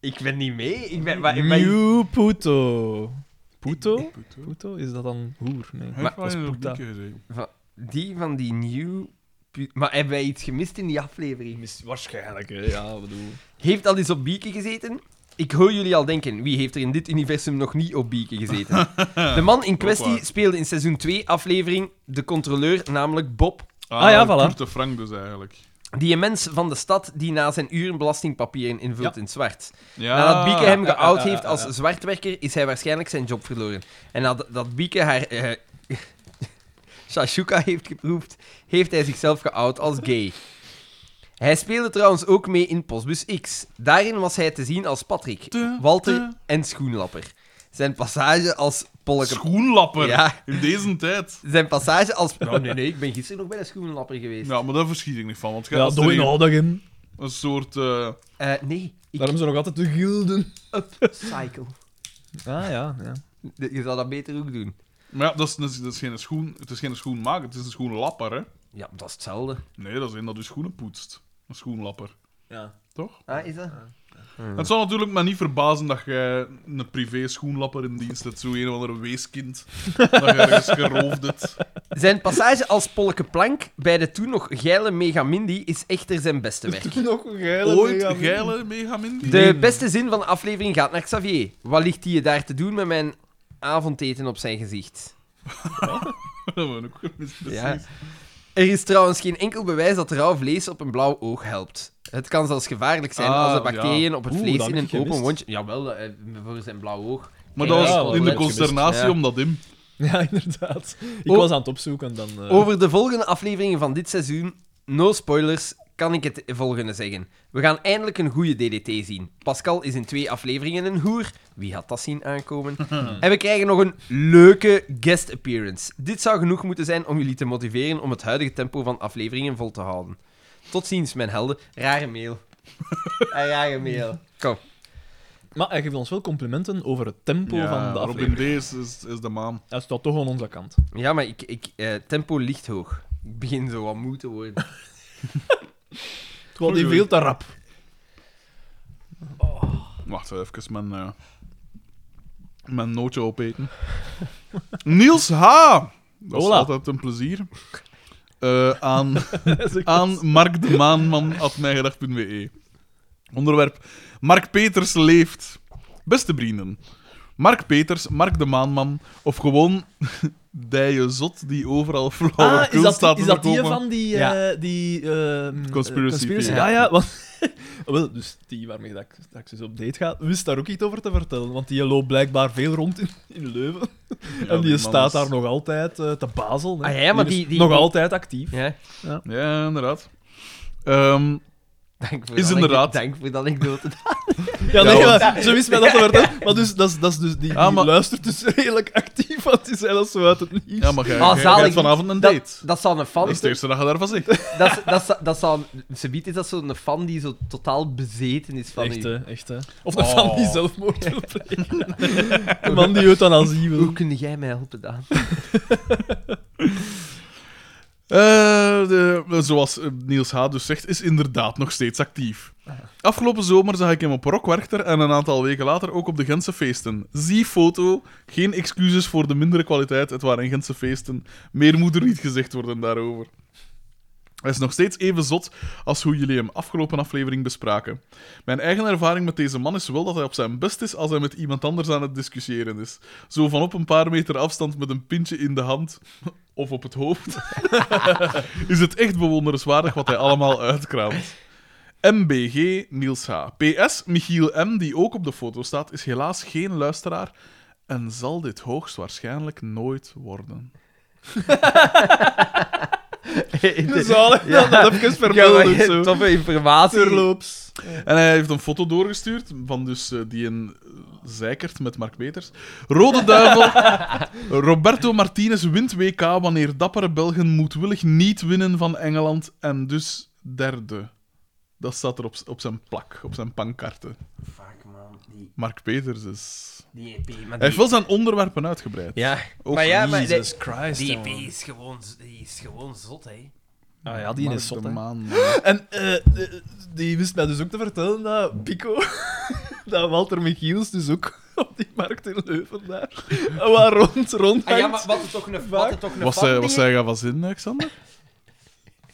Speaker 1: Ik ben niet mee. Ik ben... maar- ik ben-
Speaker 3: Nieuw Puto. Puto?
Speaker 2: Puto.
Speaker 3: Puto? Is dat dan hoer? Nee.
Speaker 2: Hij
Speaker 1: Maar-
Speaker 2: heeft wel eens op
Speaker 3: Puta.
Speaker 2: dikke gezeten.
Speaker 1: Van- Die van die New... Pu- Maar hebben wij iets gemist in die aflevering?
Speaker 3: Waarschijnlijk, hè. ja, bedoel.
Speaker 1: Heeft al eens op bieken gezeten? Ik hoor jullie al denken, wie heeft er in dit universum nog niet op bieken gezeten? De man in
Speaker 2: Ook
Speaker 1: kwestie
Speaker 2: waar.
Speaker 1: speelde in seizoen 2 aflevering de controleur, namelijk Bob.
Speaker 3: Ah, ja, voilà.
Speaker 2: Korte Frank dus eigenlijk.
Speaker 1: Die mens van de stad die na zijn uren belastingpapieren invult
Speaker 3: Ja.
Speaker 1: in het zwart.
Speaker 2: Ja.
Speaker 1: Nadat Bieke hem
Speaker 3: ja, ja,
Speaker 1: geout
Speaker 3: ja, ja,
Speaker 1: heeft als
Speaker 3: ja.
Speaker 1: zwartwerker, is hij waarschijnlijk zijn job verloren. En nadat Bieke haar eh shashuka heeft geproefd, heeft hij zichzelf geout als gay. Hij speelde trouwens ook mee in Postbus X. Daarin was hij te zien als Patrick,
Speaker 2: Te-
Speaker 1: Walter
Speaker 2: te-
Speaker 1: en Schoenlapper. Zijn passage als Polleke...
Speaker 2: Schoenlapper.
Speaker 1: Ja.
Speaker 2: In deze tijd.
Speaker 1: Zijn passage als... Nou, nee, nee, ik ben gisteren nog bij de Schoenlapper geweest.
Speaker 2: Ja, maar daar verschiet ik niet van. Want jij
Speaker 3: Ja,
Speaker 2: als
Speaker 3: doe
Speaker 2: er
Speaker 3: je
Speaker 2: een,
Speaker 3: nou dat in.
Speaker 2: een soort... eh,
Speaker 1: Eh, nee, ik...
Speaker 3: Daarom zijn nog altijd de gilden.
Speaker 1: Cycle.
Speaker 3: Ah, ja, ja.
Speaker 1: Je zou dat beter ook doen.
Speaker 2: Maar ja, dat is, dat is- dat is geen schoen, het is geen schoenmaker, het is een schoenlapper, hè.
Speaker 1: Ja, dat is hetzelfde.
Speaker 2: Nee, dat is een dat uw schoenen poetst. Een schoenlapper.
Speaker 3: ja.
Speaker 2: Toch?
Speaker 1: Ah, is dat? Mm.
Speaker 2: Het zal natuurlijk me niet verbazen dat jij een privé schoenlapper in dienst hebt. Zo een of ander weeskind. dat je ergens geroofd hebt.
Speaker 1: Zijn passage als Polke Plank bij de toen nog geile Megamindi is echter zijn beste werk.
Speaker 3: Nog een geile
Speaker 2: Ooit geile megamindi.
Speaker 1: De beste zin van de aflevering gaat naar Xavier. Wat ligt hij daar te doen met mijn avondeten op zijn gezicht?
Speaker 2: Dat hebben we ook gemist, precies.
Speaker 1: Ja. Er is trouwens geen enkel bewijs dat rauw vlees op een blauw oog helpt. Het kan zelfs gevaarlijk zijn
Speaker 2: Ah,
Speaker 1: als de bacteriën op het
Speaker 3: Oeh,
Speaker 1: vlees
Speaker 3: dat
Speaker 1: in
Speaker 3: heb
Speaker 1: een
Speaker 3: ik
Speaker 1: open
Speaker 3: gemist.
Speaker 1: wondje... Jawel, eh, voor zijn blauw oog.
Speaker 2: Maar
Speaker 1: Ja,
Speaker 2: dat was
Speaker 1: ja, wel,
Speaker 2: in de
Speaker 1: dat heb je
Speaker 2: consternatie
Speaker 1: gemist, ja.
Speaker 2: om dat in.
Speaker 3: Ja, inderdaad. Ik
Speaker 1: Oh.
Speaker 3: was aan het opzoeken en dan... eh,
Speaker 1: Over de volgende afleveringen van dit seizoen, no spoilers, kan ik het volgende zeggen. We gaan eindelijk een goede DDT zien. Pascal is in twee afleveringen een hoer. Wie had dat zien aankomen? en we krijgen nog een leuke guest appearance. Dit zou genoeg moeten zijn om jullie te motiveren om het huidige tempo van afleveringen vol te houden. Tot ziens, mijn helden. Rare mail. Een rare mail. Kom.
Speaker 3: Maar hij geeft ons wel complimenten over het tempo
Speaker 2: Ja,
Speaker 3: van de
Speaker 2: Robin
Speaker 3: aflevering.
Speaker 2: D is, is, is de maan.
Speaker 3: Hij staat toch aan onze kant.
Speaker 1: Ja, maar ik, ik, eh, tempo ligt hoog. Ik begin zo wat moe te worden.
Speaker 3: Het was niet veel te rap.
Speaker 2: Wacht even, mijn, eh, mijn nootje opeten. Niels H. Dat is
Speaker 3: Hola.
Speaker 2: altijd een plezier. Eh, aan, aan markdemaanman.mijgedag.be E. Onderwerp Mark Peters leeft. Beste vrienden. Mark Peters, Mark de Maanman, of gewoon Dije Zot die overal flauwekul
Speaker 3: Ah, is dat,
Speaker 2: staat
Speaker 3: die- is dat die
Speaker 2: verkopen.
Speaker 3: van die... eh, die ehm,
Speaker 2: Conspiracy theory.
Speaker 3: Ja, ja. Want, wel, dus die waarmee dat dus ik straks eens op date ga, wist daar ook iets over te vertellen. Want die loopt blijkbaar veel rond in, in Leuven. en die, staat daar nog altijd eh, te Basel. hè.
Speaker 1: Ah, ja, maar
Speaker 3: is
Speaker 1: die- die-
Speaker 3: nog
Speaker 1: die-
Speaker 3: altijd actief.
Speaker 1: Ja,
Speaker 2: Ja, inderdaad. Ehm,
Speaker 1: dank voor
Speaker 2: Is
Speaker 1: dat
Speaker 2: inderdaad.
Speaker 1: anekdote- Dank voor dat anekdote.
Speaker 3: Ja, nee,
Speaker 2: Ja, want-
Speaker 3: maar zo wist mij dat te vertellen. Maar dus, dat is, dat is dus, die, die
Speaker 2: Ah, maar-
Speaker 3: luistert dus redelijk actief, want die zijn dat zo uit het nieuws.
Speaker 2: ja, maar
Speaker 1: Ah,
Speaker 2: jij jij- jij
Speaker 1: zalig
Speaker 2: hebt vanavond een date.
Speaker 1: Dat, dat zal een fan...
Speaker 2: Dat is de eerste dag dat je daarvan zegt.
Speaker 1: Dat, is- dat, is- dat zal... Subiet is dat zo'n fan die zo totaal bezeten is van
Speaker 3: echt,
Speaker 1: u.
Speaker 3: hè, echt, hè. Of de
Speaker 2: Oh.
Speaker 3: fan die zelfmoord wil plegen. De man die euthanasie wil.
Speaker 1: Hoe kun jij mij helpen, Daan?
Speaker 2: Eh, de- zoals eh, Niels H. dus zegt, is inderdaad nog steeds actief. Afgelopen zomer zag ik hem op Rockwerchter en een aantal weken later ook op de Gentse feesten. Zie foto, geen excuses voor de mindere kwaliteit, het waren Gentse feesten. Meer moet er niet gezegd worden daarover. Hij is nog steeds even zot als hoe jullie hem afgelopen aflevering bespraken. Mijn eigen ervaring met deze man is wel dat hij op zijn best is als hij met iemand anders aan het discussiëren is. Zo van op een paar meter afstand met een pintje in de hand of op het hoofd is het echt bewonderenswaardig wat hij allemaal uitkraamt. MBG Niels H. PS Michiel M, die ook op de foto staat, is helaas geen luisteraar en zal dit hoogstwaarschijnlijk nooit worden.
Speaker 3: Zalig,
Speaker 1: Ja.
Speaker 3: dat even vermelden. zo.
Speaker 1: Toffe informatie.
Speaker 3: Terloops.
Speaker 2: En hij heeft een foto doorgestuurd van dus eh, die een eh, zeikert met Mark Peters. Rode duivel. Roberto Martinez wint WK wanneer dappere Belgen moedwillig niet winnen van Engeland en dus derde. Dat staat er op, s- op zijn plak, op zijn pankarten.
Speaker 1: Fuck, man. Die,
Speaker 2: Mark Peters is...
Speaker 1: die EP, maar
Speaker 2: Hij
Speaker 1: die-
Speaker 2: heeft wel zijn onderwerpen uitgebreid.
Speaker 1: Ja.
Speaker 3: Oh,
Speaker 2: Ook
Speaker 1: maar ja, maar...
Speaker 3: Jesus Christ,
Speaker 1: Die EP
Speaker 3: jongen.
Speaker 1: is gewoon, die is gewoon zot, hè.
Speaker 3: Ah ja, die
Speaker 2: Mark
Speaker 3: is zot,
Speaker 2: de
Speaker 3: hè.
Speaker 2: Maan.
Speaker 3: En eh, eh, die wist mij dus ook te vertellen dat Pico, dat Walter Michiels dus ook op die markt in Leuven daar, waar rond, rond
Speaker 1: Ah, ja,
Speaker 3: hangt.
Speaker 1: maar wat er toch een, wat er toch een
Speaker 2: Was
Speaker 1: fan
Speaker 3: eh,
Speaker 2: hij, was
Speaker 1: dingen-
Speaker 2: hij gaan van zin, Alexander?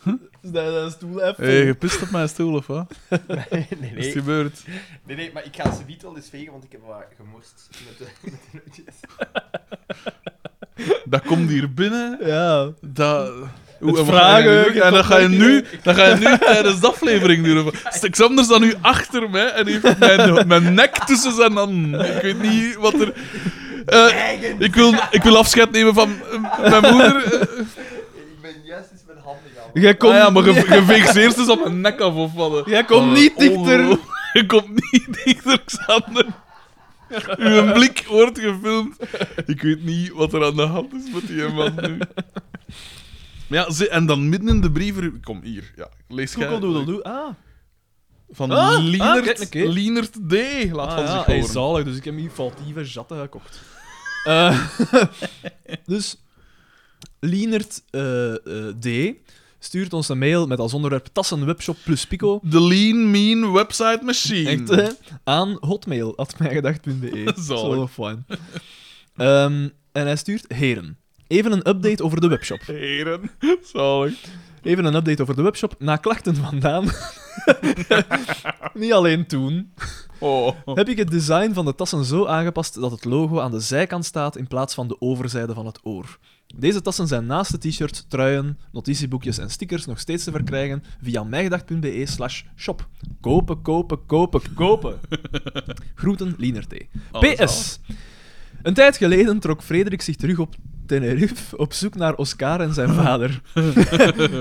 Speaker 3: Dus dat, dat stoel heeft.
Speaker 2: Hé, hey, gepist op mijn stoel, of wat?
Speaker 1: Nee,
Speaker 2: Is het
Speaker 1: nee.
Speaker 2: gebeurd?
Speaker 1: nee, nee, maar ik ga ze niet al eens vegen, want ik heb wat gemorst met de, met de nootjes.
Speaker 2: Dat komt hier binnen.
Speaker 3: Ja.
Speaker 2: Dat... Oeh, en wat
Speaker 3: vragen,
Speaker 2: ga je nu doen?
Speaker 3: je
Speaker 2: en dan
Speaker 3: toch nog
Speaker 2: ga je, nu, dan ga je nu tijdens de aflevering doen. Alexander staat nu achter mij en heeft mijn, mijn nek tussen zijn handen. Ik weet niet wat er... Eh, ik, wil, ik wil afscheid nemen van eh, mijn moeder. Eh,
Speaker 1: Ik ben juist eens met handen gaan.
Speaker 3: Jij komt,
Speaker 2: ah ja, maar je, je veegt ze eerst eens op mijn nek af, of wat? eh?
Speaker 3: jij komt
Speaker 2: Oh,
Speaker 3: niet dichter.
Speaker 2: oh, je komt niet dichter, Xander. Uw blik wordt gefilmd. Ik weet niet wat er aan de hand is met die man nu. Maar ja, ze, en dan midden in de brieven... Kom, hier. Ja, lees jij...
Speaker 3: Koekeldoedeldoe. Ah,
Speaker 2: Van
Speaker 3: Ah, ah,
Speaker 2: Lienert,
Speaker 3: kijk, een keer.
Speaker 2: Lienert D. Laat
Speaker 3: ah
Speaker 2: van
Speaker 3: ja,
Speaker 2: zich
Speaker 3: hij
Speaker 2: horen.
Speaker 3: is zalig, dus ik heb hier foutieve jatten gekocht. Eh, dus, Lienert eh, eh, D. stuurt ons een mail met als onderwerp Tassen Webshop plus Pico.
Speaker 2: De Lean Mean Website Machine.
Speaker 3: Echt, hè? Aan hotmail.mijgedacht.be.
Speaker 2: Zalig.
Speaker 3: E. Zo fijn. Ehm, en hij stuurt, heren, even een update over de webshop.
Speaker 2: Heren. Zalig.
Speaker 3: Even een update over de webshop. Na klachten vandaan, niet alleen toen,
Speaker 2: Oh.
Speaker 3: heb ik het design van de tassen zo aangepast dat het logo aan de zijkant staat in plaats van de overzijde van het oor. Deze tassen zijn naast de t-shirts, truien, notitieboekjes en stickers nog steeds te verkrijgen via mijgedacht.be slash shop. Kopen, kopen, kopen, kopen. Groeten, Lienert T.
Speaker 2: Alles
Speaker 3: PS. Een tijd geleden trok Frederik zich terug op Tenerife op zoek naar Oscar en zijn vader.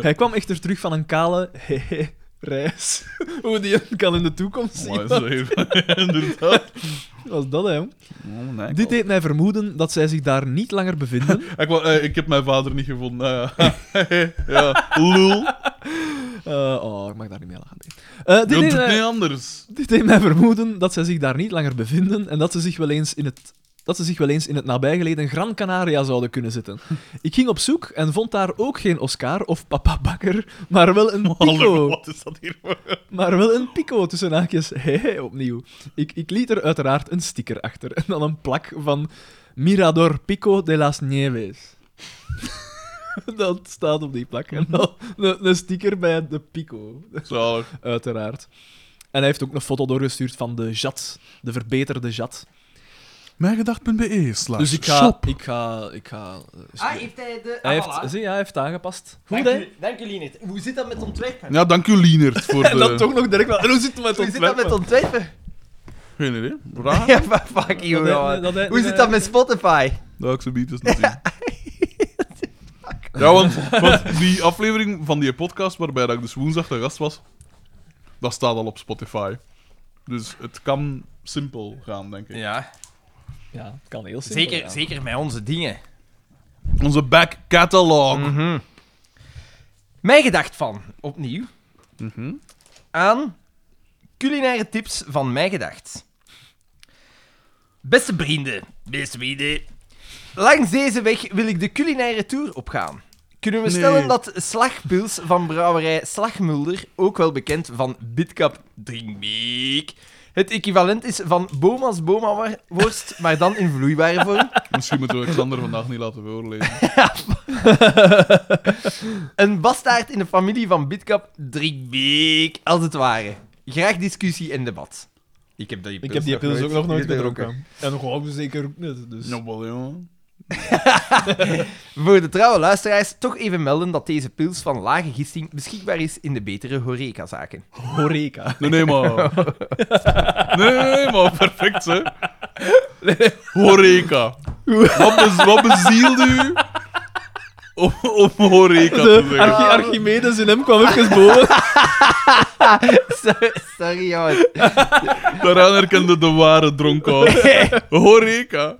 Speaker 3: Hij kwam echter terug van een kale hehe reis. Hoe die hem kan in de toekomst zien.
Speaker 2: Maar zeven. Inderdaad.
Speaker 3: Wat is dat, hè, jong?
Speaker 2: Oh, nee,
Speaker 3: Dit deed mij vermoeden dat zij zich daar niet langer bevinden.
Speaker 2: Ik, wou- eh, ik heb mijn vader niet gevonden. Ah, ja. ja, lul.
Speaker 3: Eh, oh, ik mag daar niet mee lachen. Eh, dit, deed
Speaker 2: Je doet niet
Speaker 3: mij,
Speaker 2: anders.
Speaker 3: dit deed mij vermoeden dat zij zich daar niet langer bevinden en dat ze zich wel eens in het dat ze zich wel eens in het nabijgelegen Gran Canaria zouden kunnen zitten. Ik ging op zoek en vond daar ook geen Oscar of papa Bakker, maar wel een
Speaker 2: Hallo,
Speaker 3: Pico.
Speaker 2: wat is dat hier voor?
Speaker 3: Maar wel een pico tussen haakjes. Hehe, opnieuw. Ik, ik liet er uiteraard een sticker achter. En dan een plak van Mirador Pico de las Nieves. dat staat op die plak. En dan een, een sticker bij de pico.
Speaker 2: Zalig.
Speaker 3: Uiteraard. En hij heeft ook een foto doorgestuurd van de jat. De verbeterde jat.
Speaker 2: Mijngedacht.be slash
Speaker 3: Dus ik ga...
Speaker 2: Ah, shop.
Speaker 3: Ik ga... Ik ga eh,
Speaker 1: Ah, heeft hij de...
Speaker 3: hij,
Speaker 1: Ah, voilà.
Speaker 3: heeft, zie, hij heeft aangepast. Goed,
Speaker 1: Dank
Speaker 3: hè?
Speaker 1: u- Dank jullie niet. Hoe zit dat met ontwerpen?
Speaker 2: Ja, dank u, Lienert, voor de...
Speaker 3: En dan toch nog direct wel... En hoe zit het met
Speaker 1: Hoe zit dat met
Speaker 3: ontwerpen?
Speaker 1: ontwerpen?
Speaker 2: Geen idee. Raar.
Speaker 1: Ja, maar fuck you,
Speaker 3: Dat hij-
Speaker 1: man.
Speaker 3: dat eh, hij-
Speaker 1: Hoe zit dat met Spotify?
Speaker 2: Dat ik zo biedt eens zien. Ja, want, want die aflevering van die podcast waarbij dat ik dus woensdag de gast was, dat staat al op Spotify. Dus het kan simpel gaan, denk ik.
Speaker 1: Ja,
Speaker 3: Ja, het kan heel simpel.
Speaker 1: zeker,
Speaker 3: gaan.
Speaker 1: zeker met onze dingen.
Speaker 2: Onze back catalog.
Speaker 3: Mhm.
Speaker 1: Mijn gedacht van, opnieuw, aan culinaire tips van mijn gedacht. Beste vrienden, beste vrienden. Langs deze weg wil ik de culinaire tour opgaan. Kunnen we
Speaker 2: Nee.
Speaker 1: stellen dat slagpils van brouwerij Slagmulder, ook wel bekend van Bitkap Drinkbeek, het equivalent is van Boma's Boma-worst, maar dan in vloeibare vorm?
Speaker 2: Misschien moeten we Alexander vandaag niet laten voorlezen.
Speaker 1: Een bastaard in de familie van Bitkap Drinkbeek, als het ware. Graag discussie en debat. Ik heb die
Speaker 3: Ik heb die pils ook nog nooit gedronken. En nog ook zeker ook niet, dus...
Speaker 2: Nou, wel, jongen.
Speaker 1: Voor de trouwe luisteraars toch even melden dat deze pils van lage gisting beschikbaar is in de betere horecazaken.
Speaker 3: Horeca.
Speaker 2: Nee, nee, maar. Nee, nee, nee, maar perfect, hè? Horeca. Wat, bez, wat bezielde u om, om horeca te
Speaker 3: De
Speaker 2: zeggen?
Speaker 3: Archi- Archimedes in hem kwam even boven.
Speaker 1: Sorry, sorry jongen.
Speaker 2: Daaraan herkende de ware dronkaard. Horeca.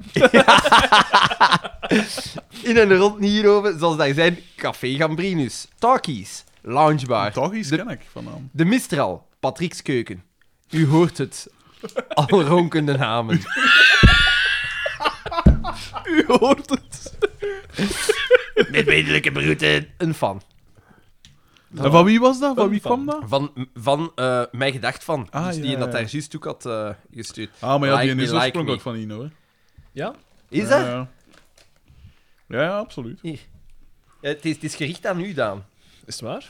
Speaker 1: In en rond Nierhoven, zoals daar zijn, Café Gambrinus, Talkies, Loungebar,
Speaker 2: Toch iets
Speaker 1: De-
Speaker 2: ken ik van hem.
Speaker 1: De Mistral, Patrick's Keuken. U hoort het. Al ronkende namen.
Speaker 3: U hoort het.
Speaker 1: Met medelijke bruten. Een fan.
Speaker 2: En van wie was dat? Van wie
Speaker 3: Van-
Speaker 2: kwam dat?
Speaker 1: Van, van eh, mijn gedacht van.
Speaker 2: Ah,
Speaker 1: dus die
Speaker 2: ja,
Speaker 1: dat
Speaker 2: ja.
Speaker 1: daar juist ook had eh, gestuurd.
Speaker 2: Ah, maar ja,
Speaker 1: Like
Speaker 2: die
Speaker 1: me,
Speaker 2: is
Speaker 1: like
Speaker 2: oorspronkelijk
Speaker 1: me.
Speaker 2: van Ino, hè?
Speaker 3: Ja?
Speaker 1: Is
Speaker 2: Ja,
Speaker 1: dat?
Speaker 2: Ja, ja, ja, absoluut.
Speaker 1: Hier. Ja, Eh, het, is, het is gericht aan u, Daan.
Speaker 3: Is het waar?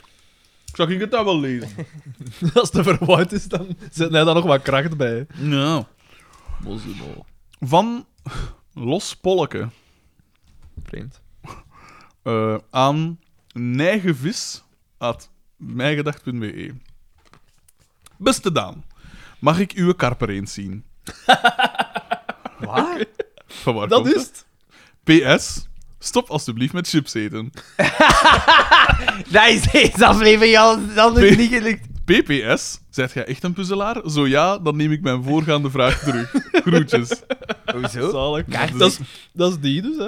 Speaker 2: Ik zag ik het daar wel lezen.
Speaker 3: Als de verwaaid is, dan zet hij daar nog wat kracht bij.
Speaker 2: Ja. Van Los Polleke
Speaker 3: Vreemd.
Speaker 2: eh, aan neigevis at mijgedacht.be. E. Beste Daan, mag ik uw karper eens zien?
Speaker 1: Waar?
Speaker 2: Van waar
Speaker 3: Dat
Speaker 2: komt
Speaker 3: is het.
Speaker 2: het? PS, stop alstublieft met chips eten.
Speaker 1: Dat is deze aflevering al dat is
Speaker 2: Nee.
Speaker 1: niet gelukt.
Speaker 2: PPS, zijt jij echt een puzzelaar? Zo ja, dan neem ik mijn voorgaande vraag terug. Groetjes.
Speaker 1: Hoezo?
Speaker 3: Zalig.
Speaker 1: Kaart.
Speaker 3: Dat is, dat is die dus, hè.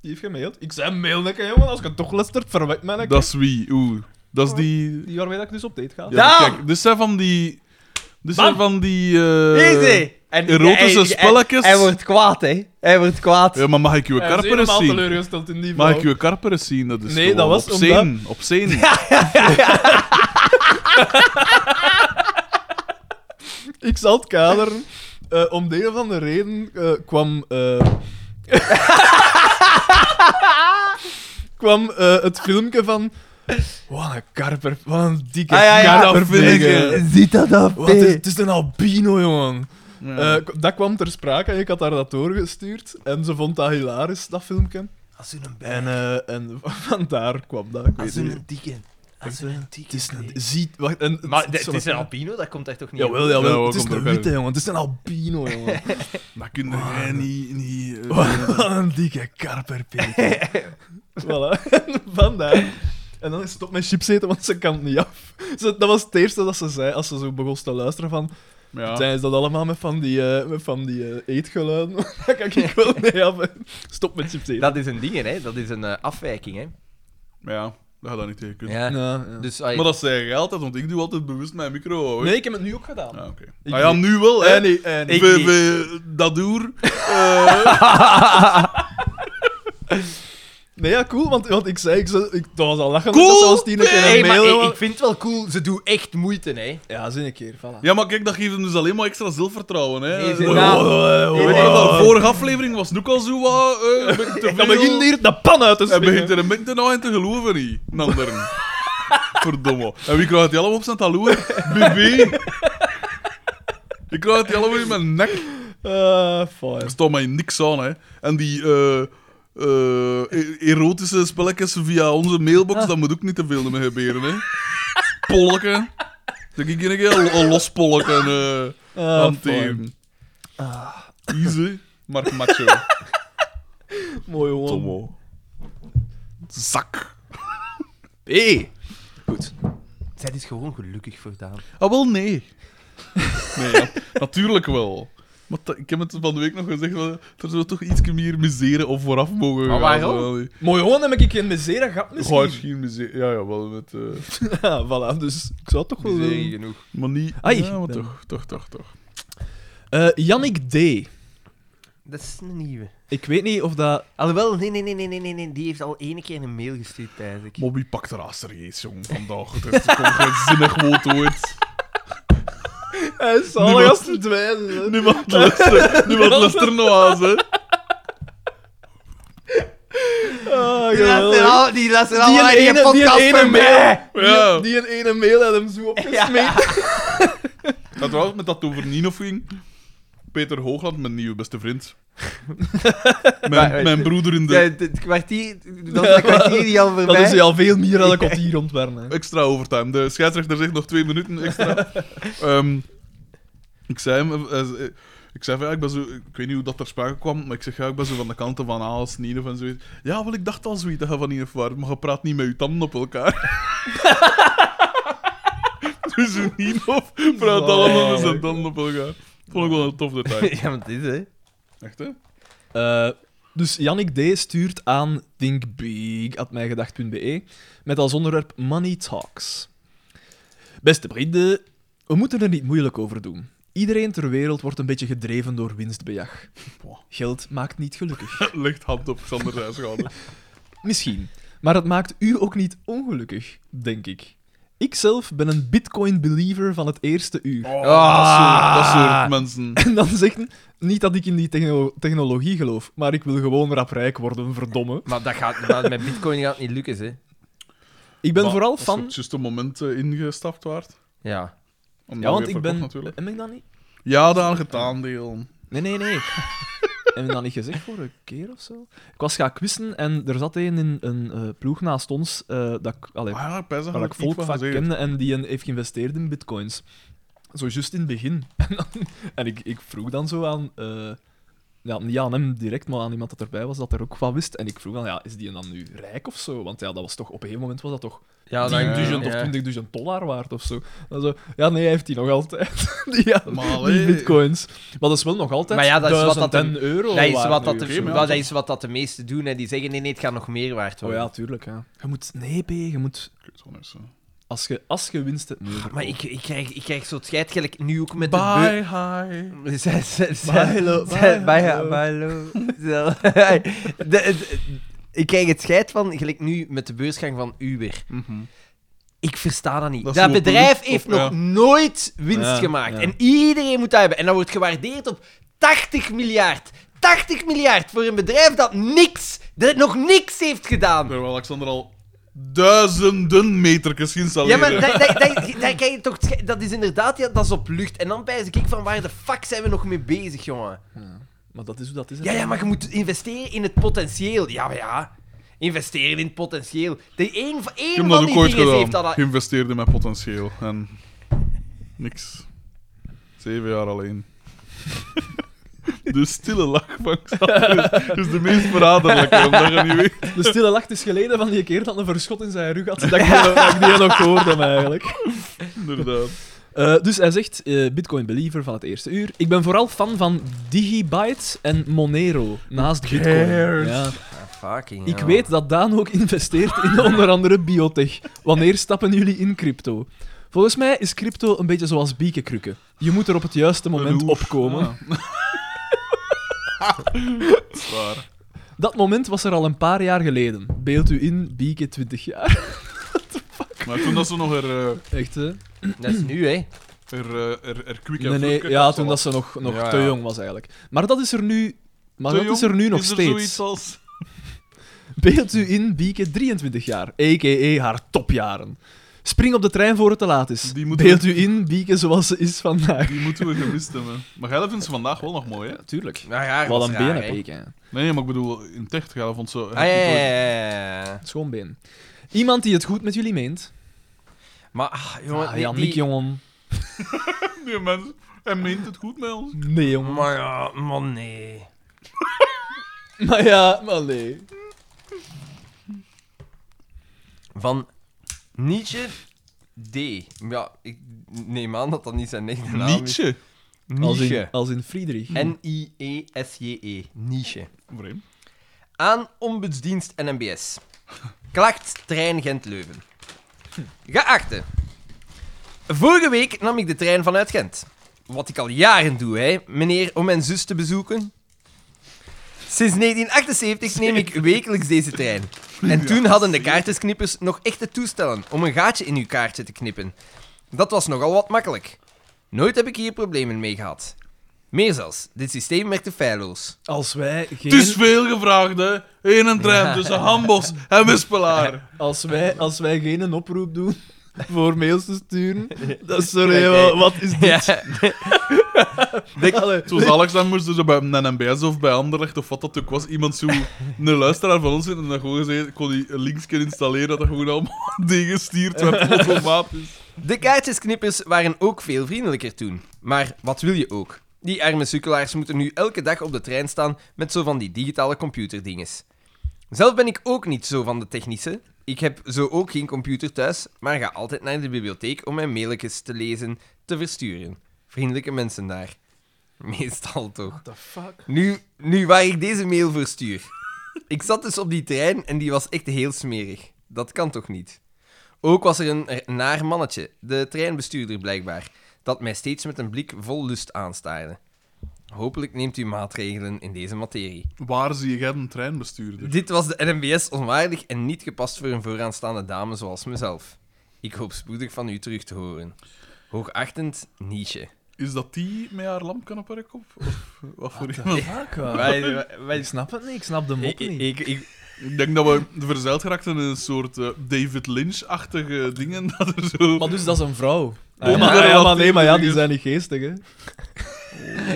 Speaker 3: Die heeft gemaild. Ik zei mail lekker, jongen. Als ik het toch luistert, verwek mij lekker.
Speaker 2: Dat is wie? Oeh. Dat is die...
Speaker 3: Die waarmee dat ik dus op date ga.
Speaker 2: Ja,
Speaker 1: Daan!
Speaker 2: kijk, dus zijn van die... Dus
Speaker 3: Bam!
Speaker 2: zijn van die... eh,
Speaker 1: Easy. En,
Speaker 2: erotische
Speaker 1: hij- hij-
Speaker 2: spelletjes.
Speaker 1: Hij, wordt kwaad, hè? Hij wordt kwaad.
Speaker 2: Ja, maar mag ik uw
Speaker 3: Hij is
Speaker 2: karper eens
Speaker 3: helemaal
Speaker 2: zien?
Speaker 3: teleurgesteld in die
Speaker 2: Mag
Speaker 3: vrouw.
Speaker 2: ik uw karper eens zien? Dat is
Speaker 3: Nee,
Speaker 2: gewoon
Speaker 3: dat was
Speaker 2: op zee. Op zee.
Speaker 3: Ik zal het kaderen. Eh, om de een of andere reden eh, kwam. eh, kwam eh, het filmpje van. Wat een karper, wat een dikke
Speaker 1: Ah, ja, ja, dat
Speaker 3: karper.
Speaker 2: vind ik,
Speaker 3: jongen.
Speaker 1: Ziet dat af,
Speaker 3: Wat, het, is, het is een albino, jongen.
Speaker 2: Ja.
Speaker 3: Eh, k- dat kwam ter sprake en ik had haar dat doorgestuurd. En ze vond dat hilarisch, dat filmpje.
Speaker 1: Als een
Speaker 3: En, eh, en vandaar kwam dat.
Speaker 1: Ah,
Speaker 3: Ik weet niet.
Speaker 1: dikke.
Speaker 3: Als
Speaker 1: een
Speaker 3: Het is een. Ziet, wacht. En, het-
Speaker 1: Maar
Speaker 3: het-
Speaker 1: dit
Speaker 3: zo'n-
Speaker 1: is een albino, dat komt echt toch niet
Speaker 3: Jawel,
Speaker 2: Ja,
Speaker 3: jawel.
Speaker 2: waar
Speaker 3: het is
Speaker 2: komt
Speaker 3: een
Speaker 2: dat
Speaker 3: witte, jongen. Het is een albino, jongen.
Speaker 2: Dat kun jij niet... niet eh,
Speaker 3: Wat een dikke karperpeter. voilà. En Vandaar. En dan is het op mijn chips eten, want ze kan het niet af. Ze- dat was het eerste dat ze zei als ze zo begon te luisteren van...
Speaker 2: ja.
Speaker 3: Zijn is dat allemaal met van die, eh, met van die eh, eetgeluiden? dat kan ik wel niet af. Stop met chips eten.
Speaker 1: Dat is een ding, hè? Dat is een eh, afwijking, hè?
Speaker 2: Maar ja, dat gaat dat niet tegen kunnen.
Speaker 1: Ja.
Speaker 3: Ja, ja.
Speaker 1: Dus, ah,
Speaker 2: Maar dat zeg je altijd, want ik doe altijd bewust mijn micro. hoor.
Speaker 3: Nee, ik heb het nu ook gedaan.
Speaker 2: Ah, oké.
Speaker 3: Ik
Speaker 2: Ah ja,
Speaker 3: niet.
Speaker 2: nu wel, hè.
Speaker 3: Eh, nee, eh, nee.
Speaker 1: Ik
Speaker 2: We-
Speaker 1: niet.
Speaker 2: we- dat doer. Eh,
Speaker 3: Nee, ja, cool, want, want ik zei... Ik, zou- ik, dat was al lachen.
Speaker 2: Cool?
Speaker 3: Dat ze ons tien keer een
Speaker 1: Hey, maar
Speaker 3: mail...
Speaker 1: ik,
Speaker 3: jongen.
Speaker 1: ik vind het wel cool. Ze doen echt moeite, hè?
Speaker 3: Ja, zin een keer, voilà.
Speaker 2: ja, maar kijk, dat geeft hem dus alleen maar extra zelfvertrouwen, hè.
Speaker 1: Nee, ze-
Speaker 2: Eh,
Speaker 1: nou,
Speaker 2: weet je wat, de oh. vorige aflevering was het ook al zo wat... eh, een beetje te
Speaker 3: Dan
Speaker 2: veel.
Speaker 3: begint hier de pan uit te
Speaker 2: Hij
Speaker 3: springen.
Speaker 2: begint er een beetje nou in te geloven, niet. Een anderen. Verdomme. En wie krijgt die allemaal op zijn taloer? BB. Ik krijg die allemaal in mijn nek.
Speaker 3: Eh, fijn.
Speaker 2: Er staat mij niks aan, hè. En die eh, eh, e- erotische spelletjes via onze mailbox, dat moet ook niet te veel mee gebeuren, hè. Polken. Dan ik een keer een los polken eh
Speaker 3: Ah,
Speaker 2: hanteren. Easy, maar macho.
Speaker 4: Mooi, jongen.
Speaker 2: Tommo. Zak.
Speaker 1: Hey. Goed. Zij is gewoon gelukkig voldaan.
Speaker 2: Ah, wel, nee. Nee, ja, natuurlijk wel. Maar ta- ik heb het van de week nog gezegd, wel, er zou toch iets meer miseren of vooraf mogen
Speaker 1: Maar
Speaker 2: gaan,
Speaker 1: waarom?
Speaker 2: zo, wel, die-
Speaker 4: Mooi, jongen, heb ik geen misera gehad
Speaker 2: Goh,
Speaker 4: misschien.
Speaker 2: misschien miseren. Ja, ja, wel met... eh,
Speaker 4: Ja, voilà, dus ik zou het toch wel
Speaker 1: Miserie
Speaker 4: willen.
Speaker 1: genoeg.
Speaker 2: maar niet...
Speaker 3: Ai,
Speaker 2: ja, maar
Speaker 3: ben-
Speaker 2: toch, toch, toch, toch.
Speaker 3: Eh Yannick D.
Speaker 1: Dat is een nieuwe.
Speaker 3: Ik weet niet of dat...
Speaker 1: Alhoewel, nee, nee, nee, nee, nee, nee, nee. Die heeft al ene keer een mail gestuurd, tijdens ik.
Speaker 2: Mobby pakt er als serieus, jong, vandaag. Het is gewoon geen zinnig woord ooit.
Speaker 4: Hij is
Speaker 2: Nu
Speaker 4: zalig
Speaker 2: wat-
Speaker 4: als verdwijnen. hè.
Speaker 2: Niemand luistert. Niemand luistert nog aan, hè.
Speaker 4: Ah,
Speaker 1: Die
Speaker 4: geweldig.
Speaker 1: luisteren al, die luisteren al
Speaker 4: Die
Speaker 1: naar
Speaker 4: ene-
Speaker 1: die
Speaker 4: die
Speaker 1: podcast
Speaker 4: ene
Speaker 1: van
Speaker 4: mail.
Speaker 1: mij.
Speaker 2: Ja.
Speaker 4: Die een ene mail had hem zo opgesmeed.
Speaker 2: Dat trouwens, met dat het over Nino ging. Peter Hoogland, mijn nieuwe beste vriend.
Speaker 1: Maar-
Speaker 2: mijn, mijn broeder in
Speaker 1: Ja,
Speaker 2: de
Speaker 1: het- het kwartier, dat is dat kwartier die al
Speaker 4: Dat is
Speaker 1: voorbij.
Speaker 4: hij al veel meer dan ik had hier ontwerpen.
Speaker 2: extra overtime. De scheidsrechter zegt nog twee minuten extra. Ehm, ik zei hem... eh, eh, ik zei van, ja, ik ben zo... Ik weet niet hoe dat ter sprake kwam, maar ik zeg, ja, ik ben zo van de kanten van Aals, Nino en zoiets. Ja, wel, ik dacht al zoiets dat je van Nino waren, maar je praat niet met je tanden op elkaar. dus Nino praat allemaal met zijn tanden op elkaar. Vond ik wel een tof detail.
Speaker 1: Ja, want dit, hè.
Speaker 2: Echt, hè?
Speaker 3: Eh, dus Yannick D. stuurt aan thinkbig.mijgedacht.be met als onderwerp Money Talks. Beste vrienden, we moeten er niet moeilijk over doen. Iedereen ter wereld wordt een beetje gedreven door winstbejag. Geld maakt niet gelukkig.
Speaker 2: Ligt hand op Xander zijn schouder.
Speaker 3: Misschien. Maar het maakt u ook niet ongelukkig, denk ik. Ikzelf ben een bitcoin-believer van het eerste uur.
Speaker 2: dat, soort, dat soort mensen.
Speaker 3: En dan zegt hij, niet dat ik in die techno- technologie geloof, maar ik wil gewoon rap rijk worden, verdomme.
Speaker 1: Maar dat gaat, maar met bitcoin gaat het niet lukken, hè.
Speaker 3: Ik ben
Speaker 2: Maar
Speaker 3: vooral
Speaker 2: als je op
Speaker 3: fan...
Speaker 2: het juiste moment eh, ingestapt waard.
Speaker 1: Ja.
Speaker 2: Omdat
Speaker 3: Ja, want
Speaker 2: je
Speaker 3: ik
Speaker 2: verkocht
Speaker 3: ben...
Speaker 2: Natuurlijk.
Speaker 3: Heb ik dat niet?
Speaker 2: Ja, dan gedaan, deel.
Speaker 3: Nee, nee, nee. Hebben we dat niet gezegd vorige keer of zo? Ik was gaan quizzen en er zat een in een eh, ploeg naast ons eh, dat ik, allee,
Speaker 2: Ah, ja, ik pijs dat
Speaker 3: waar
Speaker 2: je
Speaker 3: ik
Speaker 2: er iets
Speaker 3: volk
Speaker 2: van
Speaker 3: van
Speaker 2: gezegd
Speaker 3: kende en die een heeft geïnvesteerd in bitcoins. Zo juist in het begin. En, dan- en ik, ik vroeg dan zo aan... eh, ja, niet aan hem direct, maar aan iemand dat erbij was, dat er ook van wist. En ik vroeg dan, ja, is die dan nu rijk of zo? Want ja, dat was toch... Op een gegeven moment was dat toch
Speaker 1: Ja,
Speaker 3: 10.000
Speaker 2: duizend
Speaker 3: of 20.000 dollar waard of zo. Dan zo, ja, nee, hij heeft die nog altijd. die, ja,
Speaker 2: Maar
Speaker 3: die
Speaker 2: allee.
Speaker 3: bitcoins. Maar dat is wel nog altijd
Speaker 1: Maar ja, dat is wat
Speaker 3: 1000
Speaker 1: dat hem-
Speaker 3: en euro
Speaker 1: Dat is,
Speaker 3: waard
Speaker 1: wat
Speaker 3: nu
Speaker 1: dat,
Speaker 3: of
Speaker 1: de,
Speaker 3: zo.
Speaker 2: maar
Speaker 1: wat- dat is wat dat de meesten doen. En die zeggen, nee, nee, het gaat nog meer waard
Speaker 3: Oh
Speaker 1: worden.
Speaker 3: ja, tuurlijk. Ja. Je moet... Nee, B, je moet...
Speaker 2: hebt. Ik weet het wel niet zo.
Speaker 3: Als je, als je winst hebt... Ah, Nee,
Speaker 1: Ah, Maar ik, ik, krijg, ik krijg zo'n scheid, gelijk nu ook met de...
Speaker 2: Bye, hi.
Speaker 1: beu- Zij- zij- zij-
Speaker 3: Bijlo,
Speaker 1: zij-
Speaker 3: bijlo.
Speaker 1: bijlo. Zo. De- de- Ik krijg het scheid van, gelijk nu met de beursgang van Uber. Ik versta dat niet.
Speaker 2: Mhm. Dat
Speaker 1: Dat,
Speaker 2: is zo
Speaker 1: bedrijf
Speaker 2: op-
Speaker 1: heeft
Speaker 2: op-
Speaker 1: nog
Speaker 2: ja.
Speaker 1: nooit winst
Speaker 3: Ja,
Speaker 1: gemaakt.
Speaker 3: ja.
Speaker 1: En iedereen moet dat hebben. En dat wordt gewaardeerd op 80 miljard. 80 miljard voor een bedrijf dat niks, dat nog niks heeft gedaan.
Speaker 2: Terwijl Alexander al duizenden metertjes
Speaker 1: Ja,
Speaker 2: geïnstalleerd
Speaker 1: maar
Speaker 2: heeft.
Speaker 1: dat, dat, dat, dat, kijk, toch, dat is inderdaad ja, dat is op lucht. En dan pijs ik van waar de fuck zijn we nog mee bezig, jongen?
Speaker 3: Maar dat is hoe dat is. hè.
Speaker 1: Ja, ja, maar je moet investeren in het potentieel. Ja, maar ja. Investeren in het potentieel. De een, van-
Speaker 2: Ik
Speaker 1: één
Speaker 2: heb dat
Speaker 1: van
Speaker 2: ook
Speaker 1: die dingen
Speaker 2: ooit
Speaker 1: heeft
Speaker 2: gedaan.
Speaker 1: dat...
Speaker 2: Geïnvesteerd in mijn potentieel. En niks. Zeven jaar alleen. De stille lach van Xander is, is de meest verraderlijke, omdat je niet weet
Speaker 3: De stille lacht is geleden van die keer dat een verschot in zijn rug had. Dat ik, dat ik die nog hoorde, hem eigenlijk.
Speaker 2: Inderdaad.
Speaker 3: Eh, dus hij zegt, eh, Bitcoin Believer van het eerste uur. Ik ben vooral fan van Digibyte en Monero, naast Bitcoin.
Speaker 2: cares?
Speaker 3: Ja.
Speaker 1: fucking
Speaker 3: Ik weet dat Daan ook investeert in onder andere biotech. Wanneer stappen jullie in crypto? Volgens mij is crypto een beetje zoals biekenkrukken. Je moet er op het juiste moment
Speaker 2: hoer.
Speaker 3: opkomen.
Speaker 2: Ah. Zwaar.
Speaker 3: Dat moment was er al een paar jaar geleden. Beeld u in, bieken 20 jaar.
Speaker 2: Maar toen dat ze nog er, eh,
Speaker 3: Echt, hè?
Speaker 1: Dat is nu, hè.
Speaker 2: er, eh, er, er quick en
Speaker 3: Nee, nee,
Speaker 2: vlug-
Speaker 3: ja, toen dat ze nog, nog
Speaker 2: Ja,
Speaker 3: te
Speaker 2: ja.
Speaker 3: jong was eigenlijk. Maar dat is er nu... Maar
Speaker 2: Te
Speaker 3: dat
Speaker 2: jong
Speaker 3: is er nu nog
Speaker 2: is
Speaker 3: steeds.
Speaker 2: zoiets als...
Speaker 3: Beeld u in Bieke 23 jaar, a.k.a. haar topjaren. Spring op de trein voor het te laat is.
Speaker 2: Die moeten we-
Speaker 3: Beeld u in Bieke zoals ze is vandaag.
Speaker 2: Die moeten we gemist hebben. Maar Gelle vindt ze vandaag wel nog mooi, hè?
Speaker 3: Tuurlijk.
Speaker 1: Maar raar
Speaker 3: Wat
Speaker 1: was
Speaker 3: een
Speaker 1: raar,
Speaker 3: been
Speaker 1: hè.
Speaker 3: heb ik, hè.
Speaker 2: Nee, maar ik bedoel, in Techt Gelle vond ze...
Speaker 1: Ah, ja, ja, ja, ja, ja.
Speaker 3: Schoon been. Iemand die het goed met jullie meent.
Speaker 1: Maar, ah, jongen...
Speaker 3: Ah,
Speaker 1: die-
Speaker 3: Jannik,
Speaker 1: die-
Speaker 3: jongen.
Speaker 2: Die mensen, hij meent het goed met ons.
Speaker 1: ah,
Speaker 3: Nee, jongen.
Speaker 1: Maar ja, man, nee.
Speaker 3: Maar ja, maar nee.
Speaker 1: Van Nietzsche D. Ja, ik neem aan dat dat niet zijn echte naam is.
Speaker 2: Nietzsche.
Speaker 3: Als in,
Speaker 1: Nietzsche. E
Speaker 3: als in Friedrich.
Speaker 1: N-I-E-S-J-E. Nietzsche.
Speaker 2: Vreemd.
Speaker 1: Aan Ombudsdienst NMBS. Klacht trein Gent-Leuven. Geachte. Vorige week nam ik de trein vanuit Gent. Wat ik al jaren doe, hè, meneer, om mijn zus te bezoeken. Sinds 1978 neem ik wekelijks deze trein. En toen hadden de kaartesknippers nog echte toestellen om een gaatje in uw kaartje te knippen. Dat was nogal wat makkelijk. Nooit heb ik hier problemen mee gehad. Meer zelfs, dit systeem werkte feilloos.
Speaker 3: Als wij geen...
Speaker 2: Het is veel gevraagd, hè. Eén en trein tussen Hambos en Wispelaar.
Speaker 3: Als wij, als wij geen een oproep doen voor mails te sturen, dat is sorry,
Speaker 1: Kijk,
Speaker 3: maar
Speaker 1: kijk.
Speaker 3: wat is dit?
Speaker 1: Ja.
Speaker 3: Allee.
Speaker 2: Zoals Alex dan moest dus bij NNBS of bij Anderlecht of wat dat ook was, iemand zo een luisteraar van ons in en dan gewoon gezegd, kon hij een linkje installeren dat er gewoon allemaal dingen stuurt werd automatisch.
Speaker 1: De kaartjesknippers waren ook veel vriendelijker toen. Maar wat wil je ook? Die arme sukkelaars moeten nu elke dag op de trein staan met zo van die digitale computerdinges. Zelf ben ik ook niet zo van de technische. Ik heb zo ook geen computer thuis, maar ga altijd naar de bibliotheek om mijn mailtjes te lezen, te versturen. Vriendelijke mensen daar. Meestal toch.
Speaker 3: What the fuck?
Speaker 1: Nu, nu waar ik deze mail voor stuur. Ik zat dus op die trein en die was echt heel smerig. Dat kan toch niet? Ook was er een r- naar mannetje, de treinbestuurder blijkbaar, dat mij steeds met een blik vol lust aanstaarde. Hopelijk neemt u maatregelen in deze materie.
Speaker 2: Waar zie jij een treinbestuurder?
Speaker 1: Dit was de NMBS onwaardig en niet gepast voor een vooraanstaande dame zoals mezelf. Ik hoop spoedig van u terug te horen. Hoogachtend, Nietzsche.
Speaker 2: Is dat die met haar lampkan op haar kop? Of wat voor iemand?
Speaker 3: Fuck, wat?
Speaker 1: Wij, wij,
Speaker 3: Ik snap het niet, ik snap de
Speaker 1: ik,
Speaker 3: mop niet.
Speaker 1: ik, ik,
Speaker 2: Ik denk dat we verzeild geraakten in een soort eh, David Lynch-achtige dingen. Dat er zo...
Speaker 3: Maar dus, dat is een vrouw.
Speaker 2: Ah,
Speaker 3: ja,
Speaker 2: ja,
Speaker 3: maar,
Speaker 2: maar-
Speaker 3: ja, maar nee, maar ja, die zijn niet geestig, hè.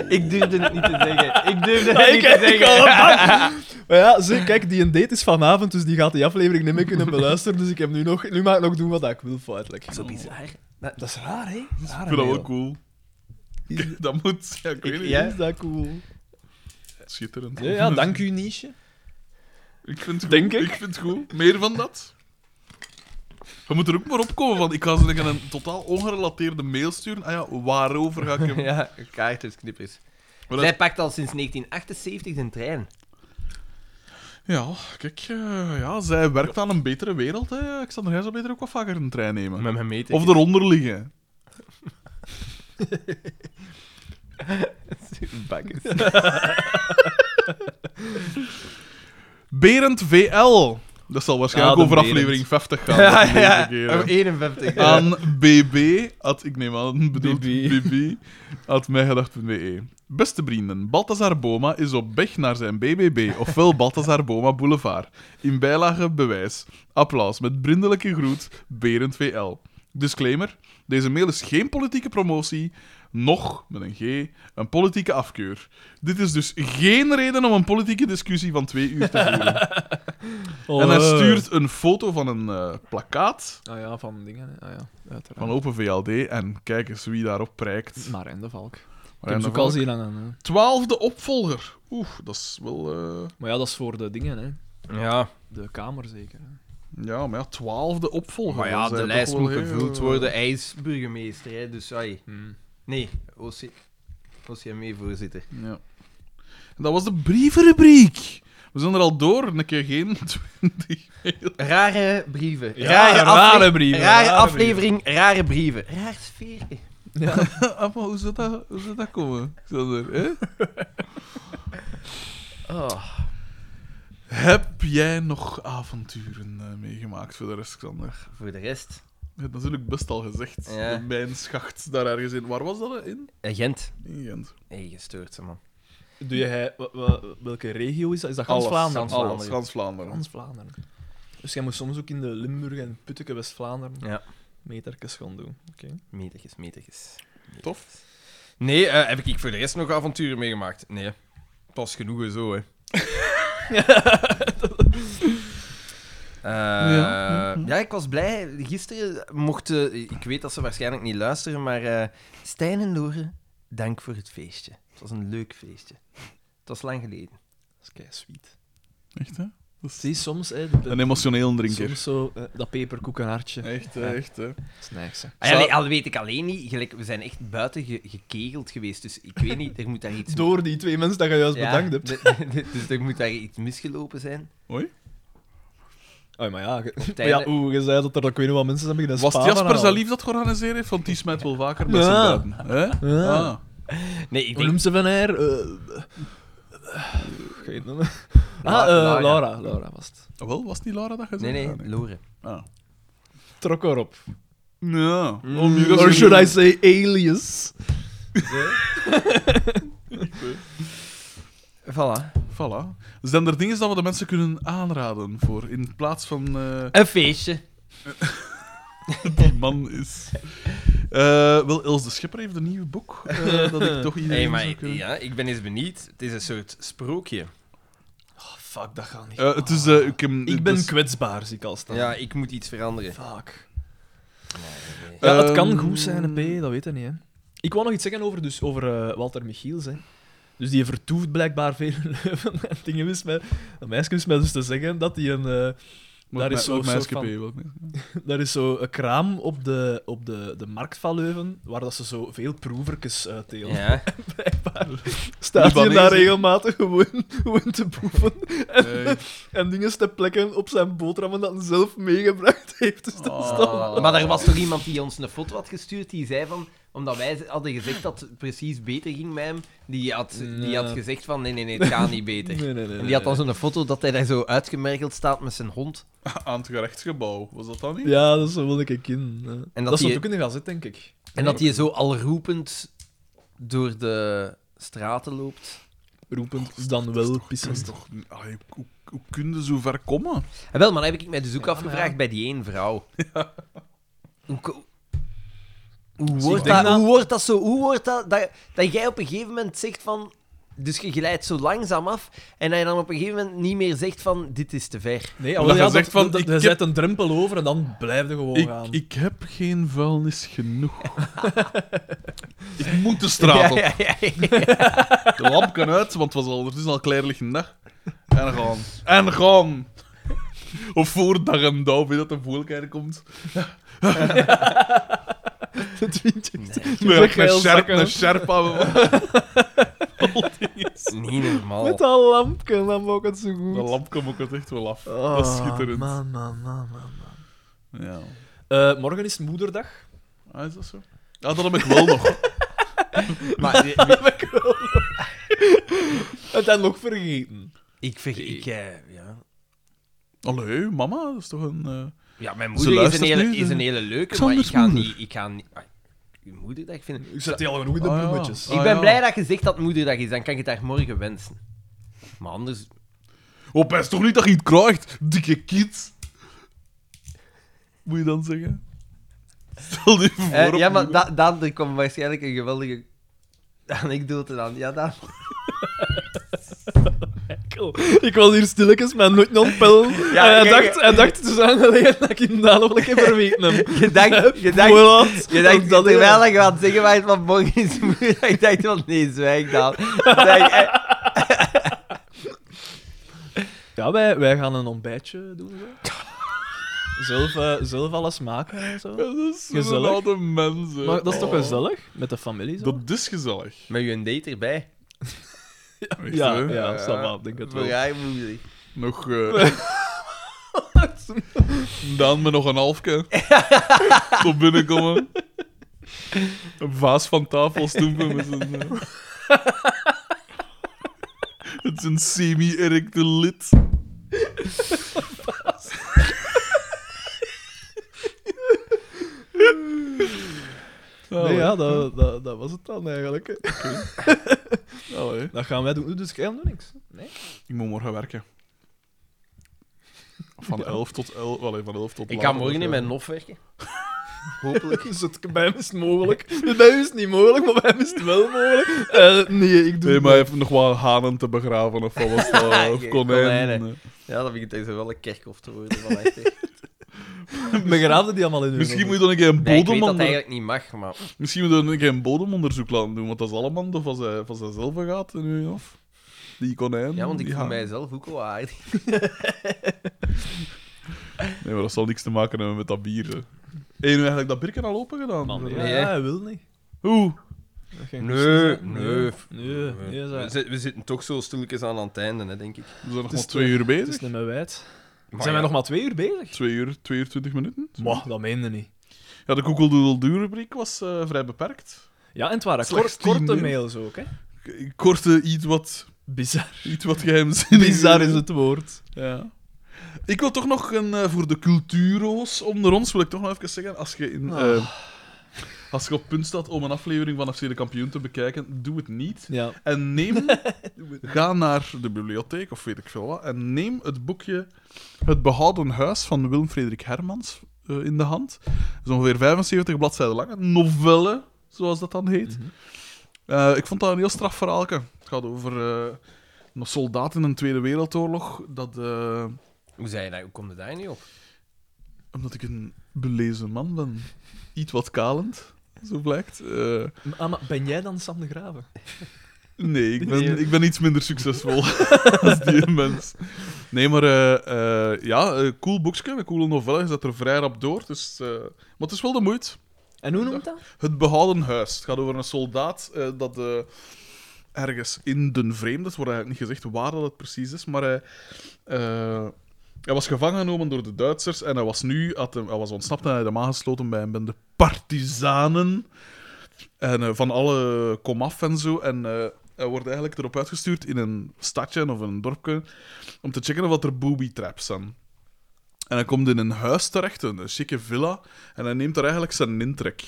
Speaker 1: ik durfde het niet te zeggen. Ik durfde
Speaker 3: Ja,
Speaker 1: het
Speaker 3: ik,
Speaker 1: niet te
Speaker 3: ik,
Speaker 1: zeggen.
Speaker 3: al een bak. Maar ja, zie, kijk, die een date is vanavond, dus die gaat die aflevering niet meer kunnen beluisteren. Dus ik heb nu nog... Nu mag ik nog doen wat ik wil, feitelijk.
Speaker 1: Zo bizar.
Speaker 3: Dat is raar, hè? Raar,
Speaker 2: Ik vind dat wel cool. Dat moet... Ja, ik weet
Speaker 1: Ik-
Speaker 2: niet.
Speaker 1: ja.
Speaker 3: Is dat cool?
Speaker 2: Schitterend.
Speaker 3: Ja, ja, dank u, Niche.
Speaker 2: Ik vind het
Speaker 3: Denk
Speaker 2: goed.
Speaker 3: ik.
Speaker 2: Ik. vind het goed. Meer van dat. We moeten er ook maar opkomen, want ik ga ze een, een totaal ongerelateerde mail sturen. Ah ja, waarover ga ik hem...
Speaker 1: Ja, kaartjesknippers.
Speaker 2: Maar dat-
Speaker 1: Zij pakt al sinds 1978 de trein.
Speaker 2: Ja, kijk, eh, ja, zij werkt aan een betere wereld. Hè. Xander, jij zou beter ook wat vaker een trein nemen.
Speaker 1: mijn meter.
Speaker 2: Of eronder liggen. Berend VL. Dat zal waarschijnlijk
Speaker 3: Ah, de
Speaker 2: over
Speaker 3: Berend.
Speaker 2: aflevering 50 gaan.
Speaker 1: Ja,
Speaker 2: de
Speaker 1: ja.
Speaker 2: volgende keer, hè.
Speaker 1: Of 51.
Speaker 2: eh. aan bb, at, ik neem aan, bedoelt
Speaker 3: BB.
Speaker 2: bb, at mijgedacht.be. E. Beste vrienden, Balthazar Boma is op weg naar zijn BBB, ofwel Balthazar Boma Boulevard. In bijlage bewijs. Applaus met brindelijke groet, Berend VL. Disclaimer, deze mail is geen politieke promotie, noch, met een G, een politieke afkeur. Dit is dus geen reden om een politieke discussie van twee uur te voeren.
Speaker 3: Oh,
Speaker 2: En
Speaker 3: eh.
Speaker 2: hij stuurt een foto van een eh, plakkaat
Speaker 3: Ah ja, van dingen, hè. Ah ja, uiteraard.
Speaker 2: van Open VLD en kijk eens wie daarop prijkt.
Speaker 3: Maar en de valk. Ik
Speaker 2: Maar
Speaker 3: heb
Speaker 2: en
Speaker 3: ze ook
Speaker 2: dan
Speaker 3: al
Speaker 2: ook
Speaker 3: zien aan. hè.
Speaker 2: Twaalfde opvolger. Oeh, dat is wel... eh,
Speaker 3: Maar ja, dat is voor de dingen, hè.
Speaker 1: Ja,
Speaker 3: De kamer zeker. hè.
Speaker 2: Ja, maar ja, twaalfde opvolger.
Speaker 1: maar ja,
Speaker 2: Dat is
Speaker 1: de
Speaker 2: toch
Speaker 1: lijst
Speaker 2: wel
Speaker 1: moet
Speaker 2: heel,
Speaker 1: gevuld
Speaker 2: eh,
Speaker 1: worden. Hij is burgemeester, hè, dus ai.
Speaker 3: Hmm.
Speaker 1: Nee, OC... E, OCME-voorzitter.
Speaker 2: Ja. En dat was de brievenrubriek. We zijn er al door, een keer geen 20.
Speaker 1: Rare brieven.
Speaker 3: Ja,
Speaker 1: rare,
Speaker 3: rare
Speaker 1: afle-
Speaker 3: brieven,
Speaker 1: Rare,
Speaker 3: rare
Speaker 1: aflevering, rare brieven. Raar sfeer.
Speaker 2: ah, maar hoe zou dat, hoe zou dat komen? Xander, hè?
Speaker 1: Oh.
Speaker 2: Ah. Heb jij nog avonturen eh, meegemaakt voor de rest, Xander?
Speaker 1: Voor de rest...
Speaker 2: Je hebt natuurlijk best al gezegd.
Speaker 1: Ja.
Speaker 2: De mijnschacht daar ergens in. Waar was dat eh, in?
Speaker 1: Agent.
Speaker 2: In Gent.
Speaker 1: Nee, gestoord, ze, man.
Speaker 3: Doe jij, wa- wa- welke regio is dat? Is dat Gans
Speaker 2: Alles,
Speaker 3: Vlaanderen?
Speaker 1: Gans
Speaker 2: Alles,
Speaker 1: Vlaanderen.
Speaker 2: Gans Vlaanderen.
Speaker 3: Gans Vlaanderen. Dus jij moet soms ook in de Limburg en Putteke West-Vlaanderen
Speaker 1: Ja.
Speaker 3: metertjes gaan doen. Oké.
Speaker 1: Metertjes, metertjes. metertjes.
Speaker 2: Tof.
Speaker 1: Nee, eh, heb ik voor de rest nog avonturen meegemaakt? Nee. Pas genoegen zo, hè. Eh, ja.
Speaker 2: Ja.
Speaker 1: ik was blij. Gisteren mochten... Ik weet dat ze waarschijnlijk niet luisteren, maar... eh, Stijn en Loren, dank voor het feestje. Het was een leuk feestje. Het was lang geleden.
Speaker 3: Dat is kei sweet.
Speaker 2: Echt, hè? Dat is
Speaker 3: Zie, soms, hè, de-
Speaker 2: een emotioneel drinker.
Speaker 3: soms zo eh, dat peperkoekenhartje.
Speaker 2: Echt, hè, echt, hè.
Speaker 3: Dat is nice, hè.
Speaker 1: Ah, ja, nee, al weet ik alleen niet. Gelijk, we zijn echt buiten ge- gekegeld geweest, dus ik weet niet, er moet daar iets...
Speaker 3: Door die twee mensen dat je juist
Speaker 1: Ja,
Speaker 3: bedankt hebt.
Speaker 1: de- de- dus er moet daar iets misgelopen zijn.
Speaker 2: Hoi.
Speaker 3: Oh, maar ja, ge- maar
Speaker 1: einde-
Speaker 3: ja oeh, je zei dat er, ik weet niet wat mensen zijn beginnen
Speaker 2: Was het
Speaker 3: spaden
Speaker 2: Jasper
Speaker 3: halen.
Speaker 2: zijn lief dat georganiseerd heeft? Want die smijt wel vaker met
Speaker 3: Ja.
Speaker 2: zijn buiten. Hè?
Speaker 3: Ja.
Speaker 2: Ah.
Speaker 1: Nee, ik
Speaker 3: Hoe
Speaker 1: denk...
Speaker 3: noemt ze van haar? Eh, eh, eh, geen naam.
Speaker 1: La-
Speaker 3: Ah,
Speaker 1: Lara.
Speaker 3: eh, Laura. Laura was het.
Speaker 2: Ah, Wel, was het niet Laura dat je
Speaker 1: Nee,
Speaker 2: zei?
Speaker 1: nee,
Speaker 2: Ah,
Speaker 1: Loren.
Speaker 2: Ah.
Speaker 3: Trok erop.
Speaker 2: Ja. Oh,
Speaker 1: Om hier
Speaker 3: Or should I say alias?
Speaker 1: Voilà.
Speaker 2: Voilà. Zijn er dingen dat we de mensen kunnen aanraden voor in plaats van eh,
Speaker 1: Een feestje.
Speaker 2: die man is? Eh, wel, Els de Schepper heeft een nieuw boek eh, dat ik toch iedereen
Speaker 1: Nee,
Speaker 2: zou
Speaker 1: maar
Speaker 2: kunnen-
Speaker 1: ja, ik ben eens benieuwd. Het is een soort sprookje.
Speaker 3: Oh, fuck, dat gaat niet.
Speaker 2: Eh, het is, eh, ik, heb-
Speaker 3: ik ben
Speaker 2: dus-
Speaker 3: kwetsbaar, zie ik al staan.
Speaker 1: Ja, ik moet iets veranderen.
Speaker 3: Fuck.
Speaker 1: Nee, nee.
Speaker 3: Ja, het
Speaker 2: Ehm,
Speaker 3: kan goed zijn, een B, dat weet je niet. Hè. Ik wou nog iets zeggen over, dus, over eh, Walter Michiels. Hè. Dus die vertoeft blijkbaar veel in Leuven. En dingen wist mij, dat meisje wist mij dus te zeggen dat hij een... eh,
Speaker 2: Welk
Speaker 3: daar is
Speaker 2: me-
Speaker 3: zo'n soort
Speaker 2: welk meisje
Speaker 3: van-
Speaker 2: heb je? Welk meisje?
Speaker 3: Daar is zo een kraam op de, op de, de markt van Leuven, waar dat ze zo veel proevertjes uitdelen.
Speaker 1: Ja.
Speaker 3: Blijkbaar staat hij
Speaker 2: Libanees,
Speaker 3: daar
Speaker 2: hè?
Speaker 3: regelmatig gewoon, gewoon te proeven en,
Speaker 2: Eh,
Speaker 3: en dingen te plekken op zijn boterhammen dat hij zelf meegebracht heeft.
Speaker 1: Oh,
Speaker 3: Dus dat is dan...
Speaker 2: Ah.
Speaker 1: Maar er was toch iemand die ons een foto had gestuurd die zei van omdat wij ze- hadden gezegd dat het precies beter ging met hem, die had, die
Speaker 3: Nee.
Speaker 1: had gezegd van nee, nee, nee, het gaat niet beter.
Speaker 3: Nee, nee, nee.
Speaker 1: En die had dan zo'n foto dat hij daar zo uitgemergeld staat met zijn hond.
Speaker 2: Aan het gerechtsgebouw, was dat dan niet?
Speaker 3: Ja, dat is zo wil ik een kind. ja.
Speaker 1: dat
Speaker 3: dat stond
Speaker 1: die-
Speaker 3: ook in de gazet, denk ik.
Speaker 1: En dat hij zo al roepend door de straten loopt.
Speaker 3: Roepend is dan wel
Speaker 2: Dat is
Speaker 3: pissend.
Speaker 2: toch... Allee, hoe, hoe kun je zo ver komen?
Speaker 1: En wel, maar dan heb ik mij dus ook
Speaker 3: Ja, maar
Speaker 1: afgevraagd
Speaker 3: ja.
Speaker 1: bij die één vrouw. Hoe, ko- hoe,
Speaker 3: ik
Speaker 1: wordt
Speaker 3: denk
Speaker 1: dat,
Speaker 3: dat-
Speaker 1: hoe wordt dat zo? Hoe wordt dat, dat dat jij op een gegeven moment zegt van... Dus je glijdt zo langzaam af en dat je dan op een gegeven moment niet meer zegt van dit is te ver.
Speaker 3: Nee,
Speaker 2: Omdat
Speaker 3: alweer,
Speaker 2: je
Speaker 3: ja,
Speaker 2: zegt
Speaker 3: dat-
Speaker 2: van,
Speaker 3: dat-
Speaker 2: ik
Speaker 3: je
Speaker 2: heb-
Speaker 3: zet een drempel over en dan blijf je gewoon
Speaker 2: Ik,
Speaker 3: gaan.
Speaker 2: ik heb geen vuilnis genoeg. ik moet de straat op.
Speaker 1: Ja, ja, ja, ja.
Speaker 2: De lamp kan uit, want het was al, het is al klaarliggende dag. En gaan. En gaan. Of voor dag en dauw, weet dat de voelkijker komt.
Speaker 3: het windje.
Speaker 2: Nee,
Speaker 3: zegt
Speaker 2: een
Speaker 3: heel
Speaker 2: sjerp,
Speaker 3: zakken.
Speaker 2: een sjerp aan me.
Speaker 1: Niet normaal.
Speaker 3: Met dat lampje, dan maakt het zo goed.
Speaker 2: De lamp kwam ook het echt wel af.
Speaker 3: Oh,
Speaker 1: Ah,
Speaker 2: dat is schitterend.
Speaker 3: Man, man, man, man, man.
Speaker 2: Ja.
Speaker 3: Eh, morgen is moederdag.
Speaker 2: Ah, is dat zo? Ja, dat heb ik wel nog.
Speaker 1: Maar, eh, we-
Speaker 3: Het had nog vergeten.
Speaker 1: ik verge- Ik, eh, ja.
Speaker 2: Allee, mama, dat is toch een... eh,
Speaker 1: ja, mijn
Speaker 2: Ze
Speaker 1: moeder is
Speaker 2: luistert
Speaker 1: een, hele,
Speaker 2: nu,
Speaker 1: is
Speaker 2: ze-
Speaker 1: een hele leuke, maar ik
Speaker 2: Xander's
Speaker 1: ga
Speaker 2: moeder.
Speaker 1: niet... Ik ga niet ah, uw moederdag vinden...
Speaker 3: Ik zet die al genoeg in de
Speaker 2: Ah, ja.
Speaker 3: bloemetjes.
Speaker 2: Ah,
Speaker 1: ik ben
Speaker 2: ja.
Speaker 1: blij dat je zegt dat het moederdag is, dan kan je het daar morgen wensen. Maar anders...
Speaker 2: Oh, pijs toch niet dat je iets krijgt, dikke kid. Moet je dan zeggen? Stel je voor...
Speaker 1: Eh,
Speaker 2: op
Speaker 1: ja, maar
Speaker 2: je-
Speaker 1: da Daan, er kwam waarschijnlijk een geweldige anekdote aan. Ja, Daan.
Speaker 3: Ik was hier stilletjes met nooit
Speaker 1: Ja,
Speaker 3: non-pel. en hij,
Speaker 1: kijk,
Speaker 3: dacht, hij dacht, het is aangelegen dat ik hem daar nog een keer verweten heb.
Speaker 1: Je dacht, je dacht,
Speaker 3: Voilà.
Speaker 1: je dacht dat
Speaker 3: is-
Speaker 1: terwijl je aan het zeggen was van morgen is moederdag, ik dacht van nee, zwijg Daan. Zwijg, eh.
Speaker 3: Ja, wij, wij gaan een ontbijtje doen. Zo. zelf, eh, zelf alles maken en zo.
Speaker 2: Dat is zo'n
Speaker 3: Gezellig.
Speaker 2: oude mensen.
Speaker 3: Maar dat is toch
Speaker 2: Oh.
Speaker 3: gezellig? Met de familie zo?
Speaker 2: Dat is gezellig.
Speaker 1: Met je date erbij.
Speaker 2: Echt,
Speaker 3: ja,
Speaker 2: hè?
Speaker 3: ja, ça va, ik denk het wel.
Speaker 1: Vrij moeilijk.
Speaker 2: Nog. eh Daan met nog een halfke. Tot binnenkomen. Een vaas van tafel stoepen met zijn. eh. Het is een semi-erecte lid.
Speaker 3: Nee, ja, dat, dat, dat was het dan eigenlijk. hè.
Speaker 2: Allee.
Speaker 3: Dat gaan wij doen, dus jij doet niks. Nee.
Speaker 2: Ik moet morgen werken. Van 11 tot 11. Allee, van 11 tot
Speaker 1: Ik
Speaker 2: laat,
Speaker 1: ga morgen
Speaker 2: of,
Speaker 1: in
Speaker 2: eh,
Speaker 1: mijn nof werken. Hopelijk.
Speaker 3: Dus het, bij hem is het mogelijk. Dus bij u is het niet mogelijk, maar bij hem is het wel mogelijk. Eh, nee, ik doe
Speaker 2: Nee,
Speaker 3: het
Speaker 2: maar hij heeft nog wel hanen te begraven of wat was dat? Of
Speaker 1: Geen
Speaker 2: konijnen.
Speaker 1: konijnen. Ja, dat begint deze wel een kerkhof te worden van echt. hè.
Speaker 3: Begraafde die allemaal in hun
Speaker 2: Misschien moet
Speaker 3: handen.
Speaker 2: je dan een keer een
Speaker 1: Nee, ik weet dat het
Speaker 2: bodemonder-
Speaker 1: eigenlijk niet mag, maar...
Speaker 2: Misschien moet je dan een keer een bodemonderzoek laten doen, want dat is allemaal of als hij, of als hij zelf gaat en nu af. die konijn.
Speaker 1: Ja, want ik
Speaker 2: die
Speaker 1: voel
Speaker 2: haan.
Speaker 1: mijzelf ook wel aardig.
Speaker 2: Nee, maar dat zal niks te maken hebben met dat bier. hè. Hey, nu eigenlijk dat birken al open gedaan?
Speaker 3: Man, ja,
Speaker 1: Nee, hè.
Speaker 3: hij wil niet.
Speaker 2: Hoe?
Speaker 3: Dat ging
Speaker 1: Nee,
Speaker 3: goed.
Speaker 1: nee.
Speaker 3: Nee, nee,
Speaker 1: We,
Speaker 3: zei-
Speaker 1: zit- we zitten toch zo stilletjes aan aan het einde, hè, denk ik.
Speaker 2: We zijn nog
Speaker 3: is
Speaker 2: maar twee uur
Speaker 3: Het
Speaker 2: bezig.
Speaker 3: is niet meer wijd.
Speaker 1: Maar
Speaker 3: Zijn
Speaker 1: ja.
Speaker 3: wij nog maar twee uur bezig?
Speaker 2: Twee uur, twee uur twintig minuten.
Speaker 3: Mwah, dat meende niet.
Speaker 2: Ja, de Google Doodle Doo-rubriek was eh, vrij beperkt.
Speaker 3: Ja, en het waren
Speaker 2: Slechts
Speaker 3: kort, korte
Speaker 2: tien
Speaker 3: mails ook, hè?
Speaker 2: K- Korte, iets wat,
Speaker 3: Bizar.
Speaker 2: iets wat geheimzinnig.
Speaker 3: Bizar is het woord.
Speaker 2: Ja. Ik wil toch nog een, eh, voor de cultuuro's onder ons, wil ik toch nog even zeggen, als je, in,
Speaker 3: Ah.
Speaker 2: eh, als je op het punt staat om een aflevering van FC de Kampioen te bekijken, doe het niet.
Speaker 3: Ja.
Speaker 2: En neem, ga naar de bibliotheek of weet ik veel wat, en neem het boekje Het Behouden Huis van Willem Frederik Hermans eh, in de hand. Dat is ongeveer 75 bladzijden lang. Een novelle, zoals dat dan heet. Eh, ik vond dat een heel straf verhaaltje. Het gaat over eh, een soldaat in een Tweede Wereldoorlog. Dat, eh,
Speaker 1: Hoe, zei je dat? Hoe kom je daar niet op?
Speaker 2: omdat ik een belezen man ben, iets wat kalend, zo blijkt. Eh,
Speaker 3: Ah, maar ben jij dan Sam de Graven?
Speaker 2: Nee, ik ben,
Speaker 3: Nee.
Speaker 2: ik ben iets minder succesvol als die mens. Nee, maar eh, eh, ja, eh, cool boekje, een coole novelle. Je zet er vrij rap door. Dus, eh, maar het is wel de moeite.
Speaker 3: En hoe noemt dat?
Speaker 2: Het behouden huis. Het gaat over een soldaat eh, dat eh, ergens in den vreemde, het wordt eigenlijk niet gezegd waar dat het precies is, maar hij, eh, hij was gevangen genomen door de Duitsers en hij was nu, had hem, hij was ontsnapt en hij had hem aangesloten bij een bende partizanen. En eh, van alle komaf en zo. En eh, hij wordt eigenlijk erop uitgestuurd in een stadje of een dorpje om te checken of er booby traps zijn. En hij komt in een huis terecht, een chique villa, en hij neemt er eigenlijk zijn intrek.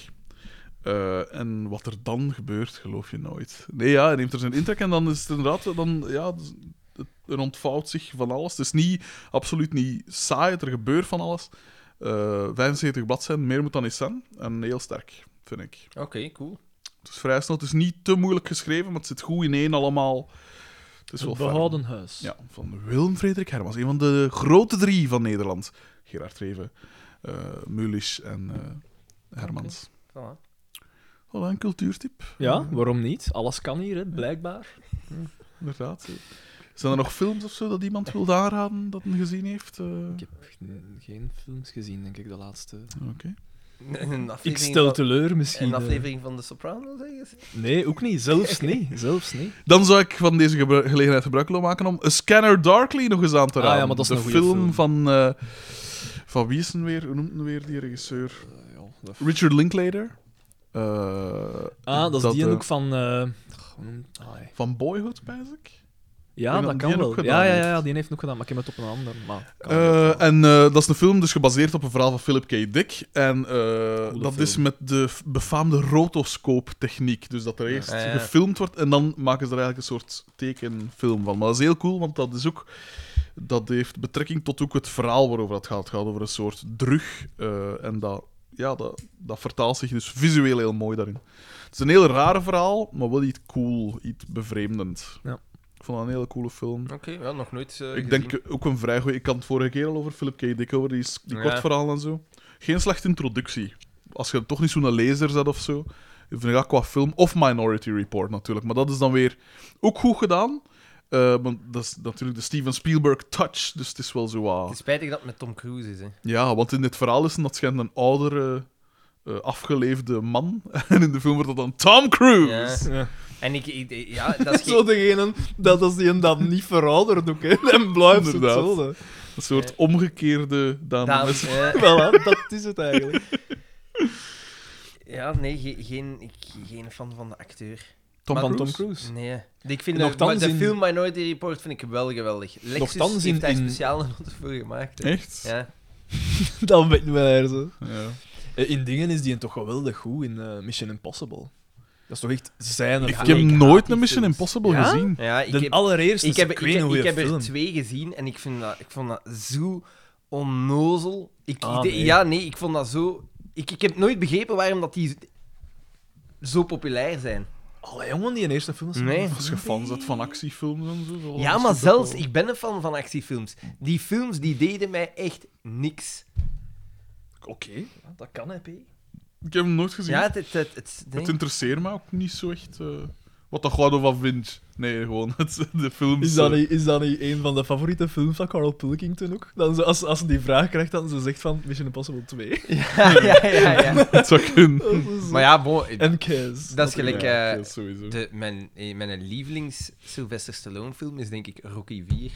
Speaker 2: Eh, en wat er dan gebeurt, geloof je nooit. Nee, ja, hij neemt er zijn intrek en dan is het inderdaad... Dan, ja, dus het- er ontvouwt zich van alles. Het is niet, absoluut niet saai, het er gebeurt van alles. Eh 75 bladzijden, meer moet dan niet zijn. En heel sterk, vind ik.
Speaker 1: Oké, cool.
Speaker 2: Het is vrij snel, het is niet te moeilijk geschreven, maar het zit goed in één allemaal. Het is wel
Speaker 3: Het
Speaker 2: fijn.
Speaker 3: behouden huis.
Speaker 2: Ja, van Willem Frederik Hermans. Een van de grote drie van Nederland. Gerard Reven, eh Mulisch en eh, Hermans.
Speaker 1: Voilà.
Speaker 2: Wat een cultuurtip.
Speaker 3: Ja, waarom niet? Alles kan hier, hè, blijkbaar.
Speaker 2: Inderdaad. Zijn er nog films of zo dat iemand wil aanraden dat hij gezien heeft? Eh,
Speaker 3: Ik heb ge- geen films gezien, denk ik, de laatste.
Speaker 2: Oké.
Speaker 1: Een
Speaker 3: Ik
Speaker 1: aflevering
Speaker 3: stel
Speaker 1: van-
Speaker 3: teleur misschien.
Speaker 1: Een
Speaker 3: eh.
Speaker 1: aflevering van The Sopranos, zeg
Speaker 3: Nee, ook niet. Zelfs niet. Zelfs niet.
Speaker 2: Dan zou ik van deze gebru- gelegenheid gebruik willen maken om A Scanner Darkly nog eens aan te
Speaker 3: Ah,
Speaker 2: raden.
Speaker 3: ja, maar dat is
Speaker 2: de
Speaker 3: een goeie
Speaker 2: film,
Speaker 3: film.
Speaker 2: van... eh, van wie is hem weer? Hoe noemt hem weer die regisseur? Richard Linklater. Eh,
Speaker 3: Ah, dat is die
Speaker 2: eh,
Speaker 3: ook van... eh, hoe noemt- ai.
Speaker 2: Van Boyhood, pijs ik.
Speaker 3: Ja,
Speaker 2: Ik denk dat
Speaker 3: dat
Speaker 2: die
Speaker 3: kan
Speaker 2: ook
Speaker 3: wel.
Speaker 2: gedaan
Speaker 3: Ja, ja,
Speaker 2: heeft.
Speaker 3: ja, die heeft het ook gedaan, maar ik heb het op een ander. Maar kan
Speaker 2: Eh,
Speaker 3: ook wel.
Speaker 2: en eh, dat is een film dus gebaseerd op een verhaal van Philip K. Dick. En eh, dat
Speaker 3: film.
Speaker 2: is met de f- befaamde rotoscoop-techniek. Dus dat er eerst
Speaker 1: Ja, ja.
Speaker 2: gefilmd wordt en dan maken ze er eigenlijk een soort tekenfilm van. Maar dat is heel cool, want dat is ook... Dat heeft betrekking tot ook het verhaal waarover het gaat. Het gaat over een soort drug. eh, en dat, ja, dat, dat vertaalt zich dus visueel heel mooi daarin. Het is een heel raar verhaal, maar wel iets cool, iets bevreemdend.
Speaker 3: Ja.
Speaker 2: Ik vond dat een hele coole film.
Speaker 1: Oké, ja, nog nooit eh,
Speaker 2: Ik
Speaker 1: gezien.
Speaker 2: denk ook een vrij goeie. Ik had het vorige keer al over Philip K. Dick over die, s- die
Speaker 1: Ja.
Speaker 2: kort verhaal en zo. Geen slechte introductie. Als je toch niet zo'n lezer zet of zo. Vind ik dat qua film. Of Minority Report natuurlijk. Maar dat is dan weer ook goed gedaan. Eh, want dat is natuurlijk de Steven Spielberg touch. Dus het is wel zo. wat-
Speaker 1: Het is spijtig dat het met Tom Cruise is, hè.
Speaker 2: Ja, want in dit verhaal is dat schijnt een oudere, eh, afgeleefde man. En in de film wordt dat dan Tom Cruise.
Speaker 1: Ja.
Speaker 3: Ja.
Speaker 1: En ik... ik- ik- ja, dat is
Speaker 3: Zo
Speaker 1: geen...
Speaker 3: degene dat als die hem dan niet verouderd ook, hè, dan blijft het
Speaker 2: Inderdaad.
Speaker 3: zo. hè.
Speaker 2: Een soort
Speaker 1: Ja.
Speaker 2: omgekeerde Daan de
Speaker 1: Daan,
Speaker 2: Mes-
Speaker 1: eh,
Speaker 3: Voilà, dat is het eigenlijk.
Speaker 1: ja, nee, ge- geen, ik, geen fan van de acteur.
Speaker 2: Tom
Speaker 3: van
Speaker 2: Cruise?
Speaker 3: Tom Cruise.
Speaker 1: Nee. Ik vind de,
Speaker 3: Nochtans
Speaker 1: maar de
Speaker 3: in-
Speaker 1: film Minority Report vind ik wel geweldig. Lexus
Speaker 3: Nochtans in-
Speaker 1: heeft daar
Speaker 3: in-
Speaker 1: speciaal een note voor gemaakt. hè.
Speaker 2: Echt?
Speaker 1: Ja.
Speaker 3: Dan weten we haar zo.
Speaker 2: Ja.
Speaker 3: Eh, In dingen is die een toch geweldig goed in eh, Mission Impossible. Dat is toch echt zijn
Speaker 2: Ik
Speaker 3: ervaring.
Speaker 2: heb
Speaker 1: ik haat
Speaker 2: nooit
Speaker 1: die
Speaker 2: een Mission
Speaker 1: films.
Speaker 2: Impossible
Speaker 3: Ja?
Speaker 2: gezien.
Speaker 1: ja, ik
Speaker 3: De
Speaker 1: heb,
Speaker 3: allereerste
Speaker 1: ik heb,
Speaker 3: Dus ik
Speaker 1: ik,
Speaker 3: weet niet hoe
Speaker 1: ik
Speaker 3: je
Speaker 1: heb er
Speaker 3: film.
Speaker 1: twee gezien en ik, vind dat, ik vond dat zo onnozel. Ik,
Speaker 3: Ah,
Speaker 1: ik de-
Speaker 3: nee.
Speaker 1: Ja, nee, ik vond dat zo... Ik, ik heb nooit begrepen waarom dat die zo populair zijn.
Speaker 3: Allee, jongen, die eerste film is
Speaker 1: Nee.
Speaker 2: Als je fan bent van actiefilms en zo.
Speaker 3: Oh,
Speaker 2: zal
Speaker 1: Ja,
Speaker 2: dat
Speaker 1: maar
Speaker 2: misschien toch
Speaker 1: zelfs,
Speaker 2: wel-
Speaker 1: ik ben een fan van actiefilms. Die films die deden mij echt niks.
Speaker 3: Oké, ja, Ah, dat kan, hè, P.
Speaker 2: Ik heb hem nooit gezien.
Speaker 1: Ja, het, het, het, het- nee.
Speaker 2: Het interesseert me ook niet zo echt eh,
Speaker 3: Is dat,
Speaker 2: eh,
Speaker 3: niet, is dat niet een van de favoriete films van Carl Pilkington ook? Dan zo, als, als ze die vraag krijgt, dan ze zegt van Mission Impossible 2.
Speaker 1: Ja, ja, ja. ja.
Speaker 2: Het zou kunnen.
Speaker 3: Dat is-
Speaker 1: Maar ja, bon, eh,
Speaker 3: En Kes.
Speaker 1: dat is gelijk...
Speaker 2: Ja,
Speaker 1: eh,
Speaker 2: dat sowieso.
Speaker 1: de, mijn, eh, mijn lievelings Sylvester Stallone film is denk ik Rocky 4.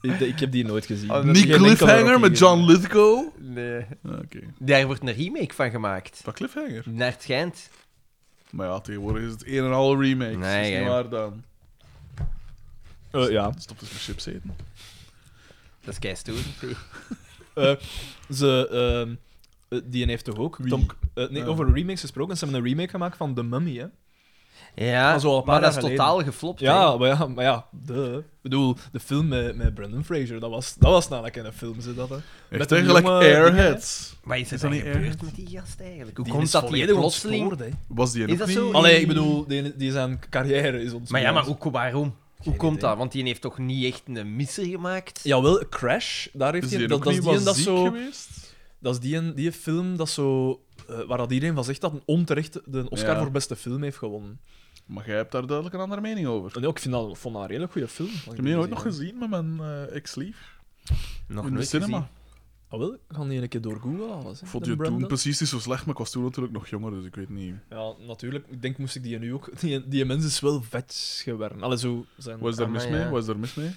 Speaker 3: Ik, ik heb die nooit gezien.
Speaker 1: Oh, dat
Speaker 2: Niet
Speaker 1: is geen
Speaker 2: Cliffhanger met John Lithgow.
Speaker 1: Nee.
Speaker 2: Oké.
Speaker 1: Daar wordt een remake van gemaakt.
Speaker 2: Dat Cliffhanger.
Speaker 1: Naar het schijnt.
Speaker 2: Maar ja, tegenwoordig is het een en al remake.
Speaker 1: Nee,
Speaker 2: dat is niet
Speaker 1: ja.
Speaker 2: waar dan.
Speaker 3: Eh, ja.
Speaker 2: Stop eens met chips eten.
Speaker 1: Dat is keistoer.
Speaker 3: Eh, ze, ehm, eh, die heeft toch ook...
Speaker 2: Wie?
Speaker 3: Tom, eh, nee,
Speaker 2: Ah.
Speaker 3: over remakes gesproken. Ze hebben een remake gemaakt van The Mummy, hè.
Speaker 1: Ja,
Speaker 3: Maar
Speaker 1: maar,
Speaker 3: zo al een paar
Speaker 1: dat is
Speaker 3: jaar
Speaker 1: totaal geflopt.
Speaker 3: Ja, maar ja, maar ja, duh. Ik bedoel, de film met, met Brandon Fraser, dat was, dat was namelijk een film, ze dat, hè.
Speaker 2: Echt
Speaker 3: een
Speaker 2: eigenlijk
Speaker 3: jonge
Speaker 2: Airheads.
Speaker 1: hè. Maar is er
Speaker 2: Is dat
Speaker 1: dan
Speaker 2: niet
Speaker 1: gebeurd
Speaker 2: erg?
Speaker 1: met die gast eigenlijk? Hoe
Speaker 3: Die
Speaker 1: komt
Speaker 3: is
Speaker 1: dat die
Speaker 3: volledig
Speaker 1: plotseling...
Speaker 3: ontspoord, hè.
Speaker 2: Was die
Speaker 1: Is dat
Speaker 2: ook
Speaker 1: zo?
Speaker 2: niet?
Speaker 3: Allee, ik bedoel, die, die zijn carrière is ons.
Speaker 1: Maar ja, maar ook waarom? Hoe
Speaker 3: Geen
Speaker 1: komt
Speaker 3: idee.
Speaker 1: dat? Want die heeft toch niet echt een misser gemaakt?
Speaker 3: Jawel, Crash, daar heeft
Speaker 2: Is
Speaker 3: hij...
Speaker 2: die
Speaker 3: Dat,
Speaker 2: ook
Speaker 3: dat is
Speaker 2: niet
Speaker 3: die en
Speaker 2: wat
Speaker 3: dat
Speaker 2: ziek
Speaker 3: zo...
Speaker 2: geweest?
Speaker 3: Dat is die, en- die film dat zo... eh, waar dat iedereen van zegt dat een onterecht de Oscar
Speaker 2: Ja.
Speaker 3: voor beste film heeft gewonnen.
Speaker 2: Maar jij hebt daar duidelijk een andere mening over.
Speaker 3: En ja, ik vind dat, vond dat een redelijk goede film.
Speaker 2: Ik heb die nooit nog gezien met mijn eh, ex-lief.
Speaker 1: Nog
Speaker 2: in de cinema.
Speaker 3: Ah, wel, ik ga die een keer door Google alles. hè,
Speaker 2: Ik vond
Speaker 3: de
Speaker 2: je toen
Speaker 3: Brandon.
Speaker 2: precies niet zo slecht, maar ik was toen natuurlijk nog jonger, dus ik weet niet.
Speaker 3: Ja, natuurlijk. Ik denk, moest ik die nu ook... Die, die mens is wel vet geworden. Allee, zo zijn...
Speaker 2: Wat is daar
Speaker 1: Ah,
Speaker 2: mis
Speaker 1: maar
Speaker 2: mee?
Speaker 1: ja.
Speaker 2: Wat is daar mis mee?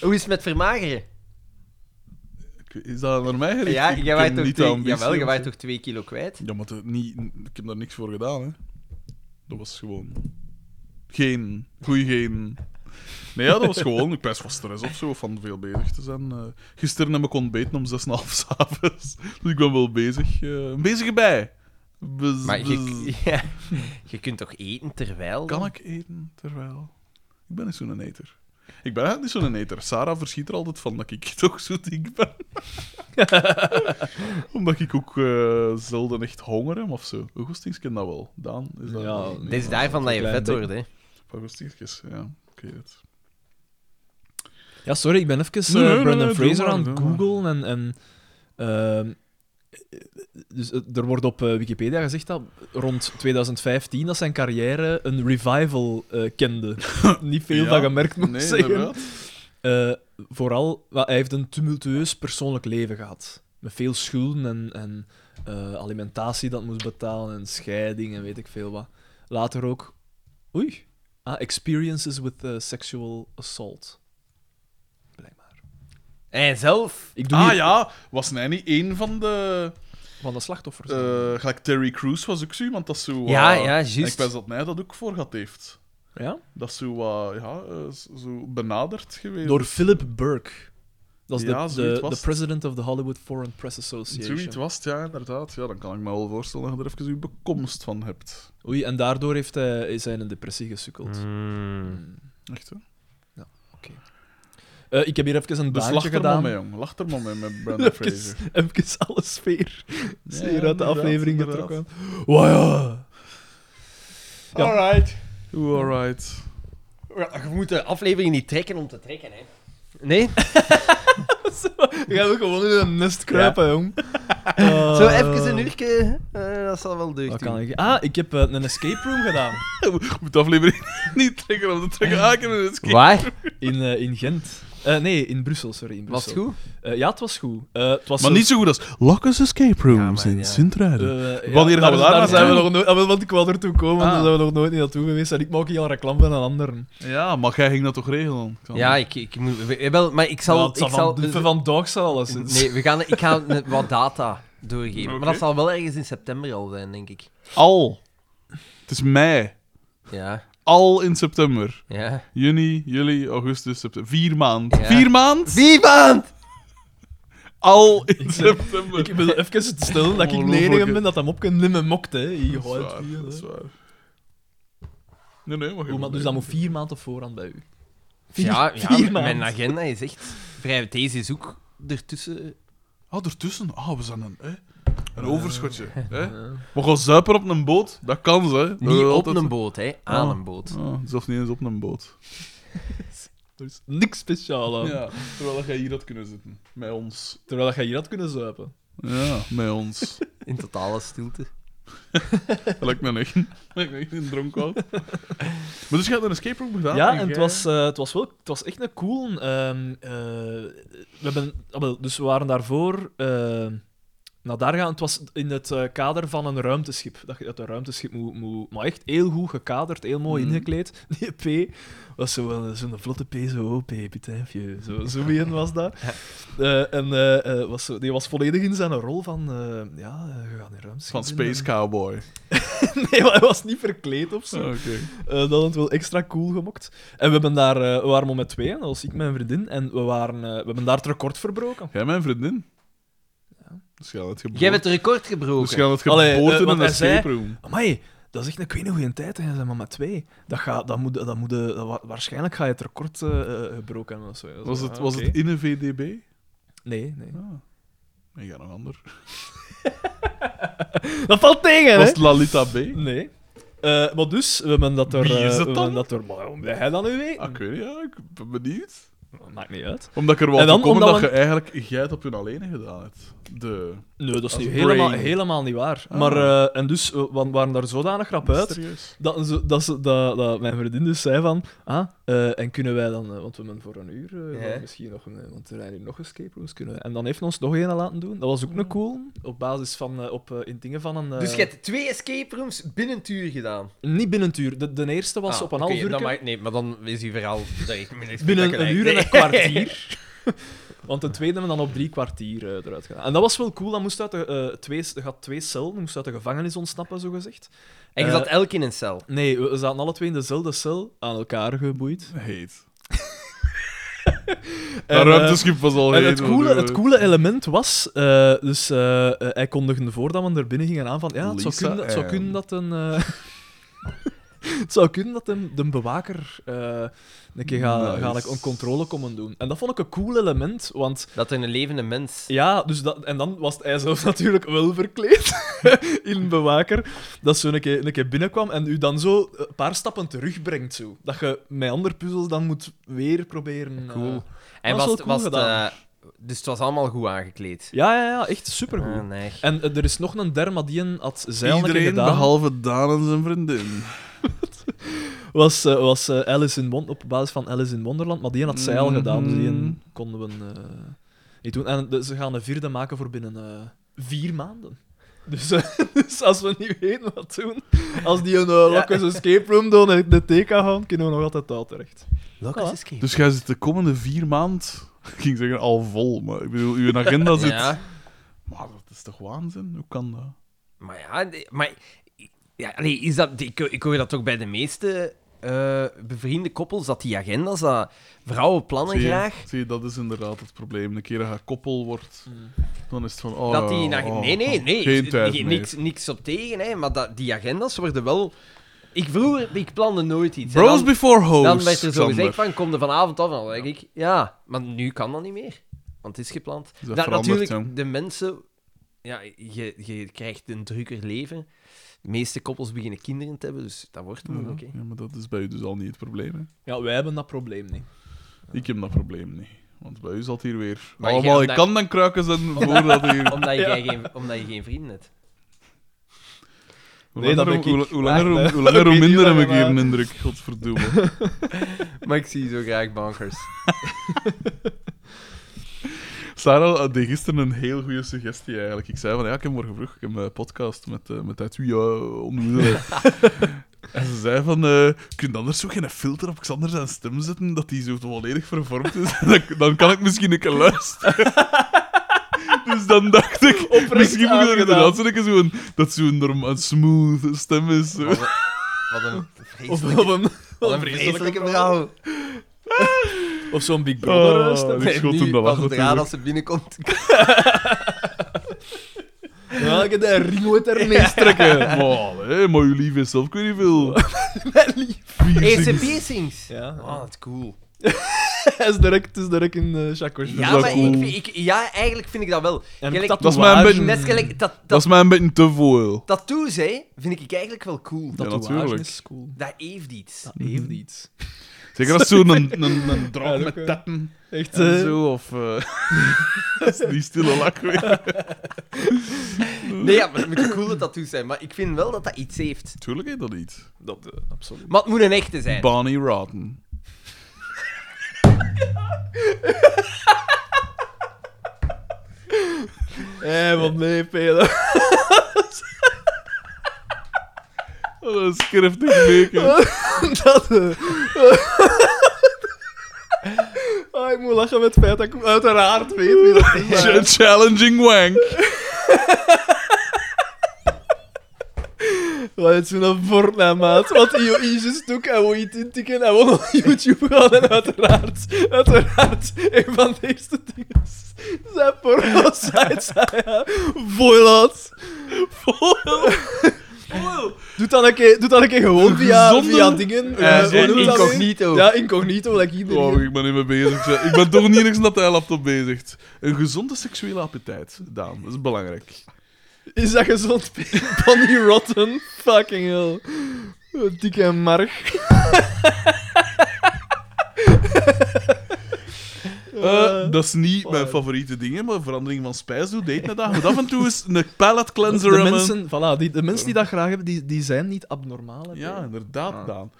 Speaker 1: Hoe is het met vermageren?
Speaker 2: Ik- Is dat naar mij gericht?
Speaker 1: Ja,
Speaker 2: Ik
Speaker 1: jij
Speaker 2: ken
Speaker 1: waait toch,
Speaker 2: niet de
Speaker 1: twee,
Speaker 2: ambitie
Speaker 1: jawel, jij
Speaker 2: of
Speaker 1: waait
Speaker 2: zo.
Speaker 1: toch twee kilo kwijt?
Speaker 2: Ja, maar dat- niet, ik heb daar niks voor gedaan, hè. Dat was gewoon... Geen... Goeie geen... Nee, ja, dat was gewoon... Ik pijs van stress of zo, of van veel bezig te zijn. Eh, gisteren heb ik ontbeten om 6,5 s'avonds. Dus ik ben wel bezig. eh, een bezige bij. Bez-
Speaker 1: Maar je,
Speaker 2: bez-
Speaker 1: ja, je kunt toch eten terwijl...
Speaker 2: Kan ik eten terwijl... Ik ben niet zo'n eter. Ik ben eigenlijk niet zo'n eter. Sarah verschiet er altijd van dat ik toch zo dik ben. Omdat ik ook eh, zelden echt honger heb of zo. Augustins kent dat wel. Daan is dat
Speaker 3: Ja,
Speaker 2: wel.
Speaker 1: Dit is daarvan dat je
Speaker 3: Klein
Speaker 1: vet
Speaker 3: ding.
Speaker 1: wordt, hè?
Speaker 2: Augustins, ja. Ik weet het.
Speaker 3: Ja, sorry, ik ben even
Speaker 2: Nee,
Speaker 3: eh,
Speaker 2: nee, nee,
Speaker 3: Brandon
Speaker 2: nee, doe
Speaker 3: Fraser
Speaker 2: maar,
Speaker 3: aan
Speaker 2: doe
Speaker 3: het
Speaker 2: maar.
Speaker 3: googlen en... en ehm, dus eh, er wordt op eh, Wikipedia gezegd dat rond 2015 dat zijn carrière een revival eh, kende. Niet veel
Speaker 2: Ja,
Speaker 3: van gemerkt moet ik
Speaker 2: Nee,
Speaker 3: zeggen.
Speaker 2: inderdaad.
Speaker 3: Eh, vooral, wel, hij heeft een tumultueus persoonlijk leven gehad. Met veel schulden en, en eh, alimentatie dat moest betalen en scheiding en weet ik veel wat. Later ook... Oei. Ah, experiences with eh, sexual assault. Blijkbaar.
Speaker 1: En zelf...
Speaker 3: Ik doe
Speaker 2: Ah
Speaker 3: hier-
Speaker 2: ja, was hij niet één van de...
Speaker 3: Van de slachtoffers.
Speaker 2: eh gelijk Terry Crews was ook zo iemand dat zo...
Speaker 1: Ja,
Speaker 2: eh,
Speaker 1: ja,
Speaker 2: en Ik
Speaker 1: juist.
Speaker 2: pijs dat hij dat ook voor gehad heeft.
Speaker 3: ja?
Speaker 2: Dat is zo, wat, ja, eh, zo benaderd geweest.
Speaker 3: Door Philip Burke. Dat is
Speaker 2: Ja,
Speaker 3: de,
Speaker 2: zoiets
Speaker 3: de,
Speaker 2: was
Speaker 3: de
Speaker 2: het.
Speaker 3: president of the Hollywood Foreign Press Association.
Speaker 2: Zoiets was het, ja, inderdaad. Ja, dan kan ik me wel voorstellen dat je er even uw bekomst van hebt.
Speaker 3: Oei, en daardoor heeft hij, is hij in een depressie gesukkeld.
Speaker 1: Mm.
Speaker 3: Hmm.
Speaker 2: Echt, hè?
Speaker 3: Eh, ik heb hier even een
Speaker 2: Dus
Speaker 3: baantje
Speaker 2: lach er maar
Speaker 3: gedaan.
Speaker 2: mee, jong. Lach er maar mee met Brandon
Speaker 3: Even,
Speaker 2: Fraser.
Speaker 3: even alle sfeer sfeer uit de
Speaker 2: inderdaad,
Speaker 3: aflevering
Speaker 2: inderdaad.
Speaker 3: getrokken. Wow, ja. Ja.
Speaker 1: Alright.
Speaker 2: Oeh, alright.
Speaker 1: Je moet de aflevering niet trekken om te trekken, hè? Nee?
Speaker 3: Je gaat ook gewoon in een nest kruipen, jong.
Speaker 2: Eh,
Speaker 1: Zo even een uurtje, eh, dat zal wel
Speaker 3: Wat
Speaker 1: deugd
Speaker 3: kan
Speaker 1: doen.
Speaker 3: ik? Ah, ik heb eh, een escape room gedaan
Speaker 2: Je moet de aflevering niet trekken om te trekken. Ah, ik heb een escape.
Speaker 1: Waar?
Speaker 3: in, eh, in Gent. Eh, nee, in Brussel, sorry. In
Speaker 1: Was
Speaker 3: Brussel.
Speaker 1: het goed?
Speaker 3: Eh, ja, het was goed. Eh, het was
Speaker 2: Maar
Speaker 3: zo-
Speaker 2: niet zo goed als Lockers Escape Rooms
Speaker 1: Ja, maar
Speaker 2: in
Speaker 1: ja.
Speaker 2: Sint-Ruiden.
Speaker 3: Eh, ja,
Speaker 2: Wanneer gaan we daar
Speaker 3: daar zijn we
Speaker 2: naartoe?
Speaker 3: nog nooit, ah, wel, want ik wou ertoe komen, want
Speaker 2: Ah.
Speaker 3: daar zijn we nog nooit naartoe geweest. En ik maak hier al reclame van een ander.
Speaker 2: Eh, Ja, maar jij ging dat toch regelen? Kan.
Speaker 1: Ja, ik, ik moet... we- eh, Wel, maar ik zal...
Speaker 3: Ja, het
Speaker 1: ik zal
Speaker 3: van, van, van Dogs alles.
Speaker 1: nee, we gaan, ik ga net wat data doorgeven.
Speaker 2: Oké.
Speaker 1: Maar dat zal wel ergens in september al zijn, denk ik.
Speaker 2: Al. Het is mei.
Speaker 1: Ja,
Speaker 2: Al in september.
Speaker 1: ja.
Speaker 2: Juni, juli, augustus, september. Vier maanden.
Speaker 1: Ja.
Speaker 2: Vier maanden?
Speaker 1: Vivant!
Speaker 2: Al in september.
Speaker 3: Ik wil even stil dat ik de enige ben dat hem op kan nemen mokt, hè. Hier,
Speaker 2: Dat is
Speaker 3: hoort
Speaker 2: waar,
Speaker 3: hier,
Speaker 2: dat is
Speaker 3: hè.
Speaker 2: waar. Nee, nee, Oh, maar,
Speaker 3: Oeh, maar dus dat moet vier maanden op voorhand bij u. Vier-
Speaker 1: Ja,
Speaker 3: vier
Speaker 1: ja mijn-
Speaker 3: maanden.
Speaker 1: mijn agenda is echt... Vrij, deze is ook ertussen.
Speaker 2: Ah, ertussen. Ah, we zijn een... Hè? Een overschotje. Hè? We gaan zuipen op een boot. Dat kan ze. hè. Dat
Speaker 1: Niet
Speaker 2: is
Speaker 1: op
Speaker 2: altijd-
Speaker 1: een boot, hè. Aan
Speaker 2: Ah.
Speaker 1: een boot.
Speaker 2: Ah, zelfs niet eens op een boot.
Speaker 3: Er is niks speciaal aan.
Speaker 2: Ja, terwijl dat jij hier had kunnen zitten. Met ons.
Speaker 3: Terwijl dat jij hier had kunnen zuipen.
Speaker 2: Ja, met ons.
Speaker 1: In totale stilte.
Speaker 2: Dat lijkt me echt, dat lijkt me echt een dronkhal. Maar dus je had een escape room gedaan?
Speaker 3: Ja, en het
Speaker 2: jij-
Speaker 3: was, eh, het was wel het was echt een cool. ehm, eh, we hebben, ah, wel, dus we waren daarvoor eh, naar daar gaan. Het was in het eh, kader van een ruimteschip. Dat je uit een ruimteschip moet, moet. Maar echt heel goed gekaderd, heel mooi
Speaker 2: Mhm.
Speaker 3: ingekleed. Die P was zo'n zo een- zo'n vlotte P, zo oh, P, pitijfje. Zo, zo een was dat. Eh, en eh, eh, was, zo- die was volledig in zijn rol van. eh, ja, eh, we gaan in ruimteschip.
Speaker 2: Van
Speaker 3: in,
Speaker 2: Space
Speaker 3: en-
Speaker 2: Cowboy. Ah,
Speaker 3: Nee, maar hij was niet verkleed of zo.
Speaker 2: Oké.
Speaker 3: Eh, dat had het wel extra cool gemokt. En we, hebben daar, eh, we waren maar met tweeën, dat was ik en mijn vriendin. En we, waren, eh, we hebben daar het record verbroken.
Speaker 2: Jij, mijn vriendin? Dus jij had het geboord.
Speaker 1: Jij bent het record
Speaker 2: Dus
Speaker 1: gebroken.
Speaker 2: jij had het
Speaker 3: Allee,
Speaker 2: geboord
Speaker 3: eh,
Speaker 2: in
Speaker 3: want
Speaker 2: een
Speaker 3: hij zei-
Speaker 2: escape room.
Speaker 3: Amai, dat is echt een ik weet niet goede tijd. En we zijn maar met twee. Dat gaat dat moet, dat moet, dat wa- waarschijnlijk ga je het record eh, eh, gebroken hebben. Of zo. Dat
Speaker 2: Was
Speaker 3: zo,
Speaker 2: het,
Speaker 3: ah,
Speaker 2: was
Speaker 3: oké.
Speaker 2: het in een VDB?
Speaker 3: Nee, nee.
Speaker 2: Ah. Ik ga nog ander.
Speaker 3: Dat valt tegen,
Speaker 2: Was
Speaker 3: hè?
Speaker 2: het Lalita B? Ah,
Speaker 3: Nee. Eh, maar dus, we hebben dat er...
Speaker 2: Wie is
Speaker 3: eh,
Speaker 2: het
Speaker 3: we
Speaker 2: dan?
Speaker 3: hebben Dat er, maar hoe ben jij dat nu weet?
Speaker 2: Ah, ik weet niet, ja, ik ben benieuwd.
Speaker 3: Maakt niet uit.
Speaker 2: Omdat ik er
Speaker 3: En
Speaker 2: wel
Speaker 3: dan
Speaker 2: op kom
Speaker 3: omdat
Speaker 2: dat
Speaker 3: we-
Speaker 2: je eigenlijk jij het op hun alleen gedaan hebt. De...
Speaker 3: Nee, dat is
Speaker 2: Als
Speaker 3: nu
Speaker 2: brain.
Speaker 3: helemaal, helemaal niet waar.
Speaker 2: Ah.
Speaker 3: Maar, eh, en dus, we we waren daar zodanig grap uit...
Speaker 2: Serieus.
Speaker 3: Dat, ze- dat, ze- dat, dat mijn vriendin dus zei van, ah, eh, en kunnen wij dan, eh, want we hebben voor een uur, eh,
Speaker 1: Ja.
Speaker 3: dan misschien nog, een, want er zijn hier nog escape rooms, kunnen wij- En dan heeft ons nog een laten doen, dat was ook een cool, op basis van, eh, op, eh, in dingen van een... eh,
Speaker 1: Dus je hebt twee escape rooms binnen het uur gedaan.
Speaker 3: Niet binnen een uur, de, de eerste
Speaker 1: Ah,
Speaker 3: was op een half uur.
Speaker 1: Nee, maar dan is je verhaal... Nee,
Speaker 3: Binnen een uur en een kwartier. Want de tweede hebben we dan op drie kwartier eh, eruit gedaan. En dat was wel cool, dat moest uit de, eh, twee, er gaat twee cellen, moest uit de gevangenis ontsnappen, zogezegd.
Speaker 1: En je
Speaker 3: Eh,
Speaker 1: zat elk in een cel.
Speaker 3: Nee, we we zaten alle twee in dezelfde cel, aan elkaar geboeid.
Speaker 2: Heet.
Speaker 3: En,
Speaker 2: Dat
Speaker 3: eh,
Speaker 2: ruimteschip was al
Speaker 3: En
Speaker 2: heet,
Speaker 3: het
Speaker 2: want,
Speaker 3: coole,
Speaker 2: eh,
Speaker 3: het coole element was, eh, dus eh, eh, hij kondigde voor dat we er binnen gingen aan van, ja, het zou
Speaker 2: Lisa
Speaker 3: kunnen, het zou
Speaker 2: M.
Speaker 3: kunnen dat een... eh, het zou kunnen dat hem- de bewaker eh, een keer gaat
Speaker 2: Nice.
Speaker 3: ga een controle komen doen. En dat vond ik een cool element, want
Speaker 1: Dat er een levende mens...
Speaker 3: ja, dus dat, en dan was hij zelf natuurlijk wel verkleed in een bewaker, dat zo een keer, een keer binnenkwam en u dan zo een paar stappen terugbrengt. Zo. Dat je met andere puzzels dan moet weer proberen... eh,
Speaker 1: Cool. En was,
Speaker 3: dat is wel
Speaker 1: het-
Speaker 3: cool
Speaker 1: was het...
Speaker 3: gedaan.
Speaker 1: eh, dus het was allemaal goed aangekleed.
Speaker 3: ja, ja, ja, echt supergoed.
Speaker 1: Ah, nee.
Speaker 3: En eh, er is nog een derma die een had zij al een keer
Speaker 2: Iedereen
Speaker 3: gedaan.
Speaker 2: behalve Daan en zijn vriendin.
Speaker 3: Was, eh, was eh, Alice in Won op basis van Alice in Wonderland, maar die had zij al gedaan. Dus die
Speaker 2: Mhm.
Speaker 3: een konden we eh, niet doen. En de- ze gaan een vierde maken voor binnen eh, vier maanden. Dus, eh, dus als we niet weten wat doen, als die een uh, escape room doen en de TK gaan, kunnen we nog altijd daar terecht.
Speaker 1: Locus
Speaker 3: Voilà.
Speaker 1: Escape.
Speaker 2: Dus jij zit de komende vier maand, ik ging zeggen al vol, maar ik bedoel, uw agenda zit.
Speaker 1: Ja,
Speaker 2: Maar dat is toch waanzin? Hoe kan dat?
Speaker 1: maar ja... nee, Maar, ja allee, is dat, ik, ik hoor dat toch bij de meeste eh, bevriende koppels, dat die agendas, dat vrouwen plannen
Speaker 2: Zie je,
Speaker 1: graag...
Speaker 2: Zie je, dat is inderdaad het probleem. Een keer dat je koppel wordt, dan is het van. Oh,
Speaker 1: Mm. Dat die
Speaker 2: ja,
Speaker 1: naar-
Speaker 2: oh,
Speaker 1: nee, nee, nee.
Speaker 2: Geen tijd
Speaker 1: Ni-
Speaker 2: meer.
Speaker 1: niks, niks op tegen, hè, maar dat, die agendas worden wel. Ik vroeger, ik plande nooit iets. hè.
Speaker 2: Bros
Speaker 1: dan,
Speaker 2: before hoes.
Speaker 1: dan werd er zo
Speaker 2: Xander.
Speaker 1: gezegd van, kom er vanavond af. En dan denk ik, ja, maar nu kan dat niet meer. Want het is gepland.
Speaker 2: Dus dat
Speaker 1: Na-
Speaker 2: verandert,
Speaker 1: natuurlijk,
Speaker 2: ja.
Speaker 1: de mensen... Ja, je, je krijgt een drukker leven. De meeste koppels beginnen kinderen te hebben, dus dat wordt
Speaker 2: Ja,
Speaker 1: moeilijk. hè.
Speaker 2: ja, maar dat is bij u dus al niet het probleem. Hè.
Speaker 3: Ja, wij hebben dat probleem niet.
Speaker 2: Ik heb dat probleem niet. Want bij u zat hier weer.
Speaker 1: Maar jij-
Speaker 2: allemaal, ik
Speaker 1: omdat-
Speaker 2: kan dan kruiken zijn voordat hier.
Speaker 1: Omdat, je, geen, omdat je geen vrienden hebt.
Speaker 2: Hoe
Speaker 3: Nee, dat
Speaker 2: langer,
Speaker 3: ben ik.
Speaker 2: hoe- Hoe langer, hoe,
Speaker 3: Maar,
Speaker 2: hoe langer, hoe
Speaker 3: ik weet niet
Speaker 2: minder heb ik
Speaker 3: wat
Speaker 2: hier
Speaker 3: dat-
Speaker 2: een indruk. Godverdomme.
Speaker 1: Maar ik zie zo graag bankers.
Speaker 2: Sarah had gisteren een heel goede suggestie eigenlijk. Ik zei van ja, ik heb morgen vroeg ik heb een podcast met, eh met uit wie En ze zei van, eh kun je anders zo geen filter op Xander zijn stem zetten, dat die zo volledig vervormd is? dan, dan kan ik misschien een keer luisteren. Dus dan dacht ik, misschien moet ik er
Speaker 3: aangedaan.
Speaker 2: inderdaad zo'n keer zo'n... Dat zo'n norm- een smooth stem is. zo.
Speaker 1: Wat een, wat een
Speaker 3: Of,
Speaker 1: vreselijke,
Speaker 3: of, een-
Speaker 1: wat een vreselijke vrouw.
Speaker 3: of zo'n Big Brother. eh,
Speaker 2: Oh,
Speaker 3: stem.
Speaker 2: en ik schoot
Speaker 1: Nu,
Speaker 2: hem dat
Speaker 1: pas
Speaker 2: af
Speaker 1: zodra
Speaker 2: natuurlijk.
Speaker 1: dat ze binnenkomt.
Speaker 3: Ja, ik heb de ring uit haar mee strekken.
Speaker 2: Maar allee, maar uw lief is zelf, ik weet niet veel.
Speaker 3: Mijn lief.
Speaker 1: Eerste piercings.
Speaker 3: Ja.
Speaker 1: Oh, dat is cool.
Speaker 3: Hij is direct, het is direct in uh, Chacos.
Speaker 1: Ja,
Speaker 2: wel
Speaker 1: maar ik,
Speaker 2: cool.
Speaker 1: vind- ik, ja, eigenlijk vind ik dat wel. Gelijk-
Speaker 3: dat
Speaker 2: Dat is mijn beetje-
Speaker 1: Net gelijk, dat,
Speaker 2: Dat
Speaker 1: dat,
Speaker 2: is mij een beetje te veel.
Speaker 1: tattoos, hè, vind ik eigenlijk wel cool.
Speaker 2: Ja, natuurlijk.
Speaker 3: is cool.
Speaker 4: Mhm.
Speaker 1: Dat heeft iets.
Speaker 3: Dat heeft iets.
Speaker 2: Zeker als zo'n een, een, een draak
Speaker 3: Ja,
Speaker 2: met
Speaker 3: ook,
Speaker 2: tetten
Speaker 3: Echt,
Speaker 2: en
Speaker 3: eh,
Speaker 2: zo, of... eh, dat is die stille lak weer.
Speaker 1: Nee, ja, maar het moeten coole tattoos zijn. Maar ik vind wel dat dat iets heeft.
Speaker 2: Tuurlijk heet dat iets.
Speaker 4: Dat, eh, absoluut.
Speaker 1: Maar het moet een echte zijn.
Speaker 2: Bonnie Rotten.
Speaker 4: Hé, wat Eh, nee, Peter.
Speaker 2: Oh, dat is krachtig beken.
Speaker 4: dat... eh. Ah, ik moet lachen met het feit dat ik uiteraard weet wie dat is. maar-
Speaker 2: Ch- Challenging Wang.
Speaker 4: Wat het zo'n Fortnite, maat. Want IO is een stuk en wil je het intikken en wil naar YouTube gaan. En uiteraard, uiteraard, een van de eerste dingen is- zijn porno sites. ja. Voilat. Doe dat een keer, doe dat een keer gewoon via,
Speaker 2: Gezonde-
Speaker 4: via dingen.
Speaker 2: Ja, Oh,
Speaker 4: eh, hoe
Speaker 2: zijn
Speaker 4: noemt dat weer?
Speaker 1: incognito.
Speaker 4: Ja, incognito, like iedereen.
Speaker 2: Wow, ik ben niet mee bezig. zeg. Ik ben toch niet niks met de laptop bezig. Een gezonde seksuele appetijt, Daan. Dat is belangrijk.
Speaker 4: Is dat gezond? Bonnie Rotten? Fucking hell. Wat Dikke marg.
Speaker 2: Eh, dat is niet mijn favoriete dingen, maar verandering van spijs doet deed me dat. Maar af en toe is een palate
Speaker 3: de,
Speaker 2: cleanser. en een-
Speaker 3: mensen, voilà, die, de mensen die dat graag hebben, die, die zijn niet abnormaal. hè,
Speaker 2: Ja,
Speaker 3: Peter.
Speaker 2: inderdaad,
Speaker 3: Ah.
Speaker 2: Daan.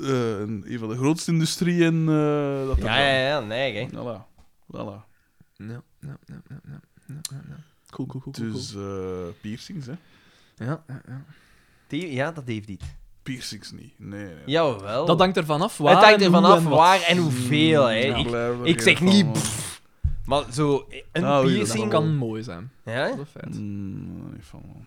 Speaker 2: Eh, een van de grootste industrieën. eh dat er
Speaker 1: Ja, ja, ja, nee, hè.
Speaker 2: Voilà. Voilà.
Speaker 3: Ja, ja, ja, ja, ja, ja, ja, ja. Cool, cool, cool. cool,
Speaker 2: Dus eh, piercings, hè?
Speaker 3: cool. Ja, ja, ja.
Speaker 1: Die- Ja, dat heeft niet.
Speaker 2: Piercings niet. Nee, nee.
Speaker 1: Jawel.
Speaker 3: Dat hangt ervan af waar
Speaker 1: het hangt
Speaker 3: en
Speaker 1: ervan
Speaker 3: hoe
Speaker 1: af
Speaker 3: en wat.
Speaker 1: waar en hoeveel. Hè.
Speaker 3: Ja.
Speaker 1: Ik,
Speaker 2: Blijf er
Speaker 1: ik zeg
Speaker 2: van,
Speaker 1: niet...
Speaker 2: man.
Speaker 1: pff, maar zo, een
Speaker 2: Nou, hier,
Speaker 3: Dat
Speaker 1: piercing...
Speaker 3: kan mooi zijn.
Speaker 1: Ja?
Speaker 3: Dat is een feit.
Speaker 2: Mm, niet van, man.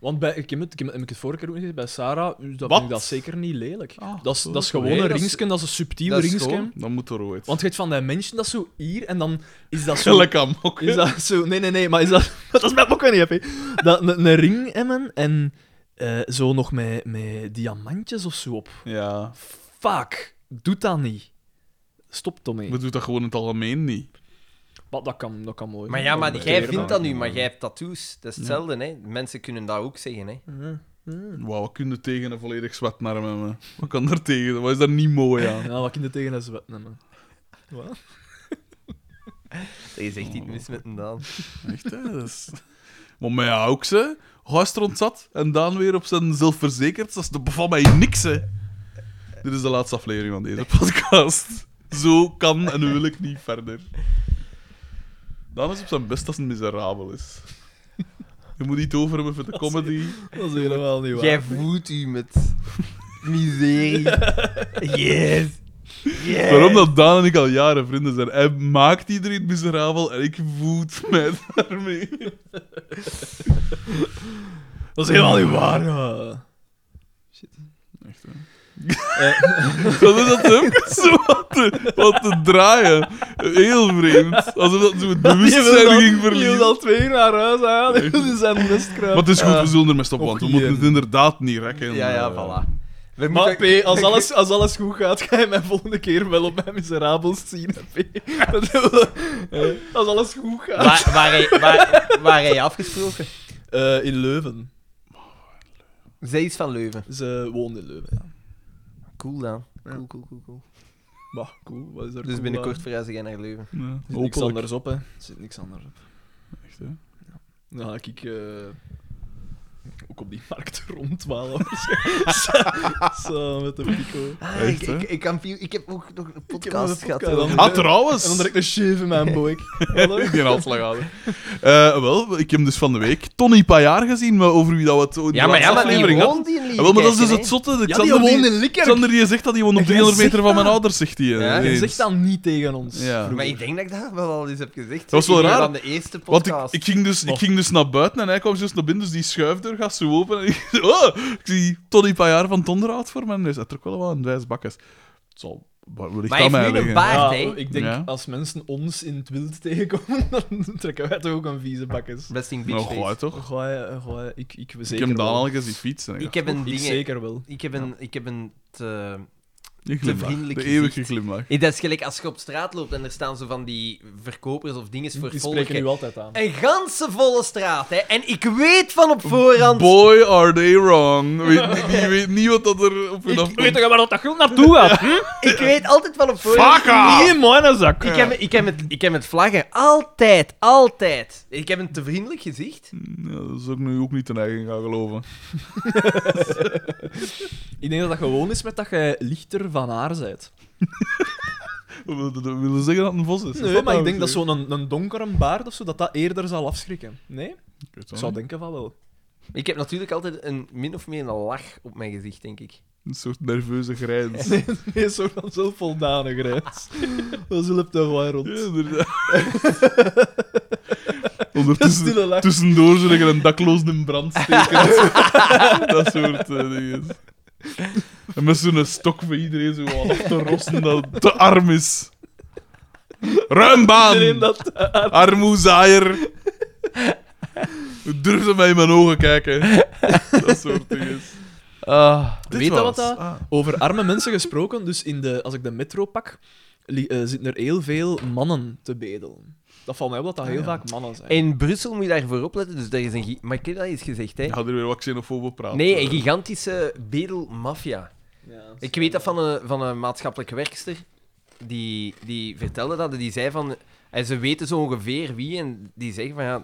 Speaker 3: Want bij, ik, heb het, ik heb- heb ik het vorige keer ook gezegd, bij Sarah u- dat
Speaker 2: Wat?
Speaker 3: vind ik dat zeker niet lelijk.
Speaker 2: Ah,
Speaker 3: dat, is, dat is
Speaker 2: sorry.
Speaker 3: gewoon
Speaker 2: Nee,
Speaker 3: een
Speaker 2: dat is-
Speaker 3: ringsken, dat is een subtiel
Speaker 1: dat is
Speaker 3: ringsken.
Speaker 1: gewoon-
Speaker 2: Dan moet er ooit.
Speaker 3: Want je hebt van die mensen dat zo hier en dan is dat zo...
Speaker 2: Gelijk aan mokken.
Speaker 3: Is dat zo... Nee, nee, nee, maar is dat... dat is met ook niet, hè. Dat een, een ring hebben en eh, zo nog met, met diamantjes of zo op.
Speaker 2: Ja.
Speaker 3: Fuck, doe dat niet. Stop ermee.
Speaker 2: Maar doet dat gewoon in het algemeen niet.
Speaker 3: Maar dat kan, dat kan mooi.
Speaker 1: Maar
Speaker 3: zijn.
Speaker 1: ja, maar
Speaker 3: Dat
Speaker 1: jij
Speaker 3: kan
Speaker 1: vindt
Speaker 3: mooi
Speaker 1: dat nu, maar jij hebt tattoos. Dat is hetzelfde, hè. Mensen kunnen dat ook zeggen, hè.
Speaker 3: zijn. Ja.
Speaker 2: Wauw, wat kun je tegen een volledig zwart naar hem? Wat kan daar tegen? Wat is daar niet mooi aan?
Speaker 3: Ja, wat kinderen tegen een zwet nemen.
Speaker 1: Je zegt iets mis met een Daan.
Speaker 2: Echt, hè? Dat is- Maar mij ook, ze. Gast rond zat en Daan weer op zijn zelfverzekerd. Dat is de beval mij niks, hè. Dit is de laatste aflevering van deze podcast. Zo kan en wil ik niet verder. Daan is op zijn best als een miserabel is. Je moet niet over hebben voor de comedy.
Speaker 3: Dat is helemaal niet waar.
Speaker 1: Jij voelt u met miserie. Yes. yes.
Speaker 3: Eh.
Speaker 2: Waarom dat Daan en ik al jaren vrienden zijn. Hij maakt iedereen miserabel en ik voed mij daarmee.
Speaker 3: Dat is helemaal niet waar. ja.
Speaker 2: Echt, hè? dat is dat hem zo wat te, wat te draaien. Heel vreemd. Alsof dat zo het bewustzijn ging
Speaker 4: Je
Speaker 2: verliezen.
Speaker 4: wil al twee naar huis aan. Dat is een nestkruid.
Speaker 2: Maar het is goed, we zullen ermee stoppen, want we
Speaker 3: ook
Speaker 2: moeten
Speaker 3: hier.
Speaker 2: het inderdaad niet rekken.
Speaker 1: Ja, ja,
Speaker 2: Eh,
Speaker 1: voilà. We
Speaker 4: Maar
Speaker 1: moeten...
Speaker 4: P, als alles, als alles goed gaat, ga je mij volgende keer wel op mijn miserabels zien, hè, P. Dat wil ik. Eh, als alles goed gaat.
Speaker 1: Waar, waar, hij- waar, waar hij afgesproken?
Speaker 4: Eh, in Leuven.
Speaker 1: Zij is van Leuven.
Speaker 4: Ze woont in Leuven, ja.
Speaker 1: Cool dan. Cool, cool, cool, cool.
Speaker 4: Maar cool, wat is er
Speaker 1: Dus
Speaker 4: cool
Speaker 1: binnenkort
Speaker 4: aan?
Speaker 1: verhuizen jij naar Leuven.
Speaker 2: Ja,
Speaker 3: Er zit niks
Speaker 2: hopelijk.
Speaker 3: anders op, hè. Er zit niks anders op.
Speaker 2: Echt, hè.
Speaker 4: Nou, ik... ik eh, ook op die markt rondwalen. Samen met de pico.
Speaker 1: Ah,
Speaker 2: Echt,
Speaker 1: ik,
Speaker 2: hè?
Speaker 1: ik, ik, kan veel- ik heb ook nog een
Speaker 4: heb nog een
Speaker 1: podcast gehad.
Speaker 4: podcast.
Speaker 1: over-
Speaker 2: Ah,
Speaker 4: En dan
Speaker 2: trouwens.
Speaker 4: direct een shave in mijn boek.
Speaker 2: Ik ben afslag aan. Eh, wel, ik heb dus van de week Tony Pajaar gezien, maar over wie dat we het in de
Speaker 1: Ja, maar, ja,
Speaker 2: laatste
Speaker 1: maar die
Speaker 2: aflevering hadden.
Speaker 1: woont die in Leuven.
Speaker 2: Ah, wel, maar dat is dus
Speaker 1: kijken, hè.
Speaker 2: het zotte.
Speaker 4: Ja, die
Speaker 2: Xander,
Speaker 4: woont
Speaker 2: die,
Speaker 4: in Likkerk.
Speaker 2: Xander die zegt dat hij woont op
Speaker 3: Jij
Speaker 2: 300 meter
Speaker 3: zegt
Speaker 2: van
Speaker 3: dat.
Speaker 2: mijn ouders, zegt hij.
Speaker 1: Ja,
Speaker 3: Je
Speaker 2: ineens.
Speaker 3: zegt dat niet tegen ons.
Speaker 2: Ja.
Speaker 3: vroeger.
Speaker 1: Maar ik denk dat ik dat wel al eens heb gezegd.
Speaker 2: was wel
Speaker 1: in een
Speaker 2: raar,
Speaker 1: Van de eerste
Speaker 2: Want ik,
Speaker 1: podcast.
Speaker 2: ik, ging dus, ik ging dus naar buiten en hij kwam juist naar binnen, dus die schuifdeur gaat zo open. En ik, oh, ik zie Tony paar jaar van Donderhout voor mijn neus. Hij trok wel wat een wijs bakkes. Het zal wel- wellicht
Speaker 1: Maar
Speaker 2: aan
Speaker 1: hij
Speaker 2: mij
Speaker 1: heeft nu een
Speaker 2: liggen.
Speaker 1: baard,
Speaker 3: Ja,
Speaker 1: hè.
Speaker 3: ik denk,
Speaker 2: Ja.
Speaker 3: als mensen ons in het wild tegenkomen, dan trekken wij toch ook een vieze bakjes.
Speaker 1: Resting
Speaker 2: Nou,
Speaker 1: Beach
Speaker 2: gooi toch?
Speaker 3: Gooi, gooi, eh, ik, ik, zeker
Speaker 2: Ik heb hem dan
Speaker 3: wel.
Speaker 2: al eens die fietsen.
Speaker 1: Ik heb een eh,
Speaker 3: Ik
Speaker 1: ding.
Speaker 3: zeker wel.
Speaker 1: Ik heb een, ik heb een te-
Speaker 2: De glimlach.
Speaker 1: vriendelijk
Speaker 2: De
Speaker 1: gezicht.
Speaker 2: eeuwige glimlach.
Speaker 1: Nee, dat is gelijk als je op straat loopt en er staan zo van die verkopers of dinges voor
Speaker 3: Die
Speaker 1: volk.
Speaker 3: spreken
Speaker 1: hè.
Speaker 3: nu altijd aan.
Speaker 1: Een ganse volle straat, hè. En ik weet van op voorhand...
Speaker 2: Boy, are they wrong. Weet, die- die weet niet wat dat er op hun afkomt.
Speaker 3: toch waar dat groen naartoe gaat? Hm?
Speaker 1: ik weet altijd van op voorhand...
Speaker 3: Niet in mijn zak.
Speaker 1: Ik heb, ik, heb het, ik heb het vlaggen. Altijd, altijd. Ik heb een te vriendelijk gezicht.
Speaker 2: Ja, dat is ook nu ook niet ten eigen gaan geloven.
Speaker 3: Ik denk dat dat gewoon is met dat je lichter van haar bent.
Speaker 2: We we- we willen zeggen dat het een vos is. Is
Speaker 3: Nee, maar
Speaker 2: nou
Speaker 3: ik denk dat
Speaker 2: zo?
Speaker 3: zo'n een, een donkere baard of zo, dat dat eerder zal afschrikken. Nee?
Speaker 2: Ik weet
Speaker 3: Ik
Speaker 2: het
Speaker 3: zou
Speaker 2: niet.
Speaker 3: denken van wel.
Speaker 1: Ik heb natuurlijk altijd een min of meer een lach op mijn gezicht, denk ik.
Speaker 2: Een soort nerveuze grijns.
Speaker 3: Nee, nee zo van zelfvoldane grijs. Dat zullen toch wel rond.
Speaker 2: Ja,
Speaker 3: Een
Speaker 2: inderdaad. Ondertussen,
Speaker 3: Stille lach.
Speaker 2: tussendoor zullen er een dakloos in brand steken. dat soort eh, dingen. En met zo'n stok voor iedereen zo al af te rossen dat het te arm is. Ruim
Speaker 3: Iedereen
Speaker 2: baan!
Speaker 3: dat...
Speaker 2: Armoezaaier! Hoe durf je mij in mijn ogen kijken? Dat soort dingen. Dit
Speaker 3: Weet je wat
Speaker 2: was-
Speaker 3: dat...
Speaker 2: ah.
Speaker 3: Over arme mensen gesproken, dus in de, als ik de metro pak, li- eh, zitten er heel veel mannen te bedelen. Dat valt mij op dat dat heel vaak mannen zijn.
Speaker 1: In Brussel moet je daarvoor opletten, dus daar is een... gi- Maar ik heb dat eens gezegd, hè.
Speaker 3: Eh?
Speaker 2: Ik had er weer wat xenofobe praten.
Speaker 1: Nee, een gigantische bedelmafia.
Speaker 3: Ja,
Speaker 1: Ik weet dat van een, van een maatschappelijke werkster. Die, die vertelde dat. en Die zei van... En ze weten zo ongeveer wie. En die zeggen van... Ja,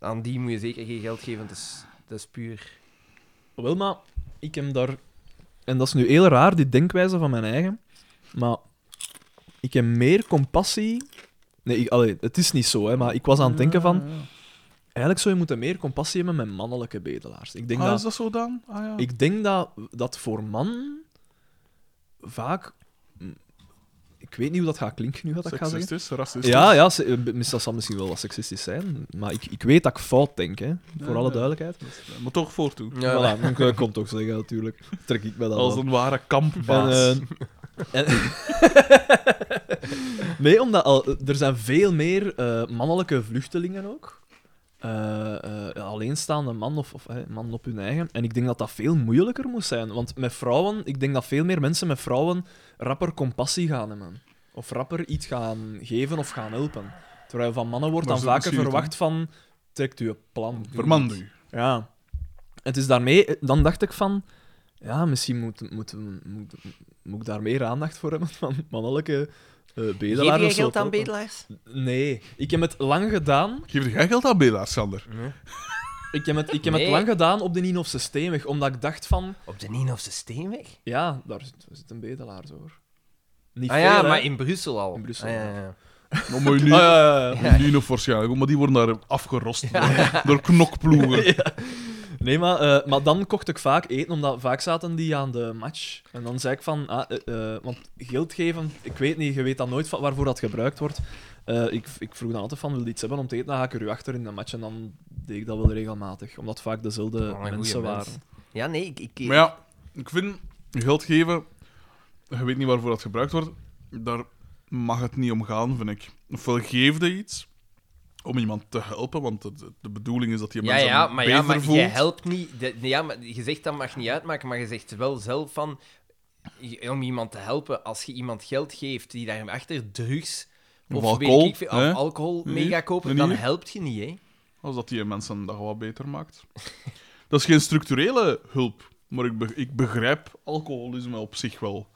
Speaker 1: aan die moet je zeker geen geld geven. want Dat is, dat is puur...
Speaker 3: Wel, maar ik heb daar... En dat is nu heel raar, die denkwijze van mijn eigen. Maar ik heb meer compassie... Nee, ik, allee, het is niet zo, hè, maar ik was aan het denken van... Eigenlijk zou je moeten meer compassie hebben met mannelijke bedelaars. Ik denk
Speaker 2: Ah,
Speaker 3: dat...
Speaker 2: is dat zo dan? Ah, ja.
Speaker 3: Ik denk dat dat voor man vaak. Ik weet niet hoe dat gaat klinken nu, wat ik ga zeggen.
Speaker 2: Seksistisch, racistisch.
Speaker 3: Ja, ja se- eh, mis- dat zal misschien wel wat seksistisch zijn, maar ik, ik weet dat ik fout denk, hè, voor
Speaker 2: Ja,
Speaker 3: alle
Speaker 2: ja.
Speaker 3: duidelijkheid.
Speaker 2: Maar toch voortoe.
Speaker 3: Voilà, ik eh, kon toch zeggen, natuurlijk. Trek ik me dat
Speaker 2: Als
Speaker 3: aan.
Speaker 2: een ware kampbaas.
Speaker 3: En, eh, en- nee, omdat al, er zijn veel meer eh, mannelijke vluchtelingen ook. Eh, eh, alleenstaande man of, of eh, man op hun eigen. En ik denk dat dat veel moeilijker moet zijn. Want met vrouwen, ik denk dat veel meer mensen met vrouwen rapper compassie gaan hebben. Of rapper iets gaan geven of gaan helpen. Terwijl van mannen wordt
Speaker 2: Maar
Speaker 3: dan
Speaker 2: zo
Speaker 3: vaker
Speaker 2: zie je het,
Speaker 3: verwacht van... Trekt u een plan.
Speaker 2: Verman nu.
Speaker 3: Ja. Het is daarmee... Dan dacht ik van... Ja, misschien moet, moet, moet, moet ik daar meer aandacht voor hebben van mannelijke eh bedelaars.
Speaker 1: Geef
Speaker 3: of
Speaker 1: jij
Speaker 3: zo
Speaker 1: geld aan
Speaker 3: helpen.
Speaker 1: bedelaars?
Speaker 3: Nee. Ik heb het lang gedaan.
Speaker 2: Geef jij geld aan Bela, Sander?
Speaker 3: Ik heb het, ik heb
Speaker 1: Nee.
Speaker 3: het lang gedaan op de Nien of Systeemweg, omdat ik dacht van...
Speaker 1: Op de Nino Steenweg?
Speaker 3: Ja, daar zit, zit een bedelaar hoor. Niet
Speaker 1: Ah ja,
Speaker 3: veel, hè.
Speaker 1: maar in Brussel al.
Speaker 3: In Brussel,
Speaker 1: Ah, ja,
Speaker 3: ja.
Speaker 1: ja.
Speaker 2: Maar moet je nu,
Speaker 3: Ah, ja, ja, ja.
Speaker 2: moet je nu nog waarschijnlijk, ook, maar die worden daar afgerost door, door knokploegen.
Speaker 3: Nee, maar, eh, maar dan kocht ik vaak eten, omdat vaak zaten die aan de match. En dan zei ik van, ah, eh, eh, want geld geven, ik weet niet, je weet dan nooit van waarvoor dat gebruikt wordt. Eh, ik, ik vroeg dan altijd van, wil je iets hebben om te eten? Dan ga ik er u achter in de match en dan deed ik dat wel regelmatig. Omdat vaak dezelfde
Speaker 1: Oh, een goeie
Speaker 3: mensen
Speaker 1: mens.
Speaker 3: waren.
Speaker 1: Ja, nee, ik... ik
Speaker 2: Maar ja, ik vind, geld geven, je weet niet waarvoor dat gebruikt wordt, daar mag het niet om gaan, vind ik. Ofwel geef je iets om iemand te helpen, want de, de bedoeling is dat je
Speaker 1: ja,
Speaker 2: mensen
Speaker 1: ja, maar,
Speaker 2: beter
Speaker 1: ja, maar
Speaker 2: voelt.
Speaker 1: je helpt niet. De- nee, ja, maar je zegt dat mag niet uitmaken, maar je zegt wel zelf van... je- Om iemand te helpen, als je iemand geld geeft die daarachter drugs... Of,
Speaker 2: Of
Speaker 1: weet
Speaker 2: alcohol,
Speaker 1: ik veel,
Speaker 2: hè?
Speaker 1: of alcohol mee
Speaker 2: Hier,
Speaker 1: gaat kopen,
Speaker 2: en
Speaker 1: dan
Speaker 2: hier.
Speaker 1: helpt je niet, hè?
Speaker 2: Als dat die mensen een dag wat beter maakt. Dat is geen structurele hulp, maar ik, be- ik begrijp alcoholisme op zich wel.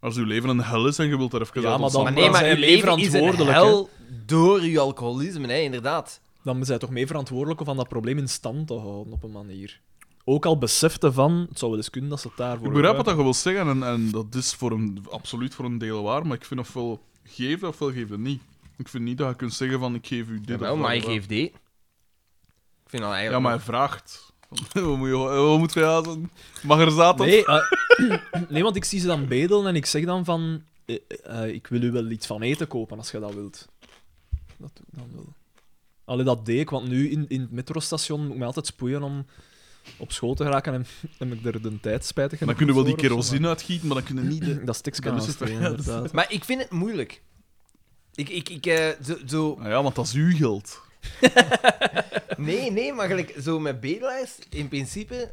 Speaker 2: Als uw leven een hel is en je wilt er even
Speaker 3: Ja,
Speaker 2: uit
Speaker 3: maar dan-
Speaker 1: Maar
Speaker 2: ontsnappen-
Speaker 1: nee, maar
Speaker 3: zijn
Speaker 1: je
Speaker 3: leven
Speaker 1: leven is een
Speaker 3: verantwoordelijk,
Speaker 1: hel door je alcoholisme, hè, inderdaad.
Speaker 3: Dan ben je toch mee verantwoordelijk om van dat probleem in stand te houden, op een manier. Ook al besefte van, het zou wel eens kunnen dat ze het daarvoor
Speaker 2: Ik begrijp wat
Speaker 3: gebruiken.
Speaker 2: dat je wil zeggen en, en dat is voor een, absoluut voor een deel waar, maar ik vind ofwel geef dat ofwel geef dat niet. Ik vind niet dat je kunt zeggen van ik geef u dit
Speaker 1: Jawel,
Speaker 2: of dat
Speaker 1: maar je
Speaker 2: of dat.
Speaker 1: geeft die. Ik vind dat eigenlijk...
Speaker 2: Ja, maar hij vraagt. Wat moet je, wat moet je hazen? Mag er zaten?
Speaker 3: Nee, eh, nee, want ik zie ze dan bedelen en ik zeg dan van... eh, eh, ik wil u wel iets van eten kopen als je dat wilt. Dat doe ik dan wel. Allee, dat deed ik, want nu in, in het metrostation moet ik me altijd spoeien om op school te geraken en heb ik er de tijd spijtig
Speaker 2: Dan
Speaker 3: genoeg
Speaker 2: kunnen we wel die
Speaker 3: voor of zo,
Speaker 2: kerosine uitgieten, maar dan kunnen niet de...
Speaker 3: maar- Nou, Dat stikje
Speaker 2: Dan is
Speaker 3: aan
Speaker 2: het-
Speaker 3: steken,
Speaker 2: ja, dat is-
Speaker 3: inderdaad.
Speaker 1: Maar ik vind het moeilijk. Ik, ik, ik, eh, zo, zo...
Speaker 2: Nou ja, want dat is uw geld.
Speaker 1: Nee, nee, maar gelijk, zo met bedelaars, in principe...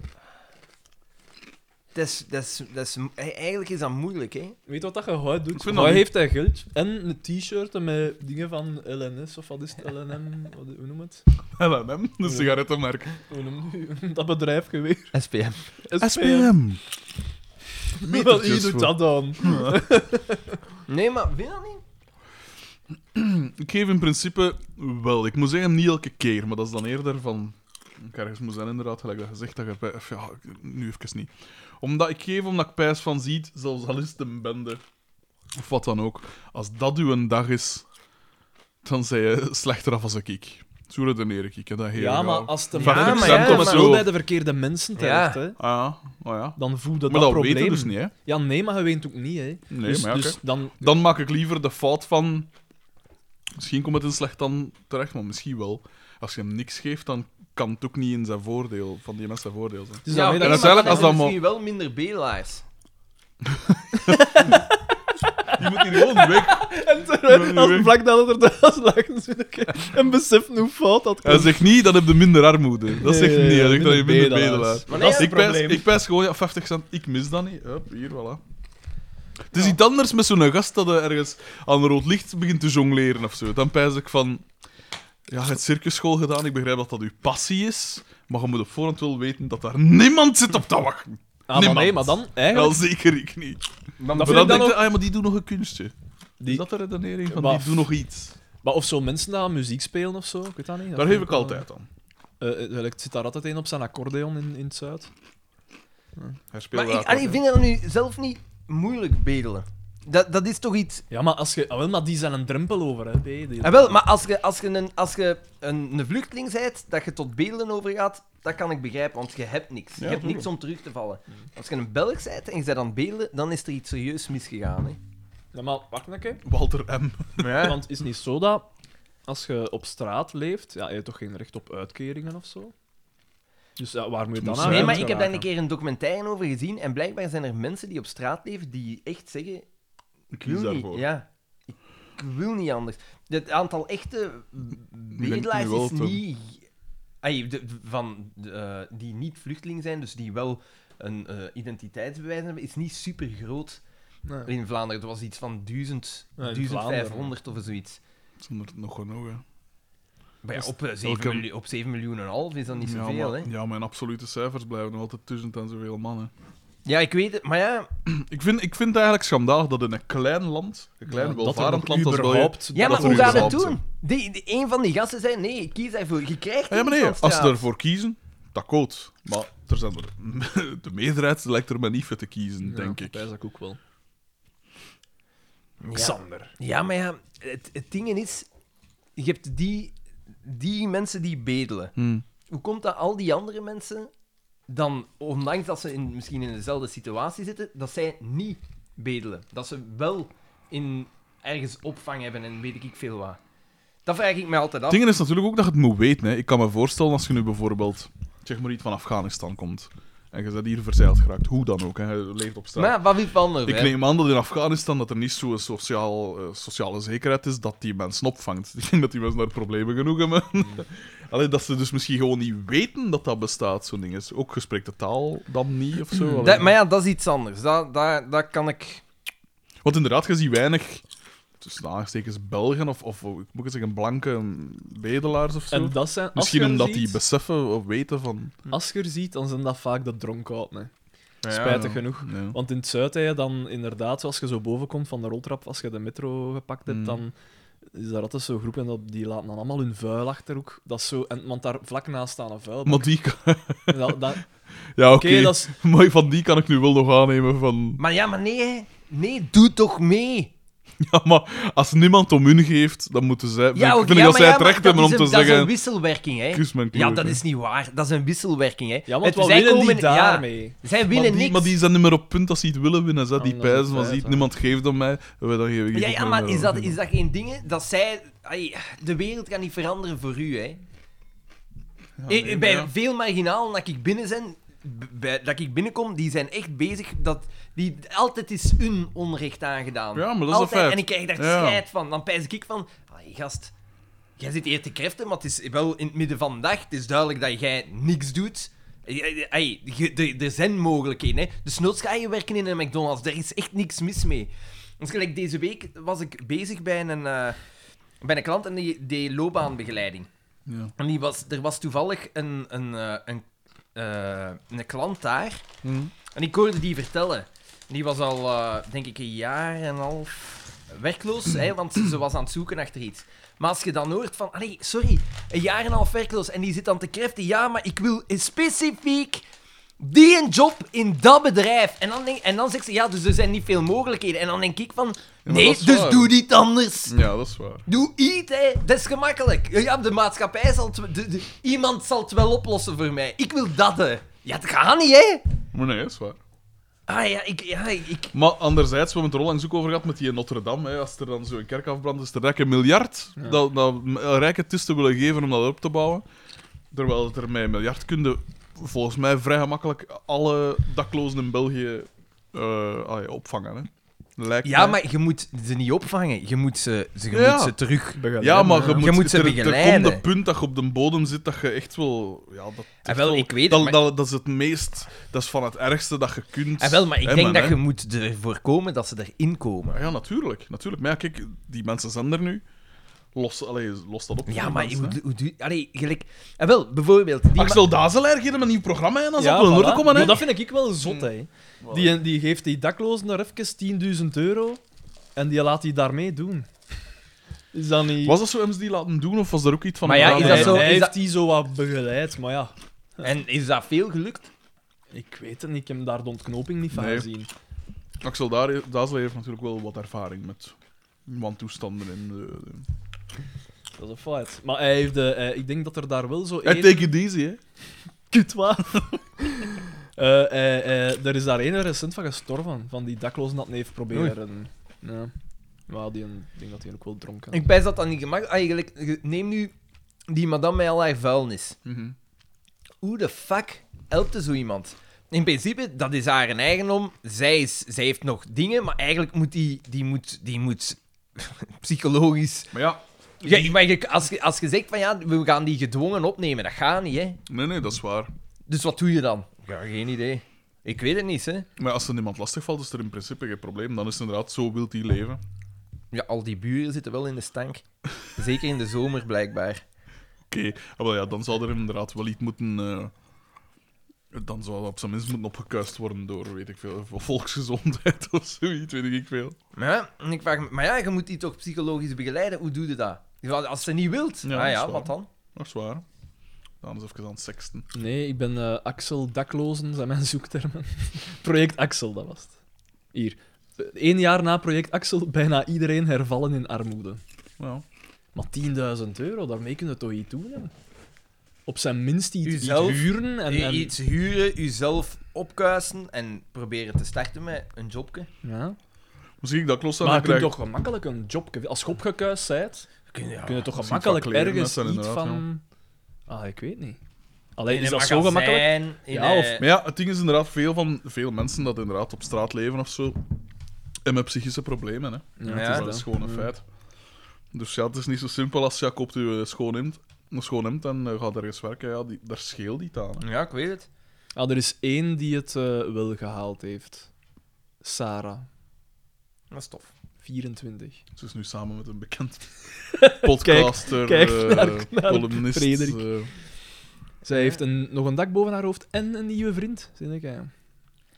Speaker 1: Dat is, dat is, dat is, eh, eigenlijk is dat moeilijk, hè?
Speaker 3: Weet je wat dat gehoord doet?
Speaker 2: Ik vind
Speaker 3: Hij
Speaker 2: dat
Speaker 3: heeft een geld en een t-shirt met dingen van LNS of wat is het? LNM? Wat, hoe noem het?
Speaker 2: LMM, de
Speaker 3: Ja.
Speaker 2: sigarettenmerk.
Speaker 3: Hoe noem je dat bedrijf geweest?
Speaker 1: SPM.
Speaker 2: SPM.
Speaker 3: Wel,
Speaker 2: Metertjes
Speaker 3: Wie doet
Speaker 2: voor.
Speaker 3: dat dan?
Speaker 2: Eh,
Speaker 1: Nee, maar vind je dat niet?
Speaker 2: Ik geef in principe wel. Ik moet zeggen, niet elke keer, maar dat is dan eerder van. Ik ergens moet zijn, inderdaad, gelijk dat gezegd dat je. bij- of Ja, ik- nu even niet. Omdat ik geef omdat ik pijs van ziet, zelfs al is het een bende of wat dan ook. Als dat uw dag is, dan zij je slechter af als ik. Zo redeneer ik. Ik heb dat heel
Speaker 3: Ja, maar
Speaker 2: gauw.
Speaker 3: als de
Speaker 1: Ja,
Speaker 3: markt
Speaker 1: maar
Speaker 3: komt
Speaker 1: ja,
Speaker 3: dan
Speaker 1: maar-
Speaker 3: wel bij de verkeerde mensen terecht,
Speaker 1: Ja.
Speaker 3: hè,
Speaker 2: Ah, ja, ah, ja.
Speaker 3: dan voel je dat,
Speaker 2: Maar dat
Speaker 3: probleem.
Speaker 2: weten dus niet, hè?
Speaker 3: Ja, nee, maar je weet het ook niet, hè.
Speaker 2: Nee,
Speaker 3: dus,
Speaker 2: maar ja,
Speaker 3: dus
Speaker 2: oké.
Speaker 3: dan...
Speaker 2: Dan maak ik liever de fout van. Misschien komt het in slecht dan terecht, maar misschien wel. Als je hem niks geeft, dan kan het ook niet in zijn voordeel, van die mensen zijn voordeel zijn.
Speaker 3: Dus
Speaker 1: Ja,
Speaker 3: dan
Speaker 1: oké,
Speaker 3: weet je
Speaker 1: maar
Speaker 3: dat-
Speaker 2: en uiteindelijk
Speaker 1: dan
Speaker 2: als dat
Speaker 1: zijn misschien wel minder belaars.
Speaker 2: Die moet hier gewoon weg.
Speaker 3: En terwijl- als vlak nadat er thuis lagen, zo ik en besef hoe fout dat
Speaker 2: Hij
Speaker 3: komt.
Speaker 2: zegt niet, dat heb je minder armoede. Dat zegt
Speaker 3: Nee,
Speaker 2: niet, hij zegt dat je
Speaker 3: minder
Speaker 2: minder
Speaker 3: bedelaars.
Speaker 2: bedelaar.
Speaker 1: Maar
Speaker 3: Dat
Speaker 1: nee,
Speaker 3: is het
Speaker 2: Ik pijs,
Speaker 3: probleem.
Speaker 2: ik pijs gewoon, ja, 50 cent, ik mis dat niet. Hup, hier, voilà. Het is iets anders met zo'n gast dat hij ergens aan een rood licht begint te jongleren of zo. Dan pijs ik van... Ja, je hebt circusschool gedaan, ik begrijp dat dat uw passie is, maar je moet op voorhand wel weten dat daar niemand zit op te wachten.
Speaker 3: Ah, maar nee,
Speaker 2: niemand.
Speaker 3: maar dan... Eigenlijk,
Speaker 2: Wel zeker ik niet.
Speaker 1: Dan
Speaker 3: dat
Speaker 2: Maar
Speaker 3: vind
Speaker 2: dan
Speaker 3: ik dan
Speaker 2: denk
Speaker 3: ook...
Speaker 2: je, ah, maar die doen nog een kunstje.
Speaker 3: Die-
Speaker 2: Is dat de redenering van,
Speaker 3: Maar-
Speaker 2: die doen nog iets?
Speaker 3: Maar of zo mensen daar muziek spelen of zo, ik weet dat niet. Dat
Speaker 2: Daar
Speaker 3: vind
Speaker 2: geef ik
Speaker 3: wel-
Speaker 2: altijd aan.
Speaker 3: Eh, eh, eigenlijk zit daar altijd een op zijn accordeon in, in het zuid.
Speaker 2: Hij speelt
Speaker 1: Maar
Speaker 2: daar
Speaker 1: ik,
Speaker 2: altijd
Speaker 1: allee,
Speaker 2: aan.
Speaker 1: vind je dat nu zelf niet moeilijk bedelen? Dat, dat is toch iets...
Speaker 3: Ja, maar, als je, ah, wel, maar die zijn een drempel over, hè, bij die-
Speaker 1: Ah, wel, maar als je, als je, een, als je een, een vluchteling bent, dat je tot bedelen overgaat, dat kan ik begrijpen, want je hebt niks.
Speaker 2: Ja,
Speaker 1: je hebt niks
Speaker 2: tuurlijk.
Speaker 1: om terug te vallen. Als je een Belg bent en je bent aan het bedelen, dan is er iets serieus misgegaan. Hè?
Speaker 3: Ja, maar wacht een keer.
Speaker 2: Walter M.
Speaker 3: Want is niet zo dat als je op straat leeft, ja, je hebt toch geen recht op uitkeringen of zo? Dus ja, waar moet je dan
Speaker 2: Nee,
Speaker 3: aan
Speaker 1: nee,
Speaker 2: ja,
Speaker 1: maar
Speaker 3: geraken?
Speaker 1: ik heb daar een keer een documentaire over gezien en blijkbaar zijn er mensen die op straat leven die echt zeggen...
Speaker 2: Ik
Speaker 1: Ik wil niet, ja. Ik wil niet anders. Het aantal echte bedelaars
Speaker 2: nu wel
Speaker 1: is
Speaker 2: te-
Speaker 1: niet... Ai, de- de- van, de, eh, die niet vluchteling zijn, dus die wel een eh, identiteitsbewijs hebben, is niet super groot
Speaker 3: Nee.
Speaker 1: in Vlaanderen. Het was iets van 1000,
Speaker 3: Ja, in
Speaker 1: 1500 of zoiets.
Speaker 2: Zonder het nog genoeg, hè.
Speaker 1: Maar
Speaker 3: Dat
Speaker 1: ja,
Speaker 3: is
Speaker 1: op, eh, 7
Speaker 2: elke-
Speaker 1: miljoen, op 7 miljoen en een half is dat niet
Speaker 2: ja,
Speaker 1: zoveel,
Speaker 2: maar,
Speaker 1: hè?
Speaker 2: Ja, mijn absolute cijfers blijven nog altijd tussen en zoveel mannen.
Speaker 1: Ja, ik weet het, maar ja...
Speaker 2: Ik vind, ik vind het eigenlijk schandalig dat in een klein land, een klein
Speaker 3: Ja, dat
Speaker 2: welvarend land
Speaker 3: er nog
Speaker 2: als België...
Speaker 3: überhaupt-
Speaker 1: Ja, maar
Speaker 2: er
Speaker 1: hoe gaat het
Speaker 2: überhaupt
Speaker 1: doen? Die, die- een van die gasten zei, nee, ik kies daarvoor. Je krijgt
Speaker 2: Ah, Ja, maar
Speaker 1: niks
Speaker 2: nee,
Speaker 1: van
Speaker 2: als ze
Speaker 1: straat.
Speaker 2: ervoor kiezen, dat koot. Maar er zijn er... de meerderheid lijkt er maar niet voor te kiezen,
Speaker 3: Ja,
Speaker 2: denk ik.
Speaker 3: Dat is ook wel.
Speaker 1: Ja.
Speaker 3: Xander.
Speaker 1: Ja, maar ja, het, het ding is, je hebt die, die mensen die bedelen.
Speaker 2: Hmm.
Speaker 1: Hoe komt dat al die andere mensen dan, ondanks dat ze in, misschien in dezelfde situatie zitten, dat zij niet bedelen? Dat ze wel in, ergens opvang hebben en weet ik veel wat. Dat vraag ik me altijd af.
Speaker 2: Het ding is natuurlijk ook dat je het moet weten. Hè. Ik kan me voorstellen als je nu bijvoorbeeld zeg maar iets van Afghanistan komt en je bent hier verzeild geraakt, hoe dan ook, hè. je leeft op straat.
Speaker 1: maar wat wil van er?
Speaker 2: Ik neem aan dat in Afghanistan dat er niet zo'n sociaal, eh, sociale zekerheid is dat die mensen opvangt. Ik denk dat die mensen daar problemen genoeg hebben.
Speaker 3: Hmm.
Speaker 2: Alleen dat ze dus misschien gewoon niet weten dat dat bestaat, zo'n ding is. Ook gesprekte taal dan niet of
Speaker 3: Hmm.
Speaker 2: zo. Allee.
Speaker 1: Dat- maar ja, dat is iets anders. Dat, dat, dat kan ik...
Speaker 2: Want inderdaad, je ziet weinig. Tussen aanstekens Belgen of, of hoe moet ik zeggen, blanke bedelaars of zo.
Speaker 3: En dat zijn, als
Speaker 2: Misschien
Speaker 3: je er
Speaker 2: omdat
Speaker 3: ziet-
Speaker 2: die beseffen of weten van.
Speaker 3: Als je er ziet, dan zijn dat vaak de dronkouten. hè.
Speaker 2: Ja,
Speaker 3: Spijtig
Speaker 2: ja.
Speaker 3: genoeg.
Speaker 2: Ja.
Speaker 3: Want in het zuid heb je dan inderdaad, als je zo boven komt van de roltrap, als je de metro gepakt hebt,
Speaker 2: Mm.
Speaker 3: dan is daar altijd zo'n groep en dat, die laten dan allemaal hun vuil achter ook. Dat is zo, en, want daar vlak naast staan een vuil.
Speaker 2: Maar die kan-
Speaker 3: Dat, dat- Oké,
Speaker 2: Ja, oké.
Speaker 3: dat is...
Speaker 2: Maar van die kan ik nu wel nog aannemen van.
Speaker 1: Maar ja, maar nee, hè. nee, doe toch mee.
Speaker 2: Ja, maar als niemand om hun geeft, dan moeten zij.
Speaker 1: Ja,
Speaker 2: ik
Speaker 1: oké,
Speaker 2: vind
Speaker 1: ja,
Speaker 2: dat
Speaker 1: maar
Speaker 2: zij
Speaker 1: ja,
Speaker 2: het
Speaker 1: maar
Speaker 2: recht
Speaker 1: dat
Speaker 2: hebben om
Speaker 1: is
Speaker 2: te
Speaker 1: een- Dat is een
Speaker 2: zeggen.
Speaker 1: wisselwerking, hè.
Speaker 2: Kus mijn
Speaker 1: Ja,
Speaker 2: kleur,
Speaker 1: dat
Speaker 2: hè.
Speaker 1: is niet waar. Dat is een wisselwerking, hè.
Speaker 3: Ja, want
Speaker 1: Het-
Speaker 3: wat
Speaker 1: zij
Speaker 3: willen die
Speaker 1: komen- ja,
Speaker 3: daarmee?
Speaker 1: zij
Speaker 2: Maar
Speaker 1: willen
Speaker 2: die,
Speaker 1: niks. Oh,
Speaker 2: maar die zijn niet meer op punt als ze het willen winnen. Ze
Speaker 3: Ah,
Speaker 2: die
Speaker 3: dat is een
Speaker 2: pijzen van
Speaker 3: feit,
Speaker 2: ziet,
Speaker 3: hè.
Speaker 2: niemand geeft om mij. wij- Dan geef ik
Speaker 1: Ja,
Speaker 2: het
Speaker 1: ja,
Speaker 2: niet
Speaker 1: maar
Speaker 2: meer
Speaker 1: is dat,
Speaker 2: aan.
Speaker 1: is dat geen dingen dat zij... ai, de wereld kan niet veranderen voor u, hè.
Speaker 2: Ja,
Speaker 1: Eh,
Speaker 2: nee,
Speaker 1: bij
Speaker 2: ja.
Speaker 1: veel marginalen dat ik binnen zijn... b- bij- dat ik binnenkom, die zijn echt bezig dat... Die, altijd is hun onrecht aangedaan.
Speaker 2: Ja, maar dat is een
Speaker 1: altijd,
Speaker 2: feit.
Speaker 1: En ik krijg daar
Speaker 2: Ja.
Speaker 1: scheid van. Dan pijs ik van... ai, gast, jij zit hier te kreften, maar het is wel in het midden van de dag. Het is duidelijk dat jij niks doet. Eh, Ey, ey, je- de- Er zijn mogelijkheden. Hè. Dus noods ga je werken in een McDonald's. Daar is echt niks mis mee. Dus gelijk deze week was ik bezig bij een, eh, bij een klant en die deed loopbaanbegeleiding.
Speaker 2: Ja.
Speaker 1: En die was, er was toevallig een, een, eh, een, eh, een klant daar.
Speaker 2: hm.
Speaker 1: En ik hoorde die vertellen. Die was al, eh, denk ik, een jaar en een half werkloos, hè, want ze was aan het zoeken achter iets. Maar als je dan hoort van, allee, sorry, een jaar en een half werkloos en die zit dan te kreften, ja, maar ik wil specifiek die een job in dat bedrijf. En dan, denk, en dan zegt ze, ja, dus er zijn niet veel mogelijkheden. En dan denk ik van,
Speaker 2: maar
Speaker 1: nee,
Speaker 2: dat is
Speaker 1: dus
Speaker 2: waar.
Speaker 1: doe dit anders.
Speaker 2: Ja, dat is waar.
Speaker 1: Doe iets, hè. Dat is gemakkelijk. Ja, de maatschappij zal het... de- de- iemand zal het wel oplossen voor mij. Ik wil dat, hè. Ja, dat gaat niet, hè.
Speaker 2: Maar nee, dat is waar.
Speaker 1: Ah ja, ik... Ja, ik
Speaker 2: Maar anderzijds, we hebben het er al langs ook over gehad met die in Notre-Dame. Hè. Als er dan zo'n kerk afbrandt, is er rijk een miljard dat, dat rijke tussen willen geven om dat op te bouwen. Terwijl het er met een miljard kunnen, volgens mij vrij gemakkelijk alle daklozen in België eh, allee, opvangen. Hè. Lijkt
Speaker 1: ja,
Speaker 2: mij.
Speaker 1: maar je moet ze niet opvangen. Je moet ze, ze, je
Speaker 2: Ja.
Speaker 1: moet ze terug...
Speaker 2: Ja, maar je moet,
Speaker 1: moet ze
Speaker 2: er- Er
Speaker 1: begeleiden.
Speaker 2: komt een punt dat je op de bodem zit dat je echt wel... Ja, dat,
Speaker 1: Ah, wel,
Speaker 2: echt
Speaker 1: ik weet het,
Speaker 2: dat,
Speaker 1: maar-
Speaker 2: dat, dat is het meest... Dat is van het ergste dat je kunt...
Speaker 1: En Ah, wel, maar ik
Speaker 2: hebben,
Speaker 1: denk dat
Speaker 2: hè.
Speaker 1: je moet ervoor komen dat ze erin komen.
Speaker 2: Maar ja, natuurlijk. natuurlijk. Maar ja, kijk, die mensen zijn er nu. Los, allee, los dat op. voor
Speaker 1: Ja,
Speaker 2: die
Speaker 1: maar
Speaker 2: mensen,
Speaker 1: hoe,
Speaker 2: hè. Ah,
Speaker 1: doe- hoe doe... Allee, gelijk... En wel, bijvoorbeeld... Die ma-
Speaker 2: Axel Dazelaar geeft hem een nieuw programma en dan zal
Speaker 3: Ja,
Speaker 2: het wel in
Speaker 3: voilà.
Speaker 2: orde komen.
Speaker 3: Maar
Speaker 2: Hè?
Speaker 3: dat vind ik wel zot,
Speaker 1: Mm.
Speaker 3: hè. Die, die geeft die daklozen daar even 10.000 euro en die laat die daarmee doen. Is dat niet...
Speaker 2: Was dat zo hem die laten doen of was er ook iets van...
Speaker 1: Maar ja,
Speaker 2: gedaan?
Speaker 1: is
Speaker 3: Hij-
Speaker 1: dat zo?
Speaker 3: Hij
Speaker 1: Is
Speaker 3: heeft
Speaker 1: dat-
Speaker 3: die zo wat begeleid, maar ja,
Speaker 1: En is dat veel gelukt?
Speaker 3: ik weet het niet. Ik heb daar de ontknoping niet van
Speaker 2: Nee.
Speaker 3: gezien.
Speaker 2: Axel Daar- Dazelaar heeft natuurlijk wel wat ervaring met wantoestanden en... eh, de- de-
Speaker 3: Dat is een feit. Maar hij heeft... eh, eh, ik denk dat er daar wel zo
Speaker 2: Hey,
Speaker 3: één-
Speaker 2: eh, take it easy, hè.
Speaker 3: Kut, wat? Eh, eh, eh, er is daar één recent van gestorven, van die daklozen dat hij heeft proberen redden. Ja. Maar die, een- ik denk dat hij ook wel dronken
Speaker 1: Ik pijs dat dat niet gemakkelijk... Eigenlijk, je- neem nu die madame met al haar vuilnis. hoe de fuck helpt zo iemand? In principe, dat is haar eigendom. Zij, is, zij heeft nog dingen, maar eigenlijk moet die, die, moet, die moet psychologisch...
Speaker 2: Maar ja,
Speaker 1: Ja, maar je- als, je, als je zegt van ja, we gaan die gedwongen opnemen, dat gaat niet, hè.
Speaker 2: nee, nee, dat is waar.
Speaker 1: Dus wat doe je dan? Ja, geen idee. Ik weet het niet, hè.
Speaker 2: Maar als er niemand lastigvalt, is er in principe geen probleem. Dan is het inderdaad zo wilt hij leven.
Speaker 1: Ja, al die buren zitten wel in de stank. Zeker in de zomer, blijkbaar.
Speaker 2: Oké, ah, wel ja, dan zou er inderdaad wel iets moeten. eh, dan zou dat op zijn minst moeten opgekuist worden door, weet ik veel, voor volksgezondheid of zoiets, weet ik veel.
Speaker 1: Maar, ja, en ik vraag me, maar ja, je moet die toch psychologisch begeleiden. Hoe doe je dat? Ja, Als ze niet wilt,
Speaker 2: Ja,
Speaker 1: ah,
Speaker 2: dat is
Speaker 1: ja
Speaker 2: waar.
Speaker 1: wat dan?
Speaker 2: Dat is waar. Dan is even aan het seksten.
Speaker 3: Nee, ik ben eh, Axel Daklozen, zijn mijn zoektermen. project Axel, dat was het. Hier. Eén jaar na project Axel, bijna iedereen hervallen in armoede.
Speaker 2: Nou,
Speaker 3: Maar 10.000 euro, daarmee kunnen we toch iets doen? hè? Op zijn minst iets, iets
Speaker 1: Uzelf?
Speaker 3: huren. En,
Speaker 1: U-
Speaker 3: en,
Speaker 1: Eh, Iets huren, uzelf opkuisen en proberen te starten met een jobje.
Speaker 3: ja.
Speaker 2: misschien ik dat los aan
Speaker 3: Maar je
Speaker 2: krijg.
Speaker 3: kunt toch gemakkelijk een job... Als je opgekuist bent,
Speaker 1: Kun je,
Speaker 3: kun je toch
Speaker 2: dat is
Speaker 3: gemakkelijk
Speaker 2: iets van kleren
Speaker 3: ergens
Speaker 2: messen,
Speaker 3: iets
Speaker 2: inderdaad,
Speaker 3: van... Ah, ik weet niet. Alleen is dat zo gemakkelijk? Ja,
Speaker 1: ja,
Speaker 3: of-
Speaker 2: Maar ja, het ding is inderdaad veel van veel mensen dat inderdaad op straat leven of zo. En met psychische problemen, hè.
Speaker 1: Ja,
Speaker 3: het
Speaker 1: dat
Speaker 2: dat
Speaker 3: dat.
Speaker 2: is gewoon een
Speaker 3: Ja.
Speaker 2: feit. Dus ja, het is niet zo simpel als je koopt je eh, schoon hemd, een schoon hemd en eh, gaat ergens werken. Ja, die, daar scheelt niet aan. hè.
Speaker 1: ja, ik weet het.
Speaker 3: Ah, er is één die het eh, wel gehaald heeft. Sarah,
Speaker 1: Dat is tof.
Speaker 3: 24.
Speaker 2: Ze is nu samen met een bekend podcaster,
Speaker 3: Kijk-
Speaker 2: kijk,
Speaker 3: kijk naar- naar
Speaker 2: columnist.
Speaker 3: Frederik.
Speaker 2: eh,
Speaker 3: Zij heeft een, nog een dak boven haar hoofd en een nieuwe vriend. Zin ik, ja.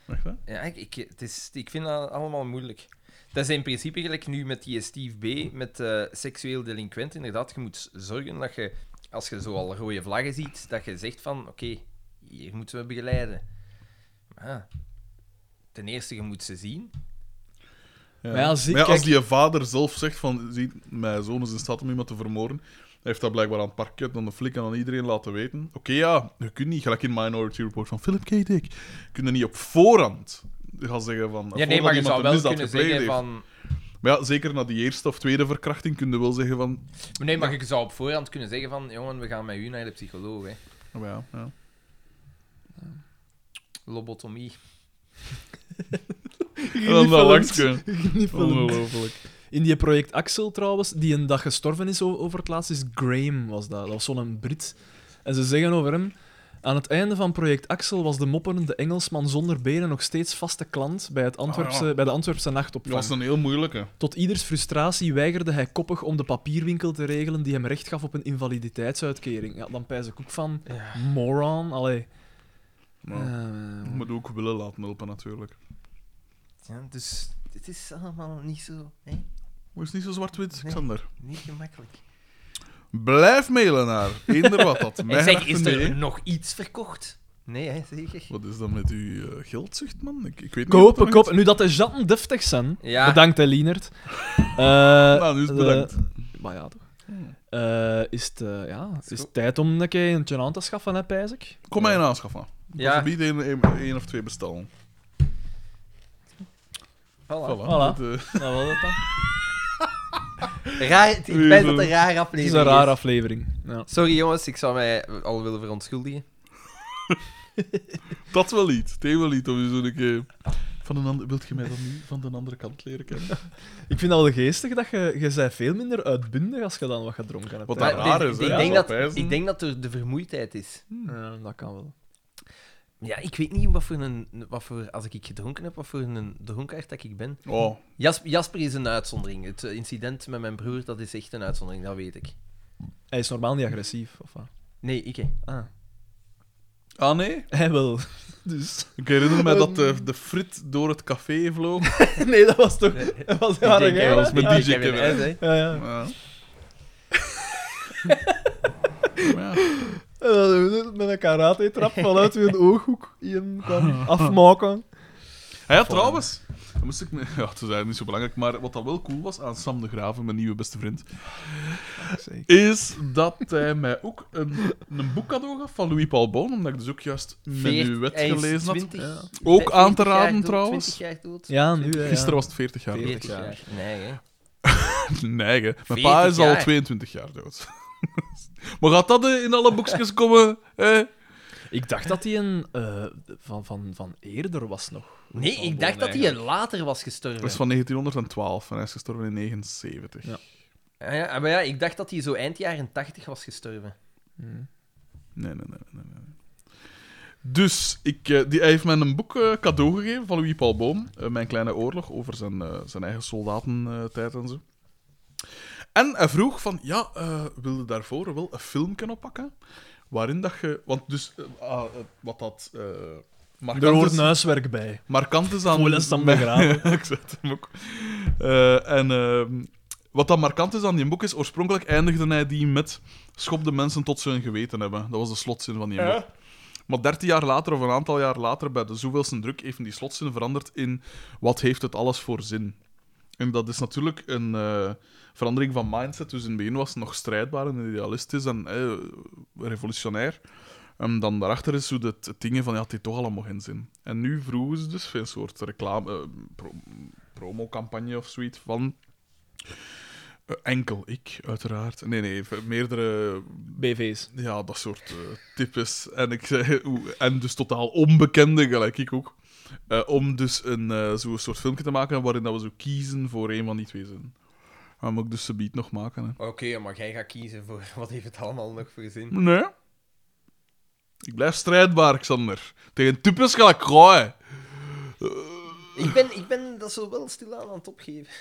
Speaker 2: echt, hè?
Speaker 1: Ja, ik, ik, het is, ik vind dat allemaal moeilijk. Dat is in principe gelijk nu met die Steve B, met eh, seksueel delinquent. Inderdaad, je moet zorgen dat je, als je zo al rode vlaggen ziet, dat je zegt van, oké, hier moeten we begeleiden. Maar ja, ten eerste, je moet ze zien.
Speaker 2: Ja.
Speaker 3: Maar ja, zie-
Speaker 2: Maar ja, als
Speaker 3: kijk-
Speaker 2: die vader zelf zegt van, zie, mijn zoon is in staat om iemand te vermoorden, hij heeft dat blijkbaar aan het parket, dan de flik en aan iedereen laten weten. Oké, ja, je kunt niet, gelijk in Minority Report van Philip K. Dick, kun je niet op voorhand gaan zeggen van...
Speaker 1: Ja, nee,
Speaker 2: voordat
Speaker 1: maar je
Speaker 2: iemand
Speaker 1: zou
Speaker 2: een
Speaker 1: wel
Speaker 2: misdaad
Speaker 1: kunnen
Speaker 2: gepleegd
Speaker 1: zeggen
Speaker 2: heeft.
Speaker 1: van...
Speaker 2: Maar ja, zeker na die eerste of tweede verkrachting kun je wel zeggen van...
Speaker 1: Maar Nee, maar je zou op voorhand kunnen zeggen van, jongen, we gaan met u naar de psycholoog, hè.
Speaker 2: oh ja, ja.
Speaker 1: Lobotomie.
Speaker 2: En dan dat langs kunnen.
Speaker 3: Gniffelen.
Speaker 2: Ongelooflijk.
Speaker 3: In die project Axel trouwens, die een dag gestorven is o- over het laatst, is Graham was dat. Dat was zo'n Brit. En ze zeggen over hem... Aan het einde van project Axel was de mopperende Engelsman zonder benen nog steeds vaste klant bij, het Antwerpse,
Speaker 2: Ah, ja.
Speaker 3: bij de Antwerpse
Speaker 2: Dat was
Speaker 3: nachtopvang.
Speaker 2: een heel moeilijke.
Speaker 3: Tot ieders frustratie weigerde hij koppig om de papierwinkel te regelen die hem recht gaf op een invaliditeitsuitkering. Ja, dan pijs ik ook van,
Speaker 1: Ja.
Speaker 3: moron, allee.
Speaker 2: Maar
Speaker 3: Eh,
Speaker 2: je moet ook willen laten helpen, natuurlijk.
Speaker 1: Ja, dus het is allemaal niet zo, hè?
Speaker 2: Maar het is niet zo zwart-wit,
Speaker 1: Nee.
Speaker 2: Xander.
Speaker 1: niet gemakkelijk.
Speaker 2: Blijf mailen naar eender wat dat mij
Speaker 1: zeg, is
Speaker 2: nee.
Speaker 1: er nog iets verkocht? Nee, hè, zeker.
Speaker 2: E. Wat is dat met uw eh, geldzucht, man? Ik, ik weet niet.
Speaker 3: Kopen,
Speaker 2: wat dat nog
Speaker 3: kopen. Nu dat de jatten deftig zijn.
Speaker 1: Ja.
Speaker 3: Bedankt, hè, Lienert. Eh,
Speaker 2: nu is het
Speaker 3: eh,
Speaker 2: Nou, dus bedankt.
Speaker 3: maar ja, toch.
Speaker 2: Hmm.
Speaker 3: Eh, is het eh, ja, het is
Speaker 1: goed.
Speaker 3: tijd om een keer een aan te schaffen, hè, pijs ik?
Speaker 2: is. Kom mij een aanschaffen.
Speaker 1: Ja.
Speaker 2: Ja. Bied één of twee bestellen. Voilà.
Speaker 3: Voilà.
Speaker 2: Dit, eh,
Speaker 3: Nou, wel dat dan.
Speaker 1: Raar, ik
Speaker 2: Oei,
Speaker 1: weet dat
Speaker 2: zo.
Speaker 1: het een rare
Speaker 3: Het is
Speaker 1: aflevering
Speaker 3: een rare aflevering. Ja.
Speaker 1: Sorry jongens, ik zou mij al willen verontschuldigen.
Speaker 2: dat wel niet. Het een wel niet. Om je zo'n keer... Van een ander... Wilt je mij dan nu van de andere kant leren kennen?
Speaker 3: Ik vind dat wel geestig dat je, je bent veel minder uitbundig als je dan wat gedronken hebt.
Speaker 2: Wat
Speaker 3: hè.
Speaker 2: dat
Speaker 1: Maar
Speaker 2: raar
Speaker 1: dit-
Speaker 2: is, hè,
Speaker 1: ik,
Speaker 2: ja,
Speaker 1: denk
Speaker 2: dat
Speaker 1: dat,
Speaker 2: pijzen.
Speaker 1: ik denk dat er de vermoeidheid is.
Speaker 3: Ja, dat kan wel.
Speaker 1: Ja, ik weet niet wat voor een... Wat voor, als ik gedronken heb, wat voor een dronkaard dat ik ben.
Speaker 2: Oh,
Speaker 1: Jas- Jasper is een uitzondering. Het eh, incident met mijn broer, dat is echt een uitzondering, dat weet ik.
Speaker 3: Hij is normaal niet agressief, of wat?
Speaker 1: Nee, ik hè.
Speaker 3: Ah.
Speaker 2: Ah, nee?
Speaker 3: Hij wel. Dus...
Speaker 2: Ik herinner me dat eh, de, de frit door het café vloog.
Speaker 3: Nee, dat was toch... Dat was, ja,
Speaker 1: denk,
Speaker 3: jij,
Speaker 1: hè,
Speaker 3: hè?
Speaker 2: dat was met
Speaker 3: Ja,
Speaker 2: DJ
Speaker 1: Ik heb
Speaker 2: Kevin.
Speaker 1: een S, hè.
Speaker 3: Ja, ja.
Speaker 2: Ja. Maar ja.
Speaker 3: En dan doen we het met een karate-trap vanuit hun ooghoek in kwam afmaken.
Speaker 2: Ah ja, trouwens. Dan moest ik me... Ja, het is eigenlijk niet zo belangrijk, maar wat dat wel cool was aan Sam de Graven, mijn nieuwe beste vriend, is dat hij mij ook een, een boek cadeau gaf van Louis Paul Boon, omdat ik dus ook juist
Speaker 1: Veert-
Speaker 2: Menuet
Speaker 1: hij is
Speaker 2: gelezen had.
Speaker 1: 20
Speaker 2: Ook aan te
Speaker 1: 40 eh, jaar
Speaker 2: raden,
Speaker 1: dood,
Speaker 2: trouwens.
Speaker 1: 20 jaar dood.
Speaker 3: Ja, nu. hè,
Speaker 2: Gisteren
Speaker 3: ja.
Speaker 2: was het 40 jaar.
Speaker 1: 40
Speaker 2: 40
Speaker 3: 40
Speaker 1: jaar. Nee, hè.
Speaker 2: Nee, hè. mijn pa is
Speaker 1: 40 jaar.
Speaker 2: al 22 jaar dood. maar gaat dat eh, in alle boekjes komen? hè?
Speaker 3: Ik dacht dat hij een eh, van, van, van eerder was nog.
Speaker 1: Nee, ik dacht dat hij later was gestorven.
Speaker 2: Dat is van 1912 en hij is gestorven in 79.
Speaker 3: Ja.
Speaker 1: Ah ja, maar ja, ik dacht dat hij zo eind jaren 80 was gestorven.
Speaker 2: Nee, nee, nee, nee. nee, nee. Dus ik, eh, die, hij heeft mij een boek eh, cadeau gegeven van Louis Paul Boom, eh, Mijn Kleine Oorlog, over zijn, eh, zijn eigen soldatentijd en zo. En hij vroeg van, ja, eh wilde daarvoor wel een filmpje oppakken, waarin dat je... Want dus, eh, ah, eh, wat dat... eh
Speaker 3: Er
Speaker 2: markant,
Speaker 3: hoort
Speaker 2: is,
Speaker 3: huiswerk bij.
Speaker 2: markant is aan...
Speaker 3: Voor les dan begraven.
Speaker 2: ik zet hem ook. Eh, en ehm, wat dan markant is aan die boek is, oorspronkelijk eindigde hij die met schop de mensen tot ze hun geweten hebben. Dat was de slotzin van die boek. Maar dertien jaar later, of een aantal jaar later, bij de zoveelste druk, heeft die slotzin veranderd in wat heeft het alles voor zin? En dat is natuurlijk een eh, verandering van mindset. Dus in het begin was het nog strijdbaar en idealistisch en eh, revolutionair. En Ehm, dan daarachter is zo dat het dingen van, ja, het heeft toch allemaal geen zin. En nu vroegen ze dus een soort reclame, eh, pro- promocampagne of zoiets van... eh, enkel ik, uiteraard. Nee, nee, meerdere
Speaker 3: BV's.
Speaker 2: ja, dat soort eh types. En, ik zei, oeh, en dus totaal onbekende, gelijk ik ook. Eh, om dus een eh, zo'n soort filmpje te maken waarin dat we zo kiezen voor een van die twee zinnen. Dat moet ik dus subiet nog maken. Hè.
Speaker 1: Oké, maar jij gaat kiezen voor wat heeft het allemaal nog voor zin.
Speaker 2: Nee. Ik blijf strijdbaar, Xander. Tegen types ga ik gooien.
Speaker 1: Ik ben, ik ben dat zo wel stilaan aan het opgeven.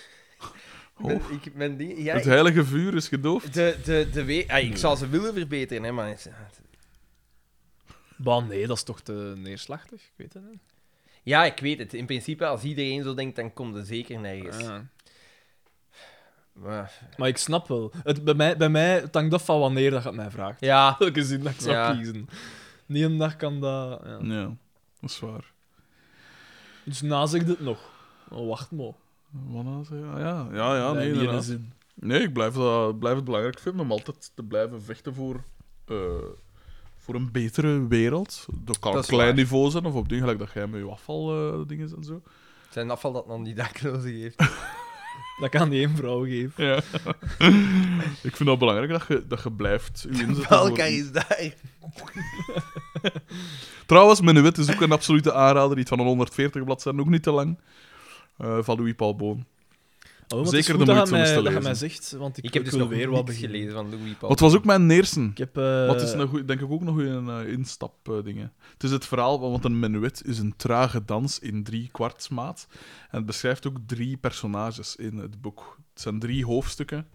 Speaker 2: Oh.
Speaker 1: Ik ben, ik ben die, ja,
Speaker 2: het
Speaker 1: ik-
Speaker 2: heilige vuur is gedoofd.
Speaker 1: de, de, de we ah, ik zou ze willen verbeteren, hè, maar... het-
Speaker 3: Bah, nee, dat is toch te neerslachtig? Ik weet het niet.
Speaker 1: Ja, ik weet het. In principe, als iedereen zo denkt, dan komt er zeker nergens.
Speaker 2: Ah.
Speaker 1: Maar,
Speaker 3: Maar ik snap wel. Het, bij, mij, bij mij het hangt af van wanneer dat je het mij vraagt.
Speaker 1: ja,
Speaker 3: Welke zin dat ik zou
Speaker 1: Ja.
Speaker 3: kiezen. Die een dag kan dat... Ja.
Speaker 2: Ja, dat is waar.
Speaker 3: Dus na zegt het nog. Oh, wacht maar.
Speaker 2: Wat nou zeg je? Ah, ja, ja, ja nee,
Speaker 3: die ene
Speaker 2: inderdaad.
Speaker 3: zin.
Speaker 2: Nee, ik blijf, dat, blijf het belangrijk vinden om altijd te blijven vechten voor, eh, voor een betere wereld. Dat kan
Speaker 1: Dat
Speaker 2: op
Speaker 1: is
Speaker 2: klein
Speaker 1: waar.
Speaker 2: niveau zijn, of op dingen gelijk dat jij met je afvaldingen en zo.
Speaker 1: het zijn afval dat dan die daklozen geeft.
Speaker 3: Dat kan die één vrouw geven.
Speaker 2: Ja. ik vind het belangrijk dat je, dat je blijft je inzetten voor-
Speaker 1: Valka is daar.
Speaker 2: Trouwens, Menuet is ook een absolute aanrader, iets van een 140 bladzijden, ook niet te lang. eh van Louis Paul Boon.
Speaker 3: Oh, want het is
Speaker 2: Zeker
Speaker 3: goed
Speaker 2: de
Speaker 3: dat je
Speaker 2: moeite om eens
Speaker 3: mij-
Speaker 2: te
Speaker 3: dat je mij
Speaker 2: lezen.
Speaker 3: zegt, want ik,
Speaker 1: Ik heb
Speaker 3: ik
Speaker 1: dus
Speaker 3: wil
Speaker 1: nog
Speaker 3: weer
Speaker 1: weer
Speaker 3: wat
Speaker 1: wat
Speaker 3: beginnen.
Speaker 1: gelezen van Louis Paul.
Speaker 2: Wat was ook mijn neersen?
Speaker 3: Ik heb... eh,
Speaker 2: Wat is een goeie, denk ik ook nog een eh, instap instapdingen. Het is het verhaal, van- want een menuet is een trage dans in drie kwartsmaat. En het beschrijft ook drie personages in het boek. Het zijn drie hoofdstukken.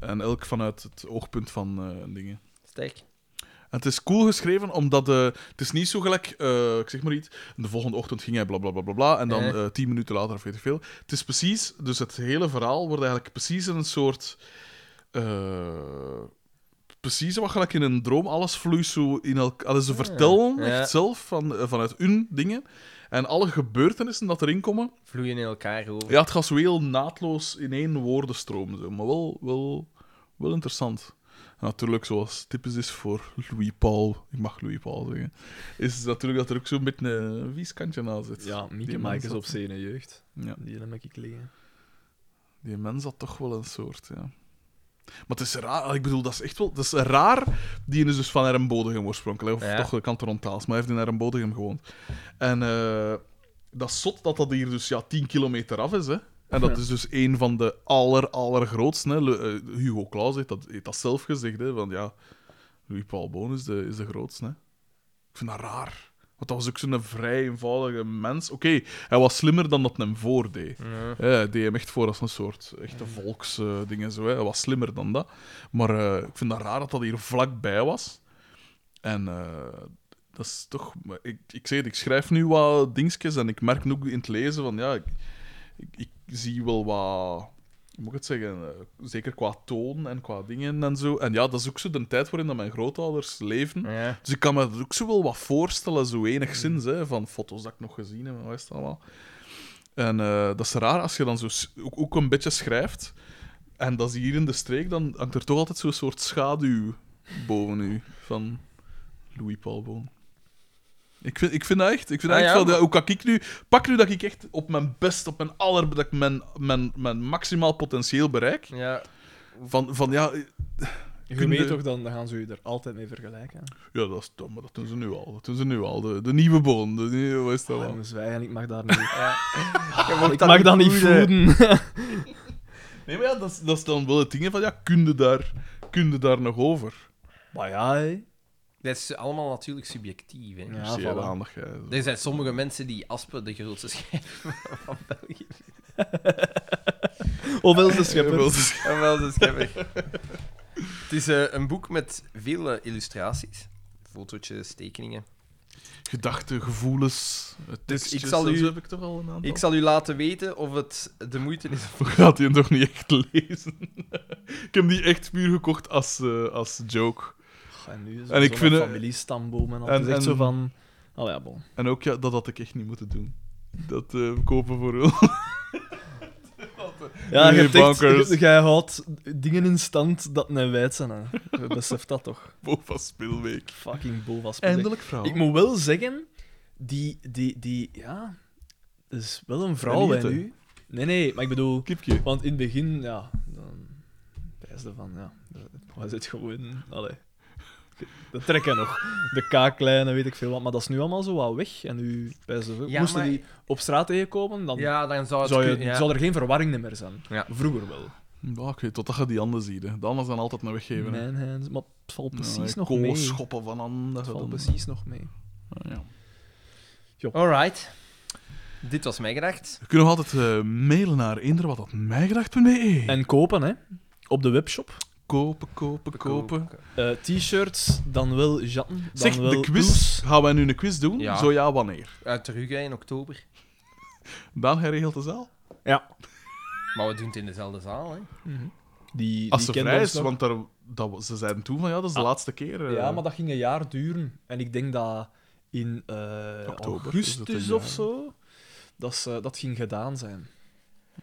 Speaker 2: En elk vanuit het oogpunt van eh, dingen.
Speaker 1: Sterk.
Speaker 2: En het is cool geschreven, omdat eh, het is niet zo gelijk, eh, ik zeg maar iets, de volgende ochtend ging hij bla bla bla bla bla, en dan
Speaker 1: Eh.
Speaker 2: eh, tien minuten later of weet ik veel. Het is precies, dus het hele verhaal wordt eigenlijk precies in een soort, eh, precies wat gelijk in een droom, alles vloeit zo in elkaar, alles ze vertellen
Speaker 1: Ja.
Speaker 2: echt zelf van, eh, vanuit hun dingen. En alle gebeurtenissen dat erin komen,
Speaker 1: Vloeien in elkaar over.
Speaker 2: ja, het gaat zo heel naadloos in één woordenstroom, zo. maar wel, wel, wel interessant. En natuurlijk, zoals typisch is voor Louis Paul, ik mag Louis Paul zeggen, is natuurlijk dat er ook zo'n beetje een vies kantje aan zit.
Speaker 3: Ja, Mieke
Speaker 2: Die
Speaker 3: Mike
Speaker 2: mens
Speaker 3: is
Speaker 2: had-
Speaker 3: op zijn jeugd.
Speaker 2: Ja.
Speaker 3: Die heb ik liggen.
Speaker 2: Die mens had toch wel een soort, ja. Maar het is raar, ik bedoel, dat is echt wel... Dat is raar, die is dus van Ermbodegem oorspronkelijk, of
Speaker 1: Ja.
Speaker 2: toch de kantonontaals, maar hij heeft in Ermbodegem gewoond. En eh, dat is zot dat dat hier dus ja, 10 kilometer af is, hè. En dat is dus een van de aller, allergrootste. Hè. Le- eh, Hugo Claus heeft dat, heeft dat zelf gezegd, hè, van ja, Louis Paul Boon is de, is de grootste, hè. Ik vind dat raar. Want dat was ook zo'n vrij eenvoudige mens. Oké, hij was slimmer dan dat hem voordeed.
Speaker 1: Ja.
Speaker 2: Ja, hij deed hem echt voor als een soort echte volksding en zo. Hè. Hij was slimmer dan dat. Maar eh, ik vind dat raar dat dat hier vlakbij was. En eh, dat is toch... maar Ik, ik zeg het, ik schrijf nu wat dingetjes en ik merk nu ook in het lezen van... Ja, ik, ik, ik zie wel wat... Hoe moet ik het zeggen? eh, zeker qua toon en qua dingen en zo. En ja, dat is ook zo de tijd waarin dat mijn grootouders leefden.
Speaker 1: Ja.
Speaker 2: Dus ik kan me dat ook zo wel wat voorstellen, zo
Speaker 1: Mm.
Speaker 2: enigszins, hè, van foto's dat ik nog gezien heb en wat is het allemaal. En eh, dat is raar als je dan zo s- ook, ook een beetje schrijft. En dat is hier in de streek, dan hangt er toch altijd zo'n soort schaduw boven u van Louis Paul Boon. Ik vind, ik vind dat echt, ik vind
Speaker 1: Ah,
Speaker 2: echt
Speaker 1: ja,
Speaker 2: van,
Speaker 1: maar-
Speaker 2: ja, hoe kan ik nu, pak nu dat ik echt op mijn best, op mijn aller, dat ik mijn, mijn, mijn maximaal potentieel bereik.
Speaker 1: ja.
Speaker 2: Van, van ja,
Speaker 3: Je
Speaker 2: Kunde-
Speaker 3: weet toch, dan, dan gaan ze je er altijd mee vergelijken.
Speaker 2: Ja, dat is dom, maar dat doen ze nu al. Dat doen ze nu al. De, de nieuwe boon. De nieuwe, wat
Speaker 1: Ah,
Speaker 2: is dat
Speaker 3: Oh,
Speaker 2: wel?
Speaker 3: moet zwijgen, ik mag daar niet...
Speaker 1: Je
Speaker 3: ik mag dat niet voeden.
Speaker 2: Nee, maar ja, dat is, dat is dan wel het ding hè, van, ja, kun je daar, kun je daar nog over?
Speaker 3: maar ja, hè.
Speaker 1: Dat is allemaal natuurlijk subjectief. Hè.
Speaker 3: Ja,
Speaker 2: Zeer
Speaker 3: voilà.
Speaker 2: aandacht, hè.
Speaker 1: Er zijn sommige mensen die Aspen de grootste schrijver van België
Speaker 3: Ofwel ze
Speaker 2: Ja,
Speaker 3: scheppen.
Speaker 2: wel, dus-
Speaker 1: En wel de schepper. Het is eh, een boek met veel eh, illustraties. Fotootjes, tekeningen.
Speaker 2: Gedachten, gevoelens, eh,
Speaker 1: Dus ik
Speaker 2: tekstjes
Speaker 1: zal
Speaker 2: en
Speaker 1: u-
Speaker 2: zo heb ik toch al een aantal.
Speaker 1: Ik zal u laten weten of het de moeite is.
Speaker 2: Gaat hij hem toch niet echt lezen? ik heb die echt puur gekocht als, eh, als joke.
Speaker 3: Och, En nu is
Speaker 2: En ik
Speaker 3: zo'n
Speaker 2: vind het-
Speaker 3: familiestamboom en al.
Speaker 2: en-
Speaker 3: Het is echt
Speaker 2: en-
Speaker 3: zo van... Oh ja, bon.
Speaker 2: En ook, ja, dat had ik echt niet moeten doen. Dat eh, kopen voor hun.
Speaker 3: Ja,
Speaker 2: Nee,
Speaker 3: je hebt echt-
Speaker 2: bankers.
Speaker 3: je- jij houdt dingen in stand dat net wijd zijn. Hè. Je beseft dat toch.
Speaker 2: Bova Spilweek.
Speaker 3: Fucking boel was
Speaker 2: Eindelijk vrouw.
Speaker 3: Ik moet wel zeggen, die, die, die, ja, dat is wel een
Speaker 2: Ja,
Speaker 3: vrouw
Speaker 2: niet
Speaker 3: hè,
Speaker 2: het, hè.
Speaker 3: nu. Nee, nee, maar ik bedoel,
Speaker 2: Kipje.
Speaker 3: want in het begin, ja, dan pijsde van, ja, dat was het gewoon, allee. Dat trekken nog. De kaaklijn en weet ik veel wat, maar dat is nu allemaal zo wat weg. En nu pijsde ze,
Speaker 1: Ja,
Speaker 3: moesten
Speaker 1: maar-
Speaker 3: die op straat tegenkomen, dan
Speaker 1: Ja, dan zou het
Speaker 3: zou, je,
Speaker 1: kun- ja.
Speaker 3: zou er geen verwarring meer zijn.
Speaker 1: Ja.
Speaker 3: Vroeger wel.
Speaker 2: Ja, oké, totdat je die handen ziet. Hè. De handen zijn altijd naar weggeven. hè.
Speaker 3: Mijn hands, maar het valt precies
Speaker 2: Ja,
Speaker 3: nog
Speaker 2: kolen
Speaker 3: mee.
Speaker 2: schoppen van handen.
Speaker 3: Het valt
Speaker 2: dan-
Speaker 3: precies nog mee.
Speaker 2: Ja.
Speaker 1: Alright. Dit was mij gedacht.
Speaker 2: We kunnen nog altijd eh, mailen naar inderwatatmijgedacht.be.
Speaker 3: En kopen, hè. Op de webshop.
Speaker 2: kopen, kopen, kopen.
Speaker 3: Eh, T-shirts, dan wel jatten, dan
Speaker 2: Zeg,
Speaker 3: wel
Speaker 2: de quiz.
Speaker 3: pulls.
Speaker 2: Gaan wij nu een quiz doen?
Speaker 1: Ja.
Speaker 2: Zo ja, wanneer?
Speaker 1: Uit Terugge in oktober.
Speaker 2: Daan, jij regelt de zaal?
Speaker 3: Ja.
Speaker 1: Maar we doen het in dezelfde zaal. Hè.
Speaker 3: Die,
Speaker 2: Als ze
Speaker 3: die
Speaker 2: vrij is,
Speaker 3: nog.
Speaker 2: want daar, dat, was- ze zeiden toen van ja, dat is de
Speaker 3: Ah.
Speaker 2: laatste keer. eh.
Speaker 3: Ja, maar dat ging een jaar duren. En ik denk dat in eh,
Speaker 2: Oktober is het
Speaker 3: augustus
Speaker 2: een
Speaker 3: of
Speaker 2: jaar.
Speaker 3: zo, dat, ze, dat ging gedaan zijn.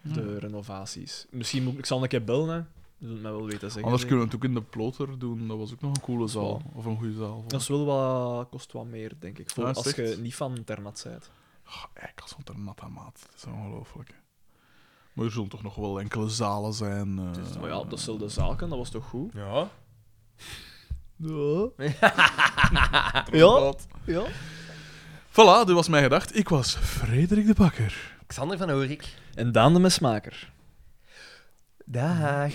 Speaker 3: De renovaties. Misschien moet ik, ik zal een keer bellen, hè. Dat moet mij wel weten zeggen.
Speaker 2: Anders
Speaker 3: denk ik.
Speaker 2: kunnen we het ook in de ploter doen. Dat was ook nog een coole zaal. Of een goede zaal.
Speaker 3: Dat is wel wat, kost wat meer, denk ik. Voor
Speaker 2: Ja,
Speaker 3: als
Speaker 2: zegt.
Speaker 3: je niet van internat bent.
Speaker 2: Ah, Eik, als want er nat aan maat. Dat is ongelooflijk. hè. Maar er zullen toch nog wel enkele zalen zijn. eh.
Speaker 3: Dus, maar ja, op datzelfde zaalken, dat was toch goed?
Speaker 1: Ja.
Speaker 3: Ja. ja. ja.
Speaker 2: Voilà, dit was mijn gedacht. Ik was Frederik de Bakker.
Speaker 1: Xander van Oorik.
Speaker 3: En Daan de Mesmaker.
Speaker 1: Dag.